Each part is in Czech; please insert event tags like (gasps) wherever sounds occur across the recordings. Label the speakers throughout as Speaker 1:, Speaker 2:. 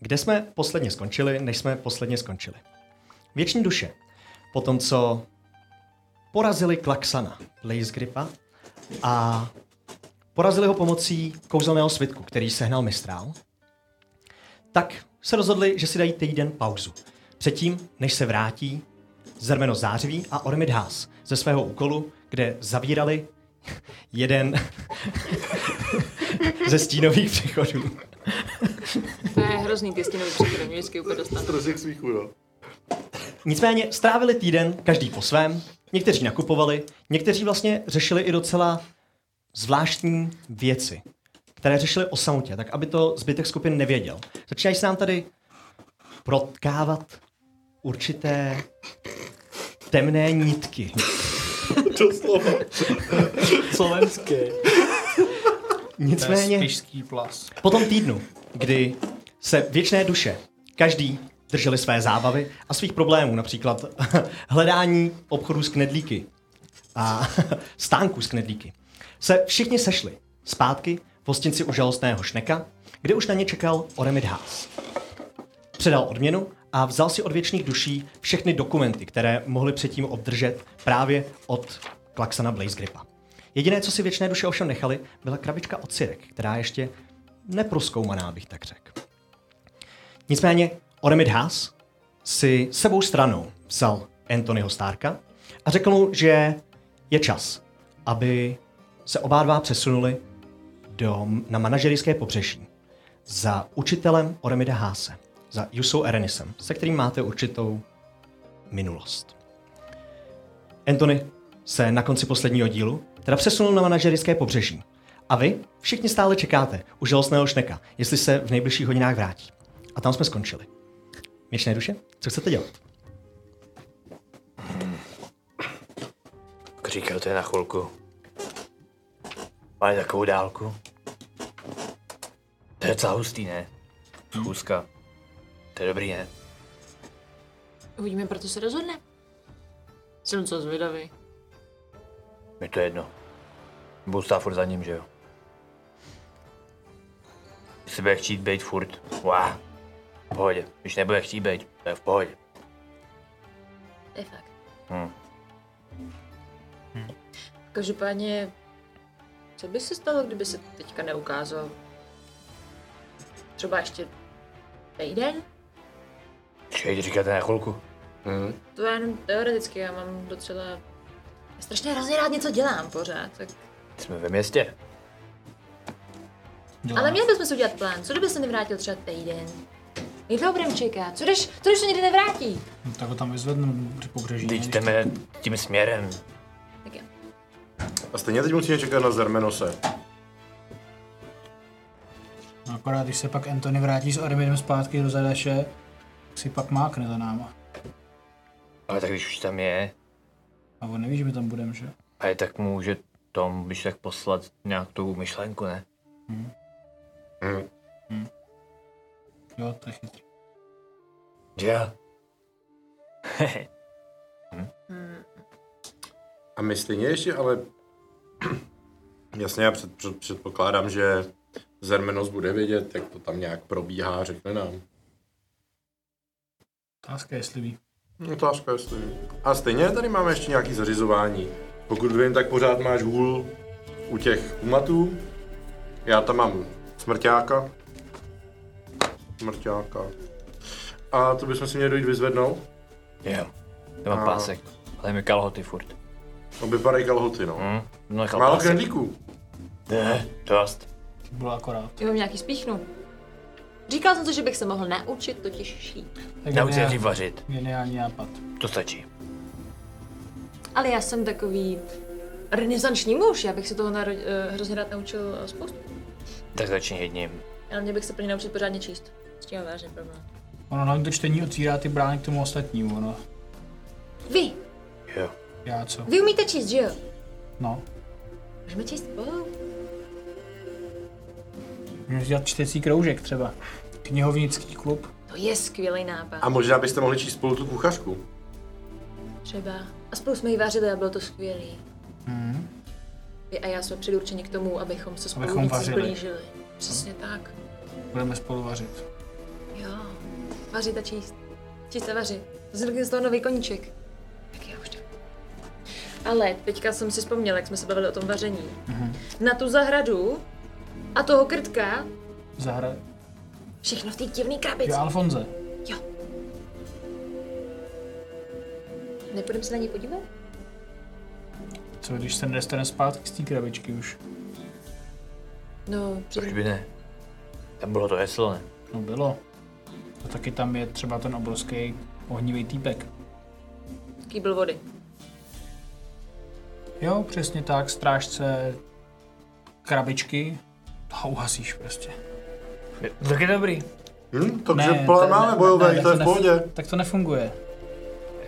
Speaker 1: Kde jsme posledně skončili, než jsme posledně skončili? Věční duše. Potom, co porazili Klaxana, Blaze Gripa, a porazili ho pomocí kouzelného svitku, který sehnal Mistrál, tak se rozhodli, že si dají týden pauzu. Předtím, než se vrátí Zermeno Zářiví a Ormid Haas ze svého úkolu, kde zavírali jeden (laughs) ze stínových přechodů.
Speaker 2: To je hrozný ty stínový překlady, mě vždycky úplně dostane.
Speaker 3: Trozek smíchu, jo.
Speaker 1: Nicméně strávili týden, každý po svém, někteří nakupovali, někteří vlastně řešili i docela zvláštní věci, které řešili o samotě, tak aby to zbytek skupin nevěděl. Začínají se nám tady protkávat určité temné nitky.
Speaker 3: Doslova.
Speaker 4: Slovenské.
Speaker 5: To je
Speaker 1: Nicméně...
Speaker 5: spišský plas.
Speaker 1: Po tom týdnu, kdy se věčné duše, každý drželi své zábavy a svých problémů, například (laughs) hledání obchodů s knedlíky a (laughs) stánků s knedlíky, se všichni sešli zpátky v hostinci u žalostného šneka, kde už na ně čekal Oremid Haas. Předal odměnu a vzal si od věčných duší všechny dokumenty, které mohli předtím obdržet právě od Klaxana Blaze Gripa. Jediné, co si věčné duše ovšem nechali, byla krabička od Cirek, která ještě neproskoumaná, bych tak řekl. Nicméně Oremid Haas si sebou stranou vzal Anthonyho Starka a řekl mu, že je čas, aby se oba dva přesunuli do, na manažerské pobřeží za učitelem Oremida Háse, za Jusou Erenisem, se kterým máte určitou minulost. Anthony se na konci posledního dílu teda přesunul na manažerské pobřeží. A vy všichni stále čekáte u žalostného šneka, jestli se v nejbližších hodinách vrátí. A tam jsme skončili. Měčné duše, co chcete dělat?
Speaker 6: Kříkel, to je na chvilku. Máme takovou dálku. To je docela hustý, ne? Chůzka. To je dobrý, ne?
Speaker 2: Uvidíme, proto se rozhodne. Jsem co zvědavý.
Speaker 6: Mi to je jedno. Budu stát furt za ním, že jo? Jestli bude chtít být furt, wow. V pohodě. Když nebude chtít být, to je v pohodě.
Speaker 2: To je fakt. Hm.
Speaker 6: Hm.
Speaker 2: Každopádně, co by se stalo, kdyby se teďka neukázal? Třeba ještě týden?
Speaker 6: Čekaj, říkáte na chvilku.
Speaker 3: Hm.
Speaker 2: To já jenom teoreticky, já mám docela... Já strašně hrozně rád něco dělám pořád, tak...
Speaker 6: Jsme ve městě.
Speaker 5: Dělá.
Speaker 2: Ale měli bychom si udělat plán, co kdyby se nevrátil třeba týden? Jak dlouho budeme čekat? Co když, co když se někdy nevrátí?
Speaker 5: No, tak ho tam vyzvednu při pobřeží.
Speaker 6: Teď
Speaker 5: ne?
Speaker 6: jdeme tím směrem.
Speaker 2: Tak jo.
Speaker 3: A stejně teď musíme čekat na Zermenose.
Speaker 5: No, akorát, když se pak Anthony vrátí s Armidem zpátky do Zadeše, tak si pak mákne za náma.
Speaker 6: Ale tak když už tam je,
Speaker 5: A on neví, že my tam budeme, že?
Speaker 6: a je tak může Tom, když tak poslat nějak tu myšlenku, ne?
Speaker 3: Hm.
Speaker 5: Jo, to je chytrý.
Speaker 6: Jo.
Speaker 3: A my stejně ještě, ale... (clears throat) Jasně, já před, před, předpokládám, že Zermenos bude vědět, jak to tam nějak probíhá, řekne nám.
Speaker 5: Otázka, jestli ví.
Speaker 3: Otázka jestli. A stejně tady máme ještě nějaký zařizování. Pokud vím, tak pořád máš hůl u těch umatů. Já tam mám smrťáka. Smrťáka. A to bychom si měli dojít vyzvednout.
Speaker 6: Jo. To mám
Speaker 3: A-
Speaker 6: pásek. Ale mi kalhoty furt.
Speaker 3: Obě padají kalhoty, no.
Speaker 6: Hm? No, nechal
Speaker 3: Málo
Speaker 6: pásek.
Speaker 3: knedlíků.
Speaker 6: Ne, dost.
Speaker 5: To bylo akorát.
Speaker 2: Já mám nějaký spíchnu. Říkal jsem to, že bych se mohl naučit totiž šít.
Speaker 5: Tak
Speaker 6: Nauč se
Speaker 5: geniál-
Speaker 6: nejdřív vařit.
Speaker 5: Geniální nápad.
Speaker 6: To stačí.
Speaker 2: Ale já jsem takový renesanční muž, já bych se toho naro- eh, hrozně rád naučil eh, spoustu.
Speaker 6: Tak začni jedním.
Speaker 2: Ale mě bych se plně naučit pořádně číst. S tím mám vážný problém.
Speaker 5: Ono nám to čtení otvírá ty brány k tomu ostatnímu, ono.
Speaker 2: Vy,
Speaker 6: Jo.
Speaker 5: Já co?
Speaker 2: vy umíte číst, že jo?
Speaker 5: No.
Speaker 2: Můžeme číst spolu?
Speaker 5: Můžeme dělat čtecí kroužek třeba. Knihovnický klub.
Speaker 2: To je skvělý nápad.
Speaker 3: A možná byste mohli číst spolu tu kuchařku.
Speaker 2: Třeba. A spolu jsme ji vařili a bylo to skvělý.
Speaker 5: Mhm.
Speaker 2: Vy a já jsme předurčeni k tomu, abychom se spolu
Speaker 5: Abychom
Speaker 2: víc
Speaker 5: vařili.
Speaker 2: zblížili. Přesně tak.
Speaker 5: Budeme spolu vařit.
Speaker 2: Jo, vařit a číst. Číst se vařit. Vznikl z toho nový koníček. Tak já už jdu. Ale teďka jsem si vzpomněla, jak jsme se bavili o tom vaření. Na tu zahradu a toho krtka,
Speaker 5: Zahra...
Speaker 2: všechno v té divný
Speaker 5: Jo,
Speaker 2: krabici.
Speaker 5: Alfonze.
Speaker 2: Nepůjdeme se na ně podívat?
Speaker 5: Co když se nedostane zpátky z té krabičky už?
Speaker 2: No,
Speaker 6: Proč
Speaker 2: přijdu.
Speaker 6: by ne? Tam bylo to heslo, ne?
Speaker 5: No bylo. A taky tam je třeba ten obrovský ohnivý týpek.
Speaker 2: Kýbl vody.
Speaker 5: Jo, přesně tak, strážce krabičky. To uhasíš prostě.
Speaker 6: Tak je dobrý.
Speaker 3: Hm, takže pole máme bojové, to je v
Speaker 5: nef-
Speaker 3: pohodě.
Speaker 5: Tak to nefunguje.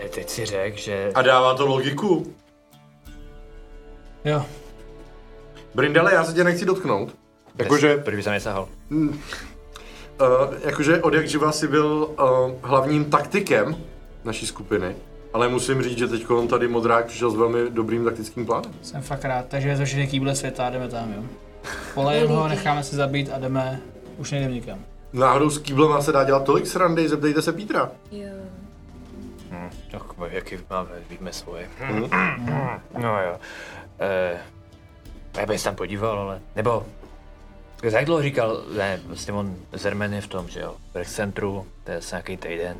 Speaker 6: E, teď si řekl, že...
Speaker 3: A dává to logiku.
Speaker 5: Jo,
Speaker 3: Brindale, já se tě nechci dotknout. Jakože,
Speaker 6: Proč by se nesahal?
Speaker 3: uh, jakože od jak živa jsi byl uh, hlavním taktikem naší skupiny, ale musím říct, že teď on tady modrák přišel s velmi dobrým taktickým plánem.
Speaker 5: jsem fakt rád, takže za všechny kýble světa a jdeme tam, jo. Polejeme ho, necháme se zabít a jdeme, už nejdeme nikam.
Speaker 3: Náhodou s kýblema se dá dělat tolik srandy, zeptejte se Pítra.
Speaker 2: Jo.
Speaker 6: Tak jaký máme, víme svoje.
Speaker 3: Mhm.
Speaker 6: No jo. E, já bych se tam podíval, ale... Nebo... Za jak dlouho říkal, ne, vlastně on Zermen je v tom, že jo, v centru, to je asi nějaký týden.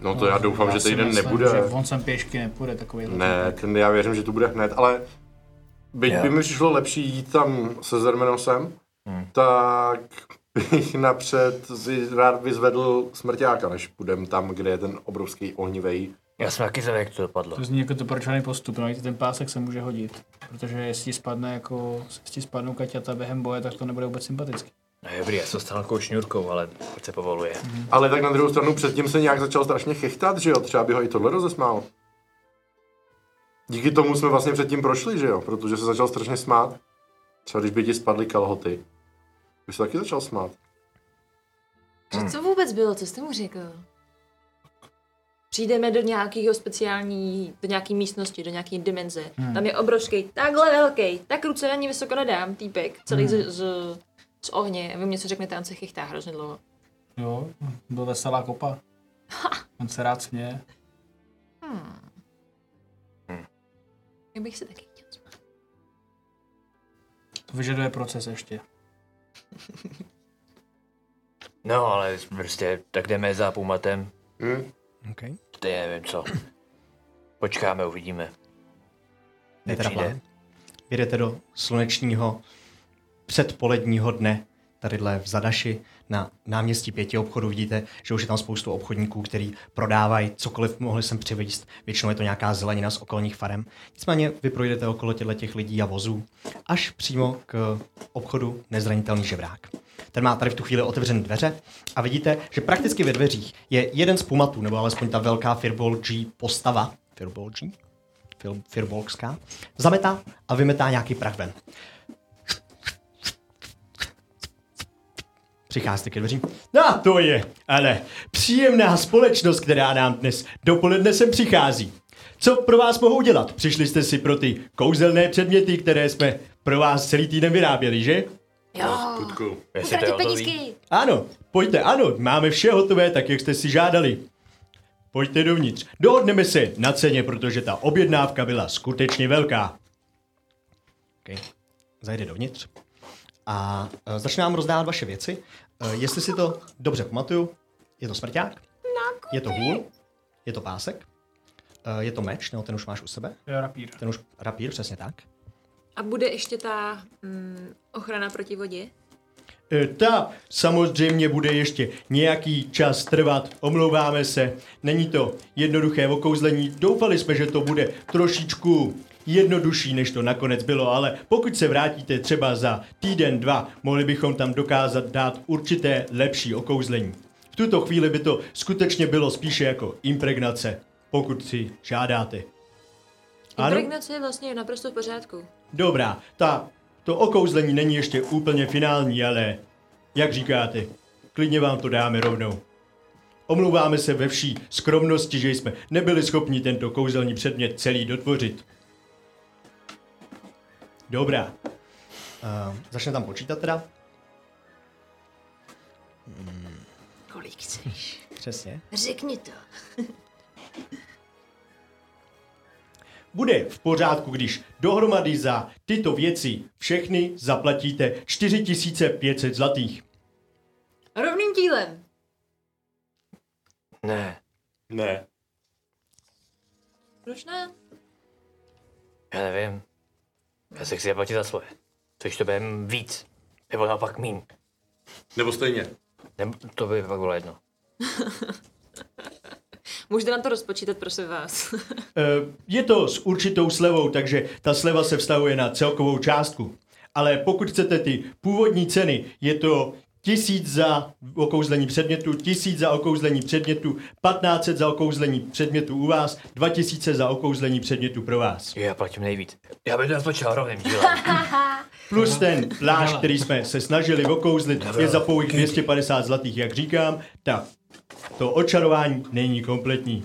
Speaker 3: No to já doufám, že
Speaker 5: si
Speaker 3: týden
Speaker 5: myslím,
Speaker 3: nebude.
Speaker 5: Že on sem pěšky nepůjde takový
Speaker 3: Ne, ten já věřím, že to bude hned, ale byť
Speaker 6: Jo.
Speaker 3: by mi přišlo lepší jít tam se Zermenosem,
Speaker 6: Hmm.
Speaker 3: tak bych napřed si rád vyzvedl smrťáka, než půjdem tam, kde je ten obrovský ohnivej.
Speaker 6: Já jsem taky zvědavý, jak to dopadlo.
Speaker 5: To zní jako to pročovaný postup, no i ten pásek se může hodit. Protože jestli ti spadne jako, jestli ti spadnou kaťata během boje, tak to nebude vůbec sympatický.
Speaker 6: No je dobrý, já jsem stál takovou šňůrkou, ale proč se povoluje?
Speaker 3: Ale tak na druhou stranu předtím se nějak začal strašně chechtat, že jo? Třeba by ho i tohle rozesmál. Díky tomu jsme vlastně předtím prošli, že jo? Protože se začal strašně smát. Třeba když by ti spadly kalhoty, by se taky začal smát.
Speaker 2: Co, co vůbec bylo, co jste mu řekl? Přijdeme do nějakého speciální, do nějaké místnosti, do nějaké dimenze. Hmm. Tam je obrovský, takhle velký, tak ruce na ní vysoko nedám, týpek, celý hmm. z, z, z, ohně. A vy mě co řeknete, on se chychtá hrozně dlouho.
Speaker 5: Jo, byl veselá kopa. On se rád směje.
Speaker 2: Hmm. Já bych se taky chtěl smát.
Speaker 5: To vyžaduje proces ještě.
Speaker 6: No, ale prostě, tak jdeme za Pumatem,
Speaker 3: Hm?
Speaker 1: Okay.
Speaker 6: ty nevím co. Počkáme, uvidíme.
Speaker 1: To je teda
Speaker 6: Nepřijde.
Speaker 1: plán. Jedete do slunečního předpoledního dne tadyhle v Zadaši na náměstí pěti obchodů. Vidíte, že už je tam spoustu obchodníků, kteří prodávají cokoliv mohli sem přivést. Většinou je to nějaká zelenina z okolních farem. Nicméně vy projdete okolo těchto těch lidí a vozů až přímo k obchodu Nezranitelný žebrák. Ten má tady v tu chvíli otevřené dveře a vidíte, že prakticky ve dveřích je jeden z pumatů, nebo alespoň ta velká Firbol G postava. Firbol G? Fil- Firbolgská, zametá a vymetá nějaký prach ven. Přicházíte ke dveřím. No to je, ale příjemná společnost, která nám dnes dopoledne sem přichází. Co pro vás mohou dělat? Přišli jste si pro ty kouzelné předměty, které jsme pro vás celý týden vyráběli, že?
Speaker 2: Jo,
Speaker 3: Kutku.
Speaker 6: Jestli to je
Speaker 2: utratit
Speaker 6: hotový.
Speaker 2: penízky.
Speaker 1: Ano, pojďte, ano, máme vše hotové, tak jak jste si žádali. Pojďte dovnitř. Dohodneme se na ceně, protože ta objednávka byla skutečně velká. Okay. Zajde dovnitř a e, začne vám rozdávat vaše věci. E, jestli si to dobře pamatuju, je to smrťák, je to hůl, je to pásek, e, je to meč, no ten už máš u sebe,
Speaker 5: Jo, rapír.
Speaker 1: ten už rapír, přesně tak.
Speaker 2: A bude ještě ta mm, ochrana proti vodě?
Speaker 1: E, Ta samozřejmě bude ještě nějaký čas trvat, omlouváme se. Není to jednoduché okouzlení, doufali jsme, že to bude trošičku jednodušší, než to nakonec bylo, ale pokud se vrátíte třeba za týden, dva, mohli bychom tam dokázat dát určité lepší okouzlení. V tuto chvíli by to skutečně bylo spíše jako impregnace, pokud si žádáte.
Speaker 2: Impregnace je vlastně naprosto v pořádku.
Speaker 1: Dobrá, ta, to okouzlení není ještě úplně finální, ale jak říkáte, klidně vám to dáme rovnou. Omlouváme se ve vší skromnosti, že jsme nebyli schopni tento kouzelní předmět celý dotvořit. Dobrá. Uh, začne tam počítat teda. Hmm.
Speaker 2: Kolik chceš?
Speaker 1: Přesně.
Speaker 2: Řekni to.
Speaker 1: Bude v pořádku, když dohromady za tyto věci všechny zaplatíte 4500 zlatých.
Speaker 2: Rovným dílem.
Speaker 6: Ne,
Speaker 3: Ne.
Speaker 2: Proč ne?
Speaker 6: já nevím. Já se chci zaplatit za svoje. Což to během víc. Nebo naopak mín.
Speaker 3: Nebo stejně.
Speaker 6: Nebo to by pak bylo jedno.
Speaker 2: Můžete nám to rozpočítat, prosím vás. (laughs)
Speaker 1: Eh, Je to s určitou slevou, takže ta sleva se vztahuje na celkovou částku. Ale pokud chcete ty původní ceny, je to tisíc za okouzlení předmětu, tisíc za okouzlení předmětu, 1500 za okouzlení předmětu u vás, 2000 za okouzlení předmětu pro vás.
Speaker 6: Já platím nejvíc. Já bych to rozpočítal rovným
Speaker 2: (laughs)
Speaker 6: dílem.
Speaker 1: Plus ten pláž, který jsme se snažili okouzlit, je za pouhých 250 zlatých, jak říkám, tak to očarování není kompletní.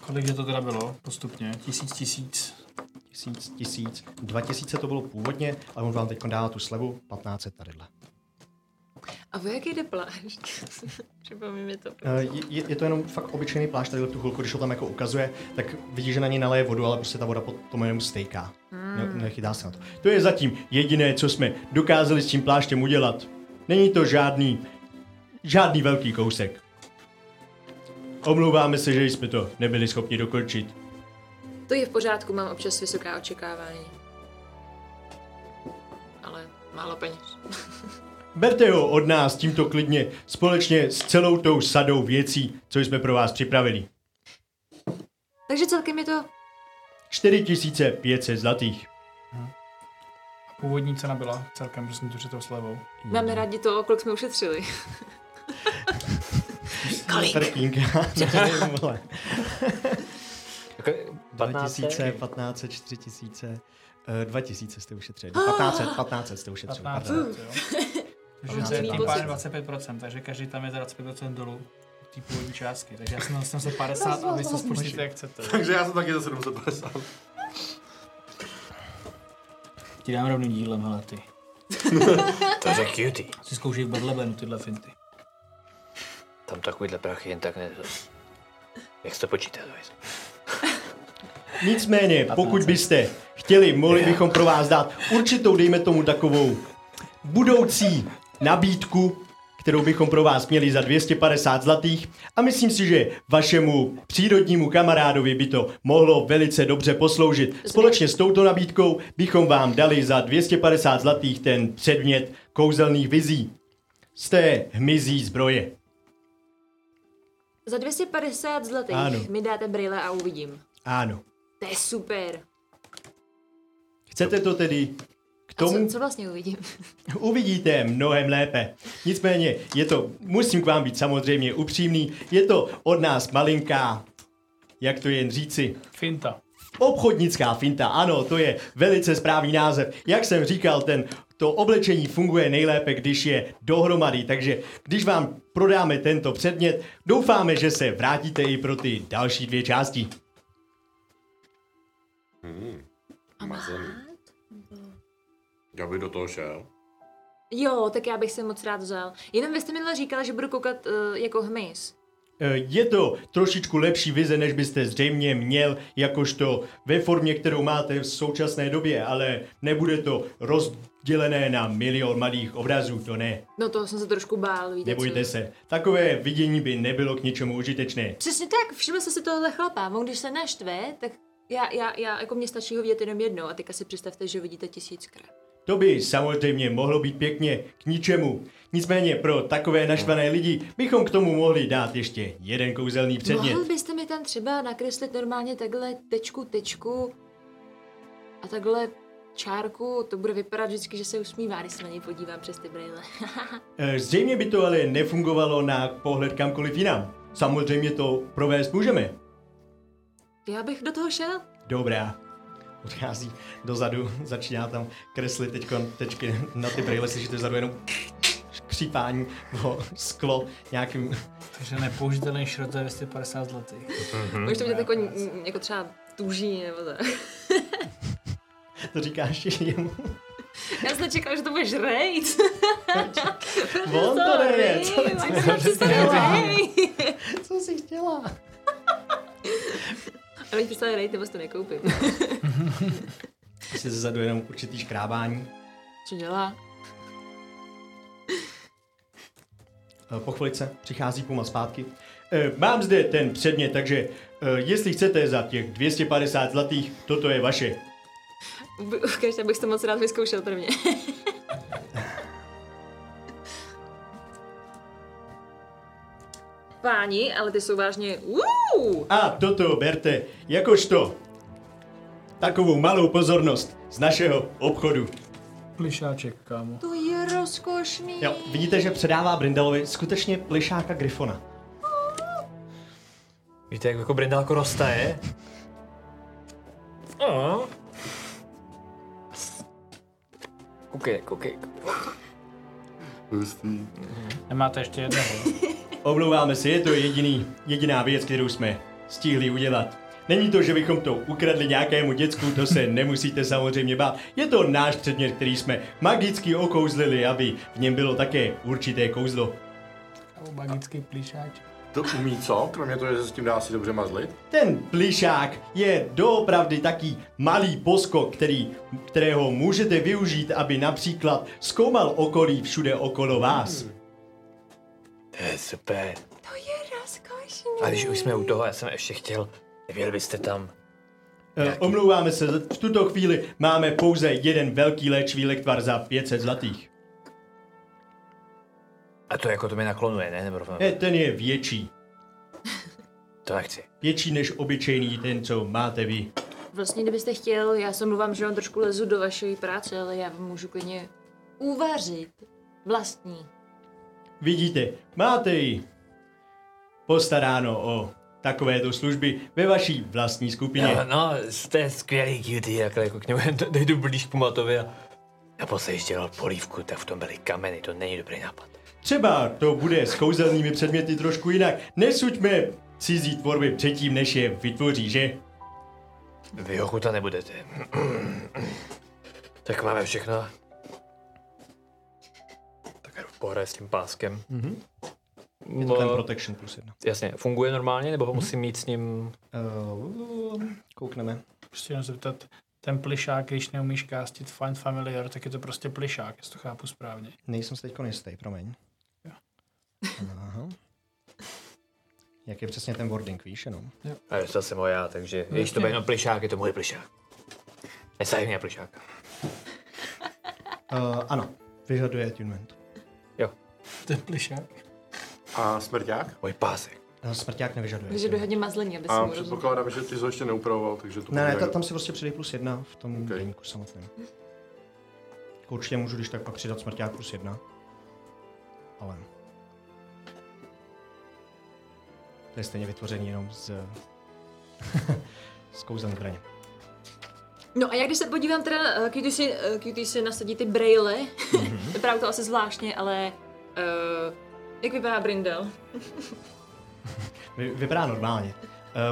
Speaker 5: Kolik že to teda bylo postupně? Tisíc, tisíc.
Speaker 1: Tisíc, tisíc, dva tisíce to bylo původně, ale on vám teď dává tu slevu, 1500 tadyhle.
Speaker 2: A o jaký jde plášť? (laughs) Připomín mi to.
Speaker 1: Eh, Je, je, je to jenom fakt obyčejný plášť, tady tu chvilku, když ho tam jako ukazuje, tak vidí, že na něj naleje vodu, ale prostě ta voda pod tomu jenom stejká. Ne, nechytá se na to. To je zatím jediné, co jsme dokázali s tím pláštěm udělat. Není to žádný, žádný velký kousek. Omlouváme se, že jsme to nebyli schopni dokončit.
Speaker 2: To je v pořádku, mám občas vysoká očekávání. Ale málo peněz.
Speaker 1: Berte ho od nás tímto klidně, společně s celou tou sadou věcí, co jsme pro vás připravili.
Speaker 2: Takže celkem je to
Speaker 1: 4500 zlatých.
Speaker 5: Původní cena byla celkem, že jsem to četl slevou.
Speaker 1: Hmm.
Speaker 2: Máme rádi to, kolik jsme ušetřili. (laughs) Kolik?
Speaker 1: Prkínka. Nevím, vole.
Speaker 6: Jako,
Speaker 1: 2000, 1500, 4000, eh, 2000 jste ušetřili. 1500, 1500 jste ušetřili.
Speaker 5: 15,
Speaker 1: pardon.
Speaker 5: jo. Takže to je
Speaker 1: Pocit.
Speaker 5: tím pádem 25%, takže každý tam je teda 25% dolů té původní částky. Takže já jsem na 750 a vy se spočíte, jak chcete.
Speaker 3: Takže já jsem taky za 750.
Speaker 5: Ti dám rovným dílem, hele ty.
Speaker 6: to je cutie.
Speaker 5: Si zkoušej v Badlebenu tyhle finty.
Speaker 6: Tam takovýhle prachy jen tak ne... Jak jsi to počítal, Luis?
Speaker 1: Nicméně, pokud byste chtěli, mohli bychom pro vás dát určitou, dejme tomu takovou budoucí nabídku, kterou bychom pro vás měli za 250 zlatých a myslím si, že vašemu přírodnímu kamarádovi by to mohlo velice dobře posloužit. Společně s touto nabídkou bychom vám dali za 250 zlatých ten předmět kouzelných vizí z té hmyzí zbroje.
Speaker 2: Za 250 zlatých
Speaker 1: Ano.
Speaker 2: mi dáte brýle a uvidím.
Speaker 1: Ano.
Speaker 2: To je super.
Speaker 1: Chcete to tedy k
Speaker 2: A co,
Speaker 1: tomu?
Speaker 2: co vlastně uvidím? (laughs)
Speaker 1: Uvidíte mnohem lépe. Nicméně je to, musím k vám být samozřejmě upřímný, je to od nás malinká, jak to jen říci,
Speaker 5: Finta.
Speaker 1: obchodnická finta. Ano, to je velice správný název. Jak jsem říkal, ten to oblečení funguje nejlépe, když je dohromady, takže když vám prodáme tento předmět, doufáme, že se vrátíte i pro ty další dvě části.
Speaker 3: Já bych do toho šel.
Speaker 2: Jo, tak já bych se moc rád vzal. Jenom vy jste minule říkala, že budu koukat uh, jako hmyz.
Speaker 1: Eh, Je to trošičku lepší vize, než byste zřejmě měl, jakožto ve formě, kterou máte v současné době, ale nebude to rozdělené na milion malých obrazů, to ne.
Speaker 2: No to jsem se trošku bál, víte
Speaker 1: Nebojte
Speaker 2: co?
Speaker 1: se, takové vidění by nebylo k ničemu užitečné.
Speaker 2: Přesně tak, všiml jsem si tohle chlapa. On když se naštve, tak já, já, já jako mě stačí ho vidět jenom jednou a teďka si představte, že ho vidíte tisíckrát.
Speaker 1: To by samozřejmě mohlo být pěkně k ničemu. Nicméně pro takové naštvané lidi bychom k tomu mohli dát ještě jeden kouzelný předmět.
Speaker 2: Mohl byste mi tam třeba nakreslit normálně takhle tečku, tečku a takhle čárku, to bude vypadat vždycky, že se usmívá, když se na něj podívám přes ty brýle. (laughs)
Speaker 1: Eh, Zřejmě by to ale nefungovalo na pohled kamkoliv jinam. Samozřejmě to provést můžeme.
Speaker 2: Já bych do toho šel.
Speaker 1: Dobrá. Odchází dozadu, (laughs) začíná tam kreslit teď tečky na ty brýle, slyšíte vzadu jenom (laughs) skřípání o sklo nějakým... (laughs)
Speaker 5: Takže nepoužitelný šrot za 250 zlatých.
Speaker 2: Hmm. Můžete mít jako, n- jako třeba tuží nebo tak.
Speaker 1: To říkáš jemu.
Speaker 2: (laughs) Já jsem čekala, že to budeš rejt.
Speaker 1: (laughs) On to nevěděl.
Speaker 2: Co (laughs) rejt. (laughs)
Speaker 1: Co jsi chtěla?
Speaker 2: Ale když přestane rejt, nebo si to nekoupím.
Speaker 1: Jsi zezadu Prostě jenom určitý škrábání.
Speaker 2: Co dělá?
Speaker 1: Eh, Po chvilice přichází Puma zpátky. Eh, Mám zde ten předmět, takže eh, jestli chcete za těch 250 zlatých, toto je vaše.
Speaker 2: Ubi- Ukažte, abych to moc rád vyzkoušel prvně. (laughs) Páni, ale ty jsou vážně... Uuu!
Speaker 1: A toto berte jakožto takovou malou pozornost z našeho obchodu.
Speaker 5: Plišáček, kámo.
Speaker 2: To je rozkošný.
Speaker 1: Jo, vidíte, že předává Brindelovi skutečně plišáka Grifona.
Speaker 6: Víte, jak jako brindálko rostaje? No. Koukej, koukej.
Speaker 3: Hustý.
Speaker 5: Nemáte ještě jednoho.
Speaker 1: Omlouváme se, je to jediný, jediná věc, kterou jsme stihli udělat. Není to, že bychom to ukradli nějakému děcku, to se nemusíte samozřejmě bát. Je to náš předmět, který jsme magicky okouzlili, aby v něm bylo také určité kouzlo.
Speaker 5: Kámo, magický plišáček.
Speaker 3: To umí co? Kromě toho, že se s tím dá asi dobře mazlit.
Speaker 1: Ten plišák je doopravdy taký malý poskok, který, kterého můžete využít, aby například zkoumal okolí všude okolo vás.
Speaker 6: To je super.
Speaker 2: To je rozkošný.
Speaker 6: A když už jsme u toho, já jsem ještě chtěl, nevěděli byste tam
Speaker 1: Eh, Omlouváme se, v tuto chvíli máme pouze jeden velký léčivý lektvar za 500 zlatých.
Speaker 6: A to jako to mi naklonuje, ne? Nebo rovnou.
Speaker 1: Eh, Ten je větší.
Speaker 6: To nechci.
Speaker 1: Větší než obyčejný ten, co máte vy.
Speaker 2: Vlastně, kdybyste chtěl, já se mluvám, že vám trošku lezu do vaší práce, ale já vám můžu klidně uvařit vlastní.
Speaker 1: Vidíte, máte ji postaráno o takovéto služby ve vaší vlastní skupině.
Speaker 6: No, no, jste skvělý cutie, jakhle jako k němu (laughs) dojdu blíž k Pumatovi a naposledy, když dělal polívku, tak v tom byly kameny, to není dobrý nápad.
Speaker 1: Třeba to bude s kouzelnými předměty trošku jinak. Nesuďme cizí tvorby předtím, než je vytvoří, že?
Speaker 6: Vy ochuta nebudete. tak máme všechno. Tak jdu v pohodě s tím páskem.
Speaker 1: Mhm. Je to ten protection plus jedna.
Speaker 6: Jasně, funguje normálně, nebo ho musím mít s
Speaker 1: Mhm.
Speaker 6: ním?
Speaker 1: Uh, koukneme.
Speaker 5: Prostě jenom zeptat, ten plišák, když neumíš kástit Find Familiar, tak je to prostě plišák, jestli to chápu správně.
Speaker 1: Nejsem si teď jistý, promiň.
Speaker 5: Jo.
Speaker 1: Aha. Jak je přesně ten wording, víš jenom?
Speaker 6: A je to zase moja, takže
Speaker 1: No
Speaker 6: když to bude jenom plišák, je to můj plišák. Nesahej mě plišáka.
Speaker 1: Uh, ano, vyžaduje attunement.
Speaker 6: Jo,
Speaker 5: Ten plišák?
Speaker 3: A smrťák?
Speaker 6: můj pásek.
Speaker 1: No, smrťák nevyžaduje.
Speaker 2: Takže jdu hodně mazlení, aby si
Speaker 3: A
Speaker 2: mu rozuměl.
Speaker 3: předpokládám, že ty jsi ho ještě neupravoval, takže to
Speaker 1: Ne, ne,
Speaker 3: bude-
Speaker 1: ta, tam si prostě přidej plus jedna v tom
Speaker 3: Ok.
Speaker 1: okay. deníku samotném. Jako Určitě můžu, když tak pak přidat smrťák plus jedna. Ale... To je stejně vytvoření jenom z... (laughs) z kouzelní braně.
Speaker 2: No a já když se podívám teda, eh, cutie si, eh, cutie si nasadí ty (laughs) braille, vypadá to asi zvláštně, ale uh, jak vypadá Brindel?
Speaker 1: Vy, vypadá normálně. Eh,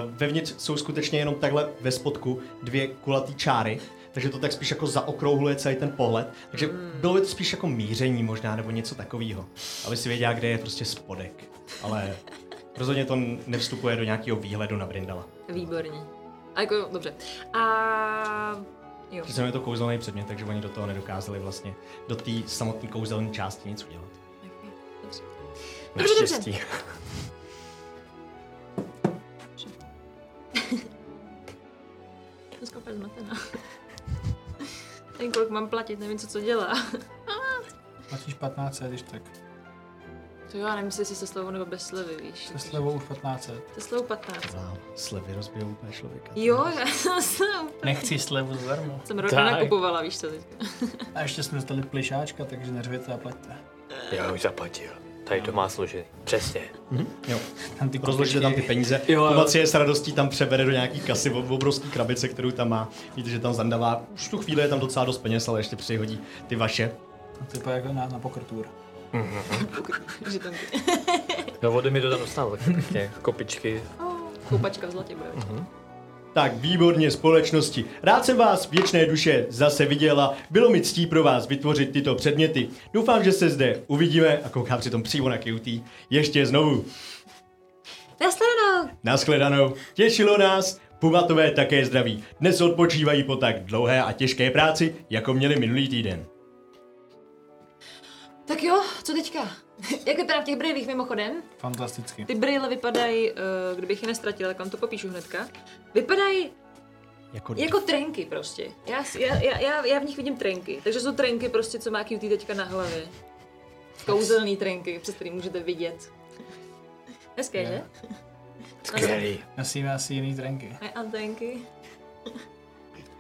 Speaker 1: Vevnitř jsou skutečně jenom takhle ve spodku dvě kulatý čáry, takže to tak spíš jako zaokrouhluje celý ten pohled. Takže
Speaker 2: Hmm.
Speaker 1: bylo by to spíš jako míření možná, nebo něco takového, aby si věděla, kde je prostě spodek. Ale rozhodně to nevstupuje do nějakého výhledu na Brindala.
Speaker 2: Výborně. A jako, dobře. A jo.
Speaker 1: Přece jenom je to kouzelný předmět, takže oni do toho nedokázali vlastně, do té samotné kouzelní části nic udělat.
Speaker 2: Dobře. No Dobře, dobře.
Speaker 6: Naštěstí.
Speaker 2: Jsem skoro úplně zmatená. (laughs) Ten kolik mám platit, nevím, co co dělá.
Speaker 5: Platíš 15, když tak.
Speaker 2: To jo, já nevím, jestli se slevou nebo bez slevy, víš.
Speaker 5: Se slevou už 15.
Speaker 2: Se slevou 15.
Speaker 1: Wow, slevy rozbijou úplně člověka.
Speaker 2: Jo, já (laughs) jsem úplně...
Speaker 5: Nechci slevu zdarma.
Speaker 2: Jsem rodina
Speaker 6: Tak.
Speaker 2: nakupovala, víš co teďka. (laughs)
Speaker 5: A ještě jsme dostali plišáčka, takže neřvěte a plaťte.
Speaker 6: Já už zaplatil. Tady to má složený. Přesně.
Speaker 1: Jo.
Speaker 5: Tam ty
Speaker 1: Rozložíte tam ty peníze.
Speaker 6: Jo, jo.
Speaker 1: Kumac je s radostí tam přebere do nějaký kasy v obrovský krabice, kterou tam má. Víte, že tam zandavá. Už tu chvíli je tam docela dost peněz, ale ještě přihodí ty vaše.
Speaker 5: Typa jako na, na pokrtůr.
Speaker 2: Že tam ty...
Speaker 6: No vody mi to tam dostal, tak pěkně. Kopičky.
Speaker 2: Koupačka v zlatě bude.
Speaker 1: Tak výborně společnosti. Rád jsem vás, věčné duše, zase viděla. Bylo mi ctí pro vás vytvořit tyto předměty. Doufám, že se zde uvidíme a koukám přitom přímo na QT. Ještě znovu.
Speaker 2: Nashledanou!
Speaker 1: Naschledanou. Těšilo nás. Pumatové také zdraví. Dnes odpočívají po tak dlouhé a těžké práci, jako měli minulý týden.
Speaker 2: Tak jo, co teďka? (laughs) Jak vypadám v těch brýlích mimochodem?
Speaker 5: Fantasticky.
Speaker 2: Ty brýle vypadají, eh, kdybych je nestratila, tak vám to popíšu hnedka. Vypadají
Speaker 1: Jako,
Speaker 2: jako trenky prostě. Já, si- já, já- já, já v nich vidím trenky. Takže jsou trenky prostě, co má QT teďka na hlavě. Kouzelný trenky, přes který můžete vidět. Hezké, že?
Speaker 6: Skvělý.
Speaker 5: Nosíme asi jiný trenky.
Speaker 2: A antenky.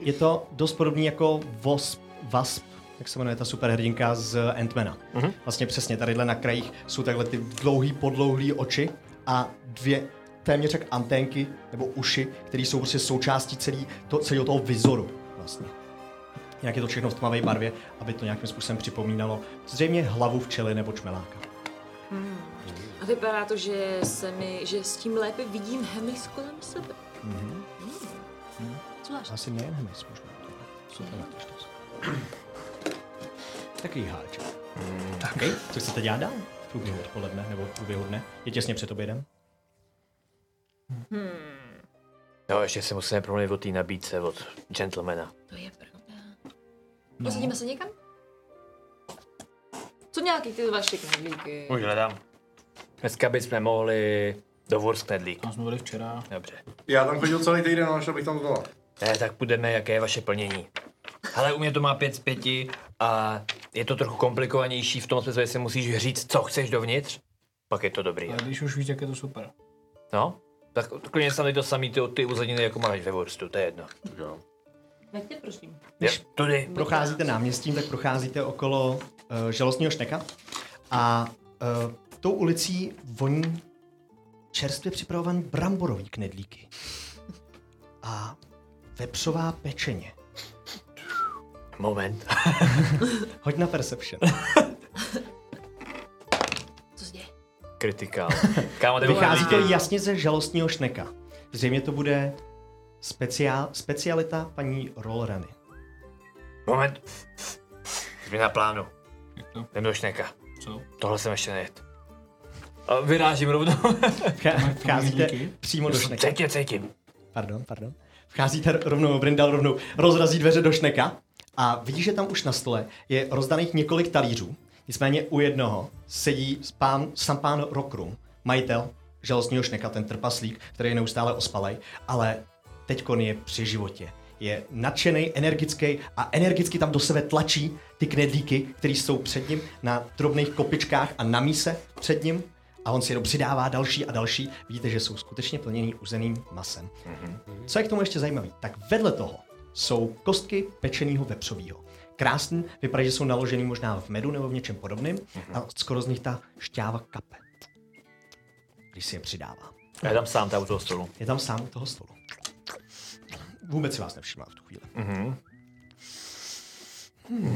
Speaker 1: Je to dost podobný jako Wasp, Wasp jak se jmenuje ta superhrdinka z Antmana. Mm-hmm. Vlastně přesně, tadyhle na krajích jsou takhle ty dlouhý, podlouhlý oči a dvě téměř jak anténky nebo uši, které jsou prostě součástí celý, to, celého toho vizoru vlastně. Jinak je to všechno v tmavé barvě, aby to nějakým způsobem připomínalo zřejmě hlavu včely nebo čmeláka.
Speaker 2: A vypadá to, že, se mi, že s tím lépe vidím hemis kolem sebe. Hmm. Zvlášť.
Speaker 1: Asi nejen hmyz možná. Super na to štěstí. (clears throat) Takový háček. Hmm. Tak, hej, co chcete dělat dál? V průběhu odpoledne nebo v průběhu dne? Je těsně před obědem?
Speaker 6: No, ještě se musíme promluvit o té nabídce od gentlemana.
Speaker 2: To je pravda. Posadíme se někam? Co nějaký ty vaše knedlíky?
Speaker 6: Už hledám. Dneska bychom mohli do Wurst knedlík.
Speaker 5: Tam jsme byli včera.
Speaker 6: Dobře.
Speaker 3: Já tam chodil celý týden, ale šel bych tam znova.
Speaker 6: Ne, tak půjdeme, jaké je vaše plnění. Ale u mě to má 5 z 5 a je to trochu komplikovanější v tom smyslu, že si musíš říct, co chceš dovnitř, pak je to dobrý.
Speaker 5: Ale když už víš, jak je to super.
Speaker 6: No, tak klidně se to samý ty, ty uzeniny, jako máš ve Wurstu, to je jedno.
Speaker 3: Tak jo.
Speaker 2: Veďte prosím.
Speaker 6: Jo, tudy.
Speaker 1: Procházíte náměstím, tak procházíte okolo uh, žalostního šneka a uh, tou ulicí voní čerstvě připravovaný bramborový knedlíky a vepřová pečeně.
Speaker 6: Moment.
Speaker 1: Hoď na Perception.
Speaker 2: Co se děje?
Speaker 6: Kritikál. Kámo, ty
Speaker 1: Vychází to
Speaker 6: vole,
Speaker 1: jasně ze žalostního šneka. Zřejmě to bude speciál, specialita paní (laughs) Rollrany.
Speaker 6: Moment. Změna plánu.
Speaker 5: Jak to?
Speaker 6: Jdem do šneka.
Speaker 5: Co?
Speaker 6: Tohle jsem ještě nejet. A vyrážím rovnou.
Speaker 1: Vcha- Vcházíte
Speaker 5: knedlíky?
Speaker 1: přímo do šneka.
Speaker 6: Cítě, cítím.
Speaker 1: Pardon, pardon. Vcházíte rovnou, Brindal rovnou rozrazí dveře do šneka a vidíš, že tam už na stole je rozdaných několik talířů. Nicméně u jednoho sedí s pán, sam pán Rokrum, majitel žalostního šneka, ten trpaslík, který je neustále ospalej, ale teďkon je při životě. Je nadšený, energický a energicky tam do sebe tlačí ty knedlíky, které jsou před ním na drobných kopičkách a na míse před ním a on si jenom přidává další a další. Vidíte, že jsou skutečně plněný uzeným masem. Co je k tomu ještě zajímavé? Tak vedle toho jsou kostky pečeného vepřového. Krásný, vypadá, že jsou naložený možná v medu nebo v něčem podobným a skoro z nich ta šťáva kape, když si je přidává.
Speaker 6: Já tam sám tam u toho stolu.
Speaker 1: Je tam sám u toho stolu. Vůbec si vás nevšímá v tu chvíli.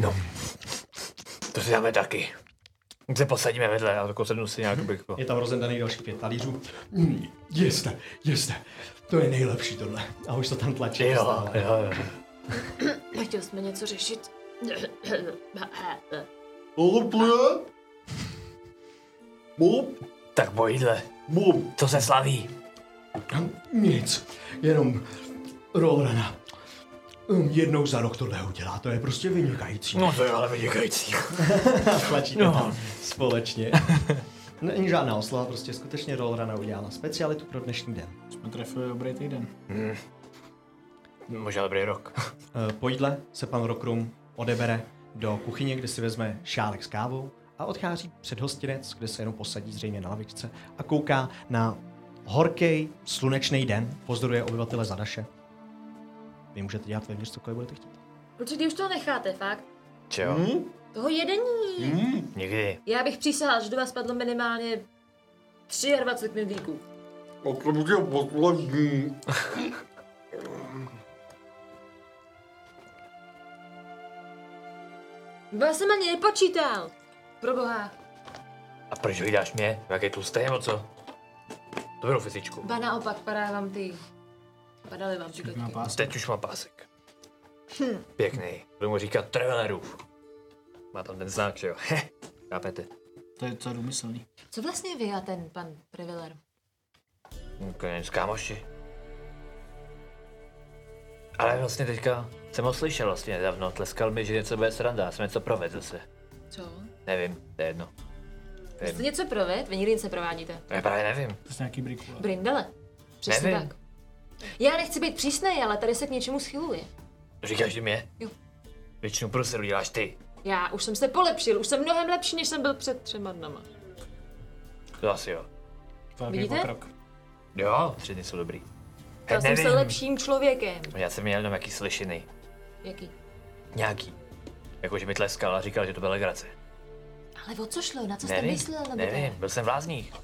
Speaker 1: No.
Speaker 6: To si dáme taky. Tak Se posadíme vedle, já jako sednu si nějak bych.
Speaker 1: Je tam rozendaný další pět talířů. Mm, jeste, jeste. To je nejlepší tohle. A už to tam tlačí.
Speaker 6: Jo,
Speaker 1: stále.
Speaker 6: jo, jo.
Speaker 2: Chtěl jsme něco řešit. (clears throat)
Speaker 3: Lupluje?
Speaker 1: (laughs) Up.
Speaker 6: Tak po jídle. Bum. To se slaví.
Speaker 1: Nic, jenom Rolrana. Um, Jednou za rok tohle udělá, to je prostě vynikající.
Speaker 6: No to je ale vynikající.
Speaker 1: Tlačíte no. tam společně. (laughs) Není žádná oslava, prostě skutečně Rolrana udělala specialitu pro dnešní den.
Speaker 5: Jsme trefili dobrý týden.
Speaker 6: Možná dobrý rok.
Speaker 1: Eh, Po jídle se pan Rokrum odebere do kuchyně, kde si vezme šálek s kávou a odchází před hostinec, kde se jenom posadí zřejmě na lavičce a kouká na horký slunečný den, pozdoruje obyvatele Zadaše. Vy můžete dělat vevnitř cokoliv budete chtít.
Speaker 2: Kluci, když toho necháte, fakt.
Speaker 6: Čeho?
Speaker 1: Mhm.
Speaker 6: Hmm?
Speaker 2: Toho jedení.
Speaker 6: Nikdy.
Speaker 2: Já bych přísahal, že do vás padlo minimálně 23 knedlíků.
Speaker 3: Okamžitě poslední.
Speaker 2: Bo já jsem ani nepočítal. Pro boha.
Speaker 6: A proč ho jídáš mě? Jak je tlustý nebo co? Dobrou fyzičku.
Speaker 2: Ba naopak, padá vám ty. Padaly vám
Speaker 5: Má
Speaker 2: židletky.
Speaker 5: pásek.
Speaker 6: Teď už má pásek. Pěkný. Budu mu říkat Trevelerův. Má tam ten znak, že jo? (laughs) Chápete?
Speaker 5: To je docela důmyslný.
Speaker 2: Co vlastně vy a ten pan Preveler?
Speaker 6: Konec kámoši. Ale vlastně teďka jsem ho slyšel vlastně nedávno. Tleskal mi, že něco bude sranda. Já jsem něco provedl zase.
Speaker 2: Co?
Speaker 6: Nevím, to je jedno.
Speaker 2: Vy jste něco proved? Vy nikdy nic neprovádíte.
Speaker 6: Já právě nevím.
Speaker 5: To je nějaký brikula.
Speaker 2: Brindele. Přesně
Speaker 6: Nevím.
Speaker 2: tak. Já nechci být přísnej, ale tady se k něčemu schyluje.
Speaker 6: Říkáš ty mě?
Speaker 2: Jo.
Speaker 6: Většinu průsledu děláš ty.
Speaker 2: Já už jsem se polepšil, už jsem mnohem lepší, než jsem byl před třema dnama.
Speaker 6: Eh, To asi jo.
Speaker 5: Velký
Speaker 2: Vidíte?
Speaker 5: pokrok.
Speaker 6: Jo, tři dny jsou dobrý.
Speaker 2: Já
Speaker 6: Hej,
Speaker 2: jsem se
Speaker 6: nevím.
Speaker 2: lepším člověkem.
Speaker 6: Já jsem měl jenom jaký slyšiny.
Speaker 2: Jaký?
Speaker 6: Nějaký. Jakože mi tleskal a říkal, že to byla legrace.
Speaker 2: Ale o co šlo? Na co jste
Speaker 6: Nevím,
Speaker 2: myslel? Nebo
Speaker 6: nevím,
Speaker 2: nevím.
Speaker 6: byl jsem vlázník.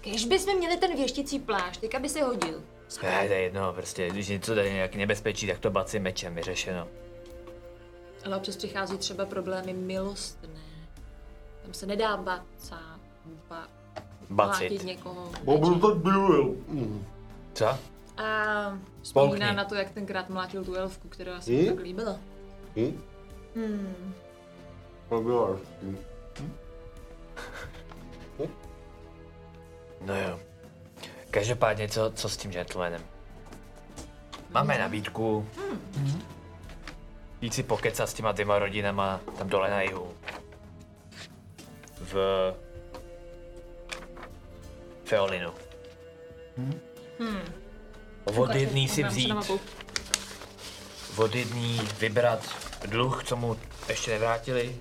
Speaker 2: Když bychom měli ten věštící plášť, teďka by se hodil.
Speaker 6: Ne, to je jedno, prostě, když něco tady je nějaký nebezpečí, tak to baci mečem vyřešeno.
Speaker 2: Ale občas přichází třeba problémy milostné. Tam se nedá bacat, ba- mlátit
Speaker 6: Bacit.
Speaker 2: někoho.
Speaker 3: Bob to byl.
Speaker 6: Co?
Speaker 2: A vzpomíná
Speaker 6: Polkni.
Speaker 2: na to, jak tenkrát mlátil tu elfku, která se
Speaker 3: Hmm?
Speaker 2: mu tak líbila.
Speaker 3: Hm?
Speaker 2: Hmm.
Speaker 3: To bylo hezký.
Speaker 6: No jo. Každopádně, co, co s tím gentlemanem? Máme nabídku. Jít si pokecat s těma dvěma rodinama tam dole na jihu. V... Feolinu. Od jedný si
Speaker 2: Dám se
Speaker 6: vzít,
Speaker 2: na mapu.
Speaker 6: od jedný vybrat dluh, co mu ještě nevrátili.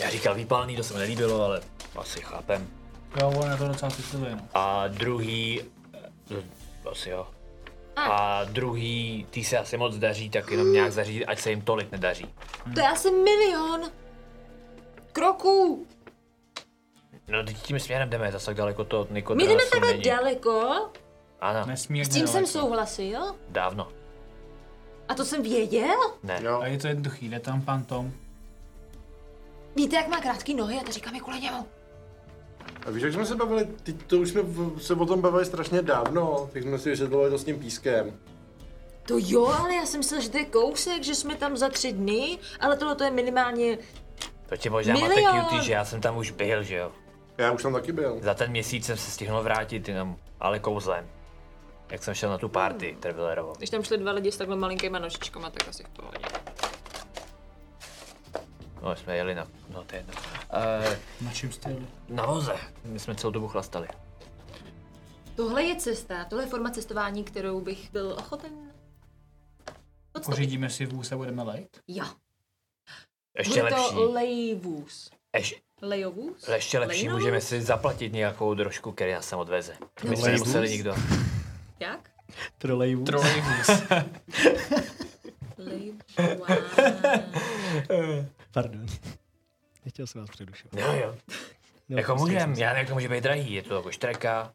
Speaker 6: Já říkal výpalný, to se mi nelíbilo, ale asi chápem.
Speaker 5: Jo, on je to docela citlivý, no.
Speaker 6: A druhý... eh, Asi jo. A druhý, ty se asi moc daří, tak
Speaker 2: (gasps)
Speaker 6: jenom nějak zařídit, ať se jim tolik nedaří.
Speaker 2: To je asi milion kroků.
Speaker 6: No, teď tím směrem jdeme, zase tak daleko to
Speaker 2: My
Speaker 6: Nikodrasu
Speaker 2: jdeme takhle daleko,
Speaker 6: Ano,
Speaker 5: Nesmírně
Speaker 2: s tím jsem
Speaker 5: daleko.
Speaker 2: souhlasil.
Speaker 6: dávno.
Speaker 2: A to jsem věděl.
Speaker 6: Ne.
Speaker 5: A je to jednoduchý, jde tam pan Tom.
Speaker 2: Víte, jak má krátký nohy a to říkám je kvůli němu.
Speaker 3: A víš, jak jsme se bavili, ty, to už jsme v- se o tom bavili strašně dávno, tak jsme si vysvětlovali to s tím pískem.
Speaker 2: To jo, ale já jsem myslel, že to je kousek, že jsme tam za tři dny, ale tohle to je minimálně...
Speaker 6: To tě možná máte
Speaker 2: Milion!
Speaker 6: cutie, že já jsem tam už byl, že jo.
Speaker 3: Já už tam taky byl.
Speaker 6: Za ten měsíc jsem se stihnul vrátit jenom, ale kouzlem. Jak jsem šel na tu
Speaker 2: Hmm.
Speaker 6: party, Travelerovou.
Speaker 2: Když tam šli dva lidi s takhle malinkýma nožičkama, tak asi v pohodě.
Speaker 6: No, jsme jeli na... No, to je jedno. Eh,
Speaker 5: Na čem jste jeli?
Speaker 6: na voze. My jsme celou dobu chlastali.
Speaker 2: Tohle je cesta, tohle je forma cestování, kterou bych byl ochoten... Podstoupit.
Speaker 5: Pořídíme si vůz a budeme lejt?
Speaker 2: Jo,
Speaker 6: Ještě
Speaker 2: bude
Speaker 6: lepší.
Speaker 2: to lejvůz.
Speaker 6: Ještě,
Speaker 2: Lejovůz?
Speaker 6: Ale ještě lepší,
Speaker 2: Lejnou?
Speaker 6: můžeme si zaplatit nějakou drožku, který nás sem odveze. My
Speaker 1: lejbus.
Speaker 6: jsme nemuseli nikdo.
Speaker 2: Jak?
Speaker 1: Trolejvů.
Speaker 5: Trolejvůz.
Speaker 2: Lejvůz.
Speaker 1: Pardon. (laughs) Nechtěl jsem vás předušovat.
Speaker 6: Jo, jo.
Speaker 1: No,
Speaker 6: jako
Speaker 1: prostě
Speaker 6: můžem,
Speaker 1: jsem-
Speaker 6: já nevím, jak to může být drahý, je to jako štreka.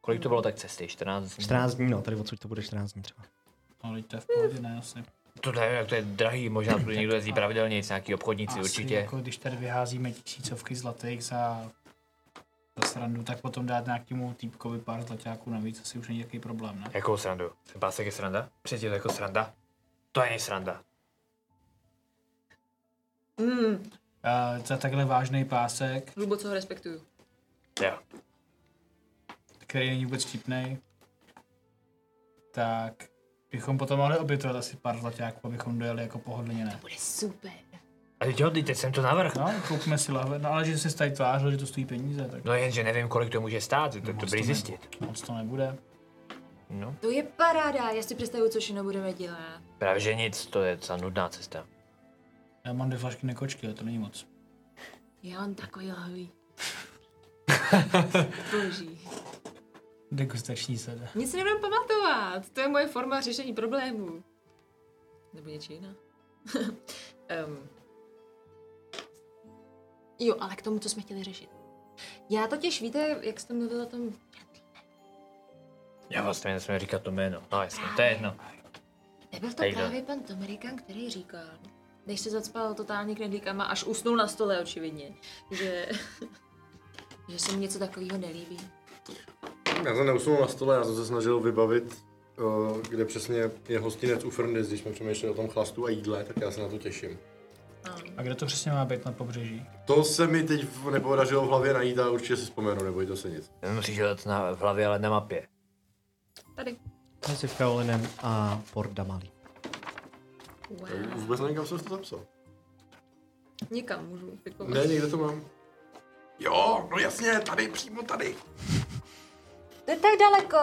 Speaker 6: Kolik to bylo tak cesty? 14 dní?
Speaker 1: 14 dní, no, tady odsud to bude 14 dní třeba.
Speaker 5: No, lejte v pohodě, ne asi.
Speaker 6: To nevím, jak to je drahý, možná tu někdo jezdí pravidelně, nějaký obchodníci
Speaker 5: asi
Speaker 6: určitě.
Speaker 5: jako když tady vyházíme tisícovky zlatých za, za srandu, tak potom dát nějakému týpkovi pár zlaťáků navíc, asi už není takový problém, ne?
Speaker 6: Jakou srandu? Ten pásek je sranda? Přijde to jako sranda? To není sranda.
Speaker 2: Mm,
Speaker 5: Uh, za takhle vážný pásek,
Speaker 2: hluboce ho respektuju.
Speaker 6: Jo.
Speaker 5: který není vůbec vtipný, tak bychom potom mohli obětovat asi pár zlaťáků, abychom dojeli jako pohodlně, ne?
Speaker 2: Bude super.
Speaker 6: A teď jo, teď teď jsem to navrh.
Speaker 5: No, koupíme si lahve, no ale že jsi tady tvářil, že to stojí peníze, tak
Speaker 6: No jenže nevím, kolik to může stát, to je dobrý zjistit.
Speaker 5: moc to nebude.
Speaker 6: No,
Speaker 2: To je paráda, já si představuju, co všechno budeme dělat.
Speaker 6: právě že nic, to je docela nudná cesta.
Speaker 5: Já mám dvě flašky nekočky, ale to není moc.
Speaker 2: Já on takový lahví. Boží.
Speaker 5: Degustační sede.
Speaker 2: Nic si nebudem pamatovat, to je moje forma řešení problémů. Nebo něčí (laughs) jiná. um. Jo, ale k tomu, co jsme chtěli řešit. Já totiž, víte, jak jste mluvil o tom...
Speaker 6: Já vlastně nesmím říkat to jméno. No jasně, to je jedno.
Speaker 2: Nebyl to
Speaker 6: Hejda.
Speaker 2: právě pan Tomerikan, který říkal, než se zacpal totálně knedlíkama, až usnul na stole očividně, že, (laughs) že se mu něco takového nelíbí.
Speaker 3: Já jsem neusunul na stole, já jsem se snažil vybavit eh, kde přesně je hostinec u Frndes, když jsme přemýšleli o tom chlastu a jídle, tak já se na to těším.
Speaker 5: A kde to přesně má být na pobřeží?
Speaker 3: To se mi teď v- nepodařilo v hlavě najít a určitě si vzpomenu, nebojte se nic.
Speaker 6: Musíš dělat na, v hlavě, ale na mapě.
Speaker 2: Tady.
Speaker 1: Mezi Feolinem a Pordamali.
Speaker 2: Wow.
Speaker 3: Vůbec nevím, kam jsem si to zapsal.
Speaker 2: Nikam můžu pikovat.
Speaker 3: Ne, někde to mám. Jo, no jasně, tady, přímo tady.
Speaker 2: To je tak daleko.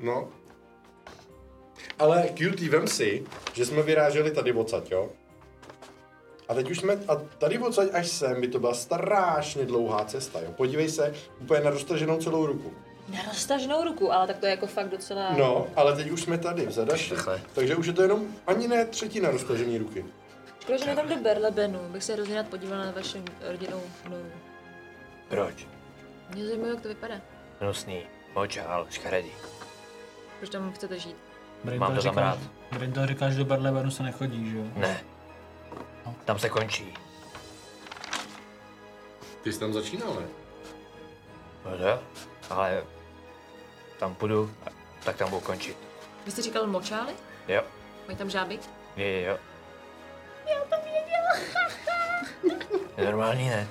Speaker 3: No. Ale cutie, vem si, že jsme vyráželi tady odsaď, jo? A teď už jsme, a tady odsaď až sem by to byla strašně dlouhá cesta, jo? Podívej se, úplně na roztaženou celou ruku.
Speaker 2: Na roztaženou ruku, ale tak to je jako fakt docela...
Speaker 3: No, ale teď už jsme tady, v zadaši.
Speaker 6: Takhle.
Speaker 3: Takže už je to jenom ani ne třetina roztažené ruky.
Speaker 2: Škoda, že tam do Berlebenu, bych se hrozně rád podívala na vaši rodinnou noru.
Speaker 6: Proč?
Speaker 2: Mě zajímá, jak to vypadá.
Speaker 6: Hnusný, močál, škaredý.
Speaker 2: Proč tam chcete žít?
Speaker 6: Mám to tam rád.
Speaker 5: Brindel říká, že do Berlebenu se nechodí, že jo?
Speaker 6: Ne. Tam se končí.
Speaker 3: Ty jsi tam začínal, ne?
Speaker 6: No to jo, ale tam půjdu, tak tam budu končit.
Speaker 2: Vy jste říkal močály?
Speaker 6: Jo,
Speaker 2: Mají tam žáby?
Speaker 6: jo, jo. Já to věděla. Normální ne.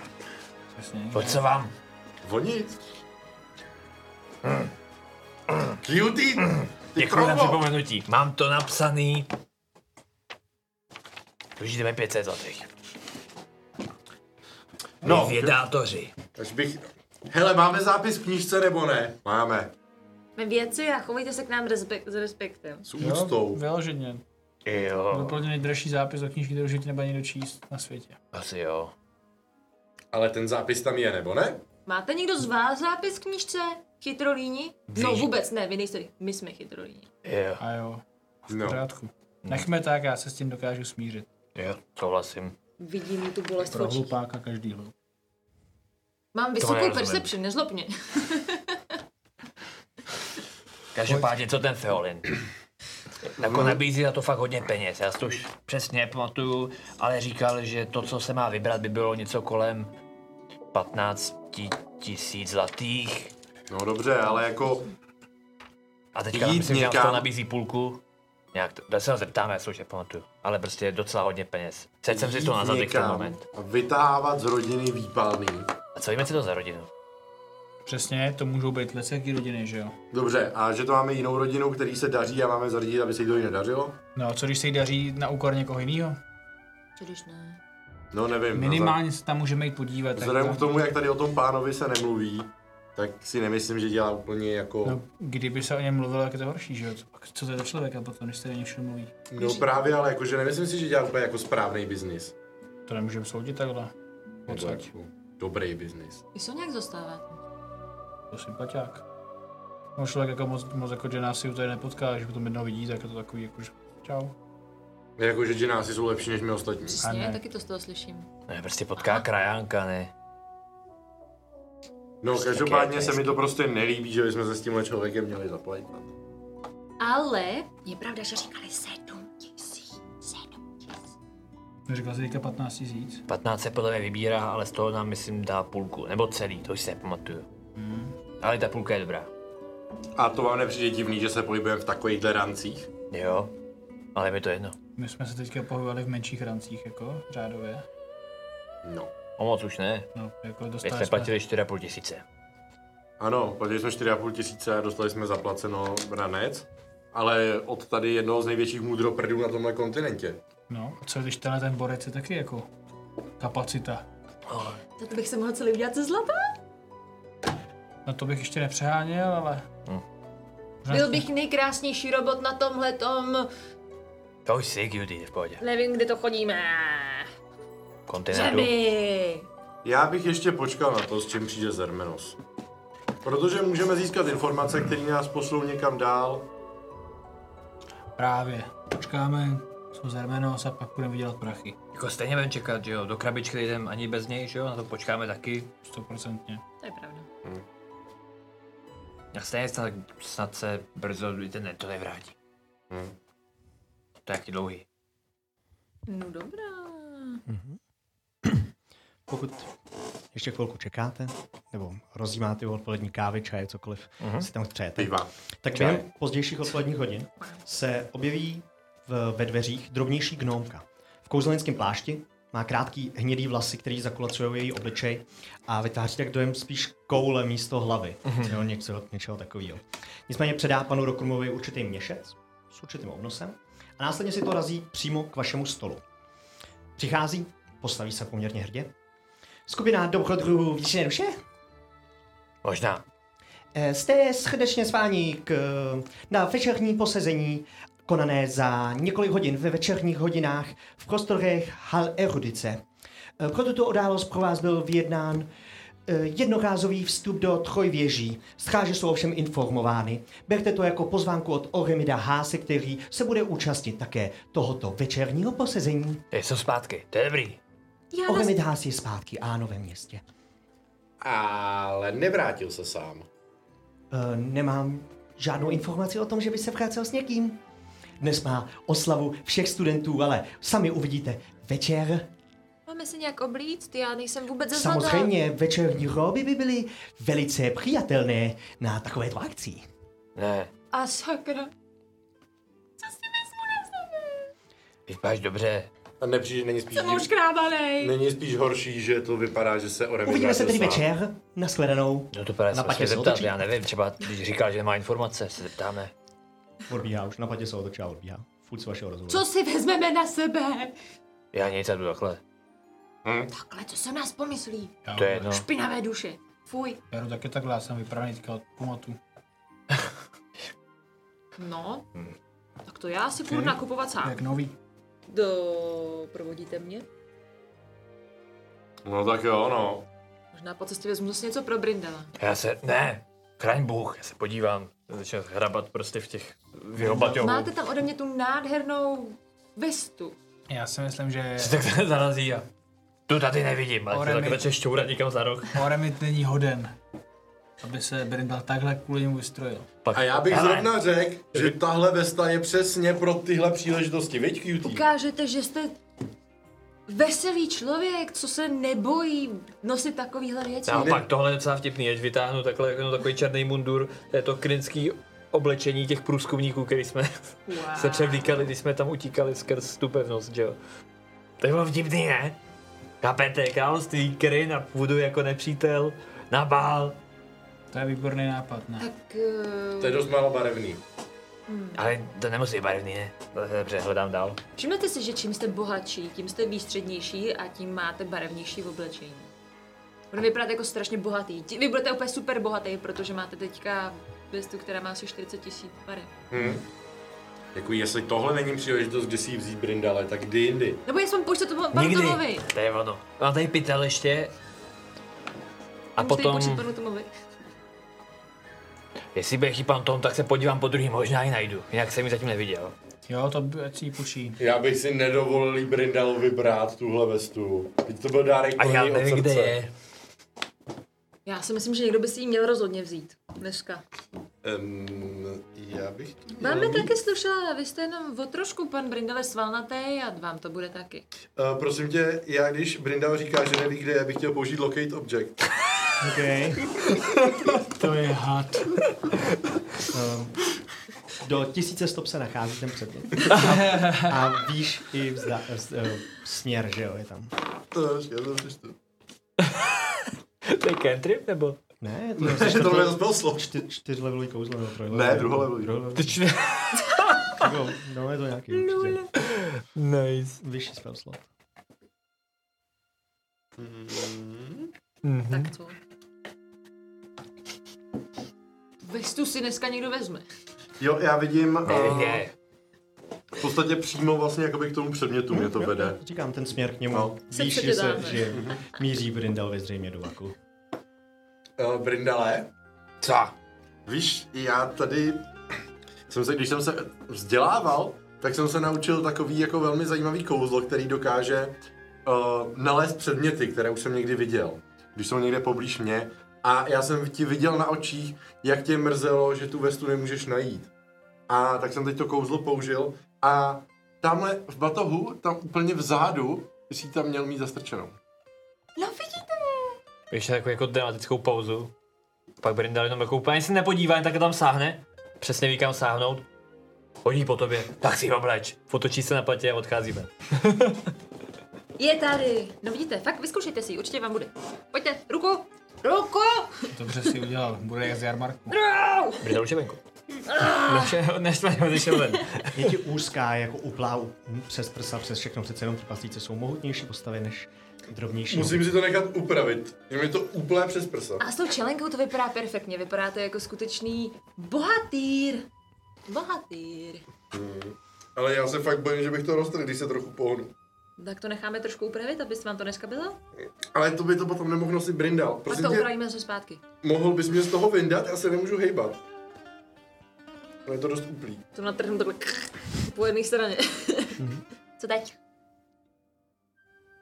Speaker 5: Přesně.
Speaker 6: Pojď co vám.
Speaker 3: O nic. Cutie, ty
Speaker 6: Děkuji na
Speaker 3: trovo.
Speaker 6: připomenutí. Mám to napsaný. Dlužíte mi 500 zlatých. No,
Speaker 3: No.
Speaker 6: vědátoři.
Speaker 3: Až bych... Hele, máme zápis v knížce nebo ne? Máme.
Speaker 2: My věci a chovejte se k nám respek- s respektem.
Speaker 3: S úctou.
Speaker 5: Vyloženě. To byl
Speaker 6: Jo,
Speaker 5: podle mě nejdražší zápis do knížky, kterou životě nebude někdo číst na světě.
Speaker 6: asi jo.
Speaker 3: Ale ten zápis tam je, nebo ne?
Speaker 2: Máte někdo z vás zápis v knížce? Chytrolíni? No
Speaker 6: Vy.
Speaker 2: vůbec ne, vy nejste. My jsme chytrolíni.
Speaker 6: Jo,
Speaker 5: A jo, v
Speaker 3: No.
Speaker 5: pořádku. Nechme tak, já se s tím dokážu smířit.
Speaker 6: jo, souhlasím.
Speaker 2: Vidím tu bolest v
Speaker 5: Pro
Speaker 2: očích.
Speaker 5: hlupáka každýho.
Speaker 2: Mám
Speaker 6: Tomu
Speaker 2: vysokou
Speaker 6: nerozumím.
Speaker 2: percepci, nezlob mě. (laughs)
Speaker 6: Každopádně, co ten Feolin? (clears throat) Jako nabízí za to fakt hodně peněz, já si to už přesně nepamatuju, ale říkal, že to, co se má vybrat, by bylo něco kolem 15 tisíc zlatých.
Speaker 3: No dobře, ale jako...
Speaker 6: A teďka
Speaker 3: Jít
Speaker 6: myslím, že nám z
Speaker 3: někam.
Speaker 6: toho nabízí půlku. Nějak to, se ho zeptáme, já si to už nepamatuju. Ale prostě docela hodně peněz. Teď jsem si to
Speaker 3: jít
Speaker 6: na zadek v ten
Speaker 3: někam
Speaker 6: moment.
Speaker 3: a Vytáhávat z rodiny výpalný.
Speaker 6: A co víme, co to za rodinu?
Speaker 5: Přesně, to můžou být leseký rodiny, že jo?
Speaker 3: Dobře, a že to máme jinou rodinu, který se daří a máme zařídit, aby se jí to jí nedařilo?
Speaker 5: No a co když se jí daří na úkor někoho jiného?
Speaker 2: Co když ne?
Speaker 3: No nevím. no, za-
Speaker 5: Minimálně se tam můžeme jít podívat.
Speaker 3: Vzhledem
Speaker 5: tak
Speaker 3: k tomu, jak tady o tom pánovi se nemluví, tak si nemyslím, že dělá úplně jako...
Speaker 5: No, kdyby se o něm mluvilo, jak je to horší, že jo? Co, pak- co to je za člověka potom, když se o něm všem mluví?
Speaker 3: No právě, ale jakože nemyslím si, že dělá úplně jako správný biznis.
Speaker 5: To nemůžeme soudit takhle.
Speaker 3: Nebo
Speaker 5: Odsaď.
Speaker 3: jako Dobrý biznis.
Speaker 2: Vy se ho nějak zastáváte?
Speaker 5: To sympatiák. No člověk jako moc, moc jako že nás si tady nepotká, že potom jednou vidí, tak je to takový jako, že čau.
Speaker 3: Jakože džináci jsou lepší než my ostatní.
Speaker 5: A
Speaker 2: Přesně,
Speaker 5: ne.
Speaker 2: taky to z toho slyším.
Speaker 6: Ne, prostě potká krajánka, ne?
Speaker 3: No,
Speaker 6: Prostě
Speaker 3: každopádně
Speaker 6: taky je
Speaker 3: se
Speaker 6: to
Speaker 3: mi to prostě nelíbí, že bychom se s tímhle člověkem měli zaplatit.
Speaker 2: Ale je pravda, že říkali sedm tisíc. Sedm tisíc.
Speaker 5: Říkal jsi teďka 15 tisíc.
Speaker 6: 15 se podle mě vybírá, ale z toho nám myslím dá půlku. Nebo celý, to už se nepamatuju. Ale ta půlka je dobrá.
Speaker 3: A to vám nepřijde divný, že se pohybujeme v takovýchhle rancích?
Speaker 6: Jo, ale mi to jedno.
Speaker 5: My jsme se teďka pohybovali v menších rancích, jako řádově.
Speaker 3: No.
Speaker 6: O moc už ne.
Speaker 5: No, jako
Speaker 6: Vy
Speaker 5: dostali
Speaker 6: jste
Speaker 5: jsme.
Speaker 6: platili 4,5 tisíce.
Speaker 3: Ano, platili jsme 4,5 tisíce a dostali jsme zaplaceno ranec, ale od tady jednoho z největších mudroprdů na tomhle kontinentě.
Speaker 5: No, a co když tenhle ten borec je taky jako kapacita?
Speaker 2: Za to bych se mohla celý udělat ze zlata?
Speaker 5: No to bych ještě nepřeháněl, ale...
Speaker 6: Hm.
Speaker 2: Byl bych nejkrásnější robot na tomhle tom.
Speaker 6: To už si, cutie, v pohodě.
Speaker 2: Nevím, kde to chodíme.
Speaker 6: Kontinentu.
Speaker 2: Zemi!
Speaker 3: Já bych ještě počkal na to, s čím přijde Zermenos. Protože můžeme získat informace, které nás poslou někam dál.
Speaker 5: Právě. Počkáme, co zermenos a pak budeme vydělat prachy.
Speaker 6: Jako stejně budeme čekat, že jo, do krabičky jdem ani bez něj, že jo, na to počkáme taky.
Speaker 5: Stoprocentně.
Speaker 2: To je pravda.
Speaker 6: A stejně snad, snad se brzo ne, to nevrátí. Hmm. To je jaký dlouhý.
Speaker 2: No dobrá.
Speaker 1: Pokud ještě chvilku čekáte, nebo rozjímáte u odpolední kávy, čaje, cokoliv
Speaker 6: Mhm.
Speaker 1: mm-hmm. si tam přejete,
Speaker 3: Piva.
Speaker 1: tak
Speaker 6: Čaj.
Speaker 1: během pozdějších odpoledních hodin se objeví v, ve dveřích drobnější gnomka. V kouzelnickém plášti má krátký hnědý vlasy, který zakulacují její obličej a vytváří tak dojem spíš koule místo hlavy, mm-hmm. nebo něco, něčeho takového. Nicméně předá panu Rokrmovi určitý měšec s určitým obnosem a následně si to razí přímo k vašemu stolu. Přichází, postaví se poměrně hrdě. Skupina dobrodruhů většiné duše,
Speaker 6: Možná.
Speaker 1: eh, jste srdečně zváni k, eh, na večerní posezení, konané za několik hodin ve večerních hodinách v prostorech Hal Erudice. Eh, Pro tuto událost pro vás byl vyjednán eh, jednorázový vstup do trojvěží. Stráže jsou ovšem informovány. Berte to jako pozvánku od Oremida Háse, který se bude účastnit také tohoto večerního posezení.
Speaker 6: Je, jsou zpátky, to je dobrý.
Speaker 2: Já vás...
Speaker 1: Oremid Hás je zpátky, ano, ve městě.
Speaker 3: Ale nevrátil se sám.
Speaker 1: Eh, nemám žádnou informaci o tom, že by se vrátil s někým. Dnes má oslavu všech studentů, ale sami uvidíte. Večer,
Speaker 2: Máme se nějak oblíct? Já nejsem vůbec ze Zlata.
Speaker 1: samozřejmě, večerní roby by byly velice přijatelné na takovéto akci.
Speaker 6: Ne,
Speaker 2: A sakra.
Speaker 6: vypadáš dobře.
Speaker 3: A nepřijde, není spíš,
Speaker 2: Jsem už krábalej.
Speaker 3: není spíš horší, že to vypadá, že se ode mě
Speaker 1: Uvidíme se
Speaker 3: vrátil
Speaker 1: tedy
Speaker 3: sám.
Speaker 1: večer, nashledanou.
Speaker 6: No to právě
Speaker 1: Na
Speaker 6: se
Speaker 1: patě
Speaker 6: musíme
Speaker 1: se
Speaker 6: zeptat,
Speaker 1: otočí.
Speaker 6: já nevím, třeba když říkal, že nemá informace, se zeptáme.
Speaker 1: Odbíhá už, na patě se otočí a odbíhá. Furt z vašeho rozhovoru.
Speaker 2: Co si vezmeme na sebe?
Speaker 6: Já nic jdu takhle.
Speaker 2: Takhle, co se o nás pomyslí?
Speaker 5: Já,
Speaker 6: To je jedno.
Speaker 2: Špinavé duše. Fuj.
Speaker 5: já jdu taky takhle, já jsem vypravený teďka od pumatu.
Speaker 2: No. Tak to já si půjdu nakupovat sám.
Speaker 5: Jak nový.
Speaker 2: Do... Provodíte mě?
Speaker 3: No tak jo, no.
Speaker 2: Možná po cestě vezmu zase něco pro Brindela.
Speaker 6: Já se, ne, chraň Bůh, já se podívám. Začal hrabat prostě v těch vyhobaťovů.
Speaker 2: Máte tam ode mě tu nádhernou vestu.
Speaker 5: Já si myslím, že
Speaker 6: Se tak (laughs) zarazí a tu tady nevidím, ale
Speaker 5: Ore
Speaker 6: to tak
Speaker 5: mi.
Speaker 6: začne šťourat někam za roh.
Speaker 5: Oremit není hoden, aby se Brindal takhle kvůli němu vystrojil.
Speaker 6: Pak,
Speaker 3: A já bych
Speaker 6: Hele,
Speaker 3: zrovna řekl, že tahle vesta je přesně pro tyhle příležitosti, viď, QT?
Speaker 2: Ukážete, že jste veselý člověk, co se nebojí nosit takovýhle věci.
Speaker 6: Naopak, tohle je docela vtipný, až vytáhnu takhle jako takový černý mundur, to je to krinský oblečení těch průzkumníků, který jsme
Speaker 2: Wow.
Speaker 6: se převlíkali, když jsme tam utíkali skrz tu pevnost, že jo. To bylo vtipný, ne? Chápete, království Kryn a půdu jako nepřítel, nabál,
Speaker 5: To je výborný nápad, ne?
Speaker 2: Tak... eh,
Speaker 3: To je dost málo barevný.
Speaker 6: ale to nemusí být barevný, ne? Dobře, hledám dál.
Speaker 2: Všimnete si, že čím jste bohatší, tím jste výstřednější a tím máte barevnější v oblečení. Bude vypadat jako strašně bohatý. Ti- Vy budete úplně super bohatý, protože máte teďka vestu, která má asi 40 tisíc barev.
Speaker 3: Jako jestli tohle není příležitost, kde si ji vzít brindale, tak kdy jindy.
Speaker 2: Nebo jestli počte to panu Tomovi.
Speaker 6: Nikdy. To je ono. Mám tady pytel ještě. A potom,
Speaker 2: Počet panu Tomovi.
Speaker 6: jestli bude chyb pan Tom, tak se podívám po druhý, možná ji najdu. Jinak jsem ji zatím neviděl.
Speaker 5: Jo, to by- ať si ji puší.
Speaker 3: Já bych si nedovolil jí Brindalovi brát tuhle vestu. Teď to byl dárek
Speaker 6: A
Speaker 3: pro
Speaker 6: já
Speaker 3: něj od
Speaker 6: nevím, kde
Speaker 3: srdce.
Speaker 6: je.
Speaker 2: Já si myslím, že někdo by si ji měl rozhodně vzít. Dneska.
Speaker 3: Ehm, já bych to měl
Speaker 2: Máme
Speaker 3: mít.
Speaker 2: taky slyšela, vy jste jenom o trošku pan Brindele svalnatý a vám to bude taky.
Speaker 3: Eh, prosím tě, já když Brindal říká, že neví, kde je, bych chtěl použít locate object. (laughs)
Speaker 1: Okay.
Speaker 5: To je had.
Speaker 1: Eh, Do 1100 stop se nachází ten předmět. (laughs) A, a víš i vzda, vz, eh, směr, že jo, je tam.
Speaker 3: To je- vlastně já to přečtu.
Speaker 6: To je cantrip, nebo?
Speaker 1: Ne, to je
Speaker 3: Takže tohle je zase bylo slovo.
Speaker 1: čtyř, čtyřlevelový kouzlo nebo trojlevelový.
Speaker 3: Ne, druholevelový.
Speaker 1: Druholevelový. (laughs) Jako, No, je to nějaký určitě.
Speaker 6: Nice.
Speaker 1: Vyšší spell slot.
Speaker 3: Mhm.
Speaker 6: Mm-hmm.
Speaker 2: Tak co? Vestu si dneska někdo vezme.
Speaker 3: Jo, já vidím
Speaker 6: Nevím, kde
Speaker 3: eh,
Speaker 6: je.
Speaker 3: v podstatě přímo vlastně jakoby k tomu předmětu mě to vede.
Speaker 1: Říkám ten směr k němu.
Speaker 3: No.
Speaker 2: Sem
Speaker 1: Víš,
Speaker 2: se
Speaker 1: že, se,
Speaker 2: dodáme.
Speaker 1: že míří Brindelvi zřejmě do vaku.
Speaker 3: Eh, Brindale,
Speaker 6: Co?
Speaker 3: Víš, já tady jsem se, když jsem se vzdělával, tak jsem se naučil takový jako velmi zajímavý kouzlo, který dokáže uh, nalézt předměty, které už jsem někdy viděl, když jsou někde poblíž mě. A já jsem ti viděl na očích, jak tě mrzelo, že tu vestu nemůžeš najít. A tak jsem teď to kouzlo použil a tamhle v batohu, tam úplně vzadu, jsi tam měl mít zastrčenou.
Speaker 2: Lovit!
Speaker 6: Ještě takovou jako dramatickou pauzu. Pak Brindal jenom jako úplně se nepodívá, jen tak tam sáhne. Přesně ví kam sáhnout. Hodí po tobě, tak si ji obleč. Fotočí se na patě a odcházíme.
Speaker 2: Je tady. No vidíte, fakt vyzkoušejte si, ji, určitě vám bude. Pojďte, ruku, ruku,
Speaker 5: Dobře si udělal, bude jak z jarmarku.
Speaker 2: no!
Speaker 6: Brindal už je venku. Naše, než odešel ven.
Speaker 1: Je ti úzká, jako uplá u- hm, přes prsa, přes všechno. Přece jenom trpaslíci jsou mohutnější postavy než drobnější.
Speaker 3: Musím si to nechat upravit. Je mi to úplně přes prsa.
Speaker 2: A s tou čelenkou to vypadá perfektně, vypadáte jako skutečný bohatýr. Bohatýr.
Speaker 3: Ale já se fakt bojím, že bych to rostl, když se trochu pohnu.
Speaker 2: Tak to necháme trošku upravit, abys vám to dneska bylo?
Speaker 3: Ale to by to potom nemohl nosit brindal.
Speaker 2: Pak
Speaker 3: Prosím
Speaker 2: to
Speaker 3: tě,
Speaker 2: upravíme zase zpátky.
Speaker 3: mohl bys mě z toho vyndat, já se nemůžu hejbat. No je to dost úplý.
Speaker 2: To natrhnu takhle (laughs) po jedné straně.
Speaker 3: Mhm.
Speaker 2: Co teď?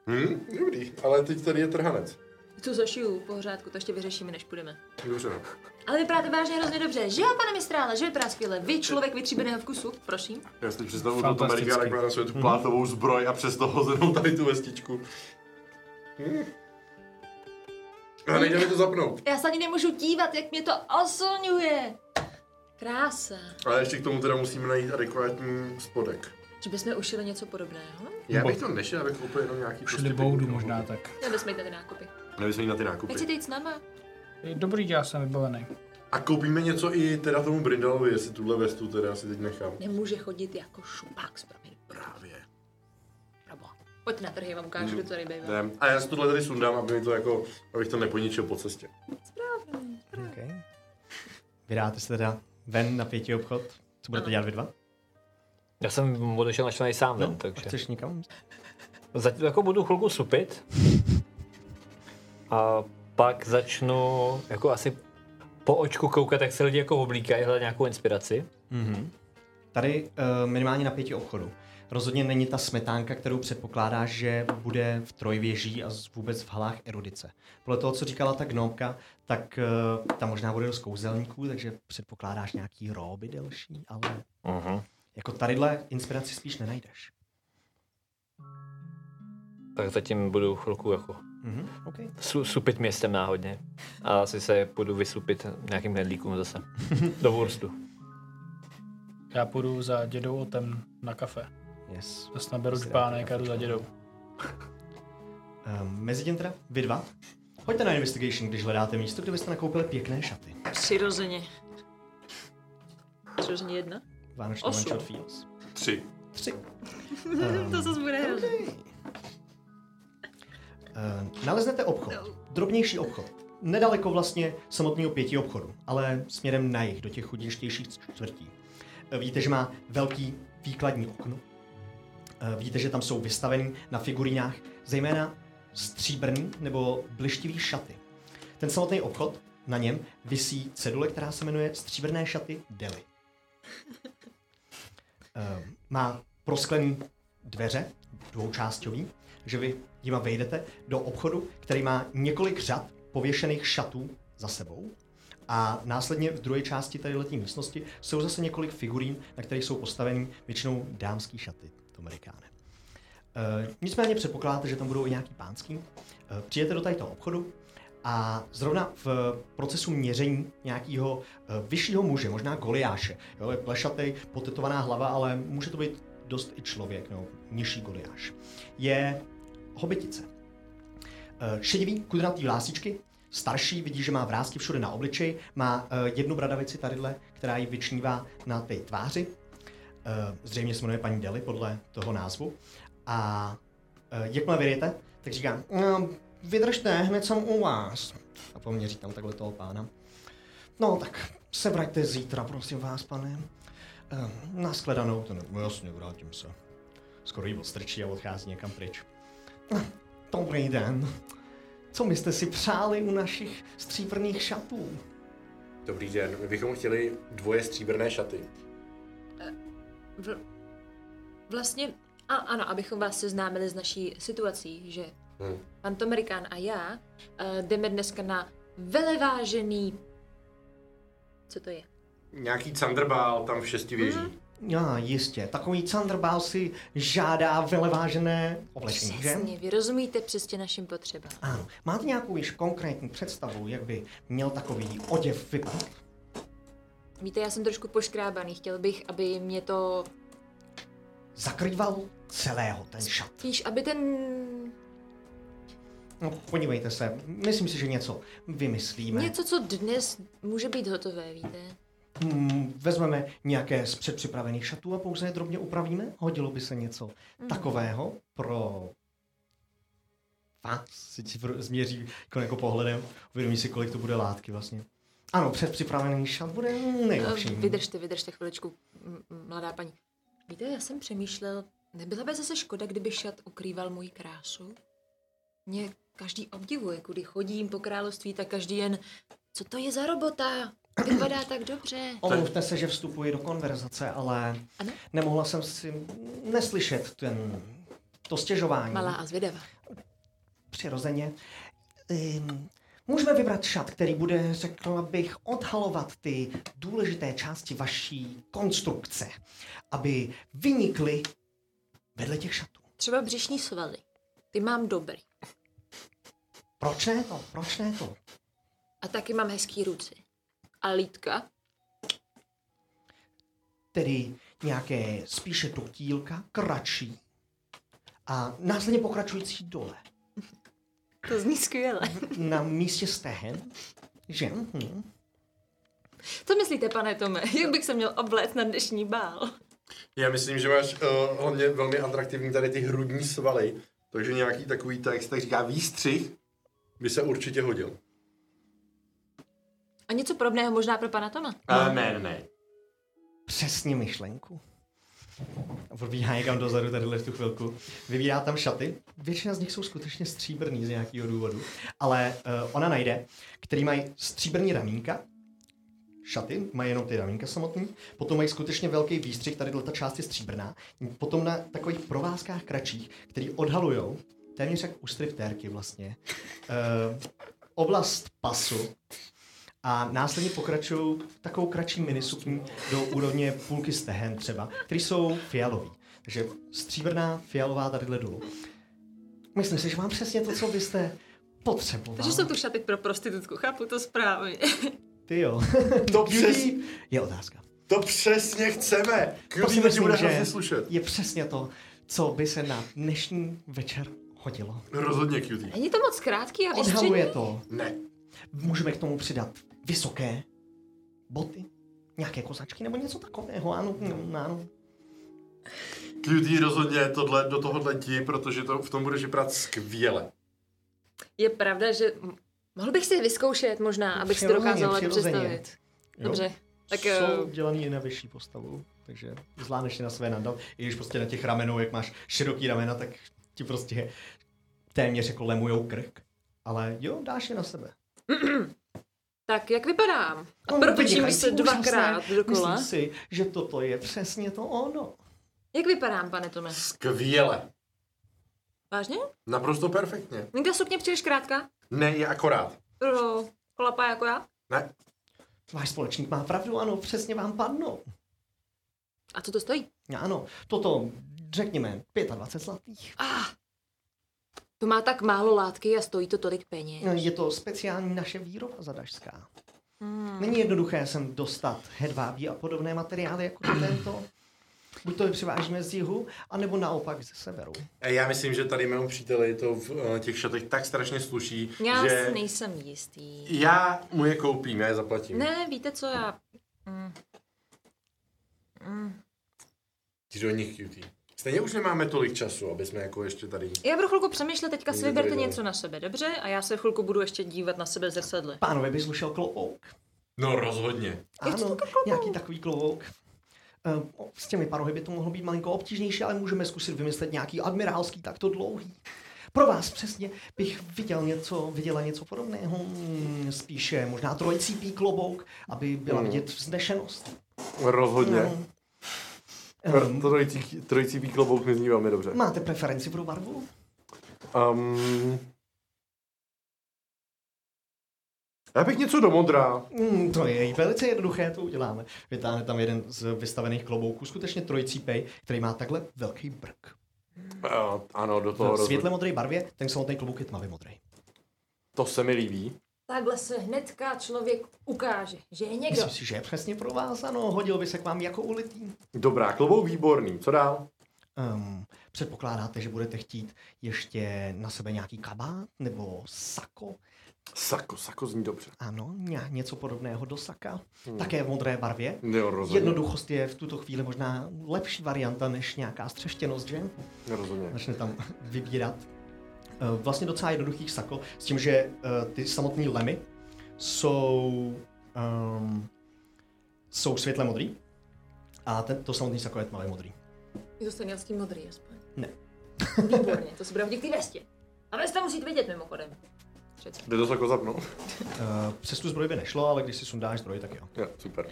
Speaker 3: Hm? Dobrý, ale teď tady je trhanec.
Speaker 2: Tu zašiju, v pořádku, to ještě vyřešíme, než půjdeme.
Speaker 3: Dobře. no.
Speaker 2: Ale vypadáte vážně hrozně dobře, že jo, pane mistrále, že vypadá skvěle. Vy, člověk vytříbeného vkusu, prosím.
Speaker 3: Já si představu
Speaker 5: Fantastický. Hm.
Speaker 3: to Amerikána, která na své tu plátovou zbroj a přes toho hozenou tady tu vestičku. Hm. Ale nejde mi to zapnout.
Speaker 2: Já se ani nemůžu dívat, jak mě to oslňuje. Krása.
Speaker 3: Ale ještě k tomu teda musíme najít adekvátní spodek.
Speaker 2: Že bychom ušili něco podobného?
Speaker 3: Já bych to nešel, já bych koupil jenom nějaký prostě
Speaker 5: Šli boudu možná tak.
Speaker 2: Nebo jsme jít na ty nákupy.
Speaker 3: Nebo jsme jít na ty nákupy.
Speaker 2: Nechcete jít s náma?
Speaker 5: Dobrý, já jsem vybavený.
Speaker 3: A koupíme něco i teda tomu Brindalovi, jestli tuhle vestu teda si teď nechám.
Speaker 2: Nemůže chodit jako šupák s proměnou.
Speaker 3: Právě.
Speaker 2: Pojď na trhy, já vám ukážu, kdo tady bývá.
Speaker 3: Ne. A já si tohle tady sundám, aby mi to jako, abych to neponičil po cestě.
Speaker 1: Okay. Vydáte se teda ven na pěti obchod. Co
Speaker 2: No.
Speaker 1: budete dělat vy dva? No,
Speaker 6: Já jsem odešel naštvaný sám ven, takže...
Speaker 1: Chceš nikam?
Speaker 6: Zatím jako budu chvilku supit. A pak začnu jako asi po očku koukat, jak se lidi jako oblíkají, hledat nějakou inspiraci.
Speaker 1: Tady eh, minimálně na pěti obchodů. Rozhodně není ta smetánka, kterou předpokládá, že bude v trojvěží a z- vůbec v halách erudice. Podle toho, co říkala ta gnomka, tak eh, tam možná bude dost kouzelníků, takže předpokládáš nějaký róby delší, ale
Speaker 6: Uh-huh.
Speaker 1: jako tadyhle inspiraci spíš nenajdeš.
Speaker 6: Tak zatím budu chvilku jako
Speaker 1: Mhm, okay.
Speaker 6: su- supit městem náhodně. A asi se půjdu vysupit nějakým
Speaker 4: (laughs)
Speaker 6: hnedlíkům zase. Do Wurstu.
Speaker 5: Já půjdu za dědou Otem na kafe.
Speaker 1: Yes.
Speaker 5: Zase naberu čbánek a jdu za dědou.
Speaker 1: Um, Mezitím teda, vy dva, hoďte na investigation, když hledáte místo, kde byste nakoupili pěkné šaty.
Speaker 2: Přirozeně. Přirozeně jedna?
Speaker 1: Vánoční
Speaker 2: Osm.
Speaker 1: one shot feels.
Speaker 3: Tři.
Speaker 1: Tři.
Speaker 2: to zase bude hrozně.
Speaker 1: Eh, naleznete obchod. Drobnější obchod. Nedaleko vlastně samotného pěti obchodu, ale směrem na jich, do těch chudinštějších čtvrtí. Eh, Vidíte, že má velký výkladní okno. Eh, Vidíte, že tam jsou vystaveny na figurinách zejména stříbrný nebo blištivý šaty. Ten samotný obchod, na něm visí cedule, která se jmenuje Stříbrné šaty Deli. Ehm, má prosklený dveře, dvoučástový, že vy jima vejdete do obchodu, který má několik řad pověšených šatů za sebou. A následně v druhé části této místnosti jsou zase několik figurín, na kterých jsou postaveny většinou dámský šaty, to amerikáne. E, nicméně předpokládáte, že tam budou i nějaký pánský. E, přijete do tadyto obchodu a zrovna v procesu měření nějakého e, vyššího muže, možná goliáše, jo, je plešatej, potetovaná hlava, ale může to být dost i člověk, no, nižší goliáš, je hobitice. E, šedivý, kudrnatý vlásičky, starší, vidí, že má vrázky všude na obličeji, má e, jednu bradavici tadyhle, která ji vyčnívá na té tváři, Eh, zřejmě se jmenuje paní Deli podle toho názvu. A eh, jakmile vyjete, tak říká, no, vydržte, hned jsem u vás. A poměří tam takhle toho pána. No tak se vraťte zítra, prosím vás, pane. Eh, Naschledanou, to ne, no jasně, vrátím se. Skoro jí odstrčí a odchází někam pryč. "Eh, Dobrý den. Co byste si přáli u našich stříbrných šatů?
Speaker 3: Dobrý den, my bychom chtěli dvoje stříbrné šaty.
Speaker 2: Vl- vlastně, a, ano, abychom vás seznámili s naší situací, že
Speaker 3: Hm.
Speaker 2: pan Tomerikán a já uh, jdeme dneska na velevážený... Co to je?
Speaker 3: Nějaký Candrbál tam v šesti věží.
Speaker 1: Já, jistě. Takový Candrbál si žádá velevážené oblečení, že?
Speaker 2: Přesně, vy rozumíte přesně našim potřebám.
Speaker 1: Ano. Máte nějakou již konkrétní představu, jak by měl takový oděv vypadat?
Speaker 2: Víte, já jsem trošku poškrábaný, chtěl bych, aby mě to...
Speaker 1: Zakrýval celého ten šat.
Speaker 2: Víš, aby ten...
Speaker 1: No, podívejte se, myslím si, že něco vymyslíme.
Speaker 2: Něco, co dnes může být hotové, víte?
Speaker 1: Hmm, vezmeme nějaké z předpřipravených šatů a pouze je drobně upravíme? Hodilo by se něco
Speaker 2: Hmm.
Speaker 1: takového pro vás? Si ti pro- změří jako, jako pohledem, uvědomí si, kolik to bude látky vlastně. Ano, předpřipravený šat bude nejlepší.
Speaker 2: Eh, Vydržte, vydržte chviličku, m- m- mladá paní. Víte, já jsem přemýšlel, nebyla by zase škoda, kdyby šat ukrýval můj krásu? Mě každý obdivuje, kudy chodím po království, tak každý jen, co to je za robota? Vypadá tak dobře.
Speaker 1: Omluvte se, že vstupuji do konverzace, ale
Speaker 2: Ano.
Speaker 1: nemohla jsem si neslyšet ten, to stěžování.
Speaker 2: Malá a zvědavá.
Speaker 1: Přirozeně. Um, můžeme vybrat šat, který bude, řekla bych, odhalovat ty důležité části vaší konstrukce, aby vynikly vedle těch šatů.
Speaker 2: Třeba břišní svaly. Ty mám dobrý.
Speaker 1: Proč ne to? Proč ne to?
Speaker 2: A taky mám hezký ruce. A lítka?
Speaker 1: Tedy nějaké spíše tutílka, kratší a následně pokračující dole.
Speaker 2: To zní skvěle.
Speaker 1: Na místě stehen, že? Hm.
Speaker 2: Co myslíte, pane Tome? Jak bych se měl obléct na dnešní bál?
Speaker 3: Já myslím, že máš uh, hlavně velmi atraktivní tady ty hrudní svaly, takže nějaký takový, tak jak se tak říká, výstřih by se určitě hodil.
Speaker 2: A něco podobného možná pro pana Toma?
Speaker 3: Uh, ne, ne.
Speaker 1: přesně myšlenku. A Probíhá někam dozadu tadyhle v tu chvilku. Vybírá tam šaty. Většina z nich jsou skutečně stříbrný z nějakého důvodu. Ale uh, ona najde, který mají stříbrný ramínka. Šaty mají jenom ty ramínka samotný. Potom mají skutečně velký výstřih, tady ta část je stříbrná. Potom na takových provázkách kratších, který odhalujou téměř jak u
Speaker 2: (laughs)
Speaker 1: striptérky vlastně, uh, oblast pasu a následně pokračují takovou kratší minisukní do úrovně půlky stehen třeba, které jsou fialový. Takže stříbrná, fialová tadyhle dolů. Myslím si, že mám přesně to, co byste potřeboval.
Speaker 2: Takže jsou tu šaty pro prostitutku, chápu to správně.
Speaker 1: Ty jo.
Speaker 3: To
Speaker 1: Beauty
Speaker 3: přes-
Speaker 1: (laughs) Je otázka.
Speaker 3: To přesně chceme.
Speaker 1: To si
Speaker 3: Kdo ti
Speaker 1: myslím,
Speaker 3: bude
Speaker 1: že
Speaker 3: hrozně slušet?
Speaker 1: je přesně to, co by se na dnešní večer hodilo.
Speaker 3: Rozhodně cutie.
Speaker 2: Není to moc krátký a
Speaker 1: Odhaluje
Speaker 2: vystřední?
Speaker 1: to.
Speaker 3: Ne.
Speaker 1: Můžeme k tomu přidat vysoké boty, nějaké kozačky nebo něco takového, ano,
Speaker 2: No.
Speaker 1: ano, ano.
Speaker 3: Cutie rozhodně tohle, do tohohle ti, protože to, v tom budeš vypadat skvěle.
Speaker 2: Je pravda, že m- mohl bych si je vyzkoušet možná, abych si to
Speaker 1: Přirozeně,
Speaker 2: dokázala lépe
Speaker 1: přirozeně.
Speaker 2: představit. Dobře, tak
Speaker 1: jsou
Speaker 2: eh,
Speaker 1: dělaný i na vyšší postavu, takže zvládneš je na své nadat. I když prostě na těch ramenou, jak máš široký ramena, tak ti prostě téměř jako lemujou krk. Ale jo, dáš je na sebe.
Speaker 2: tak jak vypadám? A
Speaker 1: No,
Speaker 2: protočím
Speaker 1: vynikající,
Speaker 2: se dvakrát
Speaker 1: úžasné.
Speaker 2: dokola.
Speaker 1: Myslím si, že toto je přesně to ono.
Speaker 2: Jak vypadám, pane Tome?
Speaker 3: Skvěle.
Speaker 2: Vážně?
Speaker 3: Naprosto perfektně.
Speaker 2: Není ta sukně příliš krátká?
Speaker 3: Ne, je akorát.
Speaker 2: Pro chlapa jako já?
Speaker 3: Ne.
Speaker 1: Váš společník má pravdu, ano, přesně vám padnou.
Speaker 2: A co to stojí?
Speaker 1: Ano, toto, řekněme, 25 zlatých.
Speaker 2: To má tak málo látky a stojí to tolik peněz.
Speaker 1: Je to speciální naše výroba zadažská. Není jednoduché sem dostat hedvábí a podobné materiály jako tento. Buď to je přivážíme z jihu, anebo naopak ze severu.
Speaker 3: Já myslím, že tady mému příteli to v eh, těch šatech tak strašně sluší,
Speaker 2: Já
Speaker 3: že
Speaker 2: si nejsem jistý.
Speaker 3: já mu je koupím, já je zaplatím.
Speaker 2: Ne, víte co, já... Hmm.
Speaker 3: Jdi do nich cutie. Stejně už nemáme tolik času, aby jsme jako ještě tady...
Speaker 2: Já budu chvilku přemýšlet, teďka si
Speaker 3: Jdi
Speaker 2: vyberte
Speaker 3: tady dole.
Speaker 2: něco na sebe, dobře? A já se chvilku budu ještě dívat na sebe v zrcadle.
Speaker 1: Pánové by slušel klobouk.
Speaker 3: No rozhodně.
Speaker 1: Ano, nějaký takový klobouk. Ehm, o, S těmi parohy by to mohlo být malinko obtížnější, ale můžeme zkusit vymyslet nějaký admirálský takto dlouhý. Pro vás přesně bych viděl něco, viděla něco podobného, Hmm, spíše možná trojcípý klobouk, aby byla vidět vznešenost.
Speaker 2: No.
Speaker 3: Rozhodně.
Speaker 1: Ehm,
Speaker 3: Trojicí, trojicí klobouk nezní velmi dobře.
Speaker 1: Máte preferenci pro
Speaker 3: Ehm.
Speaker 1: barvu?
Speaker 3: Um, Já bych něco do modra.
Speaker 1: Mm, to je velice jednoduché, to uděláme. Vytáhne tam jeden z vystavených klobouků, skutečně trojcípej, který má takhle velký brk.
Speaker 3: Uh, ano, do toho
Speaker 1: V
Speaker 3: rozhodně.
Speaker 1: světle modré barvě, ten samotný klobouk je tmavě modrý.
Speaker 3: To se mi líbí.
Speaker 2: Takhle se hnedka člověk ukáže, že je někdo.
Speaker 1: Myslím si, že je přesně pro vás, ano, hodil by se k vám jako ulitý.
Speaker 3: Dobrá, klobou výborný. Co dál?
Speaker 1: Um, předpokládáte, že budete chtít ještě na sebe nějaký kabát nebo sako?
Speaker 3: Sako, sako zní dobře.
Speaker 1: Ano, ně- něco podobného do saka. Také v modré barvě.
Speaker 3: Jo, rozhodně.
Speaker 1: Jednoduchost je v tuto chvíli možná lepší varianta než nějaká střeštěnost, že?
Speaker 3: Rozhodně.
Speaker 1: Začne tam (laughs) vybírat. Eh, Vlastně docela jednoduchých sako, s tím, že eh, ty samotné lemy jsou, um, jsou světle modrý a ten, to samotný sako je tmavě modrý.
Speaker 2: Jo, jste měl s tím modrý aspoň.
Speaker 1: Ne.
Speaker 2: Výborně, to se bude hodit k té vestě. A vesta musí vědět mimochodem. Přece.
Speaker 3: Jde to sako zapnout?
Speaker 1: Eh, Přes tu zbroj by nešlo, ale když si sundáš zbroj, tak jo.
Speaker 3: Jo, super.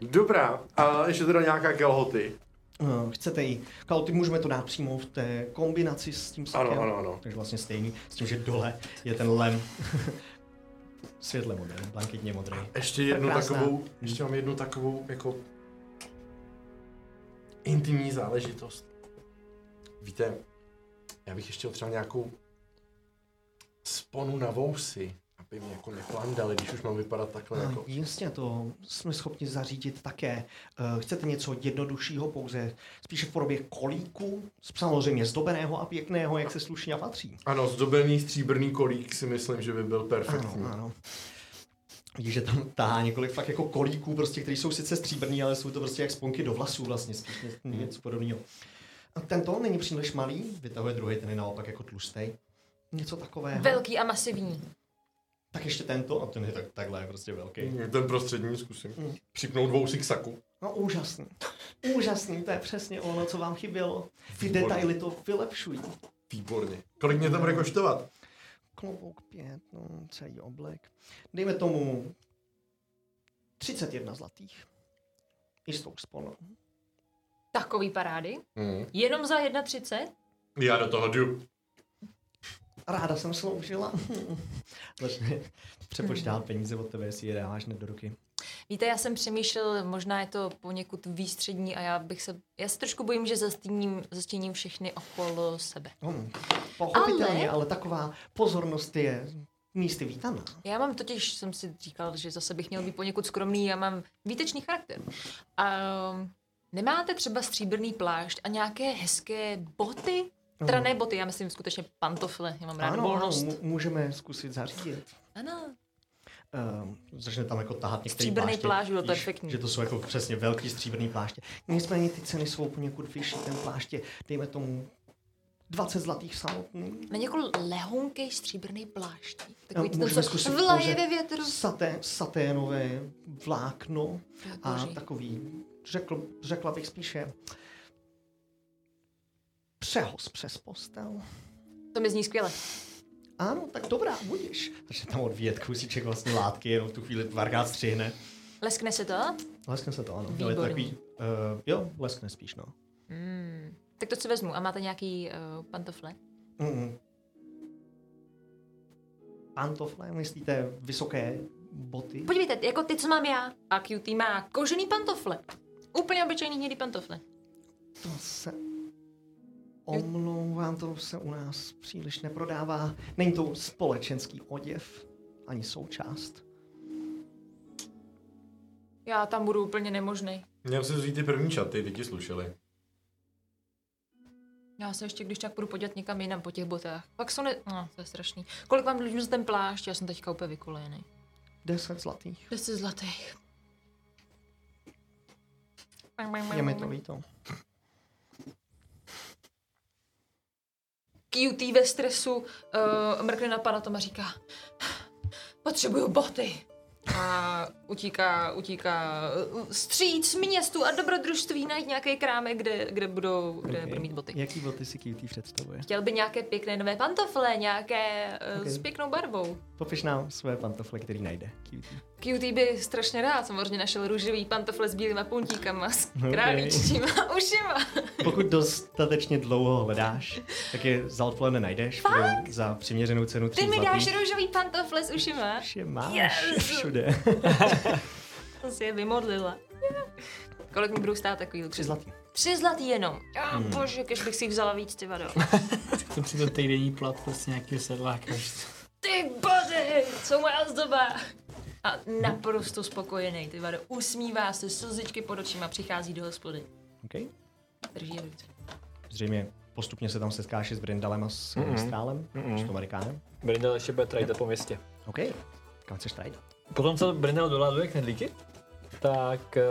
Speaker 3: Dobrá, a ještě teda nějaká kalhoty.
Speaker 1: Eh, Chcete ji? Kauty můžeme to dát přímo v té kombinaci s tím sakem.
Speaker 3: Ano, ano, ano.
Speaker 1: Takže vlastně stejný, s tím, že dole je ten lem (laughs) světle modrý, blankitně modrý.
Speaker 3: Ještě jednu
Speaker 1: Krásná.
Speaker 3: takovou, ještě mám jednu takovou jako intimní záležitost. Víte, já bych ještě třeba nějakou sponu na vousy, aby mě jako neplandali, když už mám vypadat takhle
Speaker 1: A
Speaker 3: jako.
Speaker 1: Jistě, Eh, to jsme schopni zařídit také. Eh, Chcete něco jednoduššího, pouze spíše v podobě kolíku, samozřejmě zdobeného a pěkného, jak se slušně patří.
Speaker 3: Ano, zdobený stříbrný kolík si myslím, že by byl
Speaker 1: Ano,
Speaker 3: perfektní.
Speaker 1: ano. Vidíš, že tam tahá několik fakt jako kolíků, prostě, které jsou sice stříbrný, ale jsou to prostě jak sponky do vlasů vlastně, spíš ně- něco podobného. A Tento není příliš malý, vytahuje druhý, ten je naopak jako tlustý. Něco takového.
Speaker 2: Velký a masivní.
Speaker 1: tak ještě tento, a ten je tak, takhle je prostě velký.
Speaker 3: Ten prostřední zkusím. Připnout vousy k saku.
Speaker 1: No úžasný. Úžasný, to je přesně ono, co vám chybělo. Ty
Speaker 3: Výborně.
Speaker 1: detaily to vylepšují.
Speaker 3: Výborně. Kolik mě to bude koštovat?
Speaker 1: Klobouk pět, no, celý oblek. Dejme tomu 31 zlatých. I s tou sponou.
Speaker 2: Takový parády.
Speaker 3: Mhm.
Speaker 2: Jenom za 1,30?
Speaker 3: Já do toho jdu.
Speaker 1: Ráda jsem sloužila. (laughs) Začne přepočítávat Vlastně peníze od tebe, jestli je dáváš hned do ruky.
Speaker 2: Víte, já jsem přemýšlel, možná je to poněkud výstřední a já bych se, já se trošku bojím, že zastíním, zastíním všechny okolo sebe.
Speaker 1: Hm. Pochopitelně, ale... ale taková pozornost je místy vítaná.
Speaker 2: Já mám totiž, jsem si říkal, že zase bych měl být poněkud skromný, já mám výtečný charakter. A um, nemáte třeba stříbrný plášť a nějaké hezké boty? Teda ne boty, já myslím skutečně pantofle, já mám ráda
Speaker 1: Ano, ano,
Speaker 2: volnost.
Speaker 1: mu- můžeme zkusit zařídit.
Speaker 2: Ano,
Speaker 1: Ehm, začne tam jako tahat některý
Speaker 2: Stříbrný
Speaker 1: pláště.
Speaker 2: plášť byl
Speaker 1: Víš,
Speaker 2: perfektní.
Speaker 1: Že to jsou jako přesně velký stříbrný pláště. Nicméně ty ceny jsou poněkud vyšší, ten pláště, dejme tomu 20 zlatých samotný.
Speaker 2: má jako lehounký stříbrný plášť. Takový
Speaker 1: Ehm,
Speaker 2: ten, co vlaje ve větru.
Speaker 1: saté, saténové vlákno a
Speaker 2: Boží.
Speaker 1: takový, řekl, řekla bych spíše, přehoz přes postel.
Speaker 2: To mi zní skvěle.
Speaker 1: Ano, tak dobrá, budíš. Takže tam odvíjet kousíček vlastně látky, jenom v tu chvíli dvakrát střihne.
Speaker 2: Leskne se to?
Speaker 1: Leskne se to, ano.
Speaker 2: Výborný.
Speaker 1: Ale takový, uh, jo, leskne spíš, no.
Speaker 2: Mm. Tak to si vezmu. A máte nějaký uh, pantofle?
Speaker 1: Mm. Pantofle, myslíte vysoké boty?
Speaker 2: Podívejte, jako ty, co mám já. A QT má kožený pantofle. Úplně obyčejný hnědý pantofle.
Speaker 1: To se omlouvám, to se u nás příliš neprodává. Není to společenský oděv, ani součást.
Speaker 2: Já tam budu úplně nemožný.
Speaker 3: Měl jsem vzít ty první čaty, ty ti slušeli.
Speaker 2: Já se ještě když tak budu podívat někam jinam po těch botách. Pak jsou ne... No, to je strašný. Kolik vám dlužím za ten plášť? Já jsem teďka úplně vykolejený.
Speaker 1: Deset zlatých.
Speaker 2: 10 zlatých.
Speaker 1: Je mi to líto.
Speaker 2: QT ve stresu uh, mrkne na pana Toma a říká Potřebuju boty. A utíká, utíká eh, stříc městu a dobrodružství najít nějaký krámek, kde, kde budou, kde okay. budou mít boty.
Speaker 4: Jaký boty si QT představuje?
Speaker 2: Chtěl by nějaké pěkné nové pantofle, nějaké uh,
Speaker 1: Ok.
Speaker 2: s pěknou barvou.
Speaker 1: Popiš nám své pantofle, který najde. Cutie.
Speaker 2: QT by strašně rád samozřejmě našel růžový pantofle s bílýma puntíkama, s králíčtíma ušima.
Speaker 1: Pokud dostatečně dlouho hledáš, tak je za odpole nenajdeš, budou za přiměřenou cenu tři
Speaker 2: Ty mi
Speaker 1: zlatý.
Speaker 2: dáš růžový pantofle s ušima?
Speaker 1: Už je máš
Speaker 2: Yes!
Speaker 1: všude.
Speaker 2: Jsem si je vymodlila. Kolik mi budou stát takový
Speaker 1: Tři zlatý.
Speaker 2: Tři zlatý jenom. Oh, Bože, když bych si jich vzala víc, ty vado.
Speaker 4: Jsem si to týdenní plat prostě nějaký sedláka.
Speaker 5: Eh,
Speaker 2: Ty bože, co moje zdoba. A naprosto spokojený, ty vado. Usmívá se, slzičky pod očima, přichází do hospody.
Speaker 1: Okay.
Speaker 2: Drží je v ruce.
Speaker 1: Zřejmě postupně se tam setkáš i s Brindalem a s
Speaker 4: Mhm.
Speaker 1: mm-hmm. Mistrálem, s tom Amerikánem.
Speaker 4: Brindel ještě bude trajda po městě.
Speaker 1: OK, kam chceš trajit?
Speaker 4: Potom, co Brindel doláduje knedlíky, tak eh,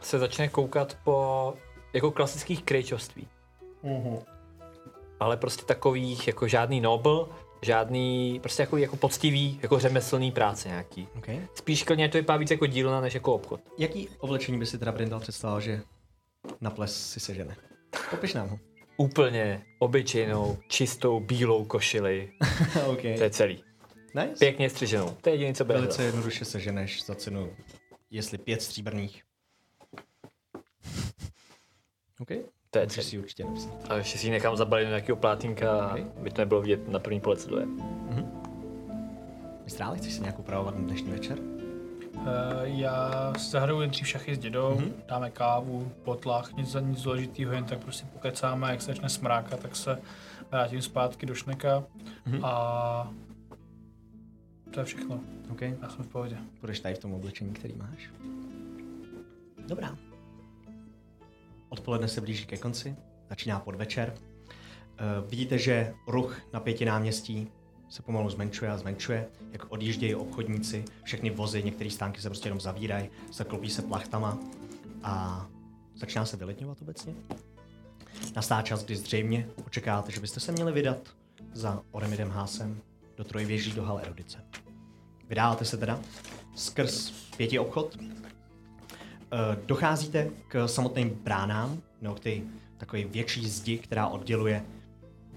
Speaker 4: se začne koukat po jako klasických krejčovství.
Speaker 1: Mm-hmm.
Speaker 4: ale prostě takových, jako žádný nobl, žádný, prostě jako, jako poctivý, jako řemeslný práce nějaký.
Speaker 1: Okay.
Speaker 4: Spíš klidně to vypadá víc jako dílna, než jako obchod.
Speaker 1: Jaký oblečení by si teda Brindal představoval, že na ples si sežene? Popiš
Speaker 4: (laughs)
Speaker 1: nám ho.
Speaker 4: Úplně obyčejnou, čistou, bílou košili, to je
Speaker 1: OK.
Speaker 4: celý.
Speaker 1: Nice.
Speaker 4: Pěkně střiženou, to je jediné, co bude
Speaker 1: Velice
Speaker 4: hledat.
Speaker 1: jednoduše seženeš za cenu, jestli pět stříbrných. OK.
Speaker 4: To je
Speaker 1: Můžeš
Speaker 4: celý.
Speaker 1: si určitě napsat.
Speaker 4: A ještě si ji nechám zabalit do nějakého plátínka,
Speaker 1: Ok.
Speaker 4: aby to nebylo vidět na první pohled, co to je.
Speaker 1: Mistrále, chceš si nějak upravovat na dnešní večer?
Speaker 5: Eh, já zahraju jen dřív šachy s dědou,
Speaker 4: Mhm.
Speaker 5: mm-hmm. dáme kávu, potlach, nic za nic důležitého, jen tak prostě pokecáme, jak se začne smrákat, tak se vrátím zpátky do šneka
Speaker 4: Mhm.
Speaker 5: mm-hmm. a to je všechno,
Speaker 1: OK.
Speaker 5: já jsem v pohodě.
Speaker 1: Budeš tady v tom oblečení, který máš. Dobrá. Odpoledne se blíží ke konci, začíná podvečer. Eh, Vidíte, že ruch na pěti náměstí se pomalu zmenšuje a zmenšuje, jak odjíždějí obchodníci, všechny vozy, některé stánky se prostě jenom zavírají, zaklopí se plachtama a začíná se vylidňovat obecně. Nastá čas, kdy zřejmě očekáváte, že byste se měli vydat za Oremidem Hásem do Trojvěží do Hal Erodice. Vydáváte se teda skrz pěti obchod. Eh, Docházíte k samotným bránám, no k ty takové větší zdi, která odděluje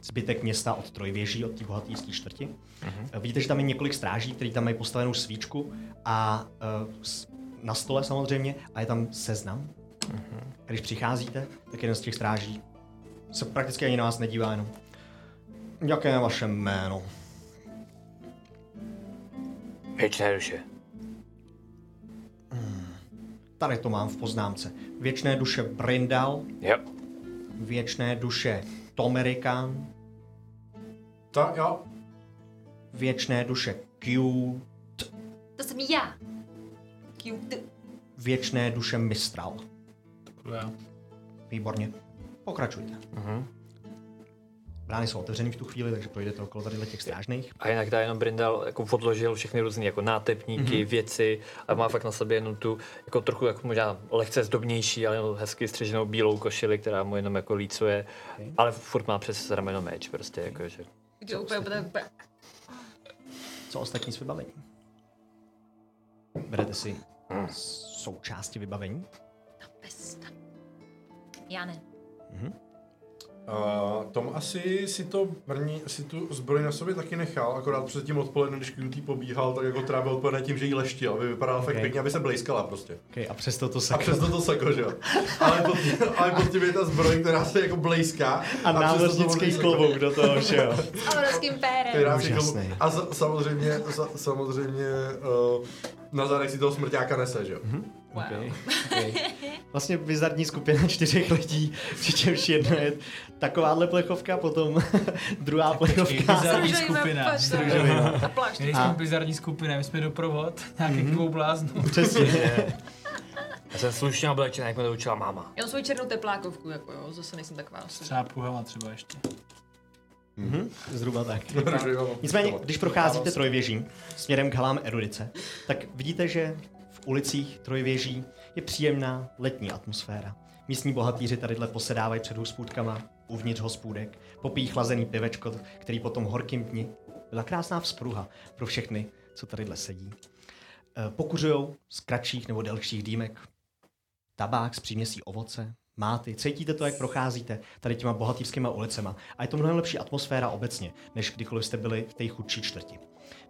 Speaker 1: zbytek města od trojvěží, od té bohatýské čtvrti. Uh-huh. Vidíte, že tam je několik stráží, kteří tam mají postavenou svíčku a eh, s- na stole samozřejmě a je tam seznam. Uh-huh. Když přicházíte, tak jeden z těch stráží se prakticky ani na vás nedívá jenom. Jaké je vaše jméno?
Speaker 6: Věčné duše.
Speaker 1: Tady to mám v poznámce. Věčné duše Brindal,
Speaker 6: Jo.
Speaker 1: věčné duše Tomerikán,
Speaker 3: Tak jo,
Speaker 1: věčné duše Q,
Speaker 2: To jsem já. Cute.
Speaker 1: věčné duše Mistral.
Speaker 5: Budu já.
Speaker 1: Výborně. Pokračujte. Uh-huh. Brány jsou otevřeny v tu chvíli, takže projdete okolo tady těch strážných.
Speaker 4: A jinak dá jenom Brindal jako odložil všechny různé jako nátepníky, mm-hmm. věci a má fakt na sobě jenom tu jako trochu jako možná lehce zdobnější, ale jenom hezky střeženou bílou košili, která mu jenom jako lícuje, okay. ale furt má přes rameno meč prostě, okay. (laughs) jakože.
Speaker 2: Jde úplně, úplně, úplně.
Speaker 1: Co ostatní s vybavením? Berete si součásti vybavení?
Speaker 2: Bez. Já ne.
Speaker 3: Uh, Tom asi si to brní, si tu zbroj na sobě taky nechal, akorát před tím odpoledne, když QT pobíhal, tak jako trávil odpoledne tím, že jí leštil, aby vypadala okay.
Speaker 1: Ok.
Speaker 3: fakt pěkně, aby se blejskala prostě.
Speaker 1: Okay, a přesto to se...
Speaker 3: A přesto to sako, že jo. Ale pod, tím, ale pod tím je ta zbroj, která se jako blejská.
Speaker 1: A
Speaker 3: přesto to
Speaker 1: návrznický
Speaker 3: modlí sako.
Speaker 1: klobouk do toho všeho.
Speaker 2: S obrovským pérem.
Speaker 3: Která si
Speaker 1: Úžasný.
Speaker 3: jako- a za, samozřejmě, za, samozřejmě uh, na zádech si toho smrťáka nese, že jo.
Speaker 2: Wow.
Speaker 1: Okay. Vlastně bizarní skupina čtyřech lidí, přičemž jedna je takováhle plechovka, potom (laughs) druhá plechovka.
Speaker 5: bizarní
Speaker 2: Združujme
Speaker 5: skupina.
Speaker 2: pač, (laughs) A plášť.
Speaker 5: My nejsme bizarní skupina, my jsme doprovod (laughs) nějakých
Speaker 4: Mhm.
Speaker 5: mm-hmm. bláznů.
Speaker 1: Přesně.
Speaker 6: Já jsem slušně oblečený, jak mě to učila máma.
Speaker 2: Já mám svou černou teplákovku, jako jo, zase nejsem taková.
Speaker 5: Třeba puhama třeba ještě.
Speaker 1: Mhm, Zhruba tak.
Speaker 3: (laughs) Takže jo.
Speaker 1: Nicméně, když procházíte trojvěží směrem k halám erudice, tak vidíte, že v ulicích trojvěží je příjemná letní atmosféra. Místní bohatýři tadyhle posedávají před hospůdkama, uvnitř hospůdek, popíjí chlazený pivečko, který potom horkým dni byla krásná vzpruha pro všechny, co tadyhle sedí. Eh, Pokuřujou z kratších nebo delších dýmek tabák z příměsí ovoce, máty. Cítíte to, jak procházíte tady těma bohatýrskýma ulicema. A je to mnohem lepší atmosféra obecně, než kdykoliv jste byli v té chudší čtvrti.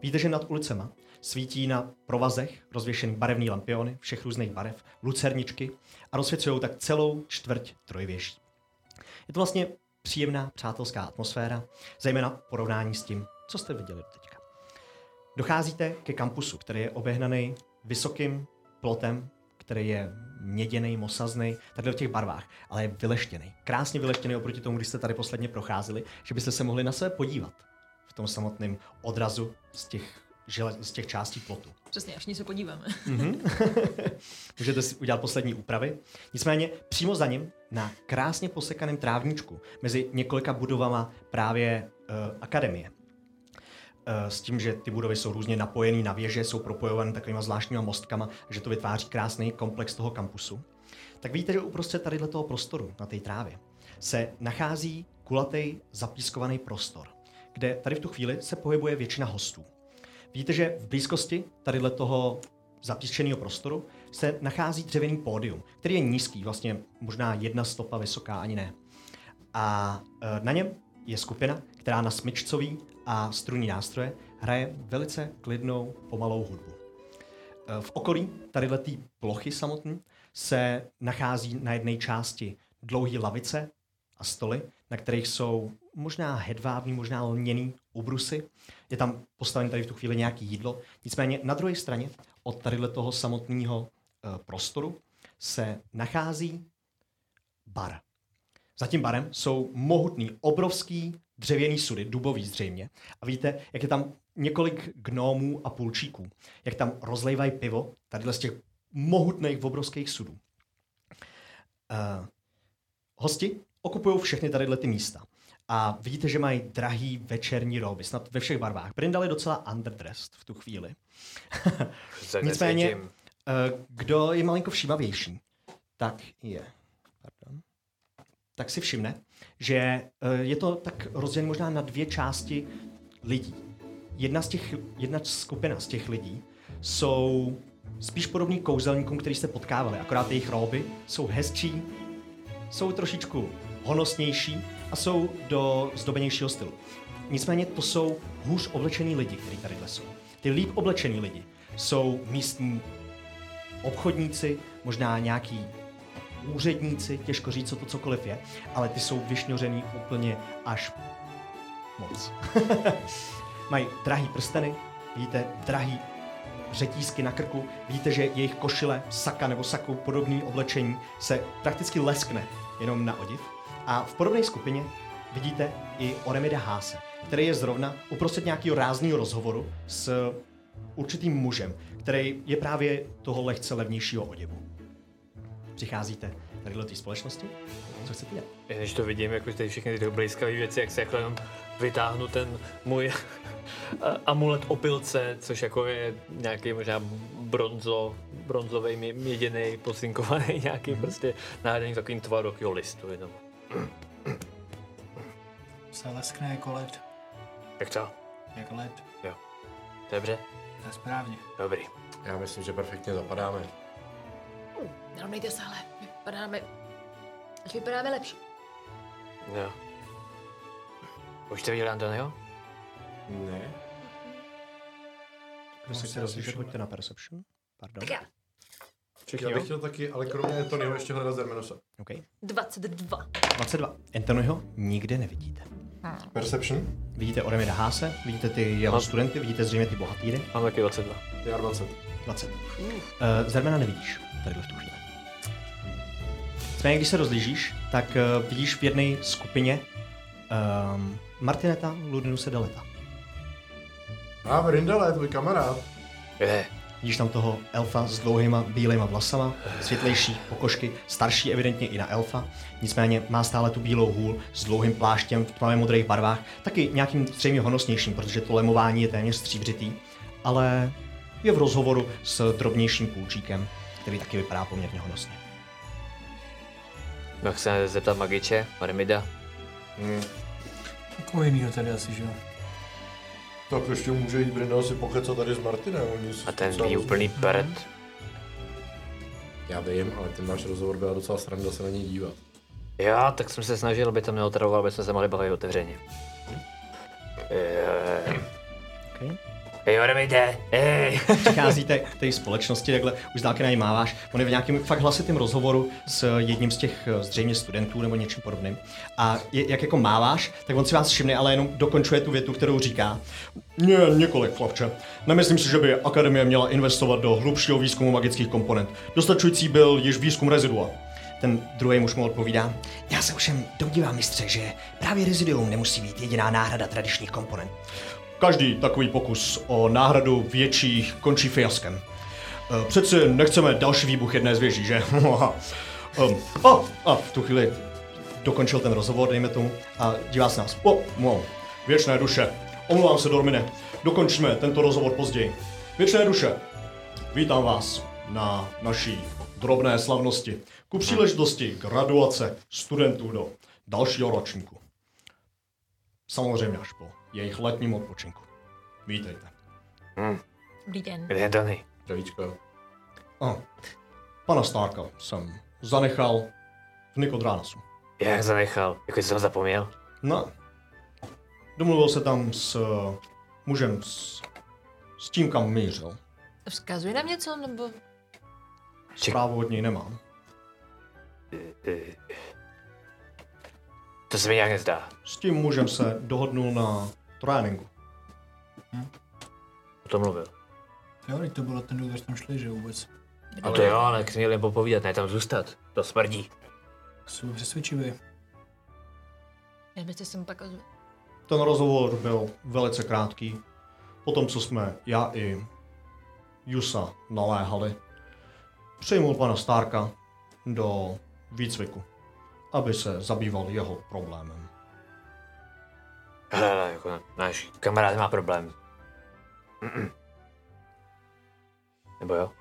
Speaker 1: Víte, že nad ulicema svítí na provazech rozvěšený barevný lampiony všech různých barev, lucerničky a rozsvěcují tak celou čtvrť trojvěží. Je to vlastně příjemná přátelská atmosféra, zejména v porovnání s tím, co jste viděli do teďka. Docházíte ke kampusu, který je obehnaný vysokým plotem, který je měděný, mosazný, tady v těch barvách, ale je vyleštěný. Krásně vyleštěný oproti tomu, když jste tady posledně procházeli, že byste se mohli na sebe podívat v tom samotném odrazu z těch, žele, z těch částí plotu.
Speaker 2: Přesně, až ní se (laughs) podíváme.
Speaker 1: Mhm. (laughs) Můžete si udělat poslední úpravy. Nicméně přímo za ním na krásně posekaném trávničku mezi několika budovama právě uh, akademie. Eh, S tím, že ty budovy jsou různě napojené na věže, jsou propojovány takovýma zvláštníma mostkama, že to vytváří krásný komplex toho kampusu. Tak vidíte, že uprostřed tady toho prostoru, na té trávě, se nachází kulatý zapískovaný prostor, kde tady v tu chvíli se pohybuje většina hostů. Vidíte, že v blízkosti tadyhle toho zapíšeného prostoru se nachází dřevěný pódium, který je nízký, vlastně možná jedna stopa vysoká, ani ne. A eh, na něm je skupina, která na smyčcový a strunní nástroje hraje velice klidnou, pomalou hudbu. Eh, V okolí tadyhle té plochy samotné se nachází na jedné části dlouhé lavice a stoly, na kterých jsou možná hedvábní, možná lněný ubrusy. Je tam postavené tady v tu chvíli nějaké jídlo. Nicméně na druhé straně od tadyhle toho samotného eh, prostoru se nachází bar. Za tím barem jsou mohutný, obrovský dřevěný sudy, dubový zřejmě. A vidíte, jak je tam několik gnomů a půlčíků. Jak tam rozlejvají pivo, tadyhle z těch mohutných, obrovských sudů. Eh, hosti okupují všechny tadyhle ty místa. A vidíte, že mají drahý večerní roby, snad ve všech barvách. Brindal je docela underdressed v tu chvíli.
Speaker 4: Prostě
Speaker 6: Se
Speaker 1: Nicméně,
Speaker 6: necítím.
Speaker 1: eh, kdo je malinko všímavější, tak je, pardon, tak si všimne, že eh, je to tak rozdělen možná na dvě části lidí. Jedna z těch, jedna skupina z těch lidí jsou spíš podobní kouzelníkům, který jste potkávali, akorát jejich roby jsou hezčí, jsou trošičku honosnější a jsou do zdobenějšího stylu. Nicméně to jsou hůř oblečený lidi, kteří tady jsou. Ty líp oblečený lidi jsou místní obchodníci, možná nějaký úředníci, těžko říct, co to cokoliv je, ale ty jsou vyšňořený úplně až moc. (laughs) Mají drahý prsteny, vidíte, drahý řetízky na krku, vidíte, že jejich košile, saka nebo saku, podobný oblečení se prakticky leskne jenom na odiv. A v podobné skupině vidíte i Oremida Háse, který je zrovna uprostřed nějakého rázného rozhovoru s určitým mužem, který je právě toho lehce levnějšího oděvu. Přicházíte tady do té společnosti? Co chcete dělat?
Speaker 4: Já Když to vidím, jako tady všechny ty blízkavé věci, jak se jako jenom vytáhnu ten můj (laughs) amulet opilce, což jako je nějaký možná bronzo, bronzový, mě- měděný, posinkovaný, (laughs) nějaký prostě náhraný takovým tvarok, jo, listu jenom.
Speaker 7: Se leskne jako led.
Speaker 4: Tak co?
Speaker 7: Jak led.
Speaker 4: Dobře?
Speaker 7: To je správně.
Speaker 4: Dobrý.
Speaker 3: Já myslím, že perfektně zapadáme.
Speaker 2: Nerovnejte se, ale vypadáme... Až vypadáme lepší.
Speaker 4: Jo. Už to viděl Antonio?
Speaker 3: Ne.
Speaker 1: Kdo se chce rozlišit, pojďte na Perception. Pardon.
Speaker 2: Tak já.
Speaker 3: Já bych chtěl taky, ale kromě to neho ještě hledat Zermenosa.
Speaker 1: Okay.
Speaker 2: 22.
Speaker 1: 22. Antonio nikde nevidíte.
Speaker 3: Perception?
Speaker 1: Vidíte Oremida Háse, vidíte ty jeho studenty, vidíte zřejmě ty bohatýry.
Speaker 4: Mám taky 22.
Speaker 3: Já 20.
Speaker 1: 20. Uh, Zermena nevidíš tady v tu chvíli. Nicméně, když se rozlížíš, tak uh, vidíš v jedné skupině um, Martineta, Ludinuse, Deleta.
Speaker 3: A Brindale, tvůj kamarád.
Speaker 4: Je.
Speaker 1: Vidíš tam toho elfa s dlouhýma bílejma vlasama, světlejší pokožky, starší evidentně i na elfa, nicméně má stále tu bílou hůl s dlouhým pláštěm v tmavě modrých barvách, taky nějakým zřejmě honosnějším, protože to lemování je téměř stříbřitý, ale je v rozhovoru s drobnějším půlčíkem, který taky vypadá poměrně honosně.
Speaker 4: No, chceme zeptat magiče, Marmida.
Speaker 7: Koho jiného tady asi, že jo?
Speaker 3: Tak ještě může jít Brindal si pokecat tady s Martinem. Oni
Speaker 4: A ten
Speaker 3: jsou-
Speaker 4: ví úplný prd.
Speaker 3: Já vím, ale ten náš rozhovor byla docela sranda se na něj dívat.
Speaker 6: Já, tak jsem se snažil, aby to neotravoval, aby jsme se mohli bavit otevřeně. Eh,
Speaker 1: Okay.
Speaker 6: Hej, odemejte! Hej!
Speaker 1: Přicházíte k té společnosti, takhle už dálky na ní máváš. On je v nějakém fakt hlasitém rozhovoru s jedním z těch eh, zřejmě studentů nebo něčím podobným. A je, jak jako máváš, tak on si vás všimne, ale jenom dokončuje tu větu, kterou říká. Ne, několik, chlapče. Nemyslím si, že by akademie měla investovat do hlubšího výzkumu magických komponent. Dostačující byl již výzkum rezidua. Ten druhý muž mu odpovídá. Já se ovšem domnívám, mistře, že právě reziduum nemusí být jediná náhrada tradičních komponent. Každý takový pokus o náhradu větších končí fiaskem. Eh, Přece nechceme další výbuch jedné z věží, že? (laughs) um, a, a v tu chvíli dokončil ten rozhovor, dejme tomu, a dívá se nás. O, wow, věčné duše. Omlouvám se, Dormine. Dokončíme tento rozhovor později. Věčné duše, Vítám vás na naší drobné slavnosti ku příležitosti graduace studentů do dalšího ročníku. Samozřejmě až po jejich letním odpočinku. Vítejte.
Speaker 2: Dobrý den.
Speaker 6: Kde je Donny?
Speaker 3: Zdravíčko.
Speaker 1: A, pana Starka jsem zanechal v Nikodránasu.
Speaker 6: Jak zanechal? Jako jsi ho zapomněl?
Speaker 1: No, domluvil se tam s eh, mužem s, s tím, kam mířil.
Speaker 2: Vzkazuje nám něco, nebo...
Speaker 1: Zprávu od něj nemám.
Speaker 6: Eh, To se mi nějak nezdá.
Speaker 1: S tím mužem se dohodnul na tréninku.
Speaker 6: O tom mluvil.
Speaker 7: Jo, teď to bylo ten důvod, že tam šli, že vůbec.
Speaker 6: A to jo, ale k měl jen popovídat, ne tam zůstat. To smrdí.
Speaker 7: Jsou přesvědčivý.
Speaker 2: Nebyste se mu pak ozve.
Speaker 1: Ten rozhovor byl velice krátký. Po tom, co jsme já i Jusa naléhali, přijmul pana Starka do výcviku, aby se zabýval jeho problémem.
Speaker 6: Hele, hele, jako náš kamarád má problém. (clears throat) Mm-mm. Nebo jo?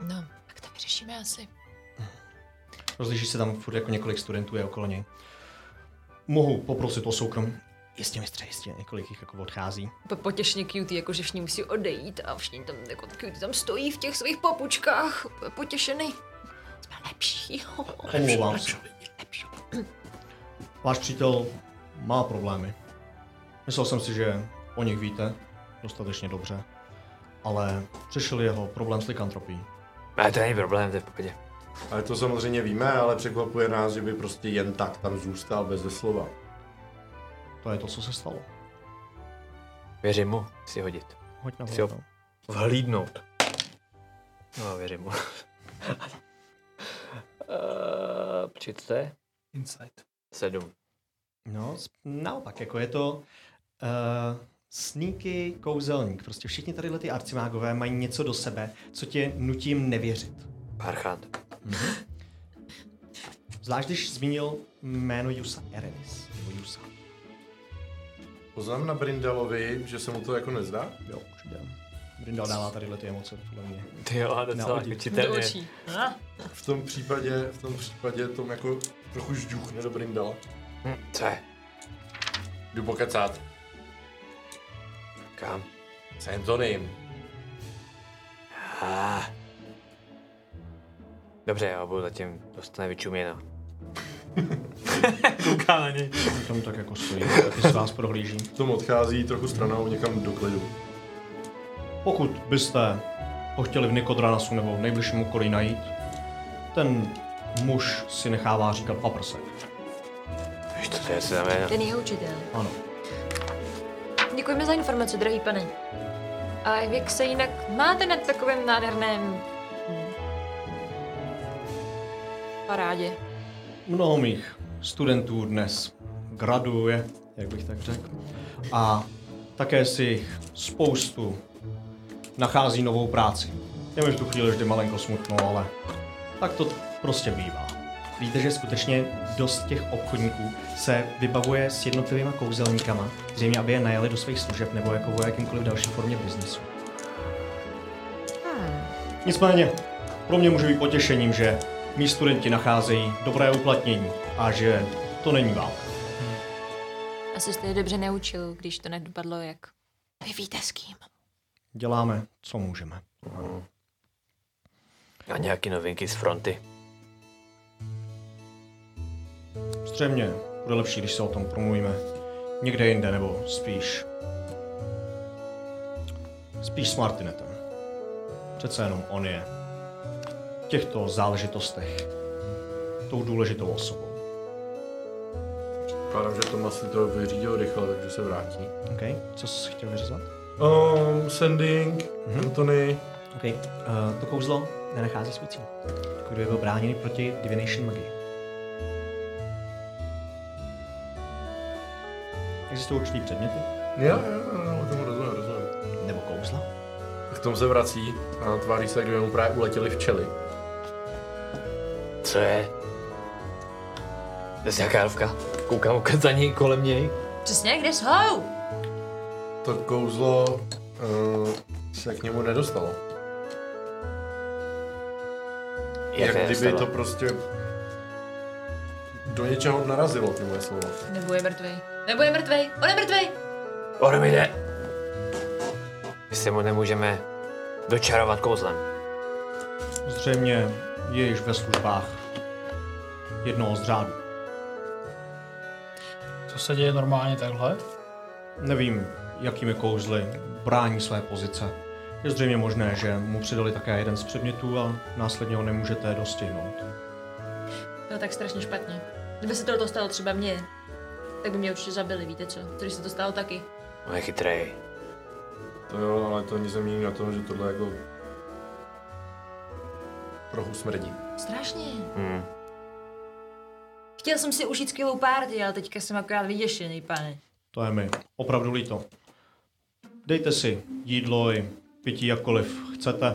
Speaker 2: No, tak to vyřešíme asi.
Speaker 1: Rozliší se tam furt jako několik studentů je okolo něj. Mohu poprosit o soukrom? Jistě, mistře, jistě. Několik jich jako odchází.
Speaker 2: Po- Potěšně cutie, jako že všichni musí odejít a všichni tam, jako cutie tam stojí v těch svých papučkách, úplně potěšený. Jsme lepší. (laughs)
Speaker 1: Omlouvám se. Váš přítel má problémy. Myslel jsem si, že o nich víte dostatečně dobře, ale přišel jeho problém s likantropí.
Speaker 6: Ale to není problém, to je v pohodě.
Speaker 3: Ale to samozřejmě víme, ale překvapuje nás, že by prostě jen tak tam zůstal bez slova.
Speaker 1: To je to, co se stalo.
Speaker 6: Věřím mu, si hodit.
Speaker 1: Hoď na
Speaker 6: Jo. Vhlídnout. No, věřím mu. Eh, Přijďte.
Speaker 7: Insight.
Speaker 6: Sedm.
Speaker 1: No, s- naopak, jako je to uh, sneaky kouzelník. Prostě všichni tady ty arcimágové mají něco do sebe, co tě nutím nevěřit.
Speaker 6: Parchant.
Speaker 1: Zvlášť, když zmínil jméno Jusa Erenis. Nebo Jusa.
Speaker 3: Poznám na Brindalovi, že se mu to jako nezdá?
Speaker 1: Jo, určitě. Brindal dává tady ty emoce, podle mě.
Speaker 6: Ty jo, a docela
Speaker 1: Nehodit.
Speaker 2: Do
Speaker 6: určitelně.
Speaker 2: očí. Ah,
Speaker 3: V tom případě, v tom případě tom jako trochu žďuchne do Brindala.
Speaker 6: Hm, Co je?
Speaker 3: Jdu pokecat.
Speaker 6: Kam?
Speaker 3: S Antonym.
Speaker 6: Ah. Dobře, já budu zatím dostane vyčuměno. Kouká na něj.
Speaker 1: Tam tak jako stojí, taky se vás prohlíží.
Speaker 3: V tom odchází trochu stranou někam do klidu.
Speaker 1: Pokud byste ho chtěli v Nikodranasu nebo v nejbližším okolí najít, ten muž si nechává říkat paprsek.
Speaker 6: Víš, co to je, co znamená?
Speaker 2: ten je učitel.
Speaker 1: Ano.
Speaker 2: Děkujeme za informace, drahý pane. A jak se jinak máte na takovém nádherném... hm, parádě?
Speaker 1: Mnoho mých studentů dnes graduje, jak bych tak řekl, a také si jich spoustu nachází novou práci. Je mi v tu chvíli vždy malinko smutno, ale tak to prostě bývá. Víte, že skutečně dost těch obchodníků se vybavuje s jednotlivýma kouzelníkama, zřejmě aby je najeli do svých služeb nebo jako o jakýmkoliv další formě biznesu. Nicméně, pro mě může být potěšením, že mý studenti nacházejí dobré uplatnění a že to není válka.
Speaker 2: Asi jste je dobře neučil, když to nedopadlo jak... Vy víte s kým.
Speaker 1: Děláme, co můžeme.
Speaker 6: A nějaký novinky z fronty.
Speaker 1: Střejmě, bude lepší, když se o tom promluvíme. Někde jinde, nebo spíš... Spíš s Martinetem. Přece jenom on je v těchto záležitostech tou důležitou osobou.
Speaker 3: Pádám, že Tomas si to vyřídil rychle, takže se vrátí.
Speaker 1: Okay. Co jsi chtěl vyřezat?
Speaker 3: Um, sending, mm-hmm. Anthony.
Speaker 1: OK. Uh, to kouzlo nenachází svůj cíl. Kdo je byl bráněný proti Divination magii. Existují určitý předměty,
Speaker 3: Jo, jo, jo, o tom rozumím, rozumím.
Speaker 1: nebo kouzla.
Speaker 3: K tomu se vrací a tváří se, jak kdyby mu právě uletěli včely.
Speaker 6: Co je? To je nějaká elfka. Koukám ukaz za ní kolem něj.
Speaker 2: Přesně, kde jsou?
Speaker 3: To kouzlo uh, se k němu nedostalo. Jak,
Speaker 6: to
Speaker 3: jak
Speaker 6: je
Speaker 3: kdyby to
Speaker 6: stalo?
Speaker 3: prostě do něčeho narazilo, ty moje slovo.
Speaker 2: Nebo je mrtvej. Nebo je mrtvej. On je mrtvej.
Speaker 6: Ormide! My se mu nemůžeme dočarovat kouzlem.
Speaker 1: Zřejmě je již ve službách jednoho z řádů.
Speaker 5: Co se děje normálně takhle?
Speaker 1: Nevím, jakými kouzly brání své pozice. Je zřejmě možné, že mu přidali také jeden z předmětů a následně ho nemůžete dostihnout.
Speaker 2: To je No, tak strašně špatně. Kdyby se to dostalo třeba mě, tak by mě určitě zabili, víte co? Když se to stalo taky.
Speaker 6: On je chytrej.
Speaker 3: To jo, ale to nic nemění na tom, že tohle jako trochu smrdí.
Speaker 2: Strašně.
Speaker 6: Hmm.
Speaker 2: Chtěl jsem si užít skvělou párty, ale teďka jsem akorát vyděšený, pane.
Speaker 1: To je mi opravdu líto. Dejte si jídlo i pití jakkoliv chcete.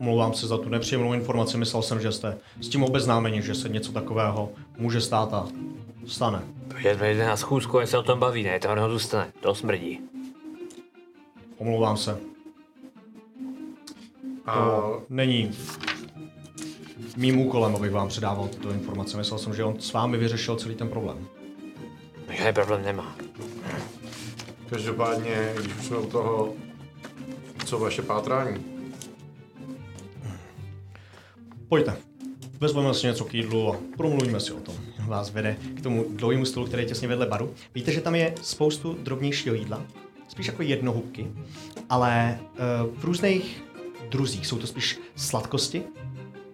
Speaker 1: Omlouvám se za tu nepříjemnou informaci, myslel jsem, že jste s tím obeznámeni, že se něco takového může stát a stane.
Speaker 6: Jedeme jde na schůzku, ať se o tom baví, ne, to ono zůstane. To smrdí.
Speaker 1: Omlouvám se.
Speaker 3: A
Speaker 1: Není mým úkolem, abych vám předával tyto informace. Myslel jsem, že on s vámi vyřešil celý ten problém.
Speaker 6: Žádný problém nemá.
Speaker 3: každopádně, když už jsme u toho, co vaše pátrání?
Speaker 1: Pojďte, vezmeme si něco k jídlu a promluvíme si o tom. Vás vede k tomu dlouhému stolu, který je těsně vedle baru. Víte, že tam je spoustu drobnějšího jídla, spíš jako jednohubky, ale uh, v různých druzích. Jsou to spíš sladkosti,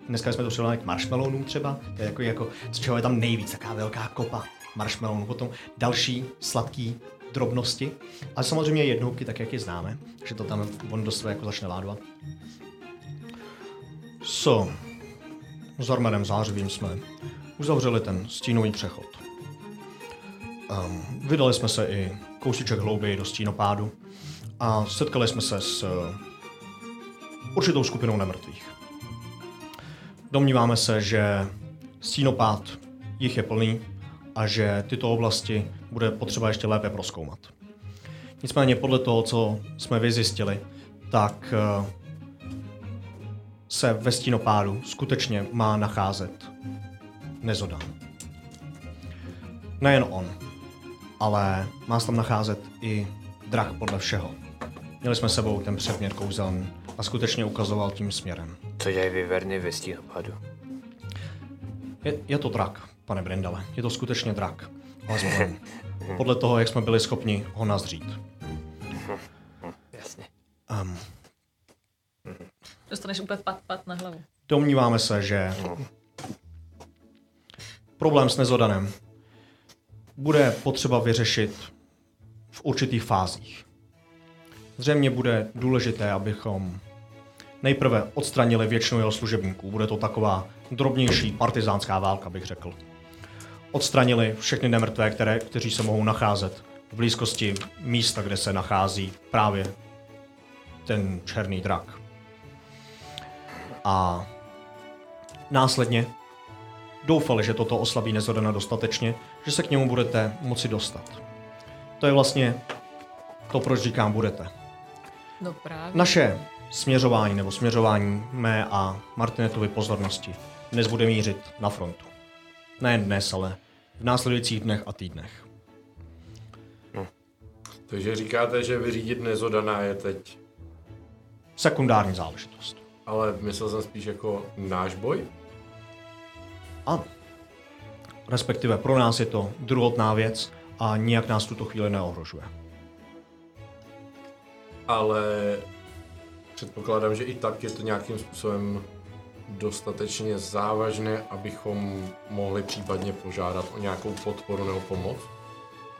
Speaker 1: Dneska jsme to přirovnali k marshmallowům třeba, to je jako, jako, z čeho je tam nejvíc, taká velká kopa marshmallowů. Potom další sladký drobnosti, ale samozřejmě jednohubky, tak jak je známe, že to tam on dost jako začne ládovat. So, s Armenem Zářivým jsme uzavřeli ten stínový přechod. Um, vydali jsme se i kousíček hlouběji do stínopádu a setkali jsme se s eh, určitou skupinou nemrtvých. Domníváme se, že stínopád jich je plný a že tyto oblasti bude potřeba ještě lépe proskoumat. Nicméně podle toho, co jsme vyzjistili, tak eh, se ve stínopádu skutečně má nacházet Nezodan. Nejen on, ale má se tam nacházet i drah podle všeho. Měli jsme s sebou ten předmět kouzelný a skutečně ukazoval tím směrem.
Speaker 6: Co dělají vyverny ve stínopadu?
Speaker 1: Je, je to drak, pane Brindale. Je to skutečně drak. Ale zvolen. Podle toho, jak jsme byli schopni ho nazřít.
Speaker 6: Jasně.
Speaker 1: Um,
Speaker 2: Dostaneš úplně pat pat na hlavu.
Speaker 1: domníváme se, že problém s Nezodanem bude potřeba vyřešit v určitých fázích. Zřejmě bude důležité, abychom nejprve odstranili většinu jeho služebníků. Bude to taková drobnější partizánská válka, bych řekl. Odstranili všechny nemrtvé, které, kteří se mohou nacházet v blízkosti místa, kde se nachází právě ten černý drak. A následně doufali, že toto oslabí Nezodana dostatečně, že se k němu budete moci dostat. To je vlastně to, proč říkám budete.
Speaker 2: No právě.
Speaker 1: Naše směřování nebo směřování mé a Martinetovy pozornosti dnes bude mířit na frontu. Nejen dnes, ale v následujících dnech a týdnech.
Speaker 3: Takže říkáte, že vyřídit nezodaná je teď
Speaker 1: Sekundární záležitost.
Speaker 3: Ale myslel jsem spíš jako náš boj.
Speaker 1: Ano. Respektive pro nás je to druhotná věc a nijak nás tuto chvíli neohrožuje.
Speaker 3: ale předpokládám, že i tak je to nějakým způsobem dostatečně závažné, abychom mohli případně požádat o nějakou podporu nebo pomoc.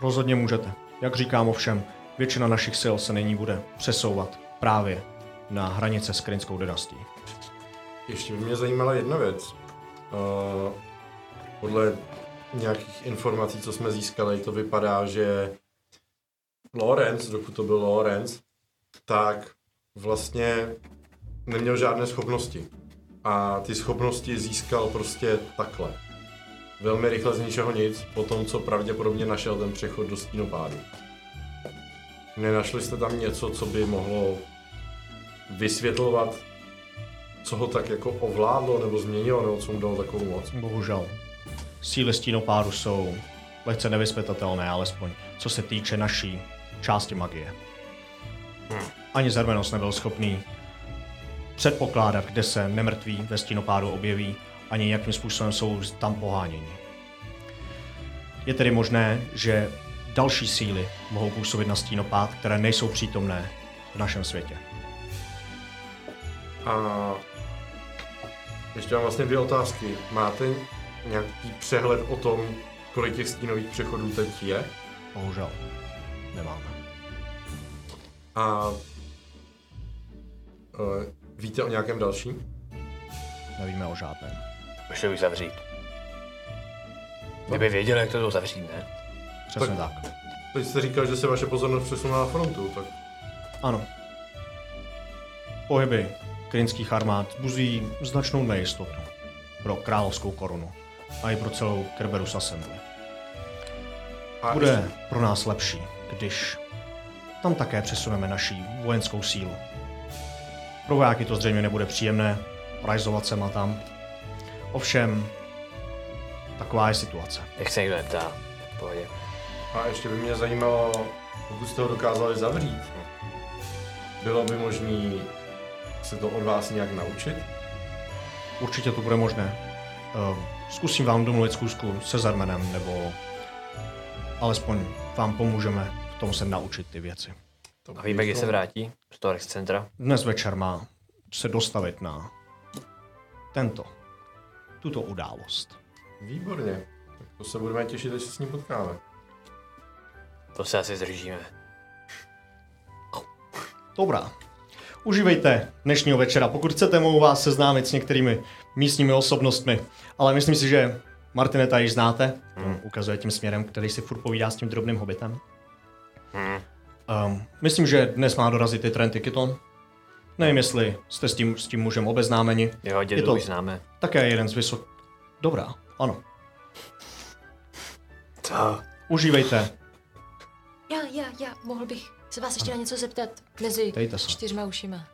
Speaker 1: Rozhodně můžete. Jak říkám ovšem, většina našich sil se nyní bude přesouvat právě na hranice s Krynskou dynastií.
Speaker 3: Ještě by mě zajímala jedna věc. Eh, Podle nějakých informací, co jsme získali, to vypadá, že Lorenz, dokud to byl Lorenz, tak vlastně neměl žádné schopnosti. A ty schopnosti získal prostě takhle. Velmi rychle z ničeho nic, po tom, co pravděpodobně našel ten přechod do stínopádu. Nenašli jste tam něco, co by mohlo vysvětlovat co ho tak jako ovládlo nebo změnilo, nebo co mu dalo takovou moc.
Speaker 1: Bohužel. Síly stínopádu jsou lehce nevyspytatelné, alespoň co se týče naší části magie. Ani Zermenos nebyl schopný předpokládat, kde se nemrtví ve stínopádu objeví, ani jakým způsobem jsou tam poháněni. Je tedy možné, že další síly mohou působit na stínopád, které nejsou přítomné v našem světě.
Speaker 3: A ještě mám vlastně dvě otázky. Máte nějaký přehled o tom, kolik těch stínových přechodů teď je?
Speaker 1: Bohužel. Nemáme.
Speaker 3: A e, víte o nějakém dalším?
Speaker 1: Nevíme o žádném.
Speaker 6: Můžete už zavřít. Kdyby věděl, jak to zavřít, ne?
Speaker 1: Přesně tak.
Speaker 3: Teď jste říkal, že se vaše pozornost přesunula na frontu, tak
Speaker 1: Ano. Pohyby krynských armád buzují značnou nejistotu pro královskou korunu a i pro celou Kerberus Assembly.
Speaker 3: a
Speaker 1: Bude pro nás lepší, když tam také přesuneme naší vojenskou sílu. Pro vojáky to zřejmě nebude příjemné, rajzovat se má tam. Ovšem, taková je situace.
Speaker 6: Jak se někdo neptá. V pohodě.
Speaker 3: A ještě by mě zajímalo, pokud jste ho dokázali zavřít, bylo by možné se to od vás nějak naučit?
Speaker 1: Určitě to bude možné. Eh, Zkusím vám domluvit zkusku se Zarmenem, nebo alespoň vám pomůžeme v tom se naučit ty věci.
Speaker 6: A víme, kdy se vrátí z toho Rex centra.
Speaker 1: Dnes večer má se dostavit na tento, tuto událost.
Speaker 3: Výborně. Tak to se budeme těšit, až se s ním potkáme.
Speaker 6: To se asi zdržíme.
Speaker 1: Dobrá. Užívejte dnešního večera. Pokud chcete, mohu vás seznámit s některými místními osobnostmi. Ale myslím si, že Martineta již znáte. Hmm. Ukazuje tím směrem, který si furt povídá s tím drobným hobitem. Hmm. Um, myslím, že dnes má dorazit i Trenty Kiton. Nevím, jestli jste s tím, s tím mužem obeznámeni.
Speaker 6: Jo,
Speaker 1: Je
Speaker 6: dědu
Speaker 1: to-
Speaker 6: už (laughs) známe.
Speaker 1: Také jeden z vysok... Dobrá, ano.
Speaker 6: Co?
Speaker 1: Užívejte.
Speaker 2: Já, já, já, mohl bych se vás ještě na něco zeptat mezi
Speaker 1: Ptejte se.
Speaker 2: čtyřma ušima.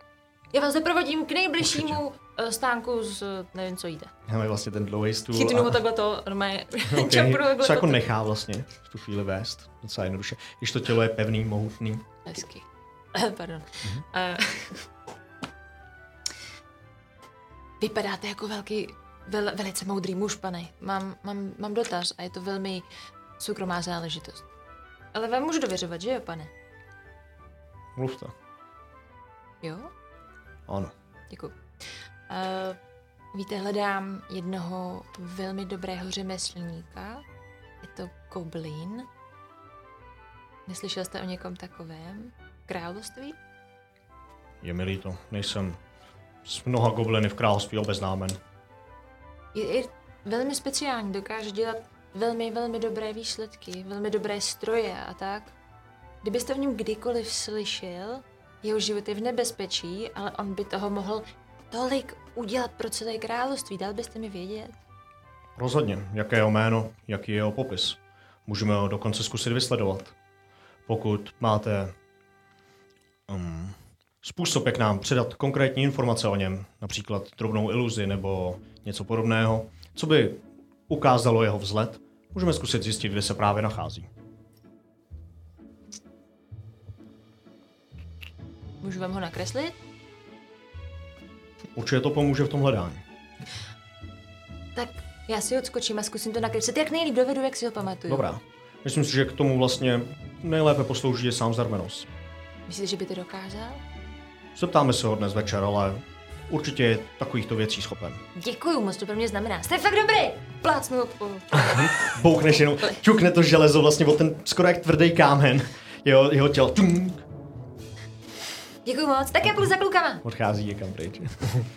Speaker 2: Já vás doprovodím k nejbližšímu eh, stánku z eh, nevím, co jde.
Speaker 1: Máme vlastně ten dlouhý stůl.
Speaker 2: Chytnu ho
Speaker 1: a-
Speaker 2: takhle to, normálně
Speaker 1: Okay.
Speaker 2: (laughs) čapru takhle
Speaker 1: Se jako
Speaker 2: to.
Speaker 1: nechá vlastně v tu chvíli vést. Docela jednoduše. Když to tělo je pevný, mohutný.
Speaker 2: Hezky. (laughs) Pardon. Eh, (laughs) Vypadáte jako velký, vel, velice moudrý muž, pane. Mám, mám, mám dotaz a je to velmi soukromá záležitost. Ale vám můžu dověřovat, že jo, pane?
Speaker 1: Mluvte.
Speaker 2: Jo?
Speaker 1: Ano.
Speaker 2: Děkuji. Uh, víte, hledám jednoho velmi dobrého řemeslníka. Je to goblin. Neslyšel jste o někom takovém? Království?
Speaker 1: Je mi líto, nejsem s mnoha gobliny v království obeznámen.
Speaker 2: Je, je velmi speciální, dokáže dělat velmi, velmi dobré výsledky, velmi dobré stroje a tak. Kdybyste o něm kdykoliv slyšel, jeho život je v nebezpečí, ale on by toho mohl tolik udělat pro celé království, dal byste mi vědět?
Speaker 1: Rozhodně, jaké jeho jméno, jaký je jeho popis. Můžeme ho dokonce zkusit vysledovat. Pokud máte um, způsob, jak nám předat konkrétní informace o něm, například drobnou iluzi nebo něco podobného, co by ukázalo jeho vzhled, můžeme zkusit zjistit, kde se právě nachází.
Speaker 2: Můžu vám ho nakreslit?
Speaker 1: Určitě to pomůže v tom hledání.
Speaker 2: Tak já si odskočím a zkusím to nakreslit, jak nejlíp dovedu, jak si ho pamatuju.
Speaker 1: Dobrá. Myslím si, že k tomu vlastně nejlépe poslouží je sám Zarmenos.
Speaker 2: Myslíš, že by to dokázal?
Speaker 1: Zeptáme se ho dnes večer, ale určitě je takovýchto věcí schopen.
Speaker 2: Děkuju, moc to pro mě znamená. Jste fakt dobrý! Plácnu ho po...
Speaker 1: Bouchneš jenom, ťukne to železo vlastně o ten skoro jak tvrdý kámen. Jeho, jeho tělo tung,
Speaker 2: Děkuju moc, tak já půjdu za klukama.
Speaker 1: odchází někam pryč.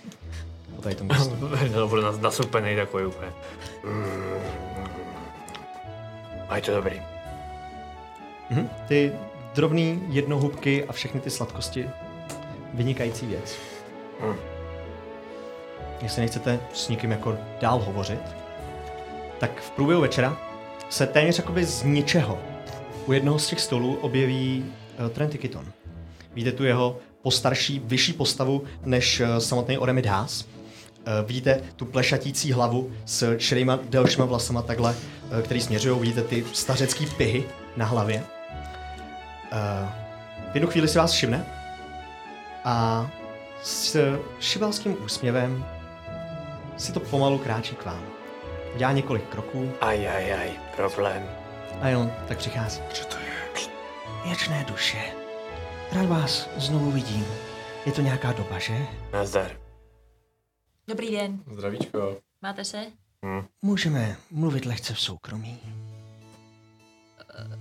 Speaker 1: (laughs) Po tady tomu místu.
Speaker 6: No, bude nas, nasupený takový úplně. Mm. A je to dobrý.
Speaker 1: Mhm. Ty drobný jednohubky a všechny ty sladkosti. Vynikající věc.
Speaker 6: Mm.
Speaker 1: Jestli nechcete s někým jako dál hovořit, tak v průběhu večera se téměř jakoby z ničeho u jednoho z těch stolů objeví uh, Trentikiton. Vidíte tu jeho postarší, vyšší postavu než eh, samotný Oremid Haas. Eh, Vidíte tu plešatící hlavu s šedýma delšíma vlasama takhle, eh, který směřují. Vidíte ty stařecký pihy na hlavě. Eh, V jednu chvíli si vás všimne a s šibalským úsměvem si to pomalu kráčí k vám. Udělá několik kroků
Speaker 6: Aj, aj, aj, problém.
Speaker 1: a jenom tak přichází. Co to je? Věčné duše. Rád vás znovu vidím. Je to nějaká doba, že?
Speaker 6: Nazdar.
Speaker 2: Dobrý den,
Speaker 3: Zdravíčko.
Speaker 2: máte se?
Speaker 1: Můžeme mluvit lehce v soukromí.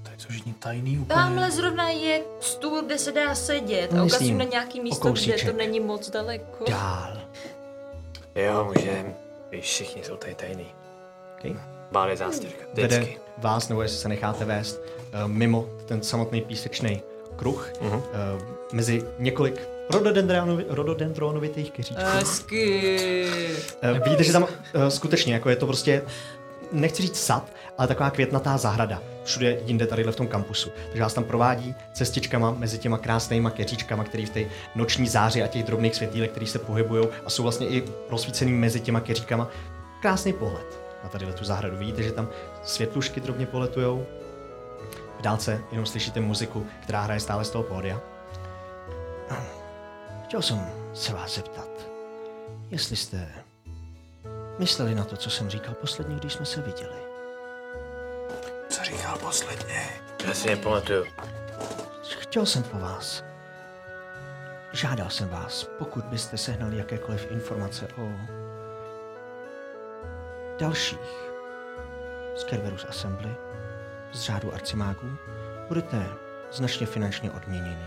Speaker 7: To je což jedni tajný úplně.
Speaker 2: Tamhle zrovna je stůl, kde se dá sedět a
Speaker 1: Myslím,
Speaker 2: ukazuju na nějaký místo, kde to
Speaker 1: kousíček.
Speaker 2: není moc daleko.
Speaker 1: Dál.
Speaker 6: Jo, můžem. Víš, všichni jsou tady tajný.
Speaker 1: Okay.
Speaker 6: Bále zástěrka.
Speaker 1: Vede
Speaker 6: Vždycky.
Speaker 1: vás, nebo jestli se necháte vést, eh, mimo ten samotný písečný kruh, uh-huh. mezi několik rododendronovi- rododendronovitých keříčků.
Speaker 2: Hezky.
Speaker 1: Eh, Vidíte, že tam eh, skutečně, jako je to prostě, nechci říct sad, ale taková květnatá zahrada. Všude jinde tadyhle v tom kampusu. Takže vás tam provádí cestičkama mezi těma krásnýma keříčkama, který v té noční záři a těch drobných světýlek, které se pohybují a jsou vlastně i rozsvícený mezi těma keříčkama. Krásný pohled na tadyhle tu zahradu. Vidíte, že tam světlušky drobně poletujou. V dálce jenom slyšíte muziku, která hraje stále z toho pódia. Chtěl jsem se vás zeptat, jestli jste mysleli na to, co jsem říkal posledně, když jsme se viděli.
Speaker 7: Co říkal posledně?
Speaker 6: Já si nepamatuju.
Speaker 1: Chtěl jsem po vás. Žádal jsem vás, pokud byste sehnali jakékoliv informace o dalších z Kerberus Assembly, z řádu arcimágů, budete značně finančně odměněni.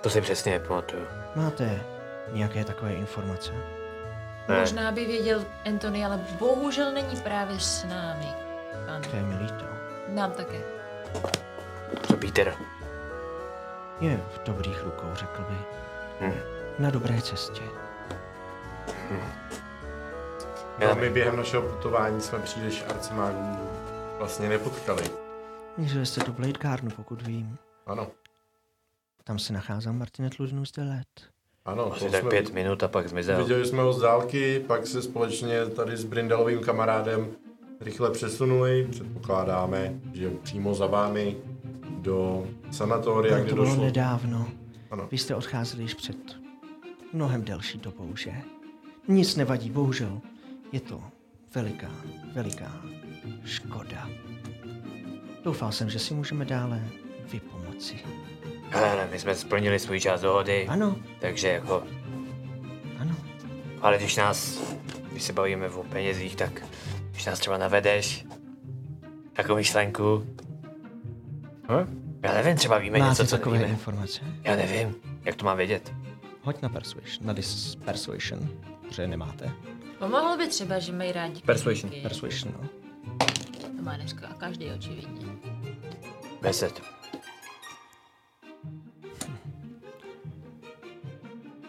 Speaker 6: To si přesně nepamatuju.
Speaker 1: Máte nějaké takové informace?
Speaker 6: Ne.
Speaker 2: Možná by věděl Anthony, ale bohužel není právě s námi. Pan.
Speaker 1: To je mi líto.
Speaker 2: Nám také.
Speaker 6: To Peter.
Speaker 1: Je v dobrých rukou, řekl by.
Speaker 6: Hm.
Speaker 1: Na dobré cestě.
Speaker 3: No, a my během našeho putování jsme příliš arcimágů vlastně nepotkali.
Speaker 1: Mířili jste do Blade Gardenu, pokud vím.
Speaker 3: Ano,
Speaker 1: Tam se nachází Martinet Ludnus de Let.
Speaker 3: ano.
Speaker 6: Asi
Speaker 3: to
Speaker 6: tak
Speaker 3: jsme
Speaker 6: pět minut a pak zmizel.
Speaker 3: Viděli jsme ho z dálky, pak se společně tady s Brindalovým kamarádem rychle přesunuli. Předpokládáme, že přímo za vámi do sanatoria,
Speaker 1: Ale
Speaker 3: kde
Speaker 1: to bylo
Speaker 3: došlo.
Speaker 1: nedávno.
Speaker 3: Ano.
Speaker 1: Vy jste odcházeli již před mnohem delší dobou, že? Nic nevadí, bohužel. Je to veliká, veliká škoda. Doufal jsem, že si můžeme dále vypomoci.
Speaker 6: Hele, my jsme splnili svůj část dohody,
Speaker 1: Ano,
Speaker 6: takže jako...
Speaker 1: ano.
Speaker 6: Ale když nás... Když se bavíme o penězích, tak... Když nás třeba navedeš... Takovou myšlenku... Hm? Já nevím, třeba víme
Speaker 1: Máte
Speaker 6: něco, co
Speaker 1: takové
Speaker 6: nevíme.
Speaker 1: informace?
Speaker 6: Já nevím, jak to mám vědět.
Speaker 1: Hoď na persuasion, na dis persuasion, že nemáte.
Speaker 2: Pomohlo by třeba, že mají rádi
Speaker 6: Persuasion.
Speaker 2: knížky.
Speaker 1: Persuasion, no.
Speaker 2: To má dneska každý očividně.
Speaker 6: Deset.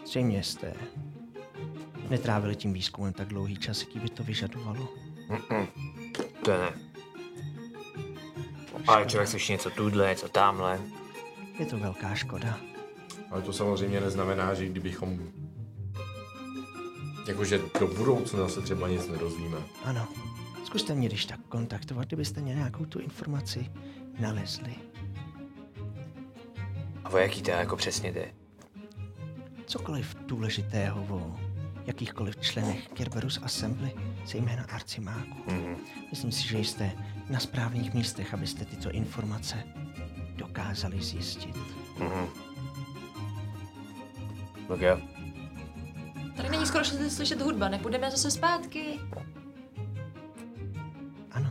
Speaker 1: Zřejmě jste netrávili tím výzkumem tak dlouhý čas, jaký by to vyžadovalo.
Speaker 6: To ne. Ale člověk slyší něco tuhle, něco tamhle.
Speaker 1: Je to velká škoda.
Speaker 3: Ale to samozřejmě neznamená, že kdybychom jakože do budoucna se třeba nic nedozvíme.
Speaker 1: Ano. Zkuste mě když tak kontaktovat, kdybyste mě nějakou tu informaci nalezli.
Speaker 6: A o jaký to je, jako přesně jde?
Speaker 8: cokoliv důležitého o jakýchkoliv členech Kerberus Assembly, zejména arcimáků.
Speaker 1: Mhm.
Speaker 8: Myslím si, že jste na správných místech, abyste tyto informace dokázali zjistit.
Speaker 6: Tak jo.
Speaker 2: Tady není skoro slyšet- slyšet hudba, nepůjdeme zase zpátky.
Speaker 8: Ano,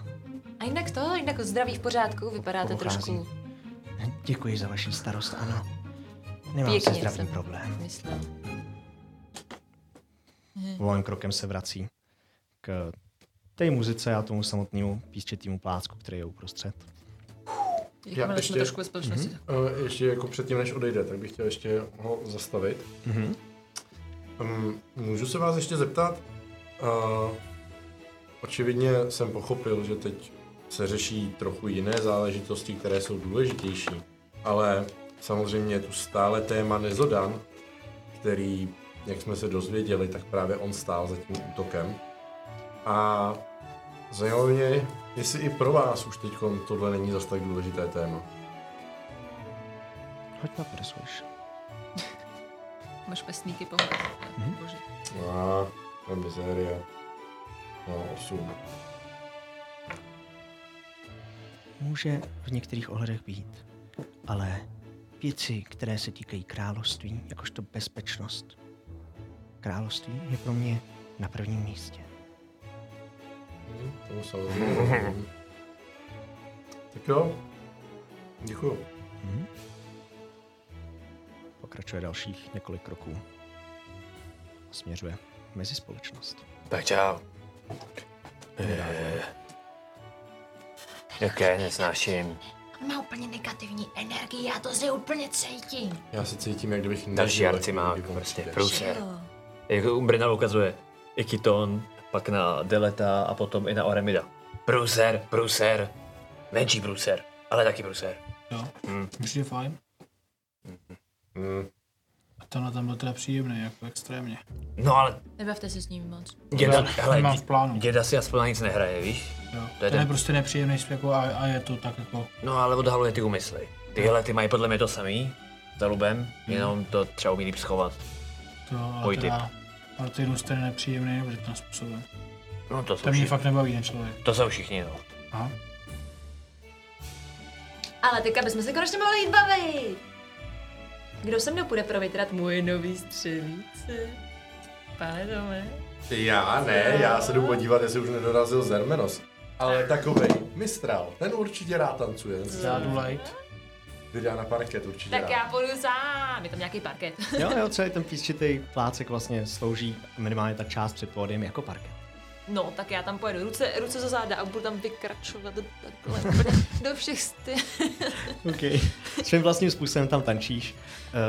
Speaker 2: A jinak to, jinak zdraví v pořádku, vypadáte
Speaker 8: Pochází.
Speaker 2: trošku,
Speaker 8: děkuji za vaši starost, ano. Nemám
Speaker 2: Pěkně
Speaker 8: se zdravý
Speaker 2: jsem.
Speaker 8: problém.
Speaker 2: myslím.
Speaker 1: Hmm. Volným krokem se vrací k té muzice a tomu samotnému písčetému plácku, který je uprostřed.
Speaker 2: Jakmile
Speaker 3: ještě-
Speaker 2: jsme trošku ve společnosti.
Speaker 8: Mhm.
Speaker 3: Eh, ještě jako předtím, než odejde, tak bych chtěl ještě ho zastavit.
Speaker 1: Mhm.
Speaker 3: Um, můžu se vás ještě zeptat? Uh, očividně jsem pochopil, že teď se řeší trochu jiné záležitosti, které jsou důležitější, ale samozřejmě je tu stále téma Nezodan, který, jak jsme se dozvěděli, tak právě on stál za tím útokem. A zajímalo mě, jestli i pro vás už teď tohle není zas tak důležité téma.
Speaker 8: Hoď na persuasion.
Speaker 2: Máš pesníky pohled.
Speaker 8: Mhm.
Speaker 2: Bože.
Speaker 3: A, to je mizérie. No, 8.
Speaker 8: Může v některých ohledech být, ale věci, které se týkají království, jakožto bezpečnost, království je pro mě na prvním místě.
Speaker 3: Tomu samozřejmě. rozumím. (laughs) tak jo. Děkuju.
Speaker 1: Pokračuje dalších několik kroků. Směřuje mezi společnost.
Speaker 6: Tak čau. Eh, Jaké nesnáším.
Speaker 2: On má úplně negativní energii, já to zde úplně cítím.
Speaker 3: Já se cítím, jak kdybych
Speaker 6: Další
Speaker 3: nežil,
Speaker 6: arcimák,
Speaker 3: jak kdyby on
Speaker 6: prostě
Speaker 3: přijde.
Speaker 6: průser. Jako Brnal ukazuje. Ikiton, pak na Deleta a potom i na Oremida. Průser, průser. Menší průser, ale taky průser.
Speaker 5: Jo, určitě fajn.
Speaker 3: Mm.
Speaker 5: A tenhle tam byl teda příjemný, jako extrémně.
Speaker 6: No ale
Speaker 2: Nebavte se s ním moc.
Speaker 6: děda,
Speaker 5: Ne-
Speaker 6: hele,
Speaker 5: nemám
Speaker 6: dě-
Speaker 5: v plánu.
Speaker 6: děda si aspoň na nic nehraje, víš?
Speaker 5: Jo.
Speaker 6: To je
Speaker 5: Ten je
Speaker 6: ten-
Speaker 5: prostě nepříjemný jako a, a je to tak jako
Speaker 6: No ale odhaluje ty úmysly. Tyhle ty mají podle mě to samý, za lubem, jenom to třeba umí líp schovat.
Speaker 5: to, ale
Speaker 6: Pojď
Speaker 5: teda, ale ty růst ten je nepříjemný, nebo ten způsobem.
Speaker 6: No to jsou,
Speaker 5: To mě
Speaker 6: všichni,
Speaker 5: fakt nebaví, ten člověk.
Speaker 6: to jsou všichni, no.
Speaker 5: Aha.
Speaker 2: Ale teďka bychom se konečně mohli jít bavit. Kdo se mnou půjde provětrat moje nový střevíce? Pane Tome.
Speaker 3: Prostě Já ne, já se jdu podívat, jestli už nedorazil Zermenos. Ale takovej, Mistral, ten určitě rád tancuje. Ten se
Speaker 5: Já jdu light.
Speaker 3: vydá na parket určitě
Speaker 2: Tak
Speaker 3: rád.
Speaker 2: já půjdu sám, je tam nějaký parket.
Speaker 1: Jo, jo, celý ten písčitý plácek vlastně slouží minimálně ta část před pódiem jako parket.
Speaker 2: No, tak já tam pojedu ruce, ruce za záda a budu tam vykračovat
Speaker 1: (laughs)
Speaker 2: takhle úplně do všech sty.
Speaker 1: OK. (laughs) Svým vlastním způsobem tam tančíš.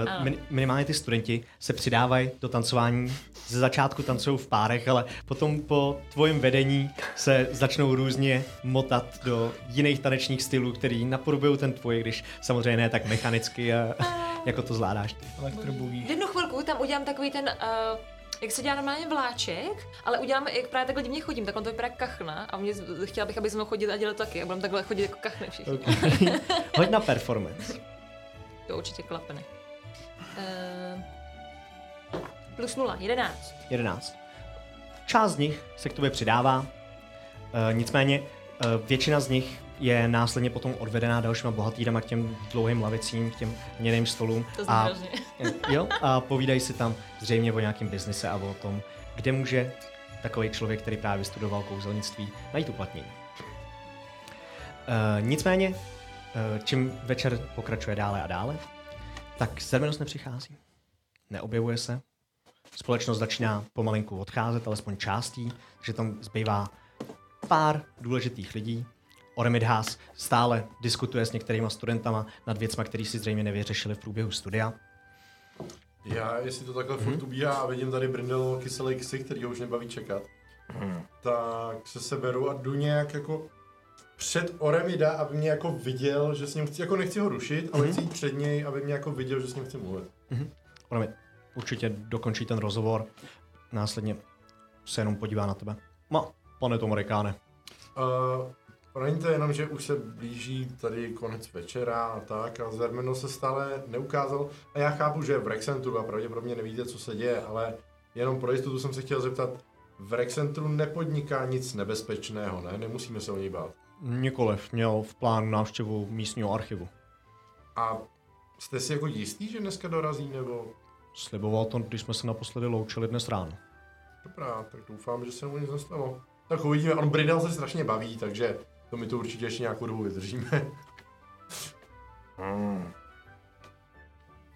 Speaker 1: Eh,
Speaker 2: Ano.
Speaker 1: min- minimálně ty studenti se přidávají do tancování. Ze začátku tancují v párech, ale potom po tvojím vedení se začnou různě motat do jiných tanečních stylů, který napodobují ten tvůj, když samozřejmě ne tak mechanicky, a, jako to zvládáš ty.
Speaker 5: Elektrobugí.
Speaker 2: V jednu chvilku tam udělám takový ten, uh, jak se dělá normálně vláček, ale udělám, jak právě takhle divně chodím, tak on to vypadá jak kachna a mě, z- chtěla bych, aby se mnou chodil a dělal taky a budeme takhle chodit jako kachny všichni. Okay.
Speaker 1: Hoď na performance.
Speaker 2: To určitě klapne. Uh, plus nula, jedenáct.
Speaker 1: 11. Část z nich se k tobě přidává, e, nicméně e, většina z nich je následně potom odvedená dalšíma bohatýrama k těm dlouhým lavicím, k těm měným stolům.
Speaker 2: To znamená
Speaker 1: a,
Speaker 2: hrozně.
Speaker 1: jo, a povídají si tam zřejmě o nějakém biznise a o tom, kde může takový člověk, který právě studoval kouzelnictví, najít uplatnění. E, nicméně, e, čím večer pokračuje dále a dále, tak Sermenos nepřichází. Neobjevuje se, Společnost začíná pomalinku odcházet, alespoň částí, že tam zbývá pár důležitých lidí. Oremid Haas stále diskutuje s některýma studentama nad věcma, které si zřejmě nevyřešili v průběhu studia.
Speaker 3: Já, jestli to takhle furt ubíhá a vidím tady Brindelo kyselý ksich, který ho už nebaví čekat, tak se seberu a jdu nějak jako před Oremida, aby mě jako viděl, že s ním chci, jako nechci ho rušit, ale chci jít před něj, aby mě jako viděl, že s ním chci mluvit.
Speaker 1: Oremid určitě dokončí ten rozhovor, následně se jenom podívá na tebe. No, pane Tomarikáne,
Speaker 3: Uh, Není to jenom, že už se blíží tady konec večera a tak a Zermino se stále neukázal a já chápu, že je v Rexentru a pravděpodobně nevíte, co se děje, ale jenom pro jistotu jsem se chtěl zeptat, v Rexentru nepodniká nic nebezpečného, ne? Nemusíme se o něj bát.
Speaker 1: Nikoliv, měl v plánu návštěvu místního archivu.
Speaker 3: A jste si jako jistý, že dneska dorazí, nebo...
Speaker 1: Sliboval to, když jsme se naposledy loučili dnes ráno.
Speaker 3: Dobrá, tak doufám, že se mu nic nestalo. Tak uvidíme, on Bridal se strašně baví, takže to my to určitě ještě nějakou dobu (laughs) vydržíme. Hmm.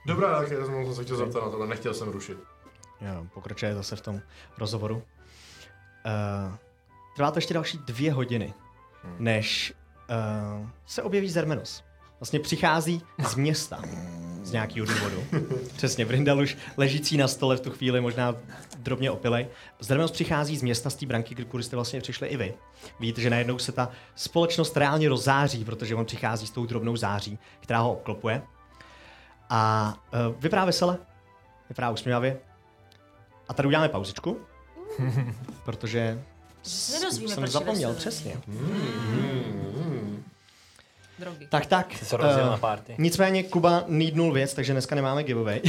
Speaker 3: Dobrá, tak já jsem se chtěl zeptat na tohle, nechtěl jsem rušit.
Speaker 1: Já, pokračuje zase v tom rozhovoru. Uh, trvá to ještě další dvě hodiny, než uh, se objeví Zermenos. Vlastně přichází z města z nějakého důvodu. Přesně, Brindal už ležící na stole v tu chvíli, možná drobně opilej. Zermenos přichází z města, z té branky, kudy jste vlastně přišli i vy. Vidíte, že najednou se ta společnost reálně rozáří, protože on přichází s tou drobnou září, která ho obklopuje. A uh, vypadá vesele, vypadá usměvavě, a tady
Speaker 4: (laughs)
Speaker 1: uděláme pauzičku, protože s-
Speaker 2: Nedozvíme,
Speaker 1: jsem
Speaker 2: proč je
Speaker 1: zapomněl,
Speaker 2: veselý.
Speaker 1: přesně.
Speaker 2: Drogy.
Speaker 1: Tak, tak.
Speaker 4: se rozjel
Speaker 1: eh,
Speaker 4: na party.
Speaker 1: Nicméně Kuba neednul věc, takže dneska nemáme giveaway.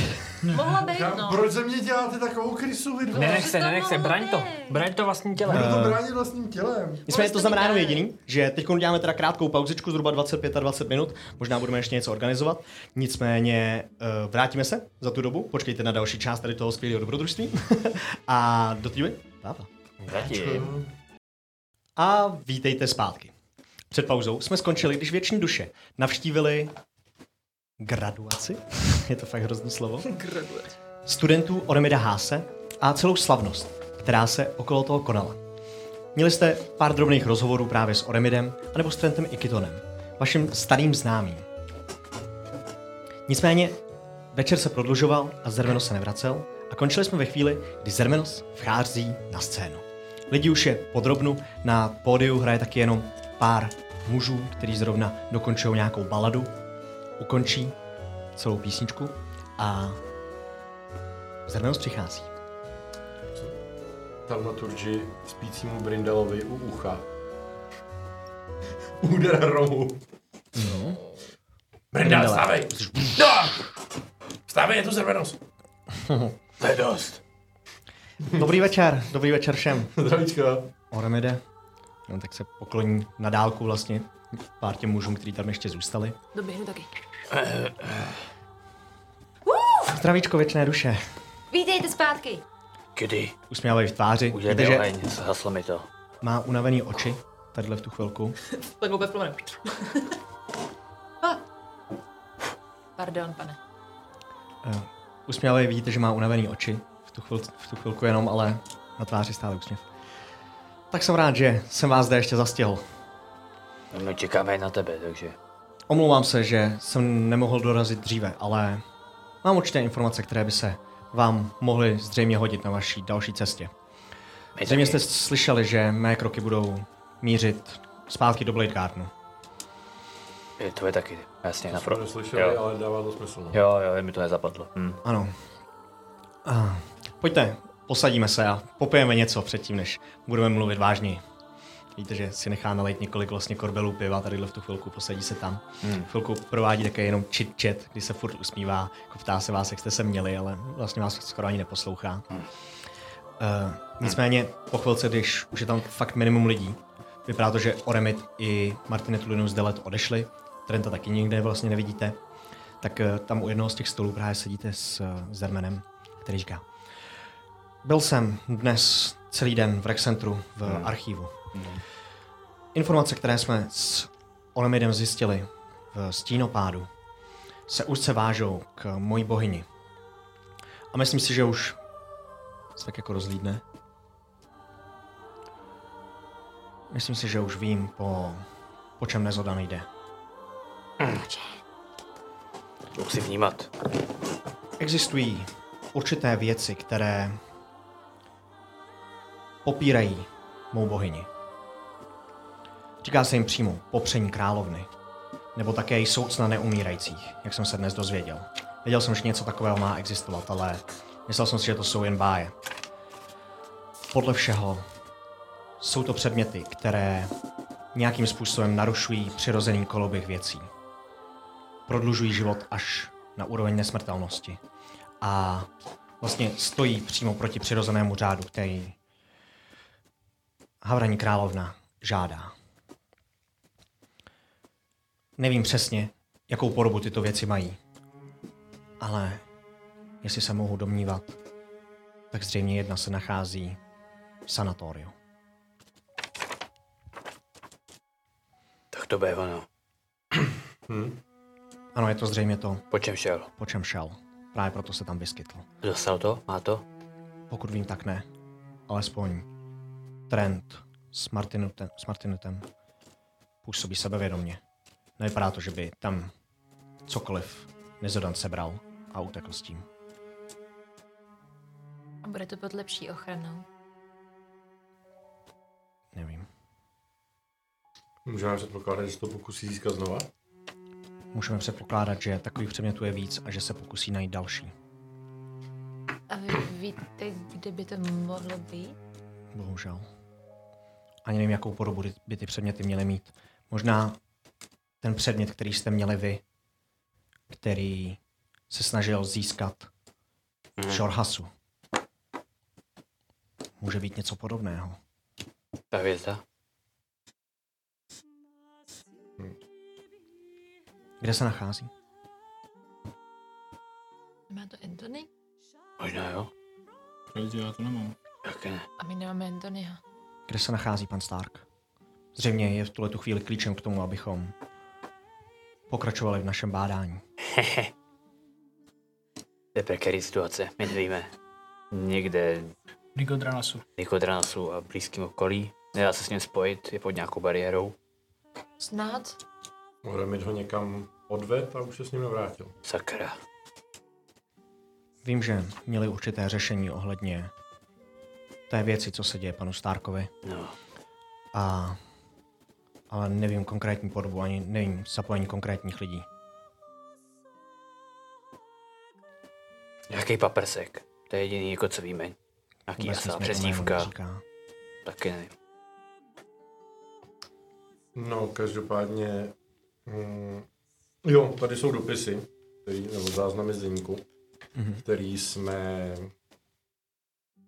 Speaker 2: Mohla být,
Speaker 3: Já,
Speaker 2: no.
Speaker 3: proč ze mě děláte takovou krysu, vy dva?
Speaker 2: Ne,
Speaker 4: Nenech se, nenech se, braň to. Braň to vlastním tělem.
Speaker 3: Budu to bránit vlastním tělem.
Speaker 2: Mohli
Speaker 1: Nicméně
Speaker 2: jste
Speaker 1: to
Speaker 2: mi
Speaker 1: znamená jenom
Speaker 2: dát.
Speaker 1: jediný, že teď uděláme teda krátkou pauzičku, zhruba 25 a 20 minut, možná budeme ještě něco organizovat. Nicméně eh, vrátíme se za tu dobu, počkejte na další část tady toho skvělého dobrodružství. (laughs) a do té doby, táta.
Speaker 4: Zatím.
Speaker 1: A vítejte zpátky. Před pauzou jsme skončili, když věční duše navštívili graduaci, (laughs) je to fakt hrozný slovo, studentů Oremida Háse a celou slavnost, která se okolo toho konala. Měli jste pár drobných rozhovorů právě s Oremidem anebo s Trentem Ikitonem, vaším starým známým. Nicméně večer se prodlužoval a Zermenos se nevracel a končili jsme ve chvíli, kdy Zermenos vchází na scénu. Lidi už je podrobnu, na pódiu hraje taky jenom pár mužů, kteří zrovna dokončují nějakou baladu, ukončí celou písničku a Zermenos přichází.
Speaker 3: Taumaturži spícímu Brindalovi u ucha. (laughs) Úder rohu.
Speaker 7: Brindal,
Speaker 1: Brindale.
Speaker 7: stávej! No! Stávej, je tu zrvenost! To je dost.
Speaker 1: Dobrý večer, dobrý večer všem.
Speaker 3: Zdravíčka.
Speaker 1: Oremide. No, tak se pokloní na dálku vlastně pár těm mužům, kteří tam ještě zůstali.
Speaker 2: Doběhnu taky.
Speaker 1: Zdravíčko věčné duše.
Speaker 2: Vítejte zpátky.
Speaker 6: Kdy?
Speaker 1: Usmívávají v tváři. Víte,
Speaker 6: Udělej mi
Speaker 1: že
Speaker 6: oheň, zhaslo mi to.
Speaker 1: má unavený oči. Tadyhle v tu chvilku.
Speaker 2: Tak vůbec (laughs) plomenu. Ah. Pardon, pane.
Speaker 1: Usmívávají, vidíte, že má unavený oči. V tu, chvil, v tu chvilku jenom, ale na tváři stále úsměv. Tak jsem rád, že jsem vás zde ještě zastihl.
Speaker 6: No čekáme na tebe, takže.
Speaker 1: Omlouvám se, že jsem nemohl dorazit dříve, ale mám určité informace, které by se vám mohly zřejmě hodit na vaší další cestě.
Speaker 6: My
Speaker 1: Zřejmě
Speaker 6: taky.
Speaker 1: jste slyšeli, že mé kroky budou mířit zpátky do Blade Gardenu.
Speaker 6: Je, to je taky, jasně, na
Speaker 3: Pro
Speaker 6: front.
Speaker 3: neslyšeli,
Speaker 6: Jo.
Speaker 3: ale dává to smysl. No.
Speaker 6: Jo, jo, mi to nezapadlo. Hm.
Speaker 1: Ano. A, pojďte, posadíme se a popijeme něco předtím, než budeme mluvit vážněji. Víte, že si nechá nalejt několik vlastně korbelů piva, tadyhle v tu chvilku posadí se tam. Hmm. Chvilku provádí také jenom chit-chat, kdy se furt usmívá, jako ptá se vás, jak jste se měli, ale vlastně vás skoro ani neposlouchá. Hmm. Uh, nicméně po chvilce, když už je tam fakt minimum lidí, vypadá to, že Oremit i Martinet Lulinus Delet odešli, Trenta taky nikde vlastně nevidíte, tak eh, tam u jednoho z těch stolů právě sedíte s eh, Zermenem, který říká. Byl jsem dnes celý den v Rexcentru v archívu. Informace, které jsme s Olemidem zjistili v stínopádu, se úzce vážou k mojí bohyni. A myslím si, že už se tak jako rozlídne. Myslím si, že už vím, po, po čem nezodan jde.
Speaker 6: Musí vnímat.
Speaker 1: existují určité věci, které popírají mou bohyni. Říká se jim přímo popření královny, nebo také její soucna neumírajících, jak jsem se dnes dozvěděl. Věděl jsem, že něco takového má existovat, ale myslel jsem si, že to jsou jen báje. Podle všeho jsou to předměty, které nějakým způsobem narušují přirozený koloběh věcí. Prodlužují život až na úroveň nesmrtelnosti. A vlastně stojí přímo proti přirozenému řádu, který Havraní královna žádá. Nevím přesně, jakou podobu tyto věci mají, ale jestli se mohu domnívat, tak zřejmě jedna se nachází v sanatoriu.
Speaker 6: Tak to bude ono.
Speaker 1: Ano, je to zřejmě to,
Speaker 6: Po čem šel?
Speaker 1: po čem šel. Právě proto se tam vyskytl.
Speaker 6: Dostal to? Má to?
Speaker 1: Pokud vím, tak ne. Alespoň Trent s, Martinutem, s Martinutem působí sebevědomně. Nevypadá to, že by tam cokoliv Nizodan sebral a utekl s tím.
Speaker 9: A bude to pod lepší ochranou.
Speaker 1: Nevím.
Speaker 3: Můžeme předpokládat, že se to pokusí získat znova?
Speaker 1: Můžeme předpokládat, že takových předmětů je víc a že se pokusí najít další.
Speaker 9: A vy víte, kde by to mohlo být?
Speaker 1: Bohužel. Ani nevím, jakou podobu by ty předměty měly mít. Možná ten předmět, který jste měli vy, který se snažil získat v Šorhasu. Může být něco podobného.
Speaker 6: Ta hvězda?
Speaker 1: Kde se nachází?
Speaker 9: Má to Anthony?
Speaker 6: Možná jo?
Speaker 10: Lidi, já to nemám.
Speaker 6: Jak ne?
Speaker 9: A my nemáme Antonia.
Speaker 1: Kde se nachází pan Stark? Zřejmě je v tuhle tu chvíli klíčem k tomu, abychom pokračovali v našem bádání.
Speaker 6: To je prekérní situace, my nevíme. Někde
Speaker 5: Nigodranasu.
Speaker 6: Nikodranasu a blízkým okolí. Nedá se s ním spojit, je pod nějakou bariérou.
Speaker 9: Snad?
Speaker 3: Mohromit ho někam odved a už se s ním nevrátil.
Speaker 6: Sakra.
Speaker 1: Vím, že měli určité řešení ohledně té věci, co se děje panu Starkovi.
Speaker 6: No.
Speaker 1: A, ale nevím konkrétní podobu, ani nevím zapojení konkrétních lidí.
Speaker 6: Nějaký paprsek. To je jediný, jako co víme. Nějaký
Speaker 1: Vůbec nic
Speaker 6: asa,
Speaker 1: mi to jméno
Speaker 6: přezdívka.
Speaker 1: neříká.
Speaker 6: Taky nevím.
Speaker 3: No, každopádně... Mm, jo, tady jsou dopisy, který, nebo záznamy z deníku,
Speaker 1: Mhm.
Speaker 3: který jsme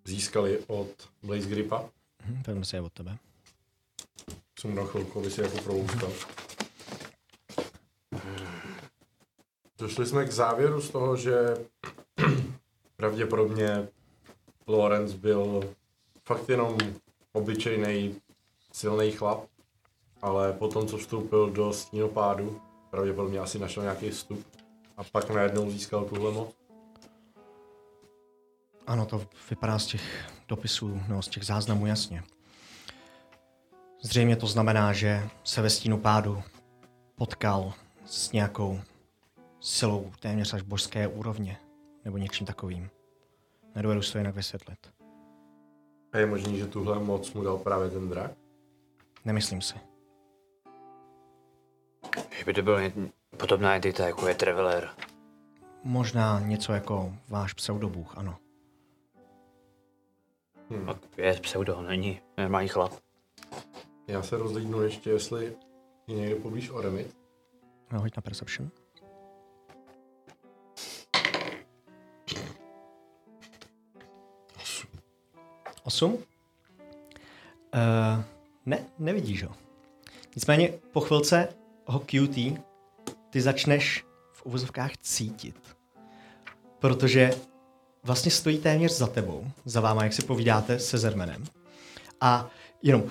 Speaker 3: získali od Blaze Gripa.
Speaker 1: Hm, Vezmu si je od tebe.
Speaker 3: Jsem na chvilku, aby si jako prolůstal. Došli jsme k závěru z toho, že (clears throat) pravděpodobně Lawrence byl fakt jenom obyčejný silný chlap, ale potom, co vstoupil do stínopádu, pravděpodobně asi našel nějaký vstup a pak najednou získal tuhle moc.
Speaker 1: Ano, to vypadá z těch dopisů, no z těch záznamů jasně. Zřejmě to znamená, že se ve stínu pádu potkal s nějakou silou téměř až božské úrovně, nebo něčím takovým. Nedovedu si to jinak vysvětlit.
Speaker 3: A je možný, že tuhle moc mu dal právě ten drak?
Speaker 1: Nemyslím si.
Speaker 6: Že by to byla ně- podobná entita, jako je Traveler.
Speaker 1: Možná něco jako váš pseudobůh, ano.
Speaker 6: Pak je pseudo, není normální chlap.
Speaker 3: Já se rozlídnu ještě, jestli je někde poblíž Oremit.
Speaker 1: No, hoď na Perception. Osm? Uh, ne, nevidíš ho. Nicméně po chvilce ho QT ty začneš v uvozovkách cítit. Protože vlastně stojí téměř za tebou, za váma, jak si povídáte se Zermenem. A jenom,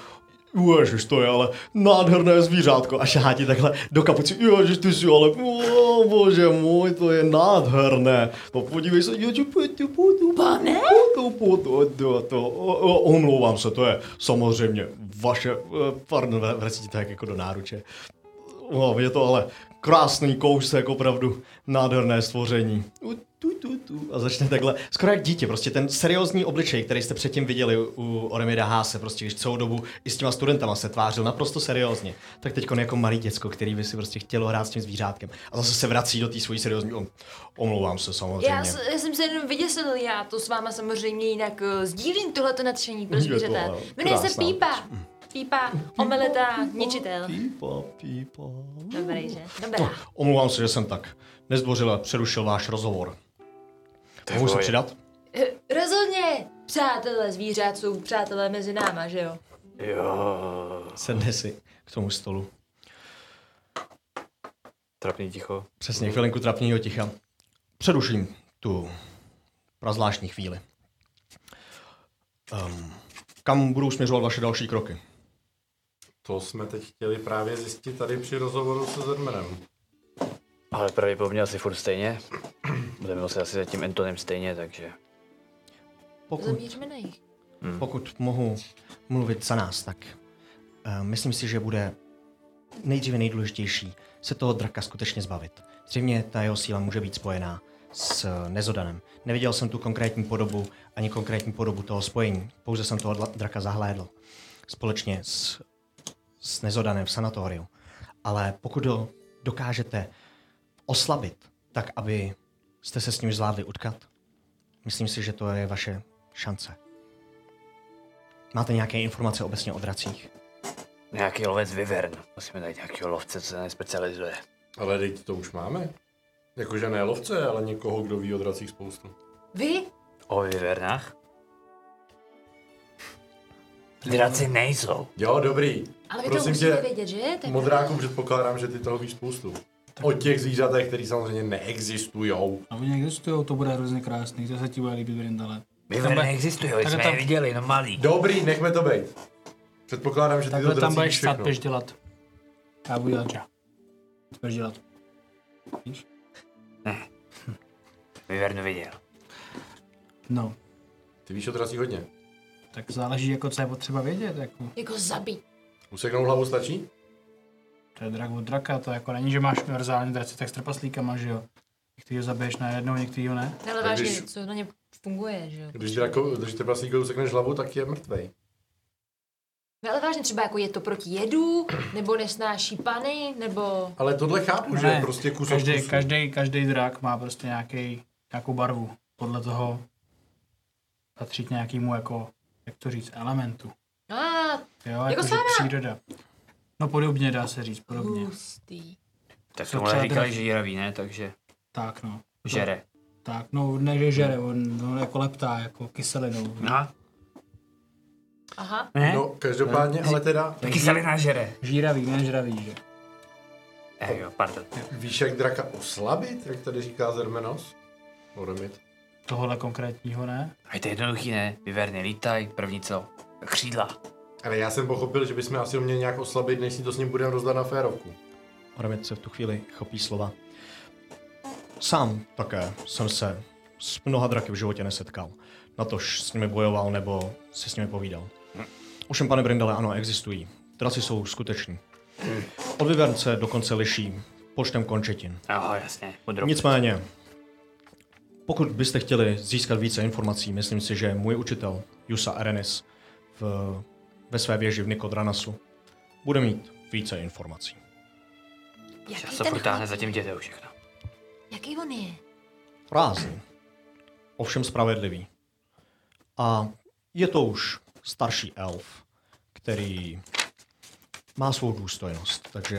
Speaker 1: Ježiš, to je ale nádherné zvířátko. A šahá ti takhle do kapuci. Ježiš, ty jsi ale, o, bože můj, to je nádherné. To podívej se, ježiš, putu, putu, pane? Putu, putu, to, to, o, o, omlouvám se, to je samozřejmě vaše, eh, pardon, vr- vrací ti to tak jako do náruče. O, No, je to ale krásný kousek, opravdu nádherné stvoření. U, Tu, tu, tu. A začne takhle, skoro jak dítě, prostě ten seriózní obličej, který jste předtím viděli u Oremida Háse, prostě když celou dobu i s těma studentama se tvářil naprosto seriózně, tak teď jako malý děcko, který by si prostě chtělo hrát s tím zvířátkem. A zase se vrací do té svojí seriózní, om- omlouvám se samozřejmě.
Speaker 9: Já, s- já jsem se jenom vyděsil, já to s váma samozřejmě jinak uh, eh, sdílím tohleto nadšení pro
Speaker 1: Je to,
Speaker 9: zvířata.
Speaker 1: ale
Speaker 9: Jmenuje se
Speaker 1: krásná
Speaker 9: Pípa.
Speaker 2: Pípa, omeleta, ničitel.
Speaker 1: Pípa, pípa.
Speaker 2: Dobrý, že? Dobrá.
Speaker 1: Omlouvám se, že jsem tak nezdvořile přerušil váš rozhovor. Mohu se
Speaker 6: vole.
Speaker 1: přidat?
Speaker 2: Eh, Rozhodně, přátelé zvířat jsou přátelé mezi náma, že jo?
Speaker 6: Jo.
Speaker 1: Sedne si k tomu stolu.
Speaker 6: Trapný ticho.
Speaker 1: Přesně, chvilinku trapního ticha. Přeruším tu prazvláštní chvíli. Um, kam budou směřovat vaše další kroky?
Speaker 3: To jsme teď chtěli právě zjistit tady při rozhovoru se Zedmerem.
Speaker 6: Ale pravděpodobně asi furt stejně. Budeme se asi za tím Antonem stejně, takže...
Speaker 1: Pokud,
Speaker 9: Zamířme na jich.
Speaker 1: pokud mohu mluvit za nás, tak uh, myslím si, že bude nejdříve nejdůležitější se toho draka skutečně zbavit. Zřejmě ta jeho síla může být spojená s eh, Nezodanem. Neviděl jsem tu konkrétní podobu ani konkrétní podobu toho spojení, pouze jsem toho dla- draka zahlédl společně s, s Nezodanem v sanatoriu. Ale pokud ho dokážete oslabit, tak aby jste se s ním zvládli utkat, myslím si, že to je vaše šance. Máte nějaké informace obecně o dracích?
Speaker 6: Nějaký lovec vyvern. Musíme najít nějakého lovce, co se nespecializuje.
Speaker 3: Ale teď to už máme. Jakože ne lovce, ale někoho, kdo ví o dracích spoustu.
Speaker 2: Vy?
Speaker 6: O vyvernách? Draci nejsou.
Speaker 3: Jo, dobrý.
Speaker 2: Ale vy to
Speaker 3: Prosím
Speaker 2: musíte
Speaker 3: tě,
Speaker 2: vědět, že? Tak
Speaker 3: Modráku předpokládám, že ty toho víš spoustu. O těch zvířatech, které samozřejmě neexistujou.
Speaker 10: A oni existují, to bude hrozně krásný, to se ti bude líbit Brindale.
Speaker 6: Vyvern
Speaker 10: Takhle-
Speaker 6: neexistují,
Speaker 10: takhle
Speaker 6: jsme je
Speaker 10: tam-
Speaker 6: viděli, no malý.
Speaker 3: Dobrý, nechme to být. Předpokládám, že ty to
Speaker 10: Takhle tam
Speaker 3: drací
Speaker 10: budeš
Speaker 3: víš
Speaker 10: stát
Speaker 3: všechno.
Speaker 10: peš dělat. Já budu dělat já. Budeš dělat. Víš?
Speaker 6: Vyvern viděl.
Speaker 10: No,
Speaker 3: Ty víš o dracích hodně.
Speaker 10: tak záleží jako co je potřeba vědět, jako.
Speaker 2: Jako zabít.
Speaker 3: Useknou hlavu stačí?
Speaker 10: To je drak od draka, to jako není, že máš univerzální draci, tak s trpaslíkama, že jo. Některýho zabiješ najednou, některýho ne.
Speaker 2: Ale
Speaker 3: Tak
Speaker 2: vážně,
Speaker 3: když-
Speaker 2: co na ně funguje, že jo?
Speaker 3: Když, drako, když ty prasíkovi usekneš hlavu, tak je mrtvej.
Speaker 2: No ale vážně třeba jako je to proti jedu, nebo nesnáší pany, nebo...
Speaker 3: Ale tohle chápu, že je prostě kus od
Speaker 10: každý,
Speaker 3: kusu.
Speaker 10: každý, každý drak má prostě nějaký, nějakou barvu. Podle toho patří k nějakému jako, jak to říct, elementu.
Speaker 2: A, ah,
Speaker 10: Jo,
Speaker 2: Jako
Speaker 10: jako, že
Speaker 2: Sára.
Speaker 10: příroda. No podobně dá se říct, podobně.
Speaker 9: Hustý.
Speaker 6: Tak
Speaker 10: Co
Speaker 6: tomu
Speaker 10: třeba
Speaker 6: říkali,
Speaker 10: drak?
Speaker 6: že jiravý, ne? Takže
Speaker 10: Tak no.
Speaker 6: žere.
Speaker 10: Tak no, ne že žere, on, on jako leptá, jako kyselinou.
Speaker 6: No,
Speaker 2: aha.
Speaker 6: ne?
Speaker 3: No, každopádně, ale teda,
Speaker 6: Kyselina žere.
Speaker 10: Žíravý, ne žravý, že?
Speaker 6: Eh, jo, pardon.
Speaker 3: víš, jak draka oslabit, jak tady říká Zermenos? Oremit.
Speaker 10: Tohle konkrétního ne?
Speaker 6: A je to jednoduchý, ne? Vyverny lítaj, první co? Křídla.
Speaker 3: Ale já jsem pochopil, že bychom asi ho měli nějak oslabit, než si to s ním budeme rozdat na férovku.
Speaker 1: Oramit se v tu chvíli chopí slova. Sám také jsem se s mnoha draky v životě nesetkal. Natož s nimi bojoval nebo si s nimi povídal. Ovšem, pane Brindale, ano, existují. Draci jsou skuteční. Od vyvernce dokonce liší počtem končetin.
Speaker 6: Aha, jasně. Podrob.
Speaker 1: Nicméně, pokud byste chtěli získat více informací, myslím si, že můj učitel Jusa Arenis v, ve své věži v Nikodranasu bude mít více informací.
Speaker 6: Já
Speaker 9: Jaký
Speaker 6: se
Speaker 9: ten
Speaker 6: furt táhne
Speaker 9: chlap?
Speaker 6: za tím dětem všechno.
Speaker 9: Jaký on je?
Speaker 1: Rázný, ovšem spravedlivý. A je to už starší elf, který má svou důstojnost, takže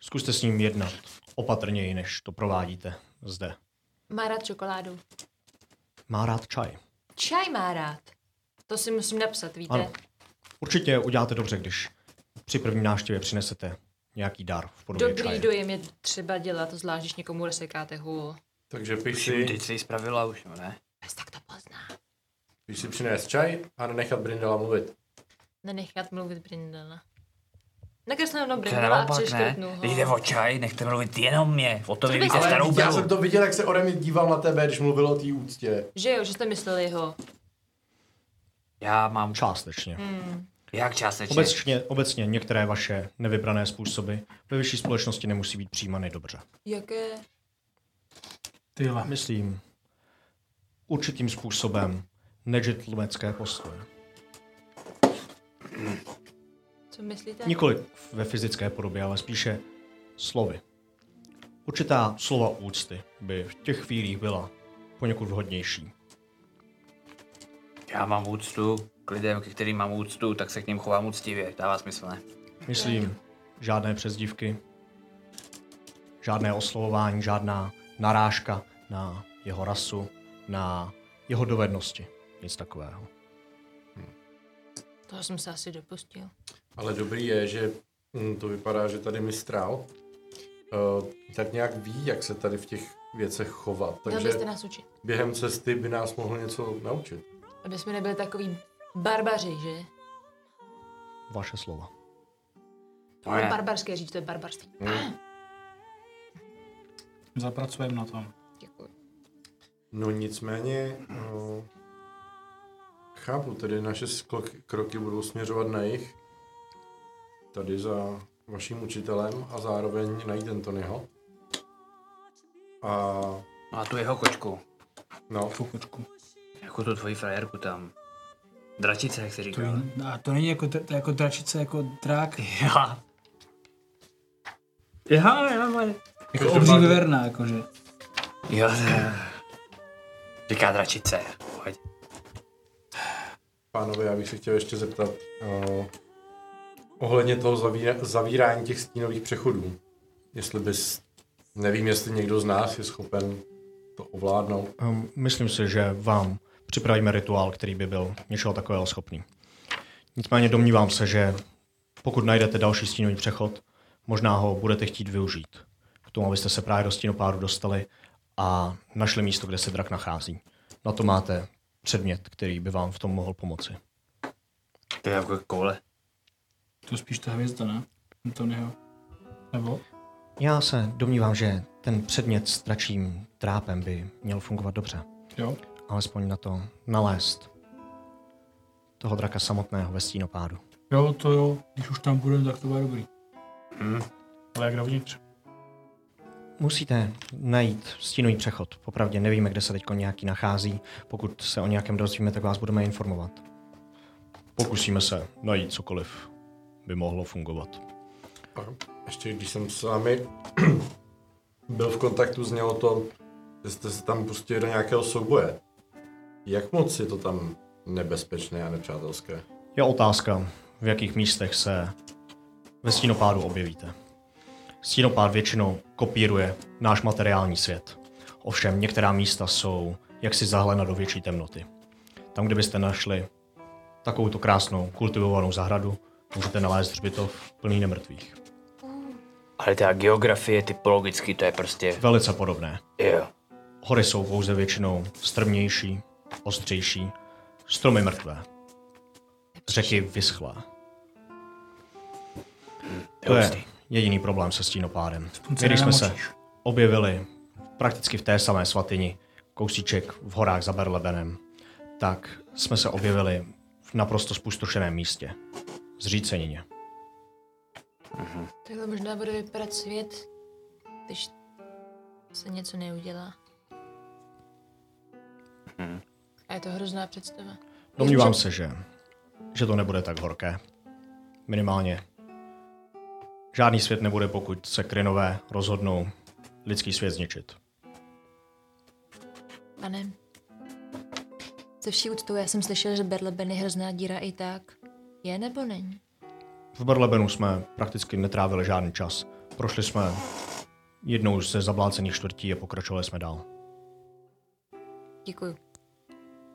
Speaker 1: zkuste s ním jednat opatrněji, než to provádíte zde.
Speaker 2: Má rád čokoládu.
Speaker 1: Má rád čaj.
Speaker 2: Čaj má rád. To si musím napsat, víte?
Speaker 1: Ano. Určitě uděláte dobře, když při první návštěvě přinesete nějaký dar v podobě
Speaker 2: Dobrý
Speaker 1: čaje.
Speaker 2: dojem je třeba dělat, zvlášť když někomu rozsekáte hůl.
Speaker 3: Takže piš si,
Speaker 6: Teď se jí spravila už, no ne?
Speaker 2: Bez tak to pozná.
Speaker 3: piš si přinést čaj a nenechat Brindala mluvit.
Speaker 2: Nenechat mluvit Brindala. Nakreslím jenom
Speaker 6: To je
Speaker 2: Brindala a
Speaker 6: naopak, ne?
Speaker 2: přeškrtnu ho.
Speaker 6: Když jde o čaj, nechte mluvit jenom mě. O to vy
Speaker 2: bych-
Speaker 6: víte
Speaker 2: Ale
Speaker 6: starou
Speaker 3: já
Speaker 6: belu.
Speaker 3: jsem to viděl, jak se Oremit díval na tebe, když mluvil o té úctě.
Speaker 2: Že jo, že jste mysleli ho.
Speaker 6: Já mám...
Speaker 1: Částečně.
Speaker 6: Jak částečně?
Speaker 1: Obecně, obecně některé vaše nevybrané způsoby ve vyšší společnosti nemusí být přijímány dobře.
Speaker 2: Jaké?
Speaker 10: Tyhle.
Speaker 1: Myslím, určitým způsobem negentlemanské postoje.
Speaker 2: Co myslíte?
Speaker 1: Nikoli ve fyzické podobě, ale spíše slovy. Určitá slova úcty by v těch chvílích byla poněkud vhodnější.
Speaker 6: Já mám úctu k lidem, ke kterým mám úctu, tak se k ním chovám úctivě. Dává smysl, ne?
Speaker 1: Myslím, žádné přezdívky, žádné oslovování, žádná narážka na jeho rasu, na jeho dovednosti. Nic takového.
Speaker 2: Toho jsem se asi dopustil.
Speaker 3: Ale dobrý je, že hm, to vypadá, že tady mistrál eh, tak nějak ví, jak se tady v těch věcech chovat.
Speaker 2: Měl
Speaker 3: Takže
Speaker 2: byste nás učit.
Speaker 3: během cesty by nás mohl něco naučit.
Speaker 2: Aby jsme nebyli takový barbaři, že?
Speaker 1: Vaše slova.
Speaker 2: To je barbarské říct, to je barbarství.
Speaker 5: Zapracujeme na tom.
Speaker 2: Děkuji.
Speaker 3: No nicméně, no, chápu, tedy naše sklo- kroky budou směřovat na jich, tady za vaším učitelem a zároveň najít Antonyho. A
Speaker 6: No a tu jeho kočku.
Speaker 3: no,
Speaker 5: Fukučku.
Speaker 6: Jako tu tvoji frajerku tam. Dračice, jak se říká. ale-
Speaker 5: A to není jako, dr- to je jako dračice, jako drák.
Speaker 6: Já. Já, já, ale...
Speaker 5: Jako obří veverna, jakože.
Speaker 6: Jo, ne. Říká dračice. Pojď.
Speaker 3: pánové, já bych se chtěl ještě zeptat uh, ohledně toho zavíra- zavírání těch stínových přechodů. Jestli bys, nevím, jestli někdo z nás je schopen to ovládnout.
Speaker 1: Um, myslím si, že vám připravíme rituál, který by byl něčeho takového schopný. Nicméně domnívám se, že pokud najdete další stínový přechod, možná ho budete chtít využít k tomu, abyste se právě do stínopádu dostali a našli místo, kde se drak nachází. Na to máte předmět, který by vám v tom mohl pomoci.
Speaker 6: To je jako koule.
Speaker 5: To spíš ta hvězda, ne? Antonyho. Nebo?
Speaker 1: Já se domnívám, že ten předmět s tračím trápem by měl fungovat dobře.
Speaker 5: Jo.
Speaker 1: Alespoň na to nalézt toho draka samotného ve stínopádu.
Speaker 5: Jo, to jo. Když už tam budeme, tak to bude dobrý.
Speaker 11: Hmm. Ale jak dovnitř?
Speaker 1: Musíte najít stínový přechod. Popravdě nevíme, kde se teď nějaký nachází. Pokud se o nějakém dozvíme, tak vás budeme informovat. Pokusíme se najít cokoliv by mohlo fungovat.
Speaker 3: A ještě když jsem s vámi (clears throat) byl v kontaktu, znělo to, že jste se tam pustili do nějakého souboje. Jak moc je to tam nebezpečné a nepřátelské?
Speaker 1: Je otázka, v jakých místech se ve stínopádu objevíte. Stínopád většinou kopíruje náš materiální svět. Ovšem některá místa jsou jaksi zahlena do větší temnoty. Tam, kde byste našli takovouto krásnou kultivovanou zahradu, můžete nalézt hřbitov plný nemrtvých.
Speaker 6: Ale ta geografie typologicky, to je prostě...
Speaker 1: Velice podobné.
Speaker 6: Jo.
Speaker 1: Hory jsou pouze většinou strmější, ostřejší, stromy mrtvé. Řeky vyschlé. To je jediný problém se stínopádem.
Speaker 5: se
Speaker 1: Když jsme se
Speaker 5: nenamočíš.
Speaker 1: objevili prakticky v té samé svatyni, kousíček v horách za Berlebenem, tak jsme se objevili v naprosto spustošeném místě. Zřícenině.
Speaker 2: Takhle možná bude vypadat svět, když se něco neudělá. Mhm. A je to hrozná představa.
Speaker 1: Domnívám se, že, že to nebude tak horké. Minimálně. Žádný svět nebude, pokud se krynové rozhodnou lidský svět zničit.
Speaker 2: Pane, se vší úctou, já jsem slyšel, že Berleben je hrozná díra i tak. Je nebo není?
Speaker 1: V Berlebenu jsme prakticky netrávili žádný čas. Prošli jsme jednou ze zablácených čtvrtí a pokračovali jsme dál.
Speaker 2: Děkuju.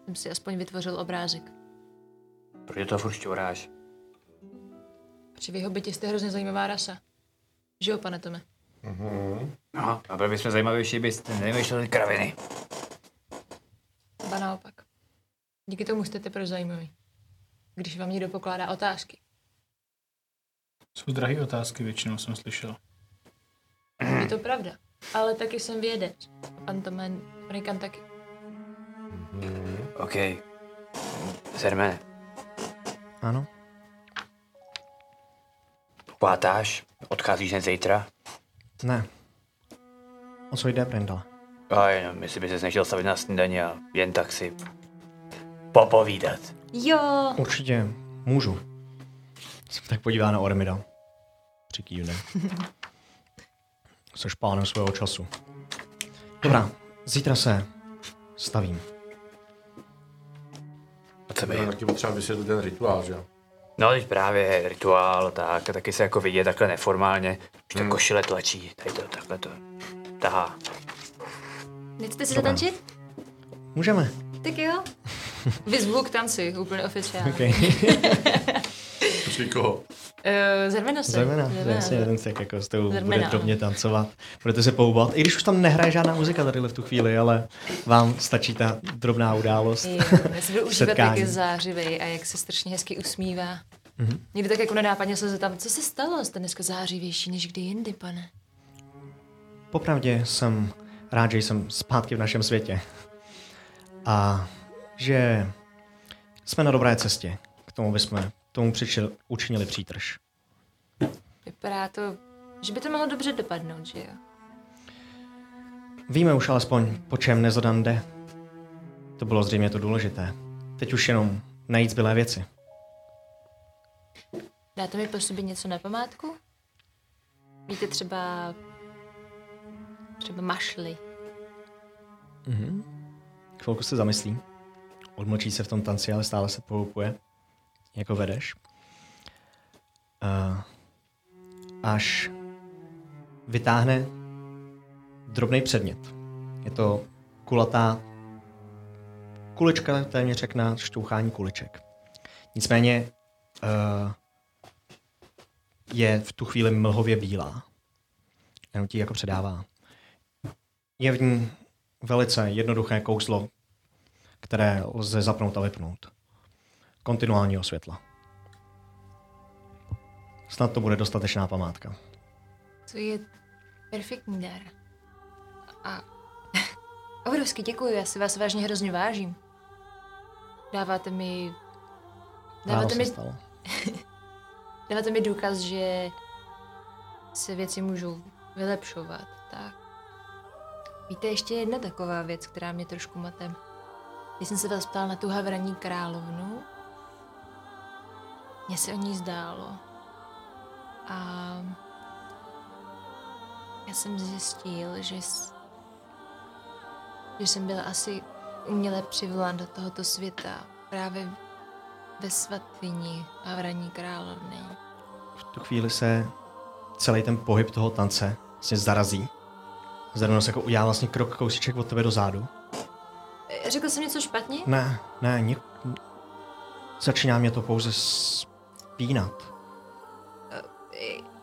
Speaker 2: Jsem si aspoň vytvořil obrázek.
Speaker 6: Proč to furt šťouráš?
Speaker 2: Protože vy hobiti jste hrozně zajímavá rasa. Že jo, pane Tome?
Speaker 6: No, a byli bychom zajímavější, byste nevymýšleli kraviny.
Speaker 2: Ba naopak. Díky tomu jste teprve zajímavý. Když vám někdo pokládá otázky.
Speaker 5: Jsou drahé otázky, většinou jsem slyšel.
Speaker 2: Je to pravda. Ale taky jsem vědec. Pan Tomen, Rikan taky.
Speaker 6: OK. Zermene,
Speaker 1: Ano?
Speaker 6: pátáš? Odcházíš hned zítra?
Speaker 1: Ne. O co jde, Brindale?
Speaker 6: A jenom, jestli by se nechtěl stavit na snídaně a jen tak si popovídat.
Speaker 2: Jo!
Speaker 1: Určitě můžu. Jsem tak podívá na Ormida. (laughs) Přikývne. Jseš pánem svého času. Dobrá, zítra se stavím.
Speaker 6: A chce být.
Speaker 3: Já taky potřeba vysvětlit ten rituál, že jo?
Speaker 6: No, teď právě rituál, tak a taky se jako vidět takhle neformálně, že
Speaker 3: Hmm.
Speaker 6: to košile tlačí, tady to takhle to tahá.
Speaker 2: Nechcete si zatančit?
Speaker 1: Můžeme.
Speaker 2: Tak (laughs) jo. Vyzvu k tanci, úplně oficiálně.
Speaker 1: (laughs) Okay.
Speaker 3: Počkej, koho?
Speaker 2: Eh, Zervena se.
Speaker 1: Zajména,
Speaker 2: Zervena.
Speaker 1: jasně, ten se jako s tou
Speaker 2: Zrmena,
Speaker 1: bude
Speaker 2: ano.
Speaker 1: drobně tancovat, budete se poubat, i když už tam nehraje žádná muzika tady v tu chvíli, ale vám stačí ta drobná událost.
Speaker 2: Jo, Já si budu užívat, jak je zářivý a jak se strašně hezky usmívá.
Speaker 1: Mhm.
Speaker 2: Někdy tak jako nenápadně se zeptám, co se stalo, jste dneska zářivější než kdy jindy, pane.
Speaker 1: Popravdě jsem rád, že jsem zpátky v našem světě. A že jsme na dobré cestě k tomu, aby jsme tomu přišel, učinili přítrž.
Speaker 2: Vypadá to, že by to mohlo dobře dopadnout, že jo?
Speaker 1: Víme už alespoň, po čem Nezodan jde. To bylo zřejmě to důležité. Teď už jenom najít zbylé věci.
Speaker 2: Dáte mi po sobě něco na památku? Víte, třeba... Třeba mašly.
Speaker 1: Mhm. Chvilku se zamyslí. Odmlčí se v tom tanci, ale stále se poupuje. Jako vedeš. A až vytáhne drobný předmět. Je to kulatá kulička, téměř jak na šťouchání kuliček. Nicméně uh, je v tu chvíli mlhově bílá. Jenom ti ji jako předává. Je v ní velice jednoduché kouslo, které lze zapnout a vypnout. Kontinuálního světla. Snad to bude dostatečná památka.
Speaker 2: To je perfektní dar. A (laughs) obrovsky děkuji, já si vás vážně hrozně vážím. Dáváte mi...
Speaker 1: Málo
Speaker 2: Dáváte
Speaker 1: se
Speaker 2: mi,
Speaker 1: stalo.
Speaker 2: dáváte mi důkaz, že se věci můžou vylepšovat, tak. Víte, ještě jedna taková věc, která mě trošku mate. Když jsem se vás ptal na tu havraní královnu, mně se o ní zdálo. A já jsem zjistil, že, s- že jsem byla asi uměle přivolán do tohoto světa právě ve svatkyni a vraní královny.
Speaker 1: V tu chvíli se celý ten pohyb toho tance vlastně zarazí. Zrovna se jako udělá vlastně krok kousíček od tebe dozadu.
Speaker 2: E, Řekl jsem něco špatně?
Speaker 1: Ne, ne, ně... začíná mě to pouze spínat.
Speaker 2: E,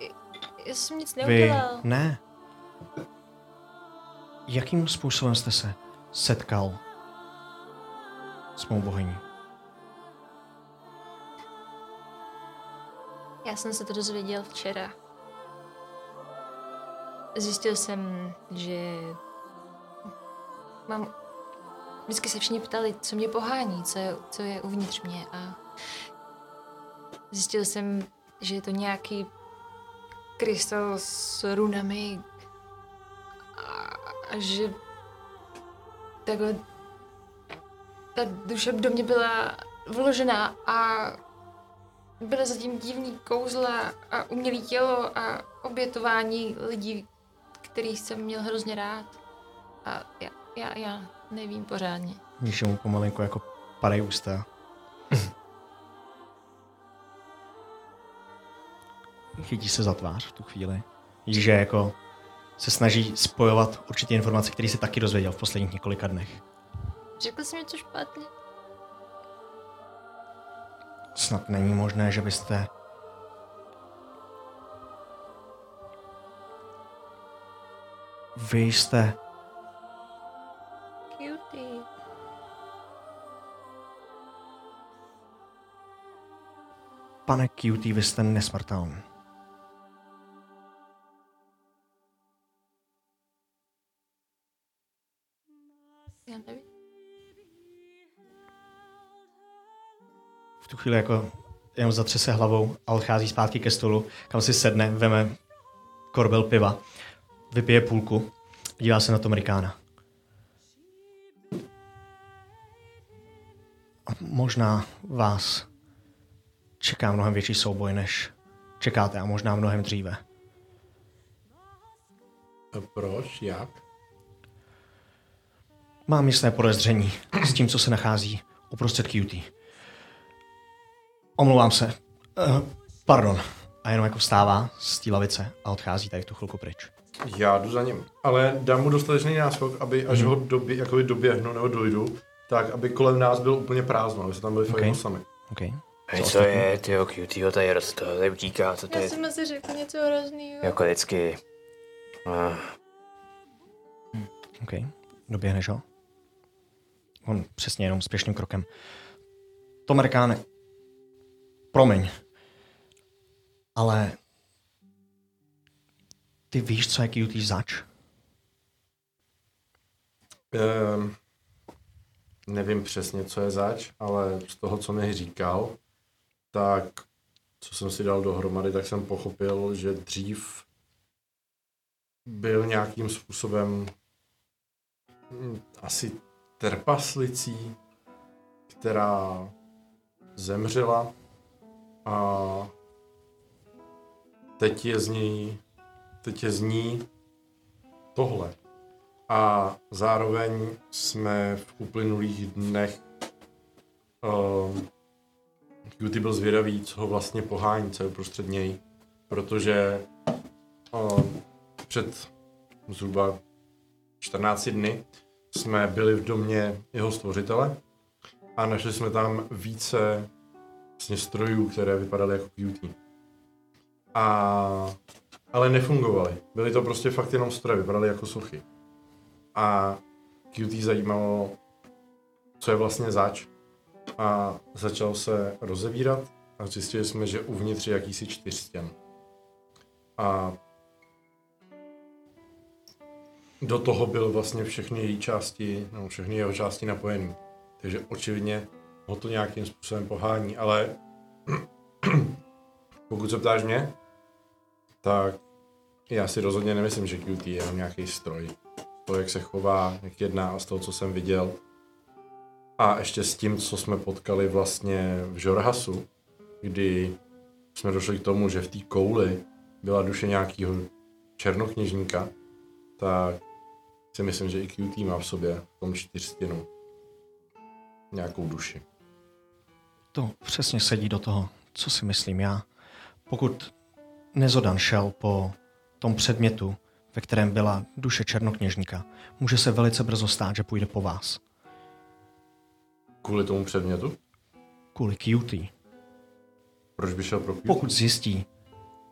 Speaker 2: e, Já jsem nic
Speaker 1: Vy
Speaker 2: neudělal.
Speaker 1: ne. Jakým způsobem jste se setkal s mou bohyní?
Speaker 2: Já jsem se to dozvěděl včera. Zjistil jsem, že mám... Vždycky se všichni ptali, co mě pohání, co je, co je uvnitř mě a zjistil jsem, že je to nějaký krystal s runami a, a že takhle ta duše do mě byla vložená a byly zatím divný kouzla a umělý tělo a obětování lidí, kterých jsem měl hrozně rád. A já, já, já nevím pořádně.
Speaker 1: Když mu pomalinko jako padají ústa. Chytí se za tvář v tu chvíli. Vidíš, že jako se snaží spojovat určitě informace, které se taky dozvěděl v posledních několika dnech.
Speaker 2: Řekl jsem něco špatně?
Speaker 1: Snad není možné, že byste... Vy jste
Speaker 2: Cutie.
Speaker 1: Pane Cutie, vy jste nesmrtelný.
Speaker 2: Já nevím.
Speaker 1: V tu chvíli jako jenom zatřese hlavou a odchází zpátky ke stolu, kam si sedne, veme korbel piva, vypije půlku a dívá se na tom Rikána. A možná vás čeká mnohem větší souboj, než čekáte a možná mnohem dříve.
Speaker 3: A proč? Jak?
Speaker 1: Mám jisté podezření s tím, co se nachází uprostřed QT. Omlouvám se. Uh, pardon. A jenom jako vstává z té lavice a odchází tady tu chvilku pryč.
Speaker 3: Já jdu za ním. Ale dám mu dostatečný náskok, aby až ho době, jakoby doběhnu nebo dojdu, tak aby kolem nás bylo úplně prázdno, aby se tam byli fakt
Speaker 1: Ok.
Speaker 3: jenom sami.
Speaker 1: Okay.
Speaker 6: Hej, co je, ty jo, cutie, tady roste, tady utíká, co to
Speaker 9: Já
Speaker 6: je?
Speaker 9: jsem asi řekl něco hroznýho.
Speaker 6: Jako vždycky. Ah,
Speaker 1: OK. Doběhneš ho? On přesně jenom spěšným krokem. To Merkáne, promiň, ale ty víš, co je QT zač?
Speaker 3: Ehm, nevím přesně, co je zač, ale z toho, co mi říkal, tak co jsem si dal dohromady, tak jsem pochopil, že dřív byl nějakým způsobem mm, asi trpaslicí, která zemřela a teď je z něj, teď je z ní tohle. A zároveň jsme v uplynulých dnech um, Cutie byl zvědavý, co ho vlastně pohání, co je uprostřed něj. Protože um, před zhruba 14 dny jsme byli v domě jeho stvořitele a našli jsme tam více vlastně strojů, které vypadaly jako Cutie. A, ale nefungovaly. Byly to prostě fakt jenom stroje, vypadaly jako sochy a QT zajímalo, co je vlastně zač. A začal se rozevírat a zjistili jsme, že uvnitř je jakýsi čtyřstěn. A do toho byl vlastně všechny její části, nebo všechny jeho části napojený. Takže očividně ho to nějakým způsobem pohání, ale (clears throat) pokud se ptáš mě, tak já si rozhodně nemyslím, že QT je jenom nějaký stroj to, jak se chová, jak jedná a z toho, co jsem viděl. A ještě s tím, co jsme potkali vlastně v Žorhasu, kdy jsme došli k tomu, že v té kouli byla duše nějakého černokněžníka, tak si myslím, že i QT má v sobě v tom čtyřstěnu nějakou duši.
Speaker 1: To přesně sedí do toho, co si myslím já. Pokud Nezodan šel po tom předmětu, ve kterém byla duše černokněžníka, může se velice brzo stát, že půjde po vás.
Speaker 3: Kvůli tomu předmětu?
Speaker 1: Kvůli QT.
Speaker 3: Proč by šel pro QT?
Speaker 1: Pokud zjistí,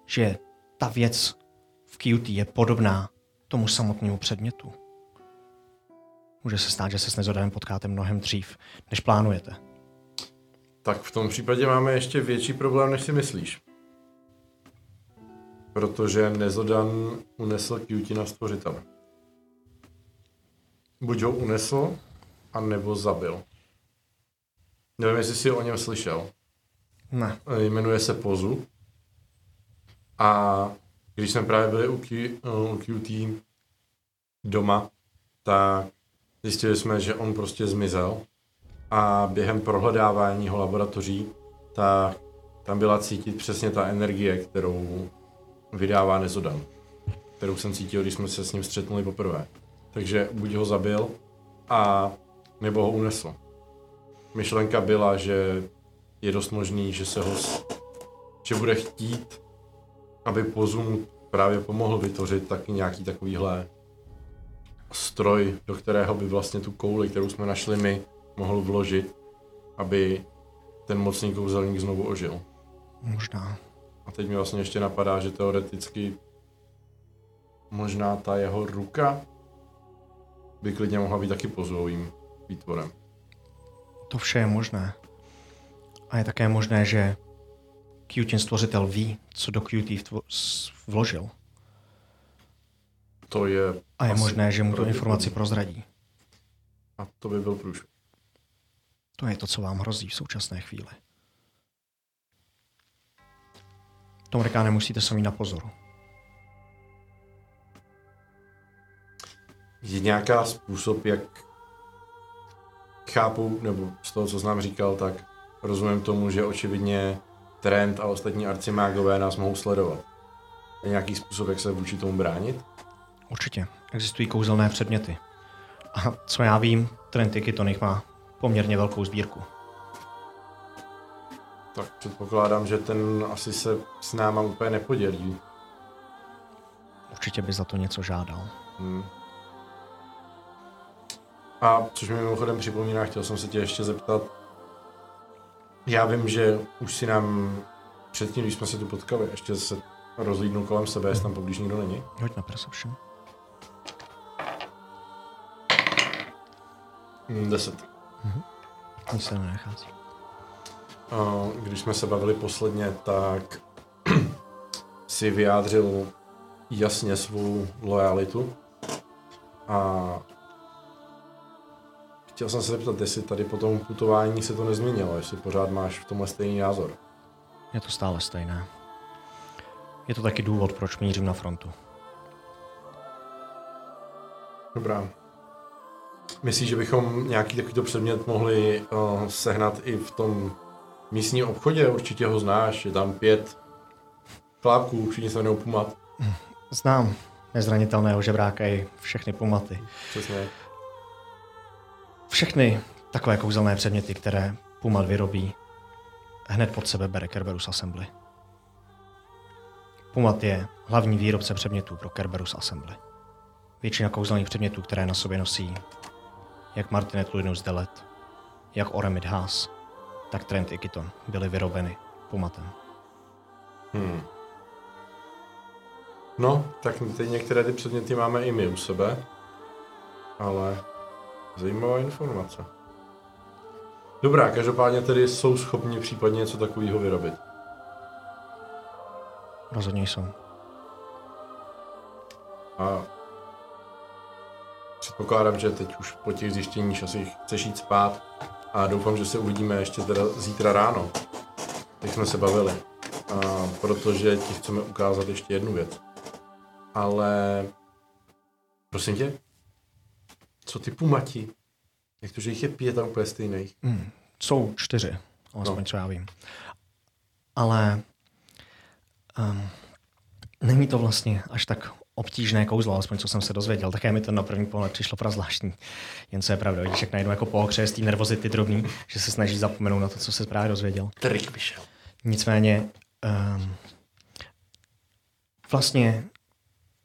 Speaker 1: že ta věc v QT je podobná tomu samotnému předmětu, může se stát, že se s Nezodanem potkáte mnohem dřív, než plánujete.
Speaker 3: Tak v tom případě máme ještě větší problém, než si myslíš. Protože Nezodan unesl Cutie na stvořitele. Buď ho unesl, anebo zabil. Nevím, jestli jsi o něm slyšel.
Speaker 1: Ne.
Speaker 3: E, Jmenuje se Pozu. A když jsme právě byli u, Q, eh, u QT doma, tak zjistili jsme, že on prostě zmizel a během prohledávání jeho laboratoří, tak tam byla cítit přesně ta energie, kterou vydává Nezodan, kterou jsem cítil, když jsme se s ním střetnuli poprvé. Takže buď ho zabil, a nebo ho unesl. Myšlenka byla, že je dost možný, že se ho, s- že bude chtít, aby Pozum právě pomohl vytvořit taky nějaký takovýhle stroj, do kterého by vlastně tu kouli, kterou jsme našli my, mohl vložit, aby ten mocný kouzelník znovu ožil.
Speaker 1: Možná.
Speaker 3: A teď mi vlastně ještě napadá, že teoreticky možná ta jeho ruka by klidně mohla být taky pozvovým výtvorem.
Speaker 1: To vše je možné. A je také možné, že Qtin stvořitel ví, co do QT vtvo- s- vložil.
Speaker 3: To je...
Speaker 1: A je
Speaker 3: asi
Speaker 1: možné, že mu tu
Speaker 3: pravděpodobný.
Speaker 1: informaci prozradí.
Speaker 3: A to by byl průš.
Speaker 1: To je to, co vám hrozí v současné chvíli. Tom Rekáne, musíte se mít na pozoru.
Speaker 3: Je nějaká způsob, jak chápu, nebo z toho, co znám říkal, tak rozumím tomu, že očividně trend a ostatní arcimágové nás mohou sledovat. Je nějaký způsob, jak se vůči tomu bránit?
Speaker 1: Určitě. Existují kouzelné předměty. A co já vím, Trent Ikitonich má poměrně velkou sbírku.
Speaker 3: tak předpokládám, že ten asi se s náma úplně nepodělí.
Speaker 1: Určitě by za to něco žádal.
Speaker 3: Hmm. A což mi mimochodem připomíná, chtěl jsem se tě ještě zeptat. Já vím, že už si nám předtím, když jsme se tu potkali, ještě se rozlídnu kolem sebe, jestli tam poblíž nikdo není.
Speaker 1: Hoď na perception.
Speaker 3: Hmm, Deset.
Speaker 1: Nic se nenachází.
Speaker 3: A Když jsme se bavili posledně, tak (clears throat) si vyjádřil jasně svou lojalitu a chtěl jsem se zeptat, jestli tady po tom putování se to nezměnilo, jestli pořád máš v tomhle stejný názor.
Speaker 1: Je to stále stejné. Je to taky důvod, proč mířím na frontu.
Speaker 3: Dobrá. Myslíš, že bychom nějaký takovýto předmět mohli uh, sehnat i v tom místním obchodě? Určitě ho znáš, je tam pět chlápků, všichni se jmenují Pumat.
Speaker 1: Znám nezranitelného žebráka i všechny pomaty.
Speaker 3: Přesně.
Speaker 1: Všechny takové kouzelné předměty, které Pumat vyrobí, hned pod sebe bere Kerberus Assembly. Pumat je hlavní výrobce předmětů pro Kerberus Assembly. Většina kouzelných předmětů, které na sobě nosí, jak Martinet Luinus Delet, jak Oremid Haas, tak Trent Ikiton byly vyrobeny Pumatem.
Speaker 3: Hmm. No, tak teď některé ty předměty máme i my u sebe, ale zajímavá informace. Dobrá, každopádně tedy jsou schopni případně něco takového vyrobit.
Speaker 1: Rozhodně jsou.
Speaker 3: A předpokládám, že teď už po těch zjištěních asi chceš jít spát a doufám, že se uvidíme ještě teda zítra ráno, jak jsme se bavili. A protože ti chceme ukázat ještě jednu věc. Ale prosím tě, co ty pumati? Jak to, že jich je pět a úplně stejných?
Speaker 1: Hmm. Jsou čtyři, alespoň no. co já vím. Ale um, není to vlastně až tak obtížné kouzlo, alespoň co jsem se dozvěděl. Také mi to na první pohled přišlo prazvláštní. Jen co je pravda, vidíš, jak najednou jako pohokřeje z té nervozity drobný, že se snaží zapomenout na to, co se právě dozvěděl.
Speaker 7: Trik vyšel.
Speaker 1: Nicméně um, vlastně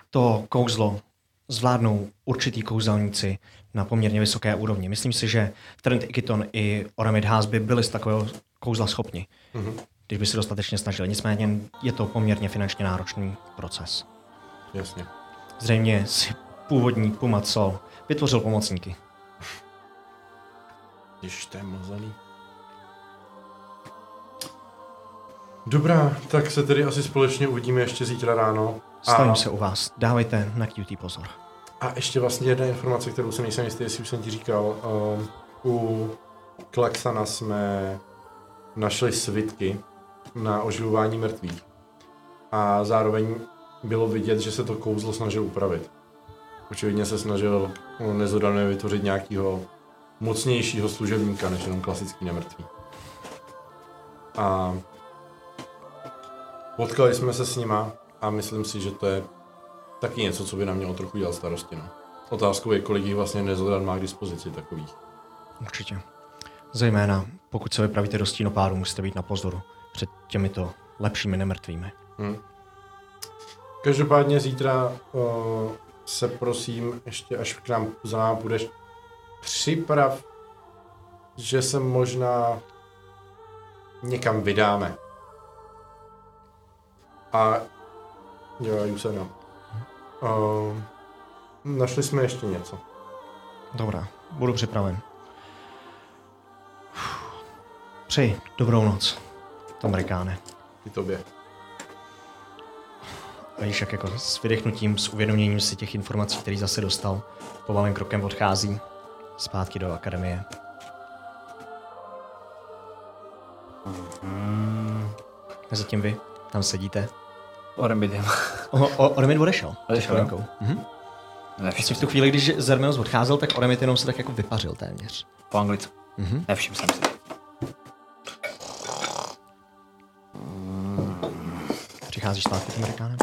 Speaker 1: to kouzlo zvládnou určitý kouzelníci na poměrně vysoké úrovni. Myslím si, že Trent Ikiton i Oramid Haas by byli z takového kouzla schopni,
Speaker 3: Mhm.
Speaker 1: když by se dostatečně snažili. Nicméně je to poměrně finančně náročný proces.
Speaker 3: Jasně.
Speaker 1: Zřejmě si původní Pumat Sol vytvořil pomocníky.
Speaker 3: Když to je mlzaný. Dobrá, tak se tedy asi společně uvidíme ještě zítra ráno.
Speaker 1: Stavím
Speaker 3: A-
Speaker 1: se u vás. Dávejte na QT pozor.
Speaker 3: A ještě vlastně jedna informace, kterou se nejsem jistý, jestli už jsem ti říkal. Um, u Klaxana jsme našli svitky na oživování mrtvých. A zároveň bylo vidět, že se to kouzlo snažil upravit. Očividně se snažil no, nezodané vytvořit nějakého mocnějšího služebníka, než jenom klasický nemrtvý. A potkali jsme se s nima a myslím si, že to je taky něco, co by nám mělo trochu dělat starosti. No. Otázkou je, kolik jich vlastně Nezodan má k dispozici takových.
Speaker 1: Určitě. Zejména pokud se vypravíte do stínopádu, musíte být na pozoru před těmito lepšími nemrtvými.
Speaker 3: Hm. Každopádně zítra uh, se prosím, ještě až k nám za náma půjdeš, připrav, že se možná někam vydáme. A jo, Jusena. Uh, našli jsme ještě něco.
Speaker 1: Dobrá, budu připraven. Přeji dobrou noc, Tomrikáne.
Speaker 3: I tobě.
Speaker 1: A víš, jak jako s vydechnutím, s uvědoměním si těch informací, který zase dostal, pomalým krokem odchází zpátky do akademie. Mezitím vy tam sedíte.
Speaker 6: Orembidem. (laughs)
Speaker 1: O, o, Ormid odešel.
Speaker 6: Odešel,
Speaker 1: Odešel. Mhm. Vlastně v tu chvíli, když Zermeus odcházel, tak Ormid jenom se tak jako vypařil téměř.
Speaker 6: Po anglicku.
Speaker 1: Mhm.
Speaker 6: Nevšiml jsem si.
Speaker 1: Přicházíš zpátky tím rekánem.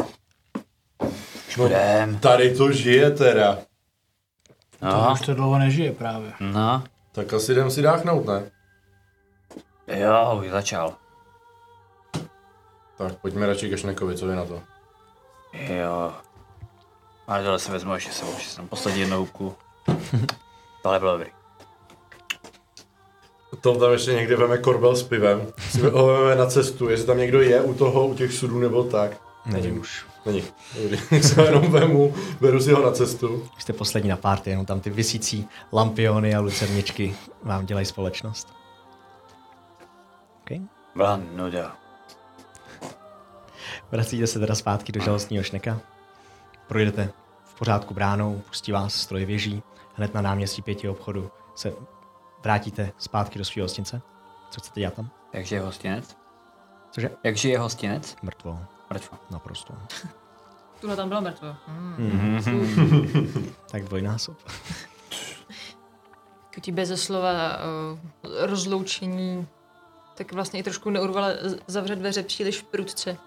Speaker 6: Jdem.
Speaker 3: Tady to žije teda.
Speaker 10: To
Speaker 6: No,
Speaker 10: už to dlouho nežije právě.
Speaker 6: no.
Speaker 3: Tak asi jdem si dáchnout, ne?
Speaker 6: Jo, už začal.
Speaker 3: Tak pojďme radši ke Šnekovi, co je na to?
Speaker 6: Jo. A tohle si vezmu ještě sebou, že jsem poslední jednou (laughs) hubku. Tohle bylo dobrý.
Speaker 3: Tom tam ještě někde veme korbel s pivem, si ho veme na cestu, jestli tam někdo je u toho, u těch sudů nebo tak.
Speaker 1: Není už.
Speaker 3: Není. Dobrý. Se ho jenom vemu, beru si ho na cestu.
Speaker 1: Jste poslední na párty, jenom tam ty vysící lampiony a lucerničky vám dělají společnost. Okay.
Speaker 6: Byla nuda.
Speaker 1: Vracíte se teda zpátky do žalostního šneka. Projdete v pořádku bránou, pustí vás stroj věží. Hned na náměstí pěti obchodu se vrátíte zpátky do svého hostince. Co chcete dělat tam?
Speaker 6: Takže je hostinec?
Speaker 1: Cože?
Speaker 6: Jak je hostinec?
Speaker 1: Mrtvo.
Speaker 6: Mrtvo.
Speaker 1: Naprosto.
Speaker 2: Tuhle tam byla mrtvá. Hmm.
Speaker 1: Tak dvojnásob.
Speaker 2: Když bez slova eh, rozloučení, tak vlastně i trošku neurvala zavřet dveře příliš prudce.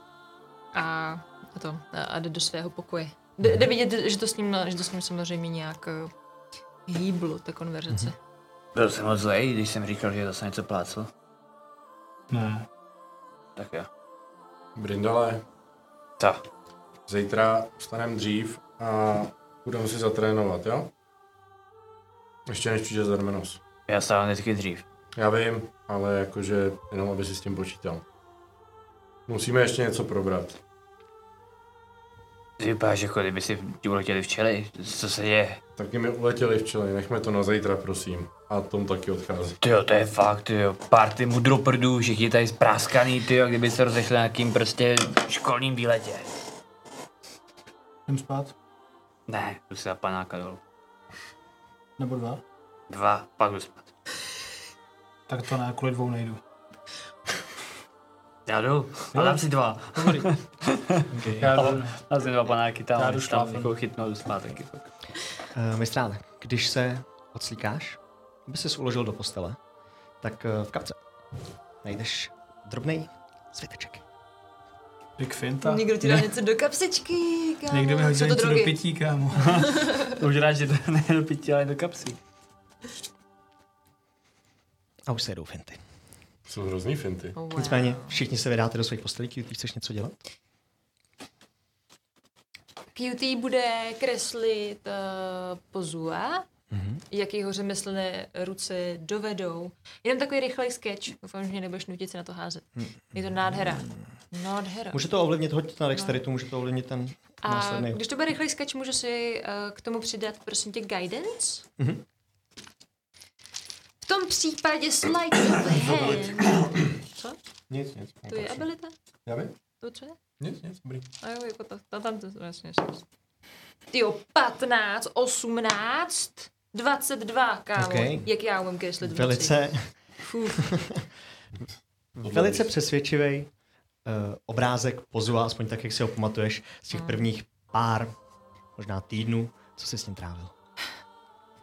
Speaker 2: A, a to, a- a jde do svého pokoje. Jde, jde vidět, že to s ním, že to s ním samozřejmě nějak eh, hýblo, ta konverzace.
Speaker 6: Byl jsem moc zlej, když jsem říkal, že zase něco plácl.
Speaker 5: Ne.
Speaker 6: Tak jo.
Speaker 3: Brindale,
Speaker 6: Ta.
Speaker 3: zítra vstanem dřív a budeme si zatrénovat, jo? Ještě než přijde Zermenos.
Speaker 6: Já stávám vždycky dřív.
Speaker 3: Já vím, ale jakože jenom aby si s tím počítal. Musíme ještě něco probrat.
Speaker 6: Ty vypadáš, jako kdyby si ti uletěli včely. Co se děje?
Speaker 3: Taky mi uletěli včely, nechme to na zítra, prosím. A Tom taky odchází.
Speaker 6: Ty jo, to je fakt, ty jo. Party mudroprdů, všichni tady spráskaný, ty jo, kdyby se rozešli na nějakým prostě školním výletě.
Speaker 5: Jdem spát?
Speaker 6: Ne, jdu si na panáka dolů.
Speaker 5: Nebo dva?
Speaker 6: Dva, pak jdu spát.
Speaker 5: Tak to ne, kvůli dvou nejdu.
Speaker 6: Já jdu, a dám si dva.
Speaker 5: (laughs) Dobrý.
Speaker 12: Já jdu,
Speaker 6: Dám si dva panáky tam,
Speaker 12: Já
Speaker 6: já
Speaker 12: jdu
Speaker 6: jdu tam
Speaker 12: šlápnout.
Speaker 6: někoho chytnu a jdu spát taky. fakt.
Speaker 1: Uh, mistrále, když se odslíkáš, aby se uložil do postele, tak eh, v kapce najdeš drobný světeček.
Speaker 5: Big Finta.
Speaker 2: Někdo ti dá něco do kapsičky, kámo.
Speaker 5: Někdo mi
Speaker 2: Jsou
Speaker 5: hodil
Speaker 2: to
Speaker 5: něco do
Speaker 2: drogy.
Speaker 5: pití, kámo. (laughs)
Speaker 13: To už rád, že to
Speaker 6: (laughs)
Speaker 13: nejen do pití, ale do kapsy.
Speaker 1: A už se jedou finty.
Speaker 3: Jsou hrozný finty.
Speaker 2: Oh, wow.
Speaker 1: Nicméně všichni se vydáte do svých postelí, ty chceš něco dělat?
Speaker 2: Cutie bude kreslit uh, pozua, mm-hmm. jak jeho řemeslné ruce dovedou. Jenom takový rychlej sketch. Doufám, že mě nebudeš nutit se na to házet. Je to nádhera. Nádhera.
Speaker 1: Může to ovlivnit, hoď na dexteritu, může to ovlivnit ten
Speaker 2: A
Speaker 1: následný.
Speaker 2: když to bude rychlej sketch, můžu si uh, k tomu přidat, prosím tě, guidance? Mm-hmm. V tom případě slide of hand. Co?
Speaker 3: Nic, nic.
Speaker 2: To je abilita?
Speaker 3: Já vím.
Speaker 2: To co je?
Speaker 3: Nic, nic, dobrý.
Speaker 2: A jo, jako to, to tam to vlastně Ty jo, 15, 18, 22, kámo.
Speaker 1: Okej.
Speaker 2: Jak já umím kreslit v noci.
Speaker 1: Velice,
Speaker 2: Fů,
Speaker 1: (laughs) velice přesvědčivý uh, obrázek pozva, aspoň tak, jak si ho pamatuješ, z těch prvních pár, možná týdnů, co jsi s ním trávil.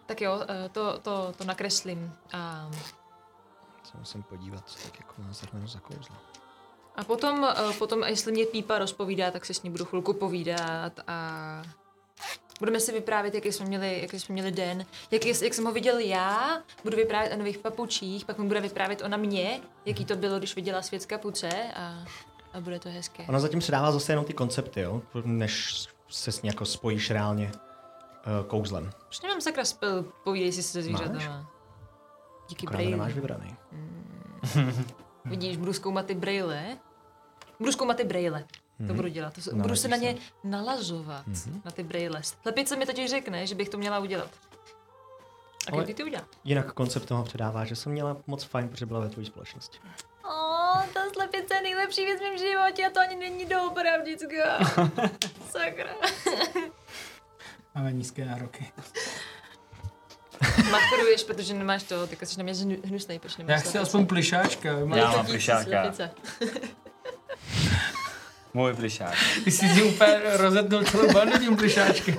Speaker 2: tak jo, eh, to, to, to nakreslím. A,
Speaker 1: Se musím podívat, co tak jako nás zrovna zakouzlo.
Speaker 2: a potom, eh, potom, jestli mě pípa rozpovídá, tak si s ní budu chvilku povídat a budeme si vyprávět, jaký jsme měli, jaký jsme měli den, jak, jak jsem ho viděl já, budu vyprávět o nových papučích, pak mi bude vyprávět ona mě, jaký to bylo, když viděla svět z kapuce a, a bude to hezké.
Speaker 1: Ona zatím předává zase jenom ty koncepty, jo? než se s ní jako spojíš reálně uh, kouzlem.
Speaker 2: Už nemám sakra spil, povídej si se zvířatama. Díky
Speaker 1: Akorát ho
Speaker 2: braille.
Speaker 1: nemáš vybraný.
Speaker 2: Vidíš, budu zkoumat ty braille. Budu zkoumat ty braille. To budu dělat. To se, budu se na ně nalazovat, na ty braille. Slepice mi totiž řekne, že bych to měla udělat. A
Speaker 1: Ale-
Speaker 2: kdy ty udělá?
Speaker 1: Jinak koncept toho předává, že jsem měla moc fajn, protože byla ve tvojí společnosti.
Speaker 2: Oh, ta slepice je nejlepší věc v mém životě a to ani není doopravdická. Sakra.
Speaker 5: Máme nízké nároky.
Speaker 2: Makruješ, protože nemáš to, tak jsi na mě hnu- hnusnej, proč nemáš
Speaker 5: Já chci aspoň plišáčka. vy máte-
Speaker 6: Já mám plišáka.
Speaker 2: slepice.
Speaker 6: Můj plišák.
Speaker 5: Ty (laughs) jsi si úplně rozetnul celou bandu tím plišáčkem.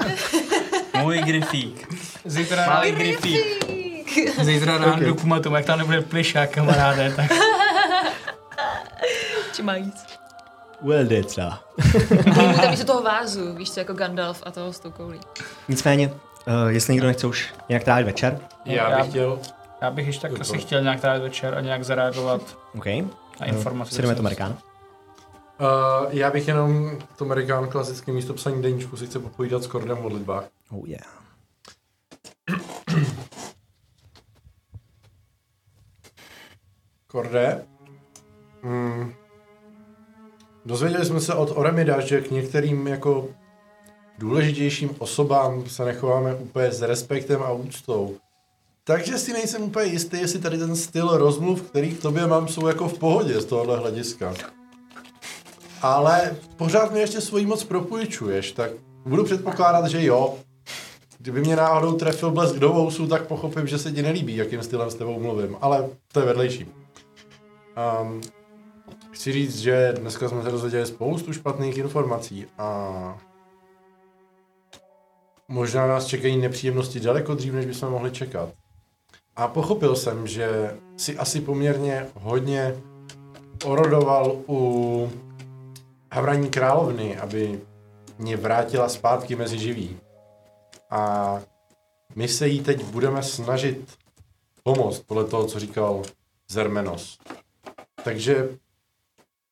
Speaker 6: Můj grifík.
Speaker 5: Zítra,
Speaker 6: Malý grifík.
Speaker 5: zítra ráno okay. jdu k matům, jak tam nebude plišák, kamaráde, tak
Speaker 2: Či má jít.
Speaker 1: Well, deca.
Speaker 2: Dej mu tam místo toho vázu, víš co, jako Gandalf a toho s tou koulí.
Speaker 1: Nicméně, uh, jestli někdo nechce už nějak trávit večer,
Speaker 3: Já bych chtěl
Speaker 12: já bych ještě tak asi chtěl nějak trávit večer a nějak zareagovat
Speaker 1: OK. Eh,
Speaker 12: na informace.
Speaker 1: Si jdeme to Amerikána.
Speaker 3: Uh, já bych jenom v tom Regán klasické místo psaní deníčku si chci popovídat s Kordem o lidbách.
Speaker 1: Oh yeah.
Speaker 3: Korde, mm, dozvěděli jsme se od Oremida, že k některým jako důležitějším osobám se nechováme úplně s respektem a úctou. Takže si nejsem úplně jistý, jestli tady ten styl rozmluv, který k tobě mám, jsou jako v pohodě z tohohle hlediska. Ale pořád mě ještě svojí moc propůjčuješ, tak budu předpokládat, že jo. Kdyby mě náhodou trefil blesk do vousu, tak pochopím, že se ti nelíbí, jakým stylem s tebou mluvím, ale to je vedlejší. Um, chci říct, že dneska jsme se dozvěděli spoustu špatných informací a možná nás čekají nepříjemnosti daleko dřív, než bychom mohli čekat. A pochopil jsem, že si asi poměrně hodně orodoval u Havraní královny, aby mě vrátila zpátky mezi živý. A my se jí teď budeme snažit pomoct, podle toho, co říkal Zermenos. Takže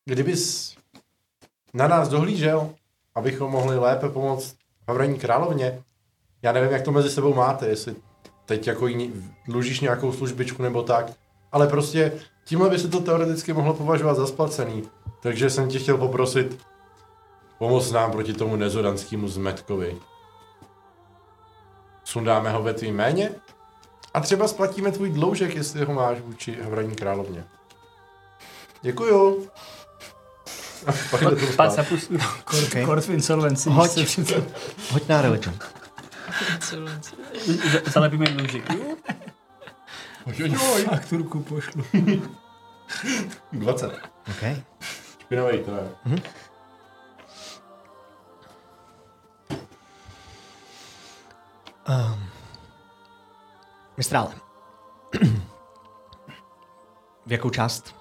Speaker 3: kdybys na nás dohlížel, abychom mohli lépe pomoct Havraní královně, já nevím, jak to mezi sebou máte, jestli teď jako jí dlužíš nějakou službičku nebo tak, ale prostě tímhle by se to teoreticky mohlo považovat za splacený. Takže jsem tě chtěl poprosit, pomoz nám proti tomu nezodanskému zmetkovi. Sundáme ho ve tvým jméně a třeba splatíme tvůj dloužek, jestli ho máš vůči Havraní královně. Děkuju. A pak jde to
Speaker 10: Pát
Speaker 3: spát.
Speaker 10: se pustí.
Speaker 1: Okay.
Speaker 10: Kort v insolvenci.
Speaker 1: Hoď.
Speaker 10: se přece-
Speaker 1: Hoď na religion.
Speaker 10: Zalepíme jim lůžek. Jo,
Speaker 3: Ojojoj,
Speaker 10: Fakturku pošlu.
Speaker 3: 20.
Speaker 1: Okay.
Speaker 3: Špinavej, to je.
Speaker 1: Um, mistrále. (clears throat) V jakou část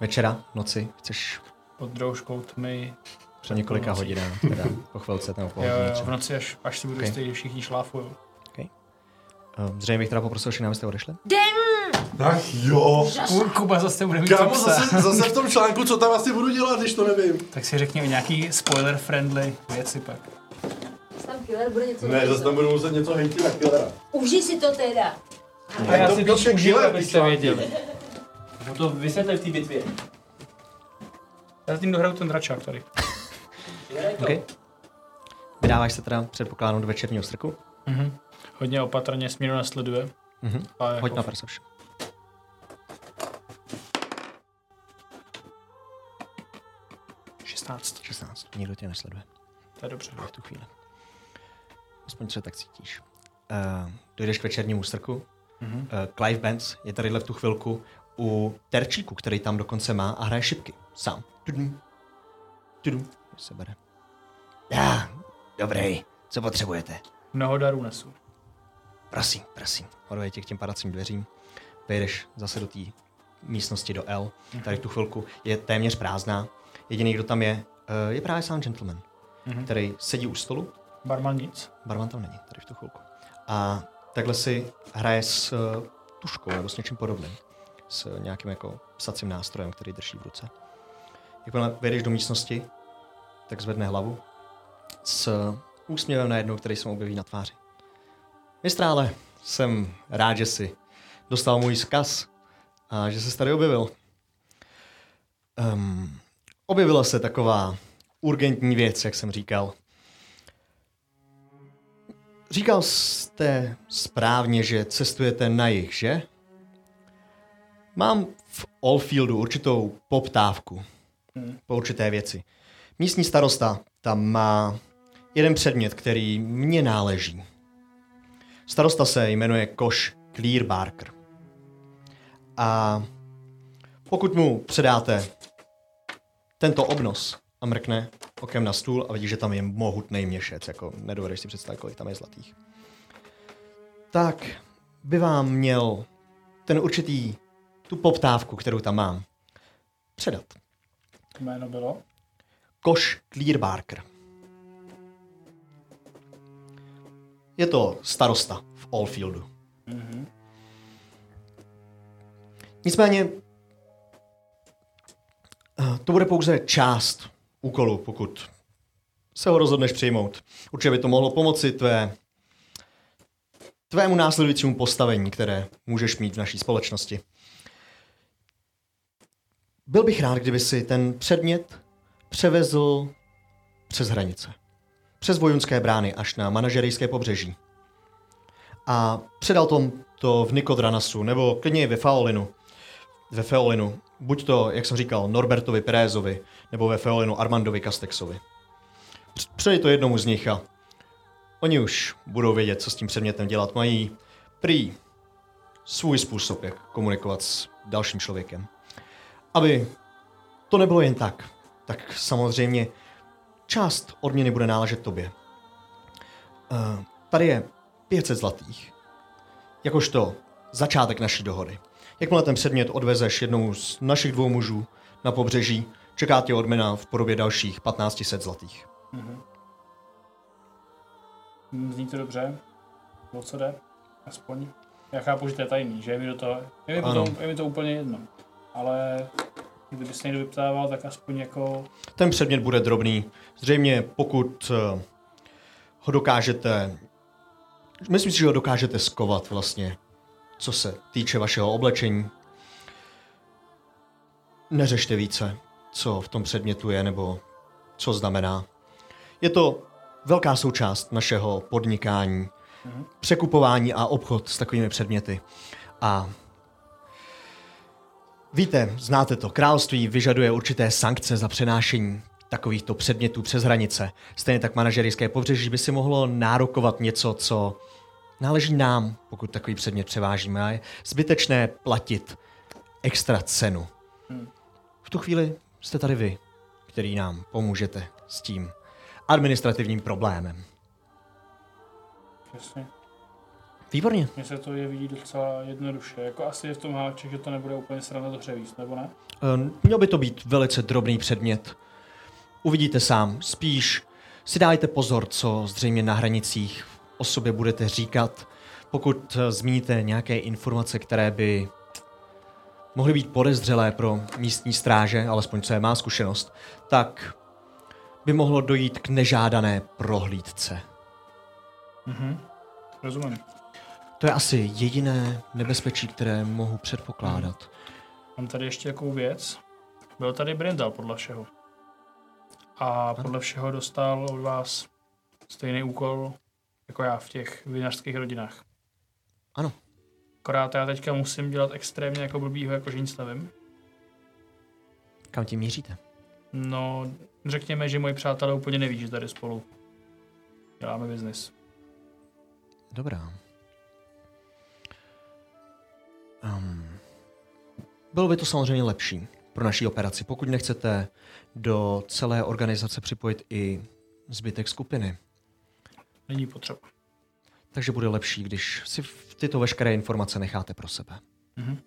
Speaker 1: večera, noci chceš
Speaker 5: Pod droužkou tmy.
Speaker 1: po několika hodinách, teda po chvilce nebo po
Speaker 5: Jo,
Speaker 1: hodině
Speaker 5: jo, v
Speaker 1: třeba.
Speaker 5: noci, až, až si budu
Speaker 1: Ok.
Speaker 5: okay. jistý, že všichni šláfují.
Speaker 1: Um, Zřejmě bych teda poprosil všechny, abyste odešli.
Speaker 3: Tak jo.
Speaker 10: Kuba zase bude mít co
Speaker 3: Kámo,
Speaker 10: psát.
Speaker 3: zase, zase v tom článku, co tam asi budu dělat, když to nevím.
Speaker 10: Tak si řekni o nějaký spoiler friendly věci pak.
Speaker 14: Tam killer bude něco
Speaker 3: Ne,
Speaker 14: dobrýho.
Speaker 3: zase tam budu muset něco hejtit na killera.
Speaker 14: Užij si to teda.
Speaker 3: A já si to užil, abyste
Speaker 4: No to vysvětlím v té bitvě.
Speaker 5: Já zatím dohraju ten dračák tady.
Speaker 1: Okay. Vydáváš se teda předpokládám do večerního strku.
Speaker 5: Mhm. Hodně opatrně směru nasleduje.
Speaker 1: Mhm.
Speaker 5: A jako
Speaker 1: Hoď na perception.
Speaker 5: v 16.
Speaker 1: 16. Nikdo tě nesleduje
Speaker 5: To je dobře.
Speaker 1: v tu chvíli. Aspoň se tak cítíš. Uh, dojdeš k večernímu strku. Mm-hmm. Uh, Clive Benz je tadyhle v tu chvilku u terčíku, který tam dokonce má a hraje šipky. Sám. Tudum. Tudum. Se bere.
Speaker 8: Já, dobrý, co potřebujete?
Speaker 5: Mnoho darů nesu.
Speaker 1: Prosím, prosím. Hoduje tě k těm padacím dveřím. Vejdeš zase do té místnosti do L. Tady v tu chvilku je téměř prázdná. Jediný, kdo tam je, eh, je právě sám gentleman,
Speaker 5: Mhm.
Speaker 1: který sedí u stolu.
Speaker 5: Barman nic.
Speaker 1: Barman tam není tady v tu chvilku. A takhle si hraje s eh, tuškou nebo s něčím podobným. S nějakým jako psacím nástrojem, který drží v ruce. Jakmile vejdeš do místnosti, tak zvedne hlavu s úsměvem najednou, který se mu objeví na tváři. Mistrále, jsem rád, že jsi dostal můj zkaz a že se tady objevil. Um, objevila se taková urgentní věc, jak jsem říkal. Říkal jste správně, že cestujete na jich, že? Mám v Allfieldu určitou poptávku po určité věci. Místní starosta tam má jeden předmět, který mně náleží. Starosta se jmenuje Koš Clear Barker. A pokud mu předáte tento obnos a mrkne okem na stůl a vidí, že tam je mohutný měšec, jako nedovedeš si představit, kolik tam je zlatých. Tak by vám měl ten určitý, tu poptávku, kterou tam mám, předat.
Speaker 5: Jméno bylo?
Speaker 1: Koš Clearbarker. Je to starosta v Allfieldu. Mm-hmm. Nicméně eh, to bude pouze část úkolu, pokud se ho rozhodneš přijmout. Určitě by to mohlo pomoci tvé, tvému následujícímu postavení, které můžeš mít v naší společnosti. Byl bych rád, kdyby si ten předmět převezl přes hranice. Přes vojunské brány až na manažerejské pobřeží. A předal tom to v Nikodranasu, nebo klidně i ve Faolinu. Ve Feolinu. Buď to, jak jsem říkal, Norbertovi Perézovi, nebo ve Feolinu Armandovi Kastexovi. Př- Předej to jednomu z nich a oni už budou vědět, co s tím předmětem dělat mají. Prý svůj způsob, jak komunikovat s dalším člověkem. Aby to nebylo jen tak, tak samozřejmě část odměny bude náležet tobě. Eh, Tady je 500 zlatých. Jakožto začátek naší dohody. Jakmile ten předmět odvezeš jednou z našich dvou mužů na pobřeží, čeká tě odměna v podobě dalších 1500 zlatých.
Speaker 5: Mhm. Hm, Zní to dobře. O co jde? Aspoň. Já chápu, že to je tajný, že je mi do toho, je mi,
Speaker 1: Ano.
Speaker 5: potom, je mi to úplně jedno. Ale kdyby se někdo vyptával, tak aspoň jako
Speaker 1: Ten předmět bude drobný. Zřejmě pokud eh, ho dokážete... Myslím si, že ho dokážete skovat vlastně, co se týče vašeho oblečení. Neřešte více, co v tom předmětu je nebo co znamená. Je to velká součást našeho podnikání, překupování a obchod s takovými předměty. A Víte, znáte to, království vyžaduje určité sankce za přenášení takovýchto předmětů přes hranice. Stejně tak manažerské pobřeží by si mohlo nárokovat něco, co náleží nám, pokud takový předmět převážíme. A je zbytečné platit extra cenu.
Speaker 5: Hmm.
Speaker 1: V tu chvíli jste tady vy, který nám pomůžete s tím administrativním problémem.
Speaker 5: přesně.
Speaker 1: Výborně.
Speaker 5: Mně se to jeví docela jednoduše. Jako asi je v tom háček, že to nebude úplně sranda to převíst, nebo ne?
Speaker 1: Ehm, Měl by to být velice drobný předmět. Uvidíte sám, spíš si dávajte pozor, co zřejmě na hranicích o sobě budete říkat. Pokud eh, zmíníte nějaké informace, které by mohly být podezřelé pro místní stráže, alespoň co je má zkušenost, tak by mohlo dojít k nežádané prohlídce.
Speaker 5: Mhm. Rozumím.
Speaker 1: To je asi jediné nebezpečí, které mohu předpokládat.
Speaker 5: Mám tady ještě takovou věc. Byl tady Brindal podle všeho. A podle všeho dostal od vás stejný úkol jako já v těch vinařských rodinách.
Speaker 1: Ano.
Speaker 5: Akorát já teďka musím dělat extrémně jako blbýho, jako že nic nevím.
Speaker 1: Kam tím míříte?
Speaker 5: No, řekněme, že moji přátelé úplně neví, že tady spolu děláme biznis.
Speaker 1: Dobrá. Um, bylo by to samozřejmě lepší pro naší operaci, pokud nechcete do celé organizace připojit i zbytek skupiny.
Speaker 5: Není potřeba.
Speaker 1: Takže bude lepší, když si v- tyto veškeré informace necháte pro sebe.
Speaker 5: Mhm.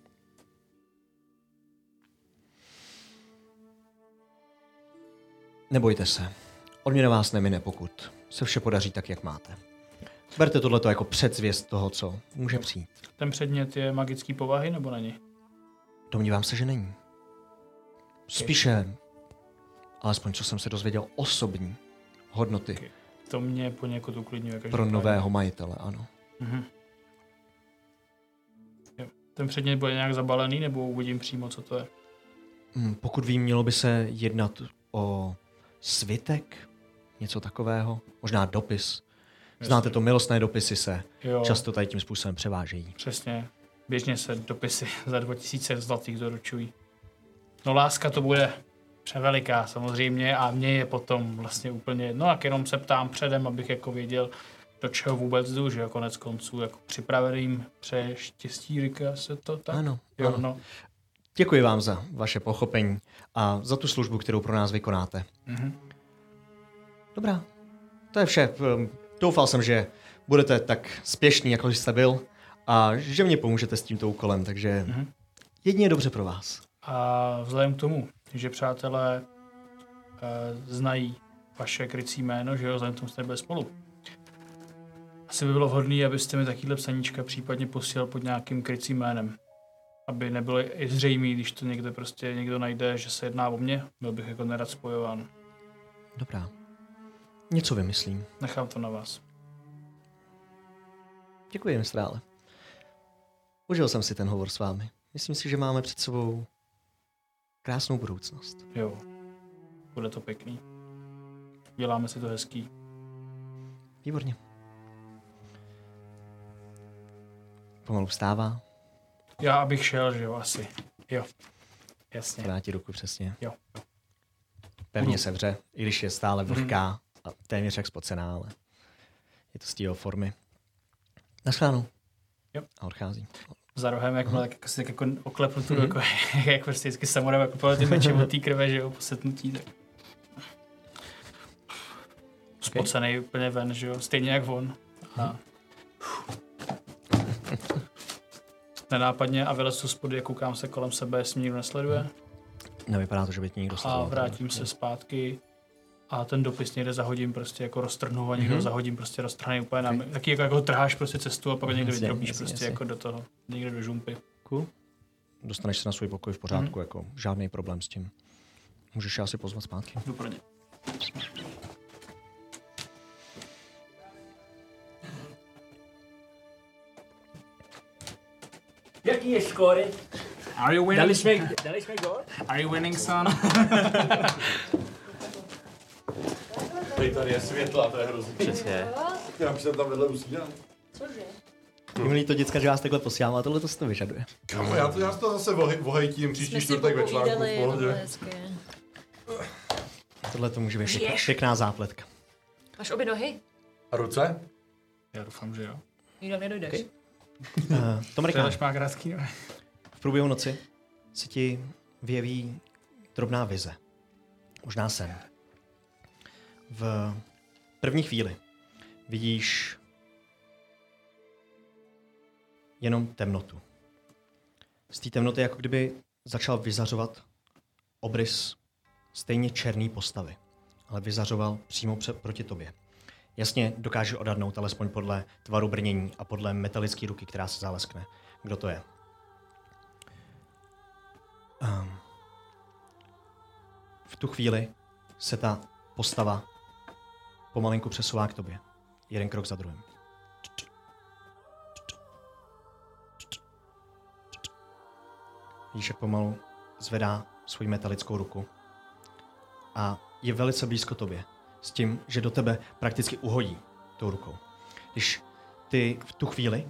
Speaker 1: Nebojte se. Odměna vás nemine, pokud se vše podaří tak, jak máte. Berte tohleto jako předzvěst toho, co může přijít.
Speaker 5: Ten předmět je magický povahy, nebo není?
Speaker 1: Domnívám se, že není. Spíše, alespoň co jsem se dozvěděl, osobní hodnoty
Speaker 5: To mě poněkud uklidňuje.
Speaker 1: pro
Speaker 5: každopádně.
Speaker 1: nového majitele, ano.
Speaker 5: Mhm. Jo. Ten předmět bude nějak zabalený, nebo uvidím přímo, co to je?
Speaker 1: Hm, Pokud vím, mělo by se jednat o svitek, něco takového, možná dopis. Znáte to, milostné dopisy se
Speaker 5: Jo.
Speaker 1: často tady tím způsobem převážejí.
Speaker 5: Přesně. Běžně se dopisy (laughs) za 2000 zlatých doručují. No láska to bude převeliká samozřejmě a mně je potom vlastně úplně jedno, jak jenom se ptám předem, abych jako věděl, do čeho vůbec jdu, že jo, konec konců, jako připraveným přeje štěstí, říká se to tak?
Speaker 1: Ano,
Speaker 5: jo,
Speaker 1: ano.
Speaker 5: No.
Speaker 1: Děkuji vám za vaše pochopení a za tu službu, kterou pro nás vykonáte.
Speaker 5: Mhm.
Speaker 1: Dobrá, to je vše. Ehm, Doufal jsem, že budete tak spěšní, jako jste byl a že mě pomůžete s tímto úkolem, takže
Speaker 5: Mhm.
Speaker 1: jedině dobře pro vás.
Speaker 5: A vzhledem k tomu, že přátelé e, znají vaše krycí jméno, že jo, vzhledem k tomu jste byli spolu. Asi by bylo vhodné, abyste mi takovýhle psaníčka případně posílal pod nějakým krycím jménem. Aby nebylo i zřejmý, když to někde prostě někdo najde, že se jedná o mě, byl bych jako nerad spojován.
Speaker 1: Dobrá. Něco vymyslím.
Speaker 10: Nechám to na vás.
Speaker 1: Děkuji, mistrále. Užil jsem si ten hovor s vámi. Myslím si, že máme před sebou krásnou budoucnost.
Speaker 10: Jo. Bude to pěkný. Děláme si to hezký.
Speaker 1: Výborně. Pomalu vstává,
Speaker 10: Já abych šel, že jo, asi. Jo. Jasně.
Speaker 1: vrátí ruku přesně.
Speaker 10: Jo. Mhm.
Speaker 1: Pevně sevře, i když je stále vlhká a téměř jak spocená, ale je to z té jeho formy. Naschledanou.
Speaker 10: Jo.
Speaker 1: A odchází.
Speaker 10: Za rohem, jak, tak, jak si tak jako oklepnu tu
Speaker 1: Mhm.
Speaker 10: ruku, (laughs) jak prostě vždycky samuraj jako pole ty meče od té krve, že jo, po setnutí, tak. Spocenej úplně ven, že jo, stejně jak on.
Speaker 1: Mhm.
Speaker 10: A... (laughs) Nenápadně a vylezu spody, koukám se kolem sebe, jestli mě nikdo
Speaker 1: Mhm.
Speaker 10: nesleduje.
Speaker 1: Nevypadá to, že by tě někdo
Speaker 10: A
Speaker 1: sledoval.
Speaker 10: vrátím se zpátky a ten dopis někde zahodím, prostě jako roztrhnu a někdo
Speaker 1: Mhm.
Speaker 10: mm-hmm. zahodím prostě roztrhaný úplně na taky jako, jako trháš prostě cestu a pak
Speaker 1: Mhm,
Speaker 10: někde
Speaker 1: jasně,
Speaker 10: vytrobíš
Speaker 1: jasně,
Speaker 10: prostě
Speaker 1: jasně.
Speaker 10: jako do toho, někde do žumpy.
Speaker 1: Cool. Dostaneš se na svůj pokoj v pořádku,
Speaker 10: Mhm.
Speaker 1: jako žádný problém s tím. Můžeš je asi pozvat zpátky.
Speaker 10: Jdu pro ně.
Speaker 15: Jaký je skóre?
Speaker 10: Are you
Speaker 15: Dali jsme, dali jsme gol?
Speaker 10: Are you winning, son?
Speaker 3: Tady, tady je světla, to je hrozný.
Speaker 4: Přesně.
Speaker 3: Já už jsem tam vedle usídal.
Speaker 14: Cože?
Speaker 1: Jím líto děcka, že vás takhle posílám, ale tohle to se to vyžaduje.
Speaker 3: Kamo, já to, já to zase vohej- vohejtím příští čtvrtek ve článku v pohodě.
Speaker 1: Tohle to může být pěkná,
Speaker 2: Žiješ?
Speaker 1: pěkná zápletka.
Speaker 2: Máš obě nohy?
Speaker 3: A ruce?
Speaker 10: Já doufám, že jo.
Speaker 2: Nikam nedojdeš. Okay.
Speaker 1: Uh, Tomrika,
Speaker 10: Tohle má krátký.
Speaker 1: v průběhu noci se ti vyjeví drobná vize. Možná sen. V první chvíli vidíš jenom temnotu. Z té temnoty jako kdyby začal vyzařovat obrys stejně černý postavy, ale vyzařoval přímo pře- proti tobě. Jasně, dokáže odhadnout alespoň podle tvaru brnění a podle metalické ruky, která se zaleskne, kdo to je. Um, v tu chvíli se ta postava pomalinku přesouvá k tobě. Jeden krok za druhým. Vidíš, jak pomalu zvedá svoji metalickou ruku a je velice blízko tobě. S tím, že do tebe prakticky uhodí tou rukou. Když ty v tu chvíli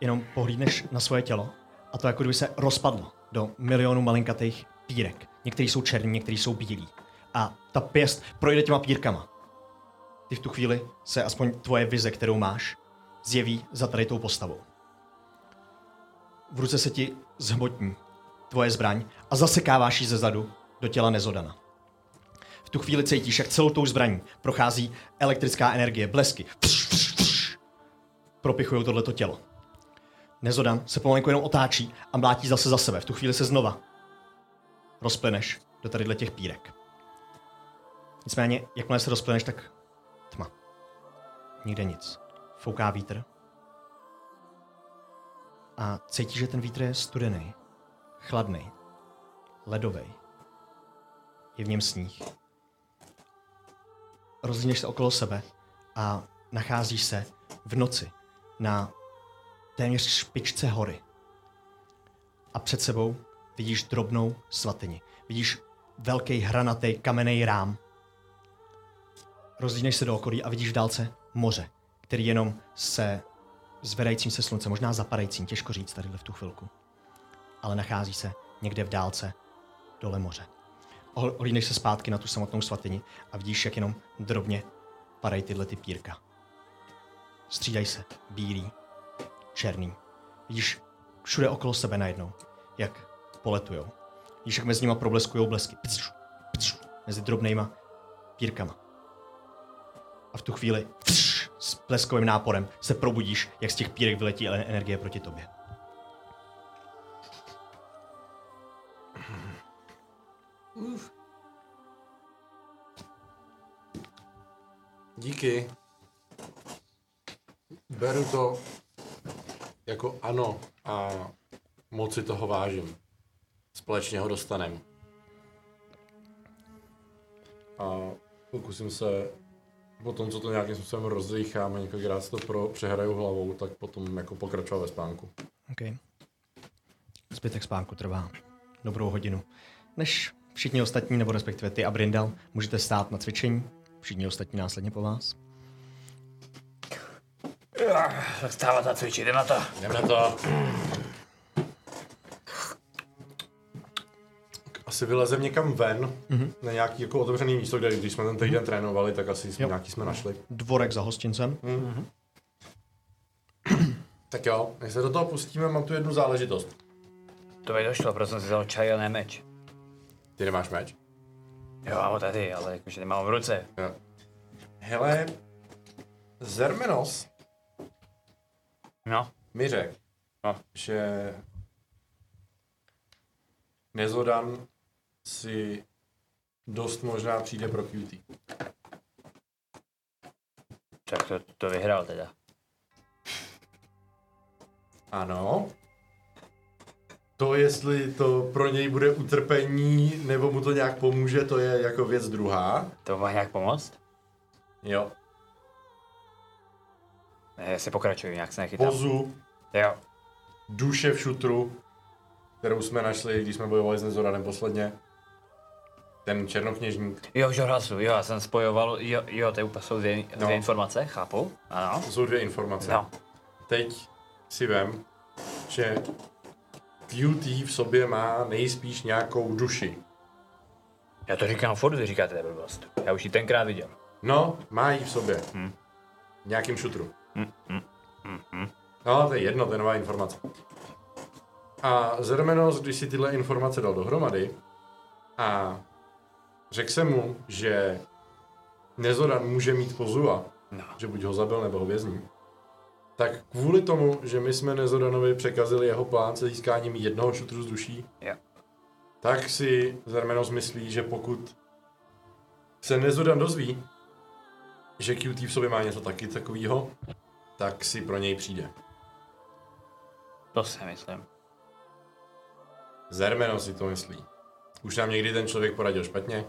Speaker 1: jenom pohlídneš na svoje tělo a to jako kdyby se rozpadlo do milionu malinkatých pírek. Některý jsou černý, některý jsou bílí. A ta pěst projde těma pírkama. Ty v tu chvíli se aspoň tvoje vize, kterou máš, zjeví za tady tou postavou. V ruce se ti zhmotní tvoje zbraň a zasekáváš ji ze zadu do těla Nezodana. V tu chvíli cítíš, jak celou tou zbraní prochází elektrická energie, blesky. Propichují tohleto tělo. Nezodan se pomalinku jenom otáčí a mlátí zase za sebe. V tu chvíli se znova rozplyneš do tadyhle těch pírek. Nicméně, jakmile se rozplyneš, tak tma. Nikde nic. Fouká vítr. A cítíš, že ten vítr je studený, chladný, ledový. Je v něm sníh. Rozhlídneš se okolo sebe a nacházíš se v noci na téměř špičce hory. A před sebou vidíš drobnou svatyni. Vidíš velký hranatý kamenný rám. Rozdíneš se do okolí a vidíš v dálce moře, který jenom se zvedajícím se slunce, možná zapadajícím, těžko říct tady v tu chvilku. Ale nachází se někde v dálce dole moře. Ohl- Ohlídneš se zpátky na tu samotnou svatyni a vidíš, jak jenom drobně padají tyhle ty pírka. Střídají se. Bílý, černý. Vidíš všude okolo sebe najednou, jak poletujou. Vidíš, jak mezi nima probleskují blesky. Pcš, pcš, mezi drobnýma pírkama. A v tu chvíli pcš, s bleskovým náporem se probudíš, jak z těch pírek vyletí ele- energie proti tobě.
Speaker 14: Uf.
Speaker 3: Díky. Beru to jako ano a moc si toho vážím. Společně ho dostanem. A Pokusím se, po tom, co to nějakým způsobem rozdejchám a několikrát si to pro, přehraju hlavou, tak potom jako pokračovat ve spánku.
Speaker 1: Okay. Zbytek spánku trvá dobrou hodinu. Než všichni ostatní, nebo respektive ty a Brindal, můžete stát na cvičení, všichni ostatní následně po vás.
Speaker 6: Tak stávat a cvičit, jdem na to.
Speaker 3: Jdem na to. Asi vylezem někam ven, mm-hmm. na nějaký jako otevřený místo, kde když jsme ten týden mm-hmm. trénovali, tak asi jsme
Speaker 1: Jo.
Speaker 3: nějaký jsme našli.
Speaker 1: Dvorek za hostincem.
Speaker 3: Mm-hmm. Tak jo, než se do toho pustíme, mám tu jednu záležitost.
Speaker 6: To mi došlo, proto jsem si vzal čaj a ne meč.
Speaker 3: Ty nemáš meč?
Speaker 6: Jo, mám ho tady, ale jakože nemám ho v ruce.
Speaker 3: Jo. Hele, Zermenos
Speaker 6: No,
Speaker 3: mi řekl, No. že Nezodan si dost možná přijde pro QT.
Speaker 6: tak to, to vyhrál teda.
Speaker 3: Ano. To, jestli to pro něj bude utrpení, nebo mu to nějak pomůže, to je jako věc druhá.
Speaker 6: To má nějak pomoct?
Speaker 3: Jo.
Speaker 6: Ne, já si pokračuju, nějak se nechytám.
Speaker 3: Pozu,
Speaker 6: Jo,
Speaker 3: duše v šutru, kterou jsme našli, když jsme bojovali s Nezoranem posledně. Ten černokněžník.
Speaker 6: jo, žorhasu, jo, já jsem spojoval, jo, jo, to je úplně jsou dvě,
Speaker 3: No.
Speaker 6: dvě informace, chápu, ano.
Speaker 3: To jsou dvě informace.
Speaker 6: No,
Speaker 3: Teď si vem, že QT v sobě má nejspíš nějakou duši.
Speaker 6: já to říkám furt, vy říkáte, to je blbost. Já už ji tenkrát viděl.
Speaker 3: No, má ji v sobě.
Speaker 6: Hm.
Speaker 3: V nějakým šutru.
Speaker 6: Hm, hm, hm, hm.
Speaker 3: No, to je jedno, to je nová informace. A Zermenos, když si tyhle informace dal dohromady a řekl jsem mu, že Nezoran může mít pozua,
Speaker 6: No.
Speaker 3: že buď ho zabil nebo ho vězní, tak kvůli tomu, že my jsme Nezoranovi překazili jeho plán se získáním jednoho šutru z duší,
Speaker 6: Jo.
Speaker 3: tak si Zermenos myslí, že pokud se Nezodan dozví, že QT v sobě má něco taky takového, tak si pro něj přijde.
Speaker 6: To si myslím.
Speaker 3: Zermeno si to myslí. Už nám někdy ten člověk poradil špatně?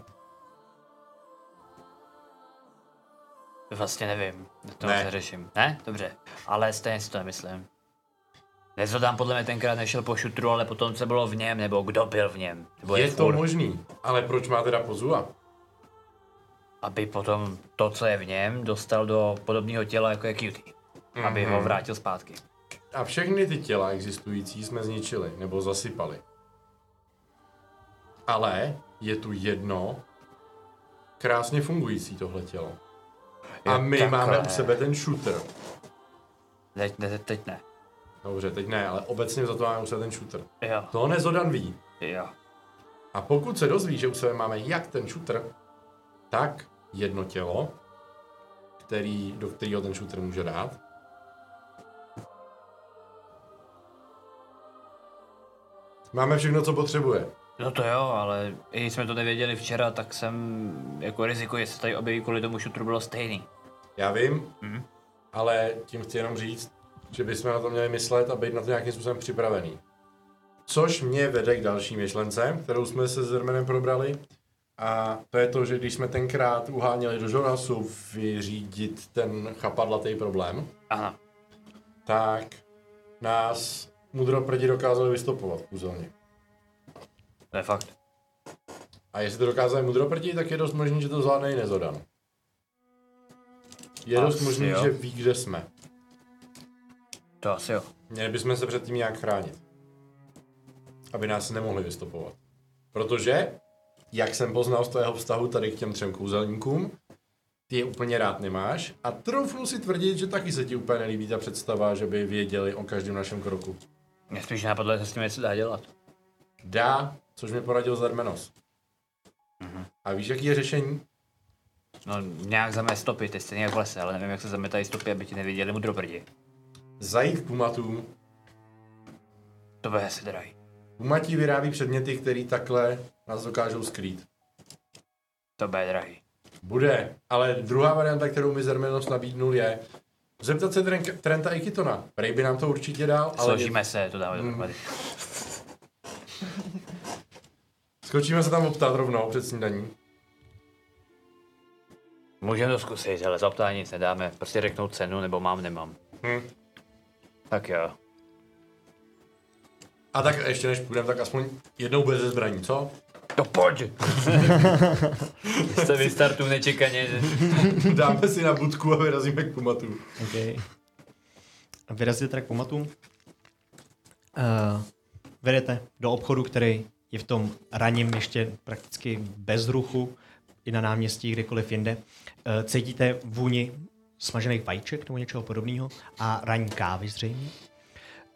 Speaker 6: Vlastně nevím, to
Speaker 3: Ne.
Speaker 6: ne. řeším. Ne? Dobře, ale stejně si to nemyslím. Nezodám podle mě tenkrát nešel po šutru, ale potom co bylo v něm, nebo kdo byl v něm. Nebo
Speaker 3: je to
Speaker 6: furt,
Speaker 3: možný, ale proč má teda pozua?
Speaker 6: Aby potom to, co je v něm, dostal do podobného těla, jako je Cutie. Aby
Speaker 3: Mhm.
Speaker 6: ho vrátil zpátky.
Speaker 3: A všechny ty těla existující jsme zničili nebo zasypali. Ale je tu jedno krásně fungující tohle tělo. A
Speaker 6: Jo,
Speaker 3: my
Speaker 6: takhle.
Speaker 3: máme u sebe ten shooter.
Speaker 6: Teď, ne, teď ne.
Speaker 3: Dobře, teď ne, ale obecně za to máme u sebe ten shooter.
Speaker 6: Jo.
Speaker 3: To Nezodan ví.
Speaker 6: Jo.
Speaker 3: A pokud se dozví, že u sebe máme jak ten shooter, tak jedno tělo, který, do kterého ten shooter může dát. Máme všechno, co potřebuje.
Speaker 6: No to jo, ale i jsme to nevěděli včera, tak jsem jako riziko, jestli se tady objeví kvůli tomu šutru, bylo stejný.
Speaker 3: Já vím,
Speaker 6: Mhm.
Speaker 3: ale tím chci jenom říct, že bychom na to měli myslet a být na to nějakým způsobem připravený. Což mě vede k další myšlence, kterou jsme se s Hermanem probrali. A to je to, že když jsme tenkrát uháněli do Žorasu vyřídit ten chapadlatý problém,
Speaker 6: Ano.
Speaker 3: tak nás mudro prdi dokázali vystopovat kůzelně.
Speaker 6: To je fakt.
Speaker 3: A jestli to dokázali mudro prdi, tak je dost možný, že to zvládne i Nezodan. Je dost
Speaker 6: Asi
Speaker 3: možný,
Speaker 6: jo.
Speaker 3: že ví, kde jsme.
Speaker 6: To asi jo.
Speaker 3: Měli bychom se před tím nějak chránit. Aby nás nemohli vystopovat. Protože, jak jsem poznal z tvého vztahu tady k těm třem kouzelníkům, ty je úplně rád nemáš a troufnu si tvrdit, že taky se ti úplně nelíbí ta představa, že by věděli o každém našem kroku.
Speaker 6: Mě spíš napadlo, jestli s tím něco dá dělat.
Speaker 3: Dá, což mi poradil Zermenos.
Speaker 6: Mhm.
Speaker 3: A víš, jaký je řešení?
Speaker 6: No nějak zamet stopy, ty stejně jak v lese, ale nevím, jak se zametají stopy, aby ti neviděli mudrobrdi.
Speaker 3: Zajít k pumatům.
Speaker 6: To bude asi drahý.
Speaker 3: Pumatí vyrábí předměty, které takhle nás dokážou skrýt.
Speaker 6: To bude drahý.
Speaker 3: Bude, ale druhá varianta, kterou mi Zermenos nabídnul, je zeptat se Tren- Trenta Ikitona. Prej by nám to určitě dal, ale
Speaker 6: Složíme se, to dáme
Speaker 3: Mm.
Speaker 6: dohromady.
Speaker 3: skočíme se tam optat rovnou před snídaní.
Speaker 6: Můžeme to zkusit, ale za ptání nic nedáme. Prostě řeknou cenu, nebo mám, nemám.
Speaker 3: Hm.
Speaker 6: Tak jo.
Speaker 3: A tak ještě než půjdeme, tak aspoň jednou bez zbraní, (laughs) co?
Speaker 6: To pojď! Se vystartu nečekaně.
Speaker 3: Dáme si na budku a vyrazíme k Pumatu.
Speaker 1: Okay. A vyrazíte teda k pomatu. Uh, vedete do obchodu, který je v tom raním ještě prakticky bez ruchu, i na náměstí, kdekoliv jinde. Uh, cítíte vůni smažených vajíček nebo něčeho podobného a ranní kávy zřejmě.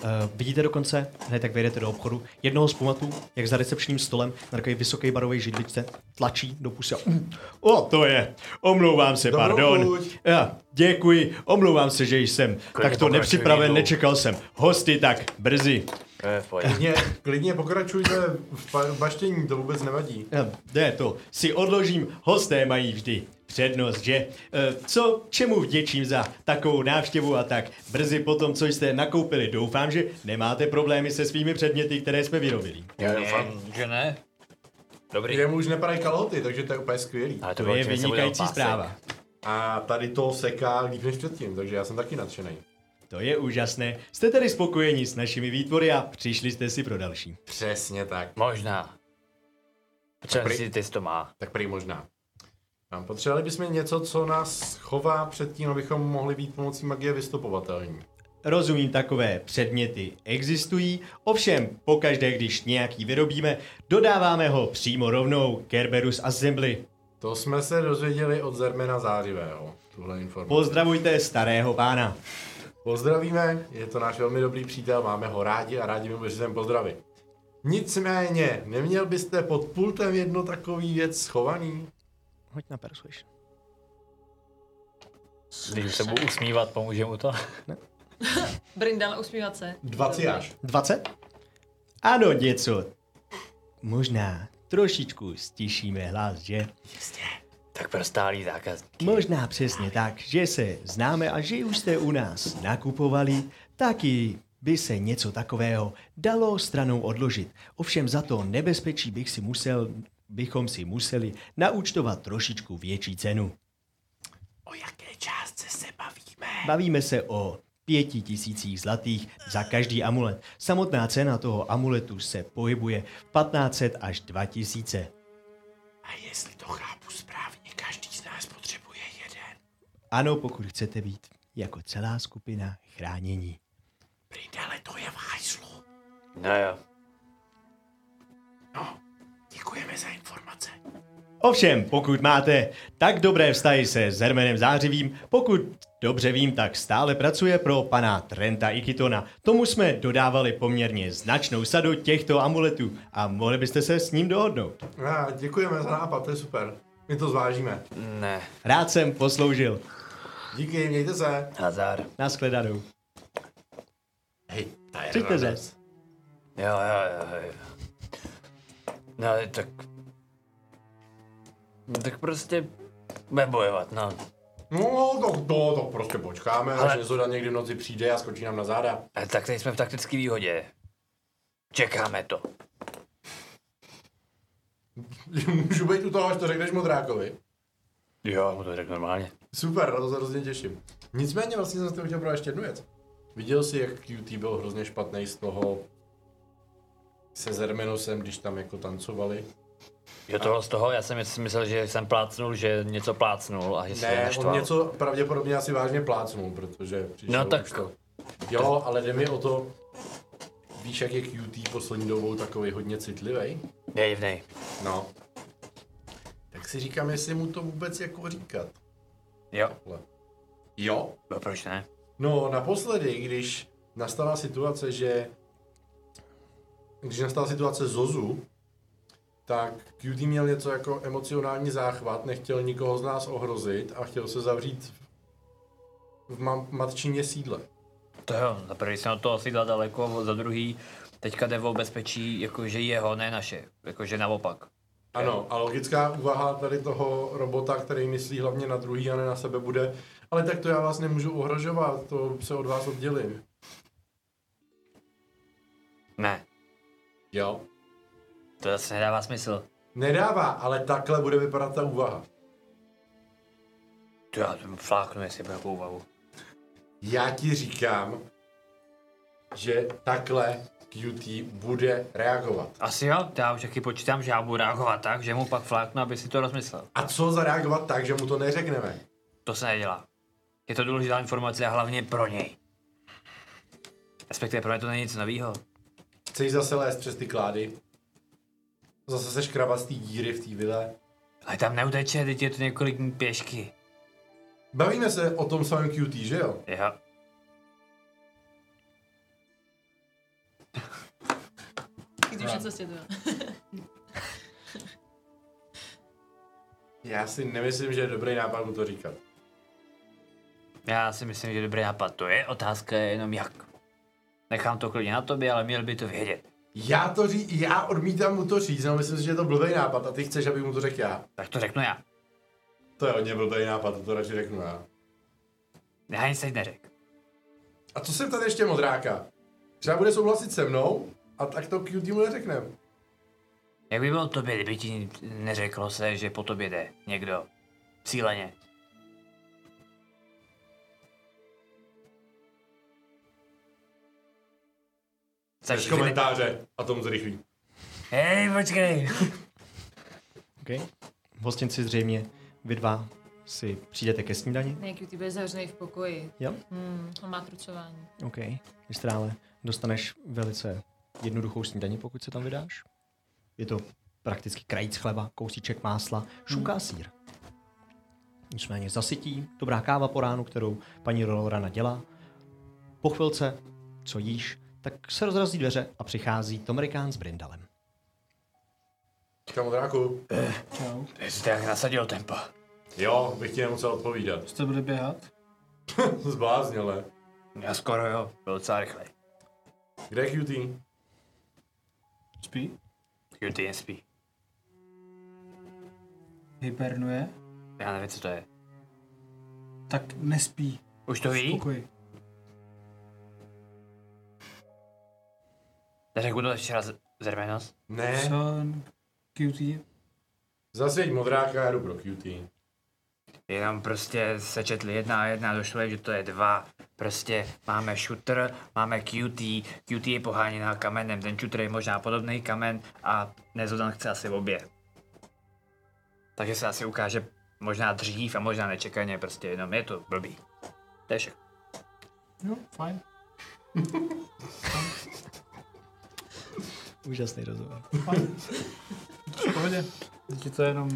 Speaker 1: Uh, vidíte dokonce, hned tak vyjedete do obchodu, jednoho z pomatů, jak za recepčním stolem, na takový vysoký barový židličce, tlačí do pusy a "Mm, O, to je, omlouvám se,
Speaker 16: Dobrou
Speaker 1: pardon.
Speaker 16: chuť.
Speaker 1: Já, děkuji, omlouvám se, že jsem takto
Speaker 3: pokračuj
Speaker 1: nepřipraven,
Speaker 3: jídlou.
Speaker 1: nečekal jsem. Hosty tak brzy.
Speaker 3: Klidně, klidně pokračujte v pa- baštění, to vůbec nevadí.
Speaker 1: Eh, Ne, to si odložím, hosté mají vždy přednost, že? Eh, Co, čemu vděčím za takovou návštěvu a tak brzy po tom, co jste nakoupili. Doufám, že nemáte problémy se svými předměty, které jsme vyrobili.
Speaker 6: Já doufám, že ne. Dobrý.
Speaker 3: Kde mu už nepadají kalhoty, takže to je úplně skvělý.
Speaker 6: Ale to To bylo je tím, že se vynikající udělal pásek. zpráva.
Speaker 3: A tady to seká líp než předtím, takže já jsem taky nadšený.
Speaker 1: To je úžasné. Jste tedy spokojeni s našimi výtvory a přišli jste si pro další.
Speaker 3: Přesně tak.
Speaker 6: Možná. Potřebujeme si ty to má.
Speaker 3: Tak prý možná. Nám potřebovali bychom něco, co nás chová před tím, abychom mohli být pomocí magie vystupovatelní.
Speaker 1: Rozumím, takové předměty existují, ovšem pokaždé, když nějaký vyrobíme, dodáváme ho přímo rovnou Kerberus Assembly.
Speaker 3: To jsme se dozvěděli od Zermena Zářivého, tuhle informaci.
Speaker 1: Pozdravujte starého pána.
Speaker 3: Pozdravíme, je to náš velmi dobrý přítel, máme ho rádi a rádi mu vyřizujeme pozdravy. Nicméně, neměl byste pod pultem jedno takový věc schovaný?
Speaker 8: Hoď na persuasion.
Speaker 6: Když se budu usmívat, pomůže mu to.
Speaker 2: Brindal, usmívat se.
Speaker 1: 20? Ano, něco. Možná trošičku stišíme hlas, že?
Speaker 6: Tak pro stálý zákaz.
Speaker 1: Možná přesně tak, že se známe a že už jste u nás nakupovali, taky by se něco takového dalo stranou odložit. Ovšem za to nebezpečí bych si musel, bychom si museli naučtovat trošičku větší cenu.
Speaker 15: Jaké částce se bavíme?
Speaker 1: Bavíme se o pěti tisících zlatých za každý amulet. Samotná cena toho amuletu se pohybuje v 1500 až 2000.
Speaker 15: A jestli to chápu správně, každý z nás potřebuje jeden.
Speaker 1: Ano, pokud chcete být jako celá skupina chránění.
Speaker 15: Brindale, to je v hajzlu.
Speaker 6: No jo.
Speaker 15: No, děkujeme za informace.
Speaker 1: Ovšem, pokud máte tak dobré vztahy se Zermenem Zářivým, pokud dobře vím, tak stále pracuje pro pana Trenta Ikitona. Tomu jsme dodávali poměrně značnou sadu těchto amuletů a mohli byste se s ním dohodnout.
Speaker 3: A, děkujeme za nápad, to je super. My to zvážíme.
Speaker 6: Ne.
Speaker 1: Rád jsem posloužil.
Speaker 3: Díky, mějte se.
Speaker 6: Hazard.
Speaker 1: Nashledanou.
Speaker 6: Hej, ta
Speaker 1: Přijďte zas.
Speaker 6: Jo, jo, jo, jo. No, ale tak... No, Tak prostě... Budeme bojovat, no.
Speaker 3: No, to, to, to prostě počkáme,
Speaker 6: Ale-
Speaker 3: Ale... až Nezoda někdy v noci přijde a skočí nám na záda. (laughs)
Speaker 6: Ale Eh, tak teď jsme v taktické výhodě. Čekáme to.
Speaker 3: Můžu být u toho, až to řekneš modrákovi.
Speaker 6: Jo, já mu to řekl normálně.
Speaker 3: Super, na to se hrozně těším. Nicméně vlastně jsem s tebou chtěl pro ještě jednu věc. Viděl jsi, jak QT byl hrozně špatný z toho se Zermenosem, když tam jako tancovali?
Speaker 6: Jo, tohle z toho, já jsem si myslel, že jsem plácnul, že něco plácnul a že se
Speaker 3: Ne,
Speaker 6: naštval.
Speaker 3: on něco pravděpodobně asi vážně plácnul, protože přišel
Speaker 6: No tak-
Speaker 3: už to. Jo, ale jde mi o to, víš, jak je QT poslední dobou takový hodně citlivý?
Speaker 6: Je divnej.
Speaker 3: No. Tak si říkám, jestli mu to vůbec jako říkat.
Speaker 6: Jo.
Speaker 3: Jo?
Speaker 6: No proč ne?
Speaker 3: No, naposledy, když nastala situace, že... Když nastala situace Zozu, tak QT měl něco jako emocionální záchvat, nechtěl nikoho z nás ohrozit a chtěl se zavřít v ma- matčině sídle.
Speaker 6: To jo, za prvý jsem od toho sídla daleko, za druhý teďka jde o bezpečí, jakože jeho, ne naše. Jakože naopak.
Speaker 3: Ano, a logická úvaha tady toho robota, který myslí hlavně na druhý a ne na sebe, bude, ale tak to já vás nemůžu ohrožovat, to se od vás oddělím.
Speaker 6: Ne.
Speaker 3: Jo.
Speaker 6: To zase nedává smysl.
Speaker 3: Nedává, ale takhle bude vypadat ta úvaha.
Speaker 6: To já to fláknu, jestli bude jakou úvahu.
Speaker 3: Já ti říkám, že takhle QT bude reagovat.
Speaker 6: Asi jo, já už taky počítám, že já budu reagovat tak, že mu pak fláknu, aby si to rozmyslel.
Speaker 3: A co zareagovat tak, že mu to neřekneme?
Speaker 6: To se nedělá. Je to důležitá informace a hlavně pro něj. Respektive pro mě to není nic novýho.
Speaker 3: Chceš zase lézt přes ty klády? Zase se škrabat z té díry v té vile?
Speaker 6: Ale tam neuteče, teď je to několik dní pěšky.
Speaker 3: Bavíme se o tom samém QT, že jo?
Speaker 6: Jo.
Speaker 14: No.
Speaker 17: Když na cestě to
Speaker 3: Já si nemyslím, že je dobrý nápad mu to říkat.
Speaker 6: Já si myslím, že dobrý nápad to je, otázka je jenom jak. Nechám to klidně na tobě, ale měl by to vědět.
Speaker 3: Já to ří, já odmítám mu to říct, no myslím si, že je to blbý nápad a ty chceš, abych mu to řekl já.
Speaker 6: Tak to řeknu já.
Speaker 3: To je hodně blbý nápad, to, to radši řeknu já.
Speaker 6: Já nic teď neřek.
Speaker 3: A co jsem tady ještě modráka? Třeba bude souhlasit se mnou a tak to QT mu neřeknem.
Speaker 6: Jak by bylo tobě, kdyby ti neřeklo se, že po tobě jde někdo? Cíleně.
Speaker 3: Bez komentáře a tomu zrychlí.
Speaker 6: Hej, počkej.
Speaker 1: Okay. Hostinci zřejmě vy dva si přijdete ke snídani.
Speaker 2: Nějaký ty bude zavřený v pokoji.
Speaker 1: Jo.
Speaker 2: Hmm, on má trucování.
Speaker 1: OK. Mistrále, dostaneš velice jednoduchou snídani, pokud se tam vydáš. Je to prakticky krajíc chleba, kousíček másla, šunka
Speaker 5: Hmm.
Speaker 1: a sír. Nicméně zasytí, dobrá káva po ránu, kterou paní Rolorana dělá. Po chvilce, co jíš, tak se rozrazí dveře a přichází Tomerikán s Brindalem.
Speaker 3: Čau, modráku.
Speaker 5: Čau.
Speaker 6: Ty jsi tak nasadil tempo.
Speaker 3: Jo, bych ti nemusel odpovídat. (laughs)
Speaker 5: Jste byli běhat?
Speaker 3: Zbláznil, ne?
Speaker 6: Já skoro jo, byl docela rychlej.
Speaker 3: Kde je QT?
Speaker 5: Spí?
Speaker 6: QT nespí.
Speaker 5: Hibernuje?
Speaker 6: Já nevím, co to je.
Speaker 5: Tak nespí.
Speaker 6: Už to ví?
Speaker 5: Spokoj.
Speaker 6: Neřekl to ještě raz zervenost?
Speaker 3: Ne.
Speaker 5: Son. QT?
Speaker 3: Zasvěť modráka, já jdu pro QT.
Speaker 6: Jenom prostě sečetli jedna a jedna, došlo je, že to je dva. Prostě máme shooter, máme QT, QT je poháněná kamenem, ten shooter je možná podobný kamen a Nezodan chce asi obě. Takže se asi ukáže možná dřív a možná nečekaně, prostě jenom je to blbý. To je všechno.
Speaker 5: No, fajn.
Speaker 1: Úžasný rozhovor.
Speaker 5: Fajn. V Pohodě. Díky to je jenom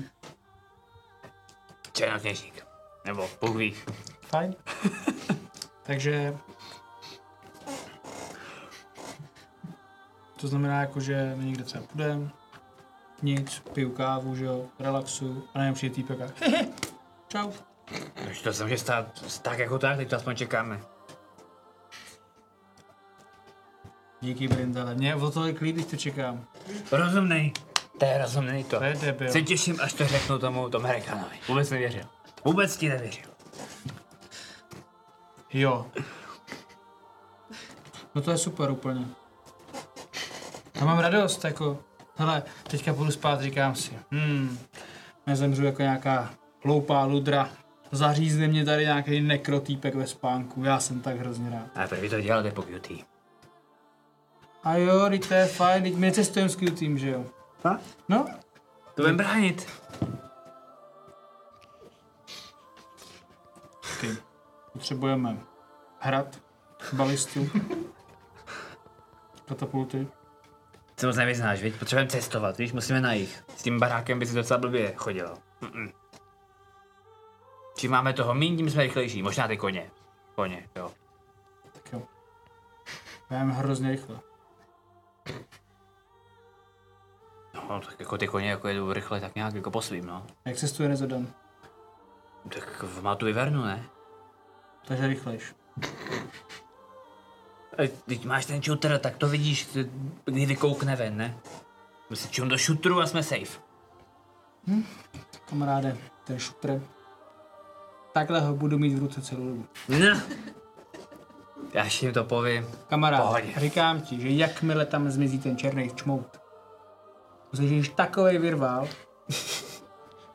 Speaker 6: Černokněžník. Nebo Bůh ví.
Speaker 10: (laughs)
Speaker 5: fajn. Takže... To znamená jako, že my někde třeba půjdeme, nic, piju kávu, že jo, relaxu a nevím, přijde týpek a (laughs) hehe, čau.
Speaker 6: Takže to se může stát tak jako tak, teď to aspoň čekáme.
Speaker 5: Díky Brindale, mě o tolik líp, když to čekám.
Speaker 6: Rozumnej. To je rozumnej to.
Speaker 5: To je debil.
Speaker 6: Se těším, až to řeknu tomu tomu Amerikanovi. Vůbec nevěřil. Vůbec ti nevěřil.
Speaker 5: Jo. No to je super úplně. Já mám radost, jako, hele, teďka půjdu spát, říkám si, hmm, nezemřu jako nějaká hloupá ludra. Zařízne mě tady nějaký nekrotýpek ve spánku, já jsem tak hrozně rád.
Speaker 6: Ale proč vy to děláte po QT?
Speaker 5: A jo, teď to je fajn, teď my necestujeme s tím, že jo?
Speaker 6: A?
Speaker 5: No,
Speaker 6: To budem bránit.
Speaker 5: ty. Potřebujeme hrad, balistu, katapulty.
Speaker 6: Ty moc nevyznáš, viď? Potřebujeme cestovat, víš? Musíme na jich. S tím barákem by si docela blbě chodilo. Mm-mm. Čím máme toho míň, tím jsme rychlejší. Možná ty koně. Koně, jo.
Speaker 5: Tak jo. Já jen hrozně rychle.
Speaker 6: No, tak jako ty koně jako jedou rychle, tak nějak jako po svým, no.
Speaker 5: Jak cestuje nezadan,
Speaker 6: Tak má tu vyvernu, ne?
Speaker 5: takže rychlejš.
Speaker 6: E, Teď máš ten shooter, tak to vidíš, ty- kdy vykoukne ven, ne? My se čum do šutru a jsme safe.
Speaker 5: Kamaráde, ten šutr. Takhle ho budu mít v ruce celou dobu.
Speaker 6: No. Já ještě jim to povím.
Speaker 5: Kamaráde,
Speaker 6: Pohodě.
Speaker 5: říkám ti, že jakmile tam zmizí ten černý čmout, zažiješ takovej virvál, (laughs)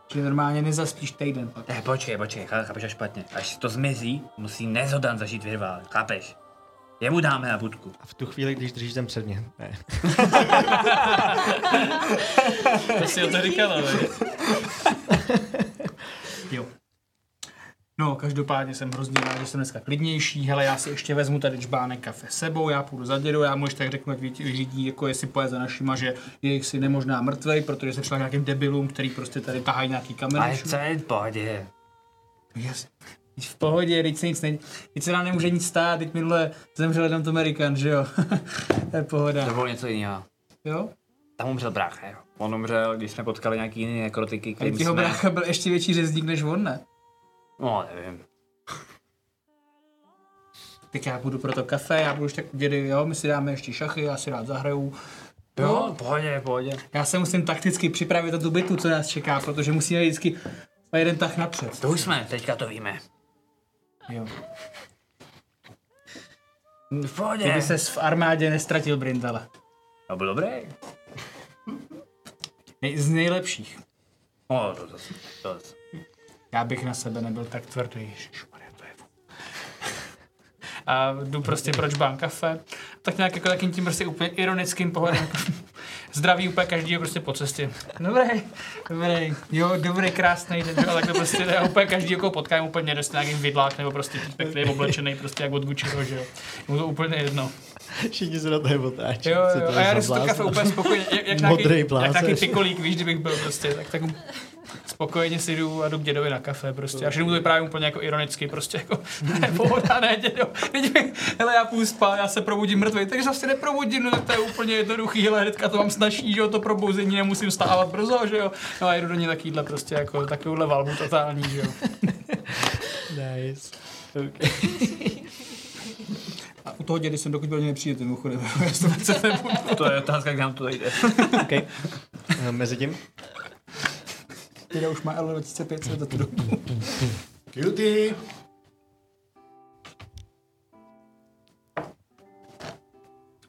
Speaker 5: Že normálně nezaspíš týden pak.
Speaker 6: Ne, Eh, počkej, počkej, chá- chápeš až špatně. Až to zmizí, musí nezodan zažít virvál, chápeš? Jemu dáme na budku.
Speaker 1: A v tu chvíli, když držíš ten předmět. Ne. (laughs)
Speaker 5: To si o to říkala, ne? (laughs) Jo. No, každopádně jsem hrozně rád, že jsem dneska klidnější. Hele, já si ještě vezmu tady čbánek kafe s sebou, já půjdu za dědou, já mu ještě tak řeknu, ať vidí- vidí, jako jestli poje za našima, že je si nemožná mrtvej, protože se šla k nějakým debilům, který prostě tady tahají nějaký kamery.
Speaker 6: Ale co je v pohodě?
Speaker 5: Jasně. Teď v pohodě, teď se nic ne... Teď se nám nemůže nic stát, teď minule zemřel jeden Amerikan, že jo? (laughs) to je pohoda.
Speaker 6: To bylo něco jiného.
Speaker 5: Jo?
Speaker 6: Tam umřel brácha, jo. On umřel, když jsme potkali nějaký jiný nekrotiky,
Speaker 5: Ale
Speaker 6: kterým
Speaker 5: jeho
Speaker 6: jsme...
Speaker 5: brácha byl ještě větší řezník než on, ne?
Speaker 6: No, nevím.
Speaker 5: Tak já budu pro to kafe, já budu už tak dědy, jo, my si dáme ještě šachy, já si rád zahraju.
Speaker 6: Jo, No, pohodě, pohodě.
Speaker 5: Já se musím takticky připravit na tu bitvu, co nás čeká, protože musíme vždycky o jeden tah napřed.
Speaker 6: To už jsme, teďka to víme.
Speaker 5: Jo.
Speaker 6: V pohodě.
Speaker 5: Kdyby ses v armádě nestratil Brindale.
Speaker 6: To byl dobrý.
Speaker 5: Nej- Z nejlepších.
Speaker 6: O, No, to zase, to zase.
Speaker 5: Já bych na sebe nebyl tak tvrdý. Ježišmarja, to je vůbec. (laughs) A jdu prostě proč bán kafe. Tak nějak jako takým tím prostě úplně ironickým (laughs) pohledem. Zdraví úplně každýho prostě po cestě. Dobrý, dobrý. Jo, dobrý, krásný den, jo, ale takhle prostě jde a úplně každý, koho potkám, úplně jde nějaký vidlák nebo prostě týpek, který je oblečený prostě jak od Gucciho, že jo. Mu to úplně jedno.
Speaker 1: Všichni se na to otáčí.
Speaker 5: Jo,
Speaker 1: co
Speaker 5: jo,
Speaker 1: to
Speaker 5: a
Speaker 1: je za
Speaker 5: já jdu si to
Speaker 1: blázen.
Speaker 5: kafe úplně spokojeně, jak, jak
Speaker 1: Modrý
Speaker 5: nějaký, jak
Speaker 1: blázen.
Speaker 5: nějaký pikolík, víš, kdybych byl prostě, tak, tak spokojeně si jdu a jdu k dědovi na kafe prostě. A všechno mu to vyprávím úplně jako ironicky, prostě jako, (laughs) ne, pohoda, ne, dědo, teď mi, hele, já půjdu spát, já se probudím mrtvý, takže zase neprobudím, no tak to je úplně jednoduchý, hele, hnedka to mám snaží, že jo, to probouzení, nemusím stávat brzo, že jo. No a jdu do něj takovýhle prostě, jako takovouhle valbu totální, že jo.
Speaker 1: (laughs) Nice. Okay.
Speaker 5: A u toho dědy jsem dokud byl nepřijde, mimochodem, já jsem se nebudu.
Speaker 6: To je otázka, jak nám to jde.
Speaker 1: okay. Eh, Mezitím.
Speaker 5: Děda už má L 2500 do tu dobu.
Speaker 3: Guilty.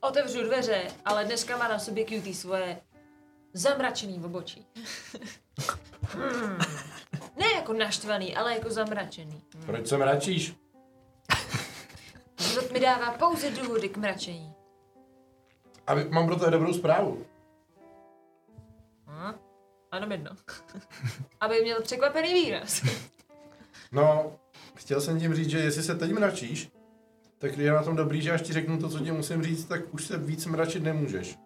Speaker 2: Otevřu dveře, ale dneska má na sobě cutie svoje zamračený obočí. Hmm. ne jako naštvaný, ale jako zamračený.
Speaker 18: Proč se mračíš?
Speaker 2: Život mi dává pouze důvody k mračení.
Speaker 3: A vy- mám pro to dobrou zprávu.
Speaker 2: Hm? Ano, jedno. (laughs) Aby měl překvapený výraz.
Speaker 3: No, chtěl jsem tím říct, že jestli se teď mračíš, tak je na tom dobrý, že až ti řeknu to, co ti musím říct, tak už se víc mračit nemůžeš.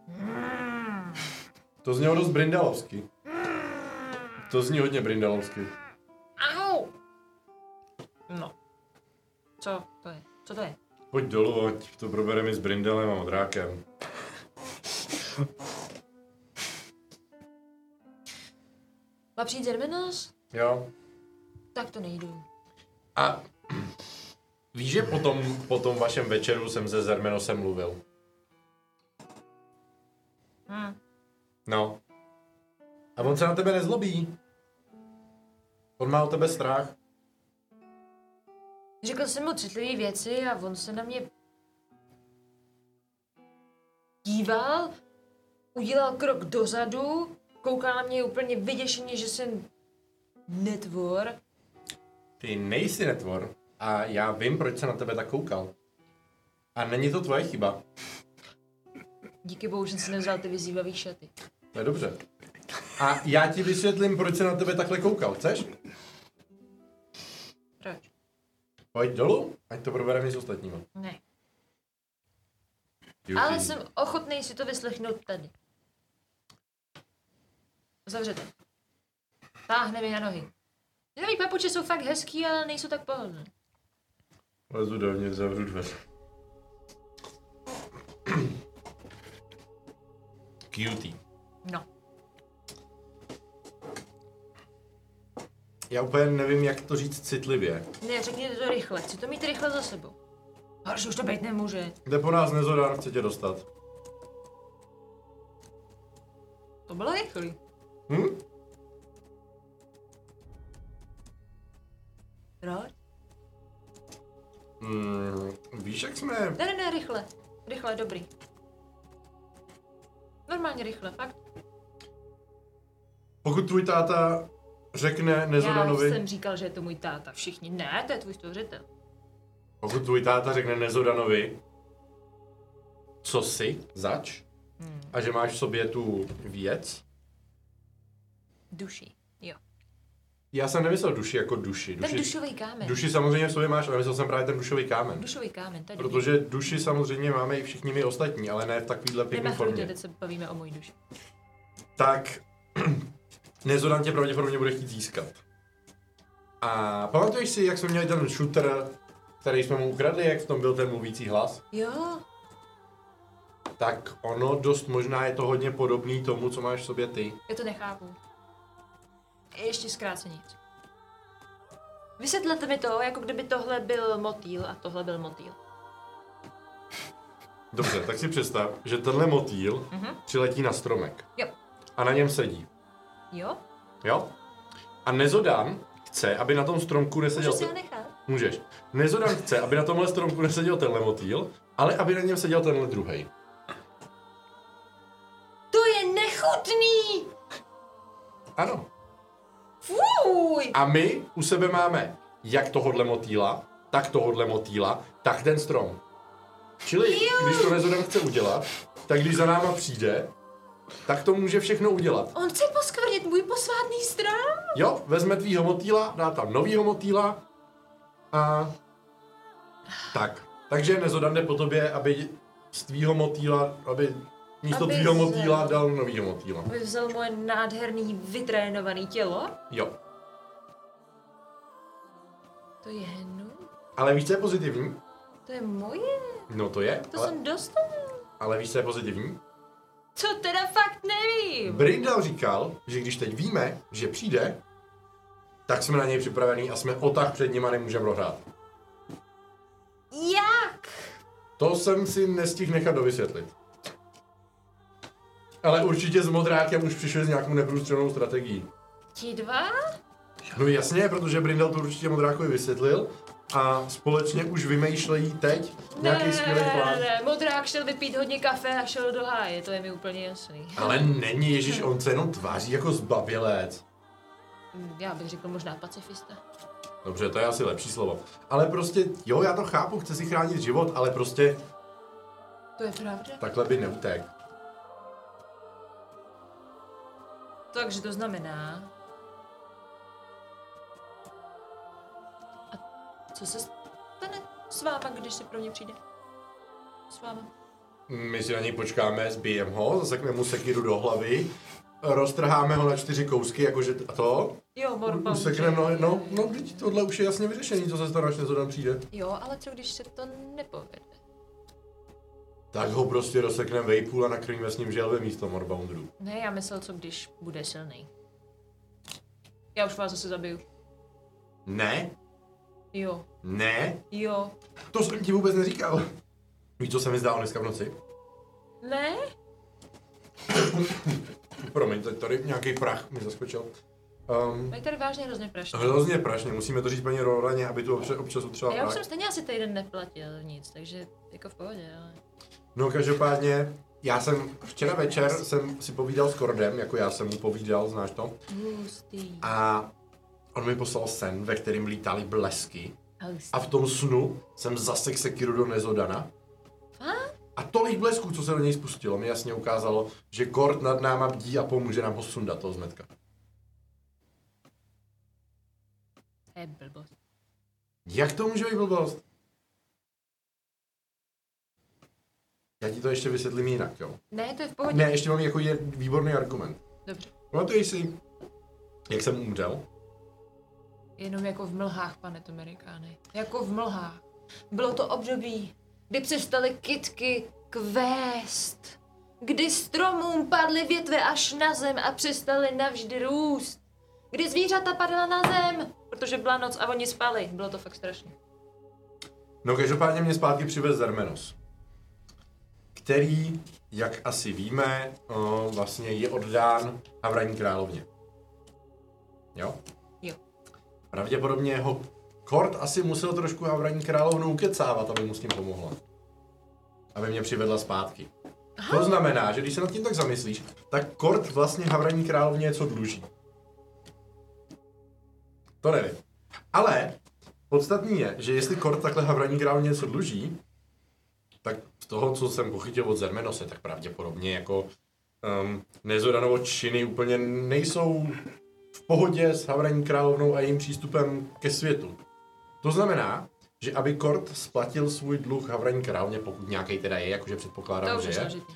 Speaker 3: To znělo dost brindalovsky. To zní hodně brindalovsky.
Speaker 2: (laughs) Au! No. Co to je? Co to je?
Speaker 3: Pojď dolů, ať to probereme s brindelem a modrákem.
Speaker 2: Má přijít Zerminos?
Speaker 3: Jo,
Speaker 2: Tak to nejdu.
Speaker 3: A víš, že po tom, po tom vašem večeru jsem se Zermenosem mluvil?
Speaker 2: Hm.
Speaker 3: No. A on se na tebe nezlobí. On má o tebe strach.
Speaker 2: Řekl jsem mu citlivé věci a on se na mě díval, udělal krok dozadu, koukal na mě úplně vyděšeně, že jsem netvor.
Speaker 3: Ty nejsi netvor. A já vím, proč se na tebe tak koukal. A není to tvoje chyba.
Speaker 2: Díky bohu, že jsem si nevzal ty vyzývavý šaty.
Speaker 3: To je dobře. A já ti vysvětlím, proč se na tebe takhle koukal. Chceš?
Speaker 2: Proč?
Speaker 3: Pojď dolů, ať to probereme s ostatníma.
Speaker 2: Ne.
Speaker 3: Jupi.
Speaker 2: Ale jsem ochotný si to vyslechnout tady. Zavřete. Táhne mi na nohy. Nevím, papuče jsou fakt hezký, ale nejsou tak pohodlné.
Speaker 3: Lezu dovnitř, zavřu dveře. Cutie.
Speaker 2: No.
Speaker 3: Já úplně nevím, jak to říct citlivě.
Speaker 2: Ne, řekněte to rychle. Chci to mít rychle za sebou. Horš už to být nemůže.
Speaker 3: Jde po nás Nezodán, chce tě dostat.
Speaker 2: To bylo rychlý.
Speaker 3: Hm?
Speaker 2: Proč?
Speaker 3: Mm, víš, jak jsme...
Speaker 2: Ne, ne, ne, rychle. Rychle, dobrý. Normálně rychle, fakt.
Speaker 3: Pokud tvůj táta řekne
Speaker 2: Já
Speaker 3: Nezodanovi,
Speaker 2: jsem říkal, že je to můj táta. Všichni, ne, to je tvůj stvořitel.
Speaker 3: pokud tvůj táta řekne Nezodanovi, co jsi zač
Speaker 2: Hmm.
Speaker 3: a že máš v sobě tu věc.
Speaker 2: Duší, jo.
Speaker 3: Já jsem nemyslel duši jako duši.
Speaker 2: Ten dušový kámen.
Speaker 3: Duši samozřejmě v sobě máš, ale myslel jsem právě ten dušový kámen.
Speaker 2: Dušový kámen, tady.
Speaker 3: Protože duši samozřejmě máme i všichni my ostatní, ale ne v takovýhle pěkný
Speaker 2: Nemá chrutě,
Speaker 3: formě.
Speaker 2: teď se bavíme o mojí duši.
Speaker 3: tak (clears throat) Nezodan tě pravděpodobně bude chtít získat. A pamatuješ si, jak jsme měli ten shooter, který jsme mu ukradli, jak v tom byl ten mluvící hlas?
Speaker 2: Jo,
Speaker 3: Tak ono dost možná je to hodně podobný tomu, co máš v sobě ty.
Speaker 2: já to nechápu. Ještě zkráceně. něco. Vysvětlete mi to, jako kdyby tohle byl motýl a tohle byl motýl.
Speaker 3: Dobře, tak si představ, že tenhle motýl
Speaker 2: Mhm.
Speaker 3: přiletí na stromek
Speaker 2: Jo.
Speaker 3: a na něm sedí.
Speaker 2: Jo?
Speaker 3: Jo? A Nezodan chce, aby na tom stromku neseděl...
Speaker 2: Můžu si
Speaker 3: ten-
Speaker 2: ho nechat?
Speaker 3: Můžeš. Nezodan chce, aby na tomhle stromku neseděl tenhle motýl, ale aby na něm seděl tenhle druhý.
Speaker 2: To je nechutný!
Speaker 3: Ano.
Speaker 2: Fuj!
Speaker 3: A my u sebe máme jak tohodle motýla, tak tohodle motýla, tak ten strom. Čili, když to Nezodan chce udělat, tak když za náma přijde, tak to může všechno udělat.
Speaker 2: On chce poskvrnit můj posvátný strom?
Speaker 3: Jo, vezme tvýho motýla, dá tam novýho motýla a tak. Takže Nezodan jde po tobě, aby z tvýho motýla, aby místo
Speaker 2: Aby
Speaker 3: tvýho
Speaker 2: z-
Speaker 3: motýla dal novýho motýla.
Speaker 2: Aby vzal moje nádherný vytrénovaný tělo?
Speaker 3: Jo.
Speaker 2: To je henu?
Speaker 3: Ale víš, co je pozitivní?
Speaker 2: To je moje?
Speaker 3: No to je,
Speaker 2: To
Speaker 3: ale,
Speaker 2: jsem dostal?
Speaker 3: ale víš, co je pozitivní?
Speaker 2: Co teda fakt nevím?
Speaker 3: Brindal říkal, že když teď víme, že přijde, tak jsme na něj připravení a jsme o tak před nima nemůžeme prohrát.
Speaker 2: Jak?
Speaker 3: To jsem si nestihl nechat dovysvětlit. Ale určitě s Modrákem už přišel s nějakou neprůstřelnou strategií.
Speaker 2: Ti dva?
Speaker 3: No jasně, protože Brindal to určitě Modrákovi vysvětlil a společně už vymýšlejí teď nějaký skvělý plán.
Speaker 2: ne, modrák šel vypít hodně kafe a šel do háje, to je mi úplně jasný.
Speaker 3: Ale není, Ježíš, on se jenom tváří jako zbabilec.
Speaker 2: Hm, Já bych řekl možná pacifista.
Speaker 3: Dobře, to je asi lepší slovo. Ale prostě, jo, já to chápu, chce si chránit život, ale prostě
Speaker 2: To je pravda.
Speaker 3: takhle by neutek.
Speaker 2: Takže to znamená... A co se stane s váma, když se pro mě přijde? S váma.
Speaker 3: My si na něj počkáme, zbijeme ho, zasekneme mu sekiru do hlavy, roztrháme ho na čtyři kousky, jakože t- a to.
Speaker 2: Jo, morpa.
Speaker 3: Usekneme, no, no, no, vždyť tohle už je jasně vyřešený, co se stane, až tam přijde.
Speaker 2: Jo, ale co když se to nepovede?
Speaker 3: Tak ho prostě rozsekneme vejpůl a nakrýme s ním želvy místo Morboundru.
Speaker 2: Ne, já myslel, co když bude silný. Já už vás zase zabiju.
Speaker 3: Ne,
Speaker 2: Jo,
Speaker 3: ne,
Speaker 2: jo.
Speaker 3: to jsem ti vůbec neříkal. Víš, co se mi zdálo dneska v noci?
Speaker 2: Ne?
Speaker 3: Promiň, teď tady nějaký prach mi zaskočil. Um,
Speaker 2: Mají tady vážně hrozně prašně.
Speaker 3: hrozně prašně, musíme to říct paní Rolaně, aby tu občas, občas utřela
Speaker 2: A já už
Speaker 3: prach.
Speaker 2: jsem stejně asi týden neplatil nic, takže jako v pohodě, ale...
Speaker 3: No každopádně, já jsem včera večer jsem si povídal s Kordem, jako já jsem mu povídal, znáš to?
Speaker 2: Hustý.
Speaker 3: A on mi poslal sen, ve kterém lítaly blesky.
Speaker 2: Hustý.
Speaker 3: A v tom snu jsem zasek sekiru do Nezodana.
Speaker 2: Fakt?
Speaker 3: A tolik blesků, co se do něj spustilo, mi jasně ukázalo, že Kord nad náma bdí a pomůže nám ho sundat toho zmetka.
Speaker 2: To je blbost.
Speaker 3: Jak to může být blbost? Já ti to ještě vysvětlím jinak, jo?
Speaker 2: Ne, to je v pohodě.
Speaker 3: Ne, ještě mám jako je výborný argument.
Speaker 2: Dobře.
Speaker 3: Pamatuješ si, jak jsem umřel?
Speaker 2: Jenom jako v mlhách, pane Tomerikány. Jako v mlhách. Bylo to období, kdy přestaly kytky kvést. Kdy stromům padly větve až na zem a přestaly navždy růst. Kdy zvířata padla na zem, protože byla noc a oni spali. Bylo to fakt strašné.
Speaker 3: No každopádně mě zpátky přivez Zermenos, který, jak asi víme, o, vlastně je oddán Havraní královně. Jo?
Speaker 2: Jo.
Speaker 3: Pravděpodobně ho Kort asi musel trošku Havraní královnu ukecávat, aby mu s tím pomohla. Aby mě přivedla zpátky. To znamená, že když se nad tím tak zamyslíš, tak Kort vlastně Havraní královně něco dluží. To nevím. Ale podstatní je, že jestli Kort takhle havraní král něco dluží, tak z toho, co jsem pochytil od Zermenose, tak pravděpodobně jako um, Nezoranovo činy úplně nejsou v pohodě s havraní královnou a jejím přístupem ke světu. To znamená, že aby Kort splatil svůj dluh havraní královně, pokud nějaký teda je, jakože předpokládám,
Speaker 2: To už
Speaker 3: že
Speaker 2: je
Speaker 3: je,
Speaker 2: složitý.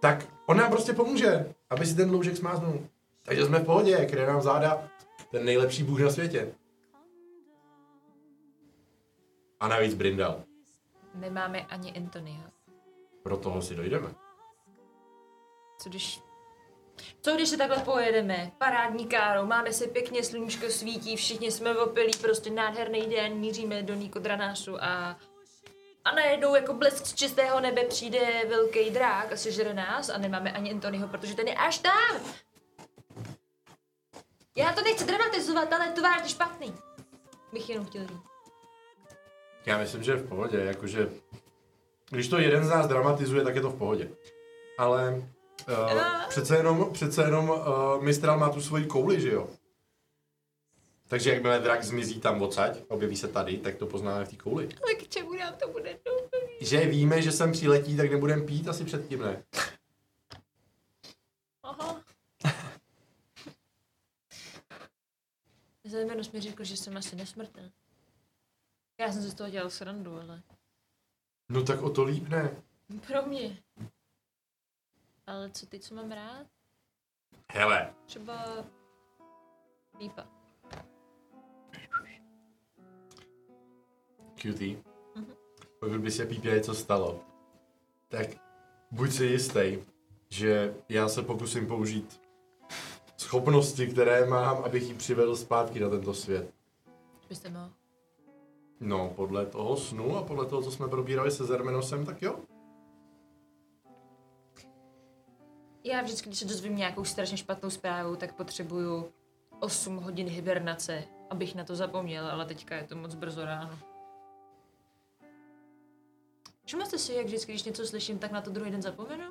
Speaker 3: tak on nám prostě pomůže, aby si ten dloužek smáznul. Takže jsme v pohodě, kde nám záda ten nejlepší bůh na světě. A navíc Brindal.
Speaker 2: Nemáme ani Antonia.
Speaker 3: Pro toho si dojdeme.
Speaker 2: Co když... Co když se takhle pojedeme? Parádní káro, máme se pěkně, sluníčko svítí, všichni jsme opilí, prostě nádherný den, míříme do Nikodranášu a... A najednou jako blesk z čistého nebe přijde velký drák a sežere nás a nemáme ani Anthonyho, protože ten je až tam! Já to nechci dramatizovat, ale to vážně špatný. Bych jenom chtěl říct.
Speaker 3: Já myslím, že je v pohodě, jakože... Když to jeden z nás dramatizuje, tak je to v pohodě. Ale uh, přece jenom, přece jenom uh, Mistral má tu svoji kouli, že jo? Takže jakmile drak zmizí tam odsaď, objeví se tady, tak to poznáme v té kouli.
Speaker 2: Ale k čemu nám to bude?
Speaker 3: Že víme, že sem přiletí, tak nebudem pít asi předtím, ne?
Speaker 2: Aha. Zajmenost mi řekl, že jsem asi nesmrtelný. Já jsem si z toho dělal srandu, ale
Speaker 3: No tak o to líp ne.
Speaker 2: pro mě. Ale co ty, co mám rád?
Speaker 3: Hele,
Speaker 2: Třeba lípa.
Speaker 3: cutie, pokud by se pípě něco stalo, tak buď si jistý, že já se pokusím použít schopnosti, které mám, abych ji přivedl zpátky na tento svět.
Speaker 2: Byste mohl.
Speaker 3: No, podle toho snu a podle toho, co jsme probírali se Zermenosem, tak jo.
Speaker 2: Já vždycky, když se dozvím nějakou strašně špatnou zprávu, tak potřebuju 8 hodin hibernace, abych na to zapomněl, ale teďka je to moc brzo ráno. Všimla jste si, jak vždycky, když něco slyším, tak na to druhý den zapomenu?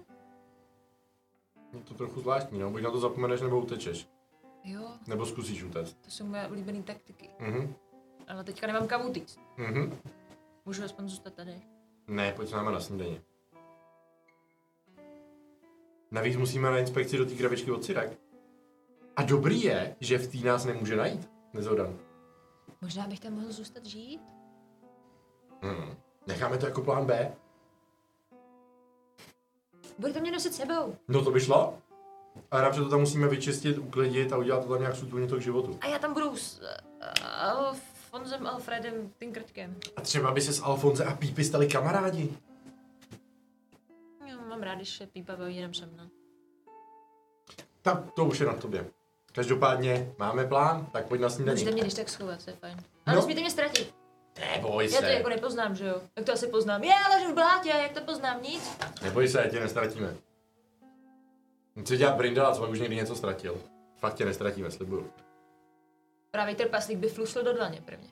Speaker 3: Je to trochu zvláštní, no, buď na to zapomeneš, nebo utečeš.
Speaker 2: Jo,
Speaker 3: Nebo zkusíš utéct.
Speaker 2: to jsou moje oblíbené taktiky.
Speaker 3: Mhm,
Speaker 2: Ale teďka nemám kam utíct.
Speaker 3: mhm.
Speaker 2: Můžu aspoň zůstat tady.
Speaker 3: Ne, pojď s námi na snídaně. Navíc musíme na inspekci do té krabičky od Cirek. A dobrý je, že v té nás nemůže najít. Nezodan.
Speaker 2: Možná bych tam mohl zůstat žít?
Speaker 3: Hmm. Necháme to jako plán B.
Speaker 2: Budete mě nosit sebou.
Speaker 3: No to by šlo. A napřed to tam musíme vyčistit, uklidit a udělat to tam nějak sutulně to k životu.
Speaker 2: A já tam budu s eh, Alfonzem Alfredem Tinkrtkem.
Speaker 3: A třeba by se s Alfonze a Pípy stali kamarádi.
Speaker 2: Jo, mám rád, když se pípa baví jenom se mnou.
Speaker 3: Tak to už je na tobě. Každopádně máme plán, tak pojď na snídaní.
Speaker 2: Můžete mě když tak schovat, to je fajn. Ale
Speaker 3: No.
Speaker 2: nesmíte mě ztratit.
Speaker 3: Neboj
Speaker 2: Já to
Speaker 3: se.
Speaker 2: jako nepoznám, že jo? Jak to asi poznám? Je, ale že v blátě, jak to poznám? Nic.
Speaker 3: Neboj se, tě nestratíme. Co dělá Brindala, co pak už někdy něco ztratil? Fakt tě nestratíme, slibuju.
Speaker 2: Právě trpaslík by flusl do dlaně prvně.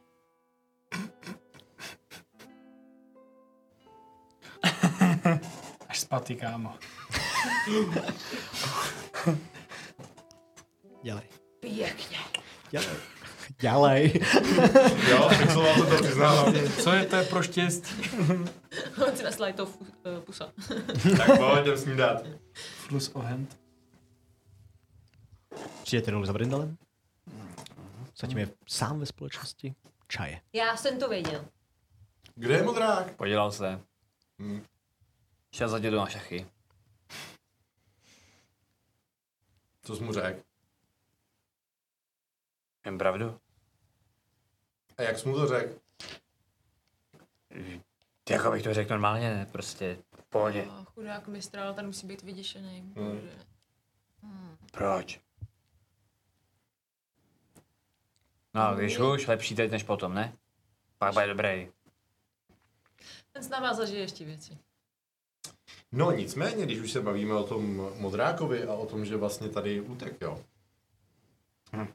Speaker 5: Až spatý, kámo.
Speaker 1: Dělej.
Speaker 2: (laughs) Pěkně.
Speaker 1: Dělej. Dělej.
Speaker 3: Jo, pixeloval to, to přiznávám.
Speaker 5: Co je to je pro štěstí?
Speaker 2: On si naslal to fu- eh, pusa.
Speaker 3: Tak pojď, jdem snídat.
Speaker 5: Plus ohent.
Speaker 1: Přijete dolů za Brindalem? Zatím je sám ve společnosti čaje.
Speaker 2: Já jsem to věděl.
Speaker 3: Kde je modrák?
Speaker 6: Podělal se.
Speaker 3: Hmm.
Speaker 6: Šel za dědu na šachy.
Speaker 3: Co jsi mu řekl?
Speaker 6: Jen pravdu?
Speaker 3: A jak jsi mu to řekl?
Speaker 6: Jako bych to řekl normálně, ne? Prostě v pohodě.
Speaker 2: No,
Speaker 19: A chudák mistrál, ten musí být vyděšený. bože. Hmm.
Speaker 6: Proč? No, když už, lepší teď než potom, ne? Pak bude dobrý.
Speaker 19: Ten s náma zažije ještě věci.
Speaker 3: No nicméně, když už se bavíme o tom modrákovi a o tom, že vlastně tady utek, jo.
Speaker 6: Hm.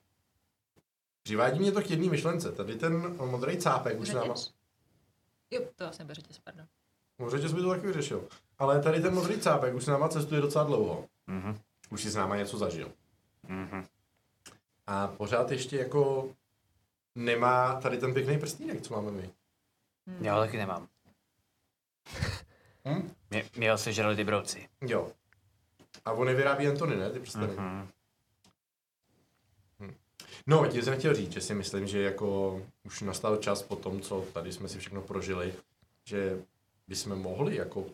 Speaker 3: Přivádí mě to k jedné myšlence. Tady ten modrý cápek už nám...
Speaker 2: Řetěz? Jo, to
Speaker 19: vlastně
Speaker 2: asi nebyl řetěz, pardon.
Speaker 3: Možná, že by to taky vyřešil. Ale tady ten modrý cápek už s náma cestuje docela dlouho.
Speaker 6: Mhm.
Speaker 3: Už si s náma něco zažil.
Speaker 6: Mhm.
Speaker 3: A pořád ještě jako nemá tady ten pěkný prstínek, co máme my.
Speaker 6: Já ho taky nemám.
Speaker 3: Hm?
Speaker 6: Mě, mě ho sežrali ty brouci.
Speaker 3: Jo. A on je vyrábí Antony, ne? Ty prsteny.
Speaker 6: Mhm.
Speaker 3: Hm. No, tím jsem chtěl říct, že si myslím, že jako už nastal čas po tom, co tady jsme si všechno prožili, že bychom mohli jako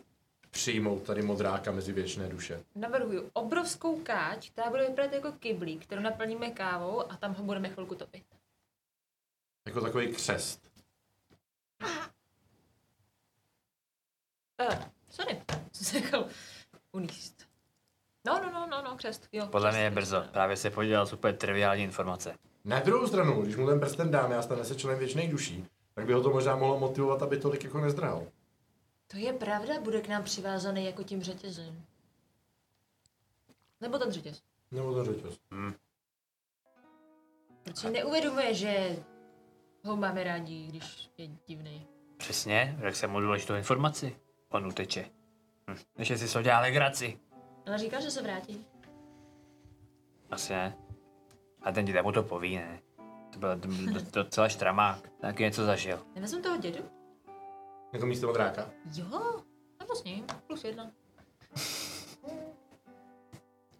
Speaker 3: přijmout tady modráka mezi věčné duše.
Speaker 2: Navrhuju obrovskou káť, která bude vypadat jako kyblík, kterou naplníme kávou a tam ho budeme chvilku topit.
Speaker 3: Jako takový křest.
Speaker 2: Uh, sorry, (laughs) jsem se nechal uníst. No, no, no, no, no, křest, jo.
Speaker 6: Podle mě je brzo. Právě se podělal super triviální informace.
Speaker 3: Na druhou stranu, když mu ten prsten dáme a stane se členem věčnej duší, tak by ho to možná mohlo motivovat, aby tolik jako nezdrhal.
Speaker 2: To je pravda, bude k nám přivázaný jako tím řetězem. Nebo ten řetěz.
Speaker 3: Nebo ten řetěz.
Speaker 6: Hmm.
Speaker 2: Proč si neuvědomuje, že ho máme rádi, když je divný.
Speaker 6: Přesně, řekl jsem mu důležitou informaci. On uteče. Hm. Než si to dělá legraci.
Speaker 2: Ale říká, že se vrátí.
Speaker 6: Asi ne. A ten děda mu to poví, ne? To byl to byl doc- docela štramák. Taky něco zažil.
Speaker 2: Nevezmu toho dědu?
Speaker 3: Jako místo modráka.
Speaker 2: Jo, nebo s ním, plus jedna.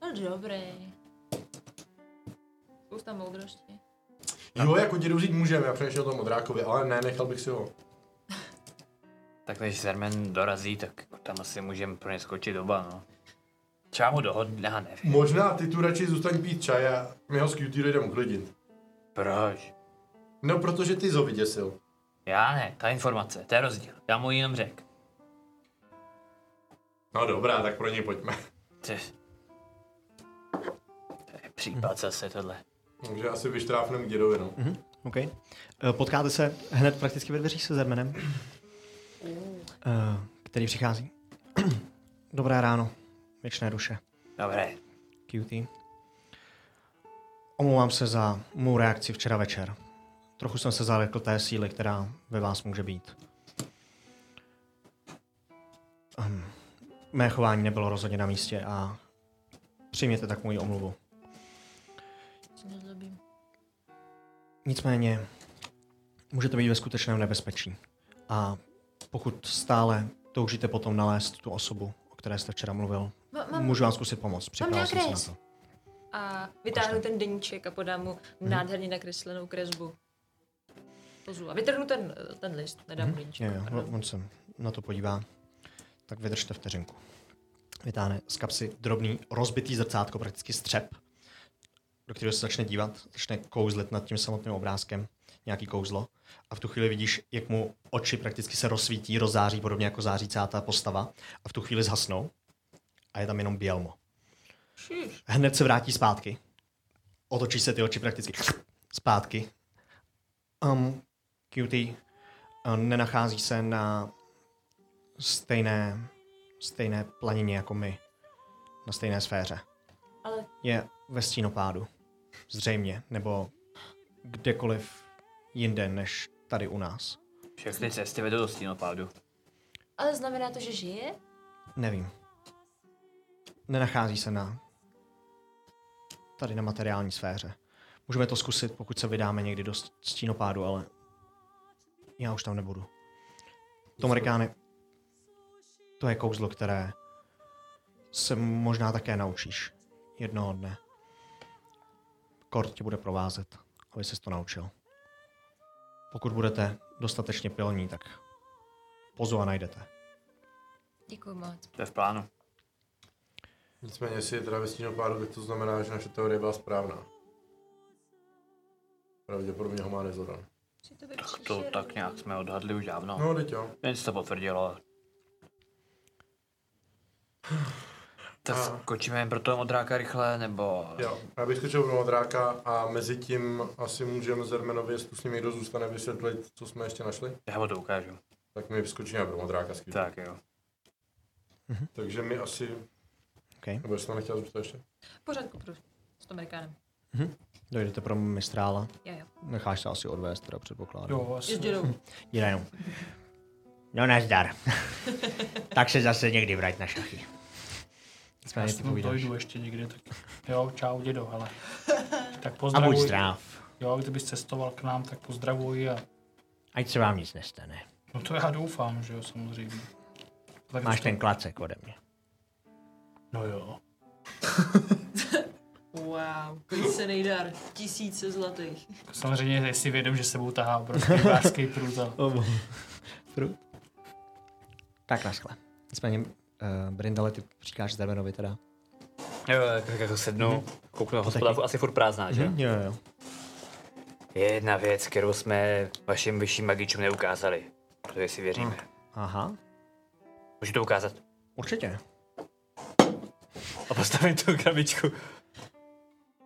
Speaker 2: No dobrý. Spousta moudrosti.
Speaker 3: Jo, jako dědu vzít můžeme, já přinešel to modrákovi, ale ne, nechal bych si ho.
Speaker 6: Tak než Zermen dorazí, tak tam asi můžeme pro ně skočit doba, no. Třeba mu dohodne, já nevím.
Speaker 3: Možná ty tu radši zůstaň pít čaj a my ho s QT jdem uklidit.
Speaker 6: Proč?
Speaker 3: No, protože ty jsi ho vyděsil.
Speaker 6: Já ne, ta informace, to je rozdíl. Já mu ji jenom řek.
Speaker 3: No dobrá, tak pro něj pojďme.
Speaker 6: To je, to je případ zase tohle.
Speaker 3: (laughs) Takže asi vyštráfnem k dědovi, no.
Speaker 1: Mhm. OK. Eh, Potkáte se hned prakticky ve dveřích se Zermenem, eh, který přichází. (clears throat) Dobré ráno, věčné duše.
Speaker 6: Dobré.
Speaker 1: Cutie. Omlouvám se za mou reakci včera večer. Trochu jsem se zalekl té síly, která ve vás může být. Ehm, Mé chování nebylo rozhodně na místě a přijměte tak moji omluvu.
Speaker 2: Se nezlobím.
Speaker 1: Nicméně můžete být ve skutečném nebezpečí. A pokud stále toužíte potom nalézt tu osobu, o které jste včera mluvil,
Speaker 2: Ma- mám-
Speaker 1: můžu vám zkusit pomoct. Připravil jsem se na
Speaker 2: nákres.
Speaker 1: to.
Speaker 2: A vytáhnu ten deníček a podám mu
Speaker 1: Mhm.
Speaker 2: nádherně nakreslenou kresbu. Pozvu. A vytrhnu ten, ten list, nedám mu deníček.
Speaker 1: Mhm. Jo, no, jo, on se na to podívá. Tak vydržte vteřinku. Vytáhne z kapsy drobný, rozbitý zrcátko, prakticky střep, do kterého se začne dívat, začne kouzlet nad tím samotným obrázkem, nějaký kouzlo. A v tu chvíli vidíš, jak mu oči prakticky se rozsvítí, rozáří, podobně jako září celá ta postava. A v tu chvíli zhasnou. A je tam jenom bělmo.
Speaker 2: Šíš.
Speaker 1: Hned se vrátí zpátky. Otočí se ty oči prakticky zpátky. Um, cutie eh, nenachází se na stejné, stejné planině jako my. Na stejné sféře.
Speaker 2: Ale-
Speaker 1: Je ve stínopádu. Zřejmě. Nebo kdekoliv jinde než tady u nás.
Speaker 6: Všechny cesty vedou do stínopádu.
Speaker 2: Ale znamená to, že žije?
Speaker 1: Nevím. Nenachází se na tady na materiální sféře. Můžeme to zkusit, pokud se vydáme někdy do st- stínopádu, ale já už tam nebudu. Tom Rikáne, to je kouzlo, které se možná také naučíš jednoho dne. Kort tě bude provázet, aby ses to naučil. Pokud budete dostatečně pilní, tak pozu a najdete.
Speaker 2: Děkuji moc.
Speaker 6: To je v plánu.
Speaker 3: Nicméně, jestli je teda ve stínopádu, tak to znamená, že naše teorie byla správná. Pravděpodobně ho má Nezoran.
Speaker 6: Tak to tak nějak jsme odhadli už dávno.
Speaker 3: No, teď jo.
Speaker 6: Jen se to potvrdilo. Tak skočíme jen pro toho modráka rychle, nebo...
Speaker 3: Jo, já bych skočil do modráka a mezi tím asi můžeme Zermenovi, jestli s ním někdo zůstane, vysvětlit, co jsme ještě našli.
Speaker 6: Já mu to ukážu.
Speaker 3: Tak my skočíme pro modráka skvěle.
Speaker 6: Tak jo.
Speaker 3: Takže my asi...
Speaker 1: Okay.
Speaker 3: Nebo jestli to nechtěl zůstat ještě?
Speaker 2: V pořádku, prosím. S tom Amerikánem.
Speaker 1: Mhm. Dojdete pro mistrála.
Speaker 2: Jo, jo.
Speaker 1: Necháš se asi odvést, teda předpokládám.
Speaker 2: Jo, asi. I s dědou.
Speaker 1: Děda jenom. No (laughs) nazdar. tak se zase někdy vrať na šachy.
Speaker 5: Já
Speaker 1: Nicméně
Speaker 5: s
Speaker 1: ty
Speaker 5: ním
Speaker 1: povídáš.
Speaker 5: dojdu ještě někdy, tak jo, čau dědo, hele. Tak
Speaker 1: A
Speaker 5: pozdravuj.
Speaker 1: buď zdrav.
Speaker 5: Jo, kdybys cestoval k nám, tak pozdravuji a
Speaker 8: Ať se vám nic nestane.
Speaker 5: no to já doufám, že jo, samozřejmě. Tak
Speaker 8: Máš
Speaker 5: to-
Speaker 8: ten klacek ode mě.
Speaker 5: No jo.
Speaker 2: Wow, krycený dar, tisíce zlatých.
Speaker 5: Samozřejmě, jestli vědom, že sebou tahá obrovský rybářský prut a
Speaker 1: Prut. Tak naschle. Nicméně, uh, Brindale, ty říkáš Zderbenovi teda.
Speaker 4: Jo, jo, tak jako sednu,
Speaker 1: Mhm.
Speaker 4: kouknu na hospodářku, asi furt prázdná, že?
Speaker 1: Mhm, Jo, jo.
Speaker 6: Je jedna věc, kterou jsme vašim vyšším magičům neukázali, protože si věříme.
Speaker 1: Mhm. Aha,
Speaker 6: Můžu to ukázat?
Speaker 1: určitě.
Speaker 6: A postavím tu krabičku.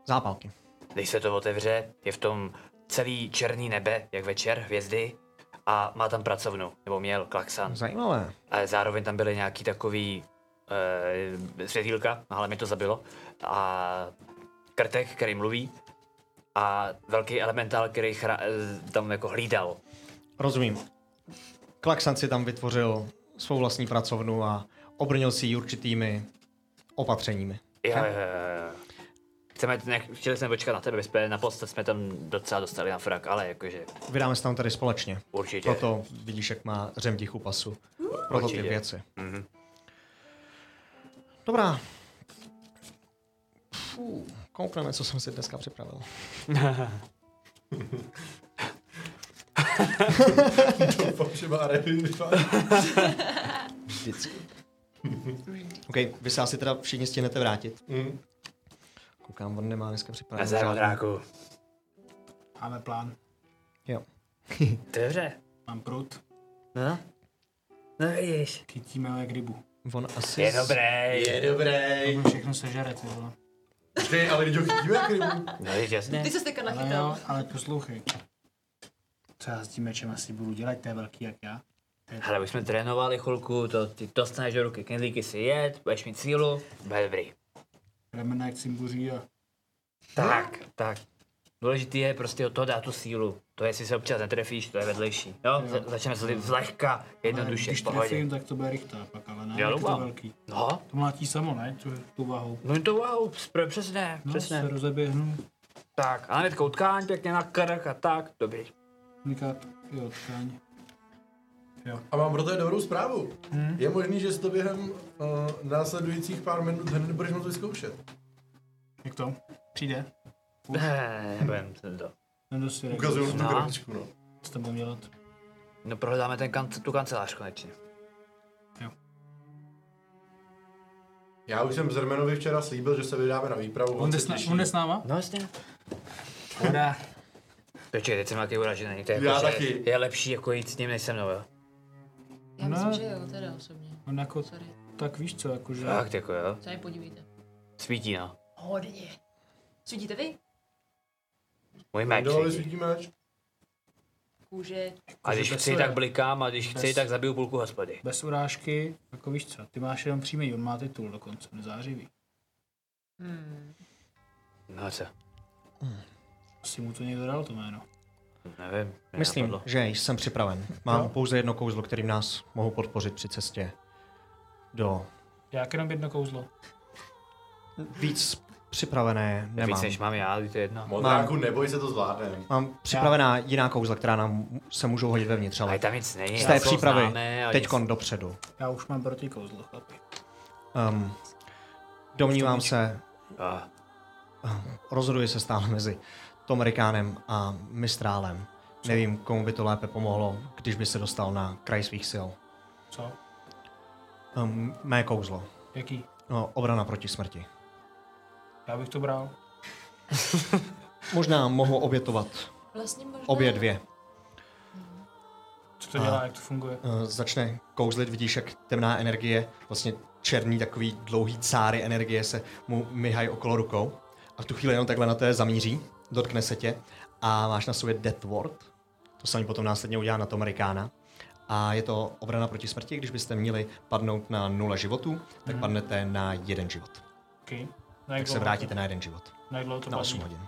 Speaker 1: Zápalky.
Speaker 6: Když se to otevře, je v tom celý černý nebe, jak večer, hvězdy, a má tam pracovnu, nebo měl
Speaker 1: Mhm.
Speaker 6: klaksan.
Speaker 1: Zajímavé.
Speaker 6: Ale zároveň tam byly nějaký takový e, světýlka, ale mě to zabilo. A krtek, který mluví, a velký elementál, který chra- eh, tam jako hlídal.
Speaker 1: Rozumím. Klaksan si tam vytvořil svou vlastní pracovnu a obrnil si ji určitými opatřeními.
Speaker 6: Jo, jo, jo, jo. Chceme, ne, chtěli jsme počkat na tebe, jsme, na post jsme tam docela dostali na frak, ale jakože
Speaker 1: Vydáme se tam tady společně.
Speaker 6: Určitě.
Speaker 1: Proto vidíš, jak má řem tichu pasu. Proto ty
Speaker 6: Hmm. Určitě.
Speaker 1: věci.
Speaker 6: Mhm.
Speaker 1: Dobrá. Fů, koukneme, co jsem si dneska připravil.
Speaker 3: Doufám, že má reviva.
Speaker 1: Vždycky. OK, vy se asi teda všichni stihnete vrátit.
Speaker 3: Mm.
Speaker 1: Koukám, on nemá dneska připravený.
Speaker 6: Nazdar,
Speaker 1: žádný.
Speaker 6: modráku.
Speaker 5: máme plán.
Speaker 1: Jo.
Speaker 6: Dobře.
Speaker 5: Mám prut.
Speaker 6: No? No vidíš.
Speaker 5: Chytíme ho jak rybu.
Speaker 1: On asi...
Speaker 6: Je dobrý. Je dobrý.
Speaker 5: On všechno sežere, ty vole.
Speaker 3: Ty, ale lidi ho chytíme jak rybu.
Speaker 6: No, jasně.
Speaker 2: Ty se teďka
Speaker 5: Ale
Speaker 2: nachytal.
Speaker 5: jo, ale poslouchej. Co já s tím mečem asi budu dělat, to je velký jak já.
Speaker 6: Hele, už jsme trénovali chvilku, to ty dostaneš do ruky knedlíky si jet, budeš mít sílu, bude dobrý.
Speaker 5: Ramena jak cimbuří a...
Speaker 6: Tak,
Speaker 5: No.
Speaker 6: tak. Důležitý je prostě to dát tu sílu. To jestli se občas netrefíš, to je vedlejší. Jo,
Speaker 5: Jo.
Speaker 6: jo. začneme se zlehka, jednoduše,
Speaker 5: Když
Speaker 6: v pohodě.
Speaker 5: trefím, tak to bude rychtá pak, ale ne,
Speaker 6: Já
Speaker 5: jak je to
Speaker 6: doufám.
Speaker 5: velký.
Speaker 6: No,
Speaker 5: To mlátí samo, ne? Tu, tu váhou.
Speaker 6: no je to wow, pr- přesně,
Speaker 5: No,
Speaker 6: přesně.
Speaker 5: se rozeběhnu.
Speaker 6: Tak, a hnedka utkáň pěkně na krk a tak, dobrý.
Speaker 5: Niká, jo, tkáň.
Speaker 3: A mám pro tebe dobrou zprávu.
Speaker 6: Hmm?
Speaker 3: Je možný, že si to během uh, následujících pár minut hned budeš moct vyzkoušet.
Speaker 5: Jak to? Přijde?
Speaker 6: Ne, nebudem to.
Speaker 5: Nedosvěrek.
Speaker 3: Ukazuju tu
Speaker 6: No.
Speaker 3: krabičku, no.
Speaker 5: Co to budeme dělat?
Speaker 6: No prohledáme ten kan- tu kancelář konečně.
Speaker 3: Já už jsem Zermenovi včera slíbil, že se vydáme na výpravu.
Speaker 5: On jde,
Speaker 3: se
Speaker 5: s, na,
Speaker 3: těší.
Speaker 5: on jde s náma?
Speaker 6: No jasně.
Speaker 5: Voda.
Speaker 6: Počkej, teď jsem nějaký uražený. To je
Speaker 3: Já
Speaker 6: jako, že
Speaker 3: taky.
Speaker 6: Je lepší jako jít s ním než se mnou, jo?
Speaker 2: Já
Speaker 5: Ne.
Speaker 2: myslím,
Speaker 1: No.
Speaker 2: že jo, teda osobně.
Speaker 5: On jako,
Speaker 2: Sorry,
Speaker 5: tak víš co, jakože...
Speaker 6: Fakt jako jo.
Speaker 2: se mi podívejte.
Speaker 6: Svítí no.
Speaker 2: Hodně. Svítíte vy?
Speaker 6: Můj meč.
Speaker 3: Dole
Speaker 6: svítí.
Speaker 3: svítí meč.
Speaker 2: Kůže.
Speaker 6: A když
Speaker 5: bez
Speaker 6: chci,
Speaker 5: sebe.
Speaker 6: tak blikám a když chci,
Speaker 5: Bez-
Speaker 6: tak zabiju půlku hospody.
Speaker 5: Bez urážky, jako víš co, ty máš jenom příjmení, on má titul dokonce, on je zářivý.
Speaker 2: Hmm.
Speaker 6: No co?
Speaker 5: Asi mu to někdo dal to jméno.
Speaker 6: Nevím. mě
Speaker 1: Myslím,
Speaker 6: napadlo.
Speaker 1: že jsem připraven. Mám pouze jedno kouzlo, kterým nás mohou podpořit při cestě do
Speaker 5: Já jenom jedno kouzlo.
Speaker 1: víc připravené
Speaker 6: Nemám. Víc
Speaker 1: nemám.
Speaker 6: než mám já, ale to je jedno.
Speaker 3: Modráku, neboj se to zvládnem.
Speaker 1: Mám připravená jiná kouzla, která nám se můžou hodit vevnitř, ale
Speaker 6: Ale tam nic není.
Speaker 1: z
Speaker 6: já
Speaker 1: té
Speaker 6: jsou
Speaker 1: přípravy
Speaker 6: známé a
Speaker 1: teďkon
Speaker 6: nic-
Speaker 1: dopředu.
Speaker 5: Já už mám proti kouzlo, chlapi.
Speaker 1: Um, domnívám se, ehm,
Speaker 6: A,
Speaker 1: rozhoduje se stále mezi Tom Rikánem a Mistrálem. Nevím, komu by to lépe pomohlo, když by se dostal na kraj svých sil.
Speaker 5: Co?
Speaker 1: Um, mé kouzlo.
Speaker 5: Jaký?
Speaker 1: No, obrana proti smrti.
Speaker 5: Já bych to bral.
Speaker 1: Možná mohu obětovat
Speaker 2: Vlastně možná...
Speaker 1: obě dvě.
Speaker 5: Co to dělá, jak to funguje?
Speaker 1: Eh, začne kouzlit, vidíš, jak temná energie, vlastně černý takový dlouhý cáry energie se mu myhají okolo rukou a v tu chvíli jenom takhle na té zamíří, dotkne se tě a máš na sobě Death Ward. To samý potom následně udělá na tom Rikána. A je to obrana proti smrti, když byste měli padnout na nula životů, tak
Speaker 5: Mhm. Jako
Speaker 1: padnete na jeden život.
Speaker 5: Okay. Na jak
Speaker 1: Tak se
Speaker 5: dlouho
Speaker 1: vrátíte
Speaker 5: to-
Speaker 1: na jeden život,
Speaker 5: Na jak dlouho to
Speaker 1: na
Speaker 5: platí?
Speaker 1: 8 hodin.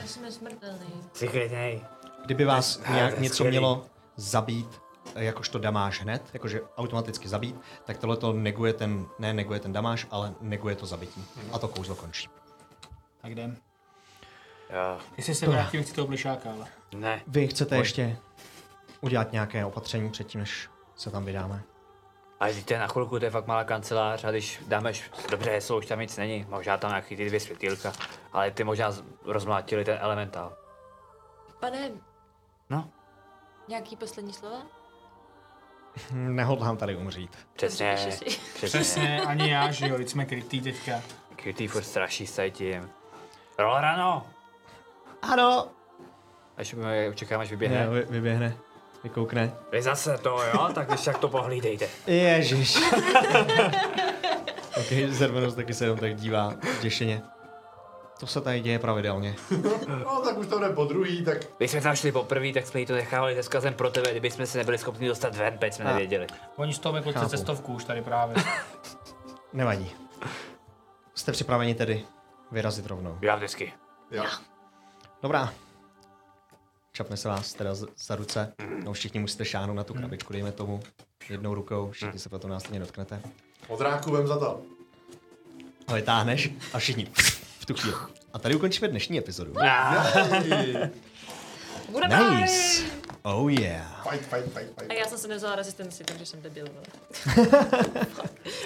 Speaker 2: Já jsem nesmrtelný.
Speaker 6: Jsi chytnej.
Speaker 1: Kdyby vás
Speaker 6: Ah,
Speaker 1: nějak
Speaker 6: to je
Speaker 1: něco
Speaker 6: skvělý.
Speaker 1: mělo zabít, eh, jakožto damáš hned, jakože automaticky zabít, tak tohle to neguje ten, ne neguje ten damáš, ale neguje to zabití. A to kouzlo končí.
Speaker 5: Tak jdem.
Speaker 6: Já.
Speaker 10: Jestli se vrátím, chci toho plišáka, ale...
Speaker 6: Ne.
Speaker 1: Vy chcete
Speaker 6: Pojď.
Speaker 1: ještě udělat nějaké opatření předtím, než se tam vydáme?
Speaker 6: Ale teď to je na chvilku, to je fakt malá kancelář a když dáme, š- dobře heslo, už tam nic není, možná tam nějaký ty dvě světýlka, ale ty možná z- rozmlátili ten elementál.
Speaker 14: Pane.
Speaker 6: No.
Speaker 14: Nějaký poslední slova?
Speaker 1: Hm, Nehodlám tady umřít.
Speaker 6: Přesně,
Speaker 14: Dobře, píšeš si.
Speaker 6: přesně.
Speaker 10: Přesně, ani já, že jo, teď jsme krytý teďka.
Speaker 6: Krytý furt straší se tím. Rol rano!
Speaker 1: Ano.
Speaker 6: Až my čekáme, až
Speaker 1: Ne,
Speaker 6: vyběhne.
Speaker 1: vy, vyběhne, vykoukne.
Speaker 6: Vy zase to, jo? Tak když tak to pohlídejte.
Speaker 1: Ježiš. (laughs) ok, Zervenost taky se jenom tak dívá děšeně. To se tady děje pravidelně.
Speaker 3: No, tak už to jde po druhý, tak...
Speaker 6: Když jsme tam šli poprvé, tak jsme jí to nechávali se skazem pro tebe, kdyby jsme se nebyli schopni dostat ven, teď jsme
Speaker 1: A.
Speaker 6: nevěděli.
Speaker 10: Oni z toho vykluci
Speaker 1: Chápu.
Speaker 10: cestovku už
Speaker 1: (laughs)
Speaker 10: tady právě.
Speaker 1: Nevadí. Jste připraveni tedy vyrazit rovnou?
Speaker 6: Já vždycky.
Speaker 3: Jo.
Speaker 1: Dobrá. Čapne se vás teda z- za ruce. No všichni musíte šáhnout na tu krabičku, dejme tomu. Jednou rukou, všichni se potom následně dotknete.
Speaker 3: Modráku vem za to.
Speaker 1: A vytáhneš a všichni v tu chvíli. A tady ukončíme dnešní epizodu.
Speaker 2: (laughs) Bude
Speaker 1: nice! Oh yeah!
Speaker 3: Fight, fight, fight, fight.
Speaker 2: A já jsem se nevzala rezistenci, takže jsem debil.
Speaker 1: (laughs)
Speaker 2: vole.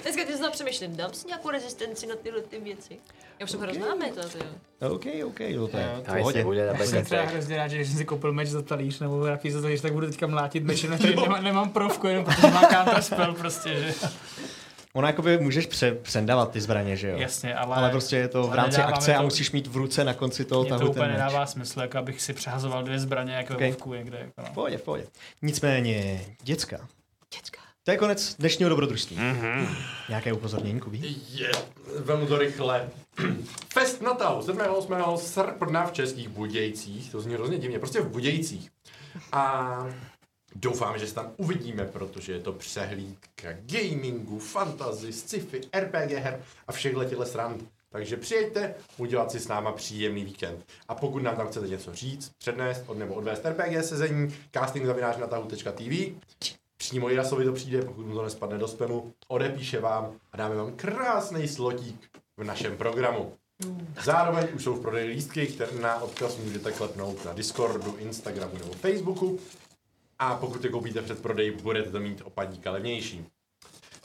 Speaker 2: Dneska ty znovu přemýšlím, dám si nějakou rezistenci na tyhle ty věci. Já už jsem okay. hrozná méta, to jo.
Speaker 1: OK, OK, jo, to je
Speaker 10: Jo,
Speaker 1: v
Speaker 10: to
Speaker 1: pohodě.
Speaker 6: bude na
Speaker 10: Já jsem třeba hrozně rád, že jsem si koupil meč za talíř, nebo jaký za talíř, tak budu teďka mlátit mečem, protože nemám, nemám provku, jenom protože mám counter spell prostě, že?
Speaker 1: Ono jakoby můžeš pře- přendávat ty zbraně, že jo?
Speaker 10: Jasně, ale-
Speaker 1: Ale prostě je to v
Speaker 10: ale
Speaker 1: rámci
Speaker 10: nedáváme
Speaker 1: akce a
Speaker 10: to-
Speaker 1: musíš mít v ruce na konci toho
Speaker 10: Mě
Speaker 1: tahu
Speaker 10: to úplně
Speaker 1: ten meč.
Speaker 10: nedává smysl, jako abych si přehazoval dvě zbraně jako
Speaker 1: Okej.
Speaker 10: okay. vovku někde. Jako
Speaker 1: V
Speaker 10: no.
Speaker 1: pohodě, v pohodě. Nicméně, děcka. Děcka. To je konec dnešního dobrodružství.
Speaker 10: Mhm.
Speaker 1: Mm-hmm. Nějaké upozornění, Kubí?
Speaker 3: Je, vemu to rychle. (clears throat) Fest Natal 7. 8. srpna v Českých Budějcích, to zní hrozně divně, prostě v Budějcích. A doufám, že se tam uvidíme, protože je to přehlídka gamingu, fantasy, sci-fi, RPG her a všech těchto srand. Takže přijďte udělat si s náma příjemný víkend. A pokud nám tam chcete něco říct, přednést od nebo odvést RPG sezení, castingzavináčnatahu.tv, Přímo Jirasovi to přijde, pokud mu to nespadne do spamu, odepíše vám a dáme vám krásný slotík v našem programu. Zároveň už jsou v prodeji lístky, které na odkaz můžete klepnout na Discordu, Instagramu nebo Facebooku. A pokud je koupíte před prodej, budete to mít o padíka levnější.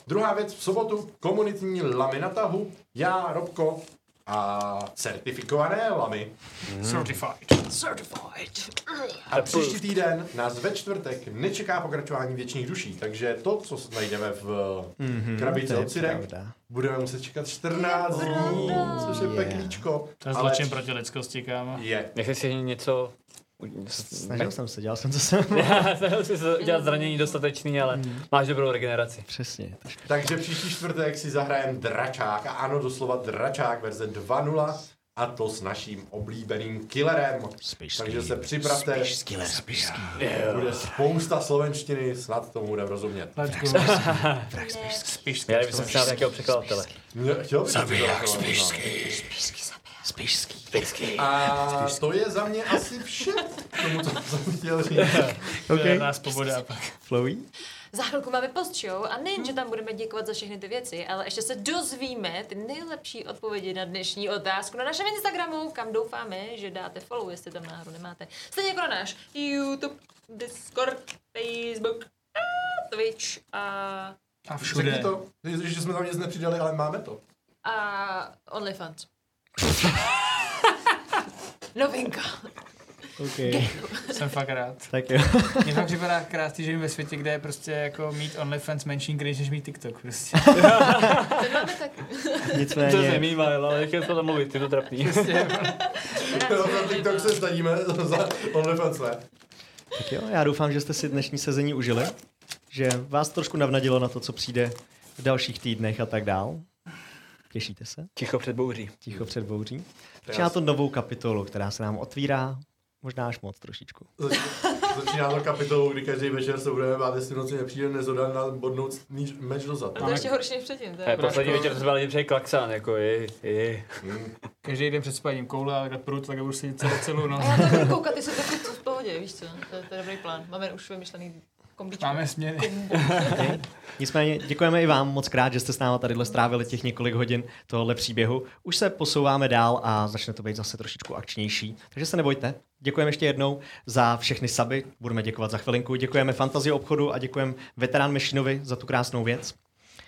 Speaker 3: Druhá věc, v sobotu komunitní lamy na tahu, já, Robko a certifikované lamy.
Speaker 1: Hmm.
Speaker 10: Certified.
Speaker 2: Certified.
Speaker 3: A příští týden nás ve čtvrtek nečeká pokračování věčných duší, takže to, co najdeme v
Speaker 1: Mhm,
Speaker 3: mm-hmm, krabici
Speaker 1: to je
Speaker 3: od Cirek,
Speaker 1: pravda.
Speaker 3: budeme muset čekat 14 dní, což je peklíčko.
Speaker 10: To je zločin proti lidskosti, kámo.
Speaker 3: Je.
Speaker 6: Nechci si (laughs) něco...
Speaker 1: Snažil jsem se, dělal jsem, co jsem.
Speaker 6: Já jsem si udělat zranění dostatečný, ale máš dobrou regeneraci.
Speaker 1: (laughs) Přesně.
Speaker 3: Takže příští čtvrtek si zahrajeme dračák, a ano, doslova dračák verze 2.0, a to s naším oblíbeným killerem. Takže se připravte.
Speaker 1: Skiller, spišský.
Speaker 3: Bude spousta slovenštiny, snad tomu budeme rozumět.
Speaker 10: Spišský.
Speaker 6: Měli bychom se dát nějakého překladatele.
Speaker 3: Mě- chtěl bych no.
Speaker 15: Zabiják
Speaker 3: to takhle,
Speaker 15: spišský.
Speaker 1: Spišský.
Speaker 6: Spišský.
Speaker 3: A to je za mě asi vše k tomu, co jsem chtěl říct.
Speaker 1: Okay.
Speaker 10: Nás poboda pak.
Speaker 1: Flowy?
Speaker 2: Za chvilku máme post show a nejen, že tam budeme děkovat za všechny ty věci, ale ještě se dozvíme ty nejlepší odpovědi na dnešní otázku na našem Instagramu, kam doufáme, že dáte follow, jestli tam náhodou nemáte. Stejně jako na náš YouTube, Discord, Facebook, a Twitch a,
Speaker 10: A
Speaker 3: Řekni
Speaker 10: všude.
Speaker 3: to, že jsme tam nic nepřidali, ale máme to.
Speaker 2: a OnlyFans. (laughs) Novinka.
Speaker 10: (laughs)
Speaker 1: OK.
Speaker 10: Jsem fakt rád.
Speaker 1: Tak jo.
Speaker 10: Mně fakt připadá krásný, že žijeme ve světě, kde je prostě jako mít OnlyFans menší cringe, než mít TikTok prostě.
Speaker 2: Ten máme tak.
Speaker 6: To
Speaker 1: Nicméně,
Speaker 6: se mýval, ale nechci to tam mluvit, je to trapný.
Speaker 3: Jo, na TikTok se staníme za OnlyFans, ne?
Speaker 1: tak jo, já doufám, že jste si dnešní sezení užili, že vás trošku navnadilo na to, co přijde v dalších týdnech a tak dál. Těšíte se?
Speaker 6: Ticho před bouří.
Speaker 1: Ticho před bouří. Začíná to novou kapitolu, která se nám otvírá, možná až moc trošičku.
Speaker 3: Zač- Začíná to kapitolou, kdy každý večer se budeme bát, jestli v noci nepřijde nezodan na bodnout níž- meč do zad.
Speaker 2: A to je ještě horší než předtím. To
Speaker 4: Eh,
Speaker 6: Ne,
Speaker 2: je
Speaker 6: poslední večer jsme byli přeji klaxán, jako je, je.
Speaker 10: Každý den před spáním koule a takhle prut, tak budu sedět celou- celou noc.
Speaker 2: A já to budu koukat, jestli to v pohodě, víš co? To, je- to je dobrý plán. Máme už vymyšlený kombičku.
Speaker 10: Máme směny.
Speaker 1: Okay. Nicméně děkujeme i vám moc krát, že jste s náma tadyhle strávili těch několik hodin tohohle příběhu. Už se posouváme dál a začne to být zase trošičku akčnější. Takže se nebojte. Děkujeme ještě jednou za všechny saby. Budeme děkovat za chvilinku. Děkujeme Fantazie obchodu a děkujeme Veterán Mešinovi za tu krásnou věc,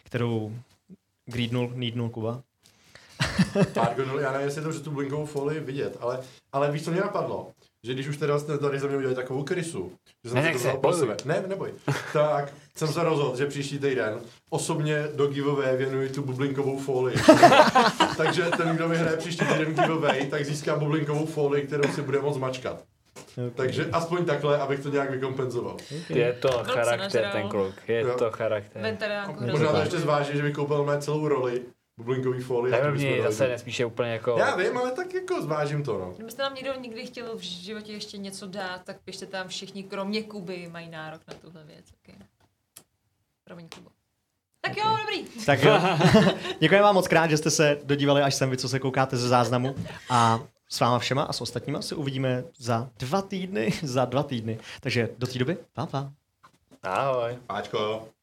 Speaker 1: kterou greednul, neednul Kuba.
Speaker 3: Argonul, no, já nevím, jestli je to, že tu blinkovou folii vidět, ale, ale víš, co mě napadlo? Že když už teda jste tady ze mě udělali takovou krysu, že jsem
Speaker 6: Ne,
Speaker 3: si to
Speaker 6: nech se,
Speaker 3: vzal pro
Speaker 6: boj.
Speaker 3: sebe. Ne, neboj. Tak jsem se rozhodl, že příští týden osobně do giveaway věnuji tu bublinkovou folii. (laughs) Takže ten, kdo vyhraje příští týden giveaway, tak získá bublinkovou folii, kterou si bude moc mačkat. Takže aspoň takhle, abych to nějak vykompenzoval.
Speaker 4: Je to charakter ten kluk, je
Speaker 3: Jo.
Speaker 4: to charakter.
Speaker 2: Veteránku
Speaker 3: Možná to ještě zváží, že vykoupil mé celou roli bublinkový folie. a to bychom
Speaker 4: Nevím,
Speaker 3: dali
Speaker 4: zase
Speaker 3: do-
Speaker 4: nespíše úplně jako...
Speaker 3: Já vím, ale tak jako zvážím to, no.
Speaker 2: Kdybyste nám někdo nikdy chtěl v životě ještě něco dát, tak pište tam všichni, kromě Kuby, mají nárok na tuhle věc. Okay. Promiň, Kubo. Tak jo, dobrý.
Speaker 1: Tak jo. (laughs) Děkujeme vám moc krát, že jste se dodívali až sem, vy, co se koukáte ze záznamu. A s váma všema a s ostatníma se uvidíme za (laughs) dva týdny. za dva týdny. Takže do té doby, pa, pa.
Speaker 4: Ahoj.
Speaker 3: Páčko.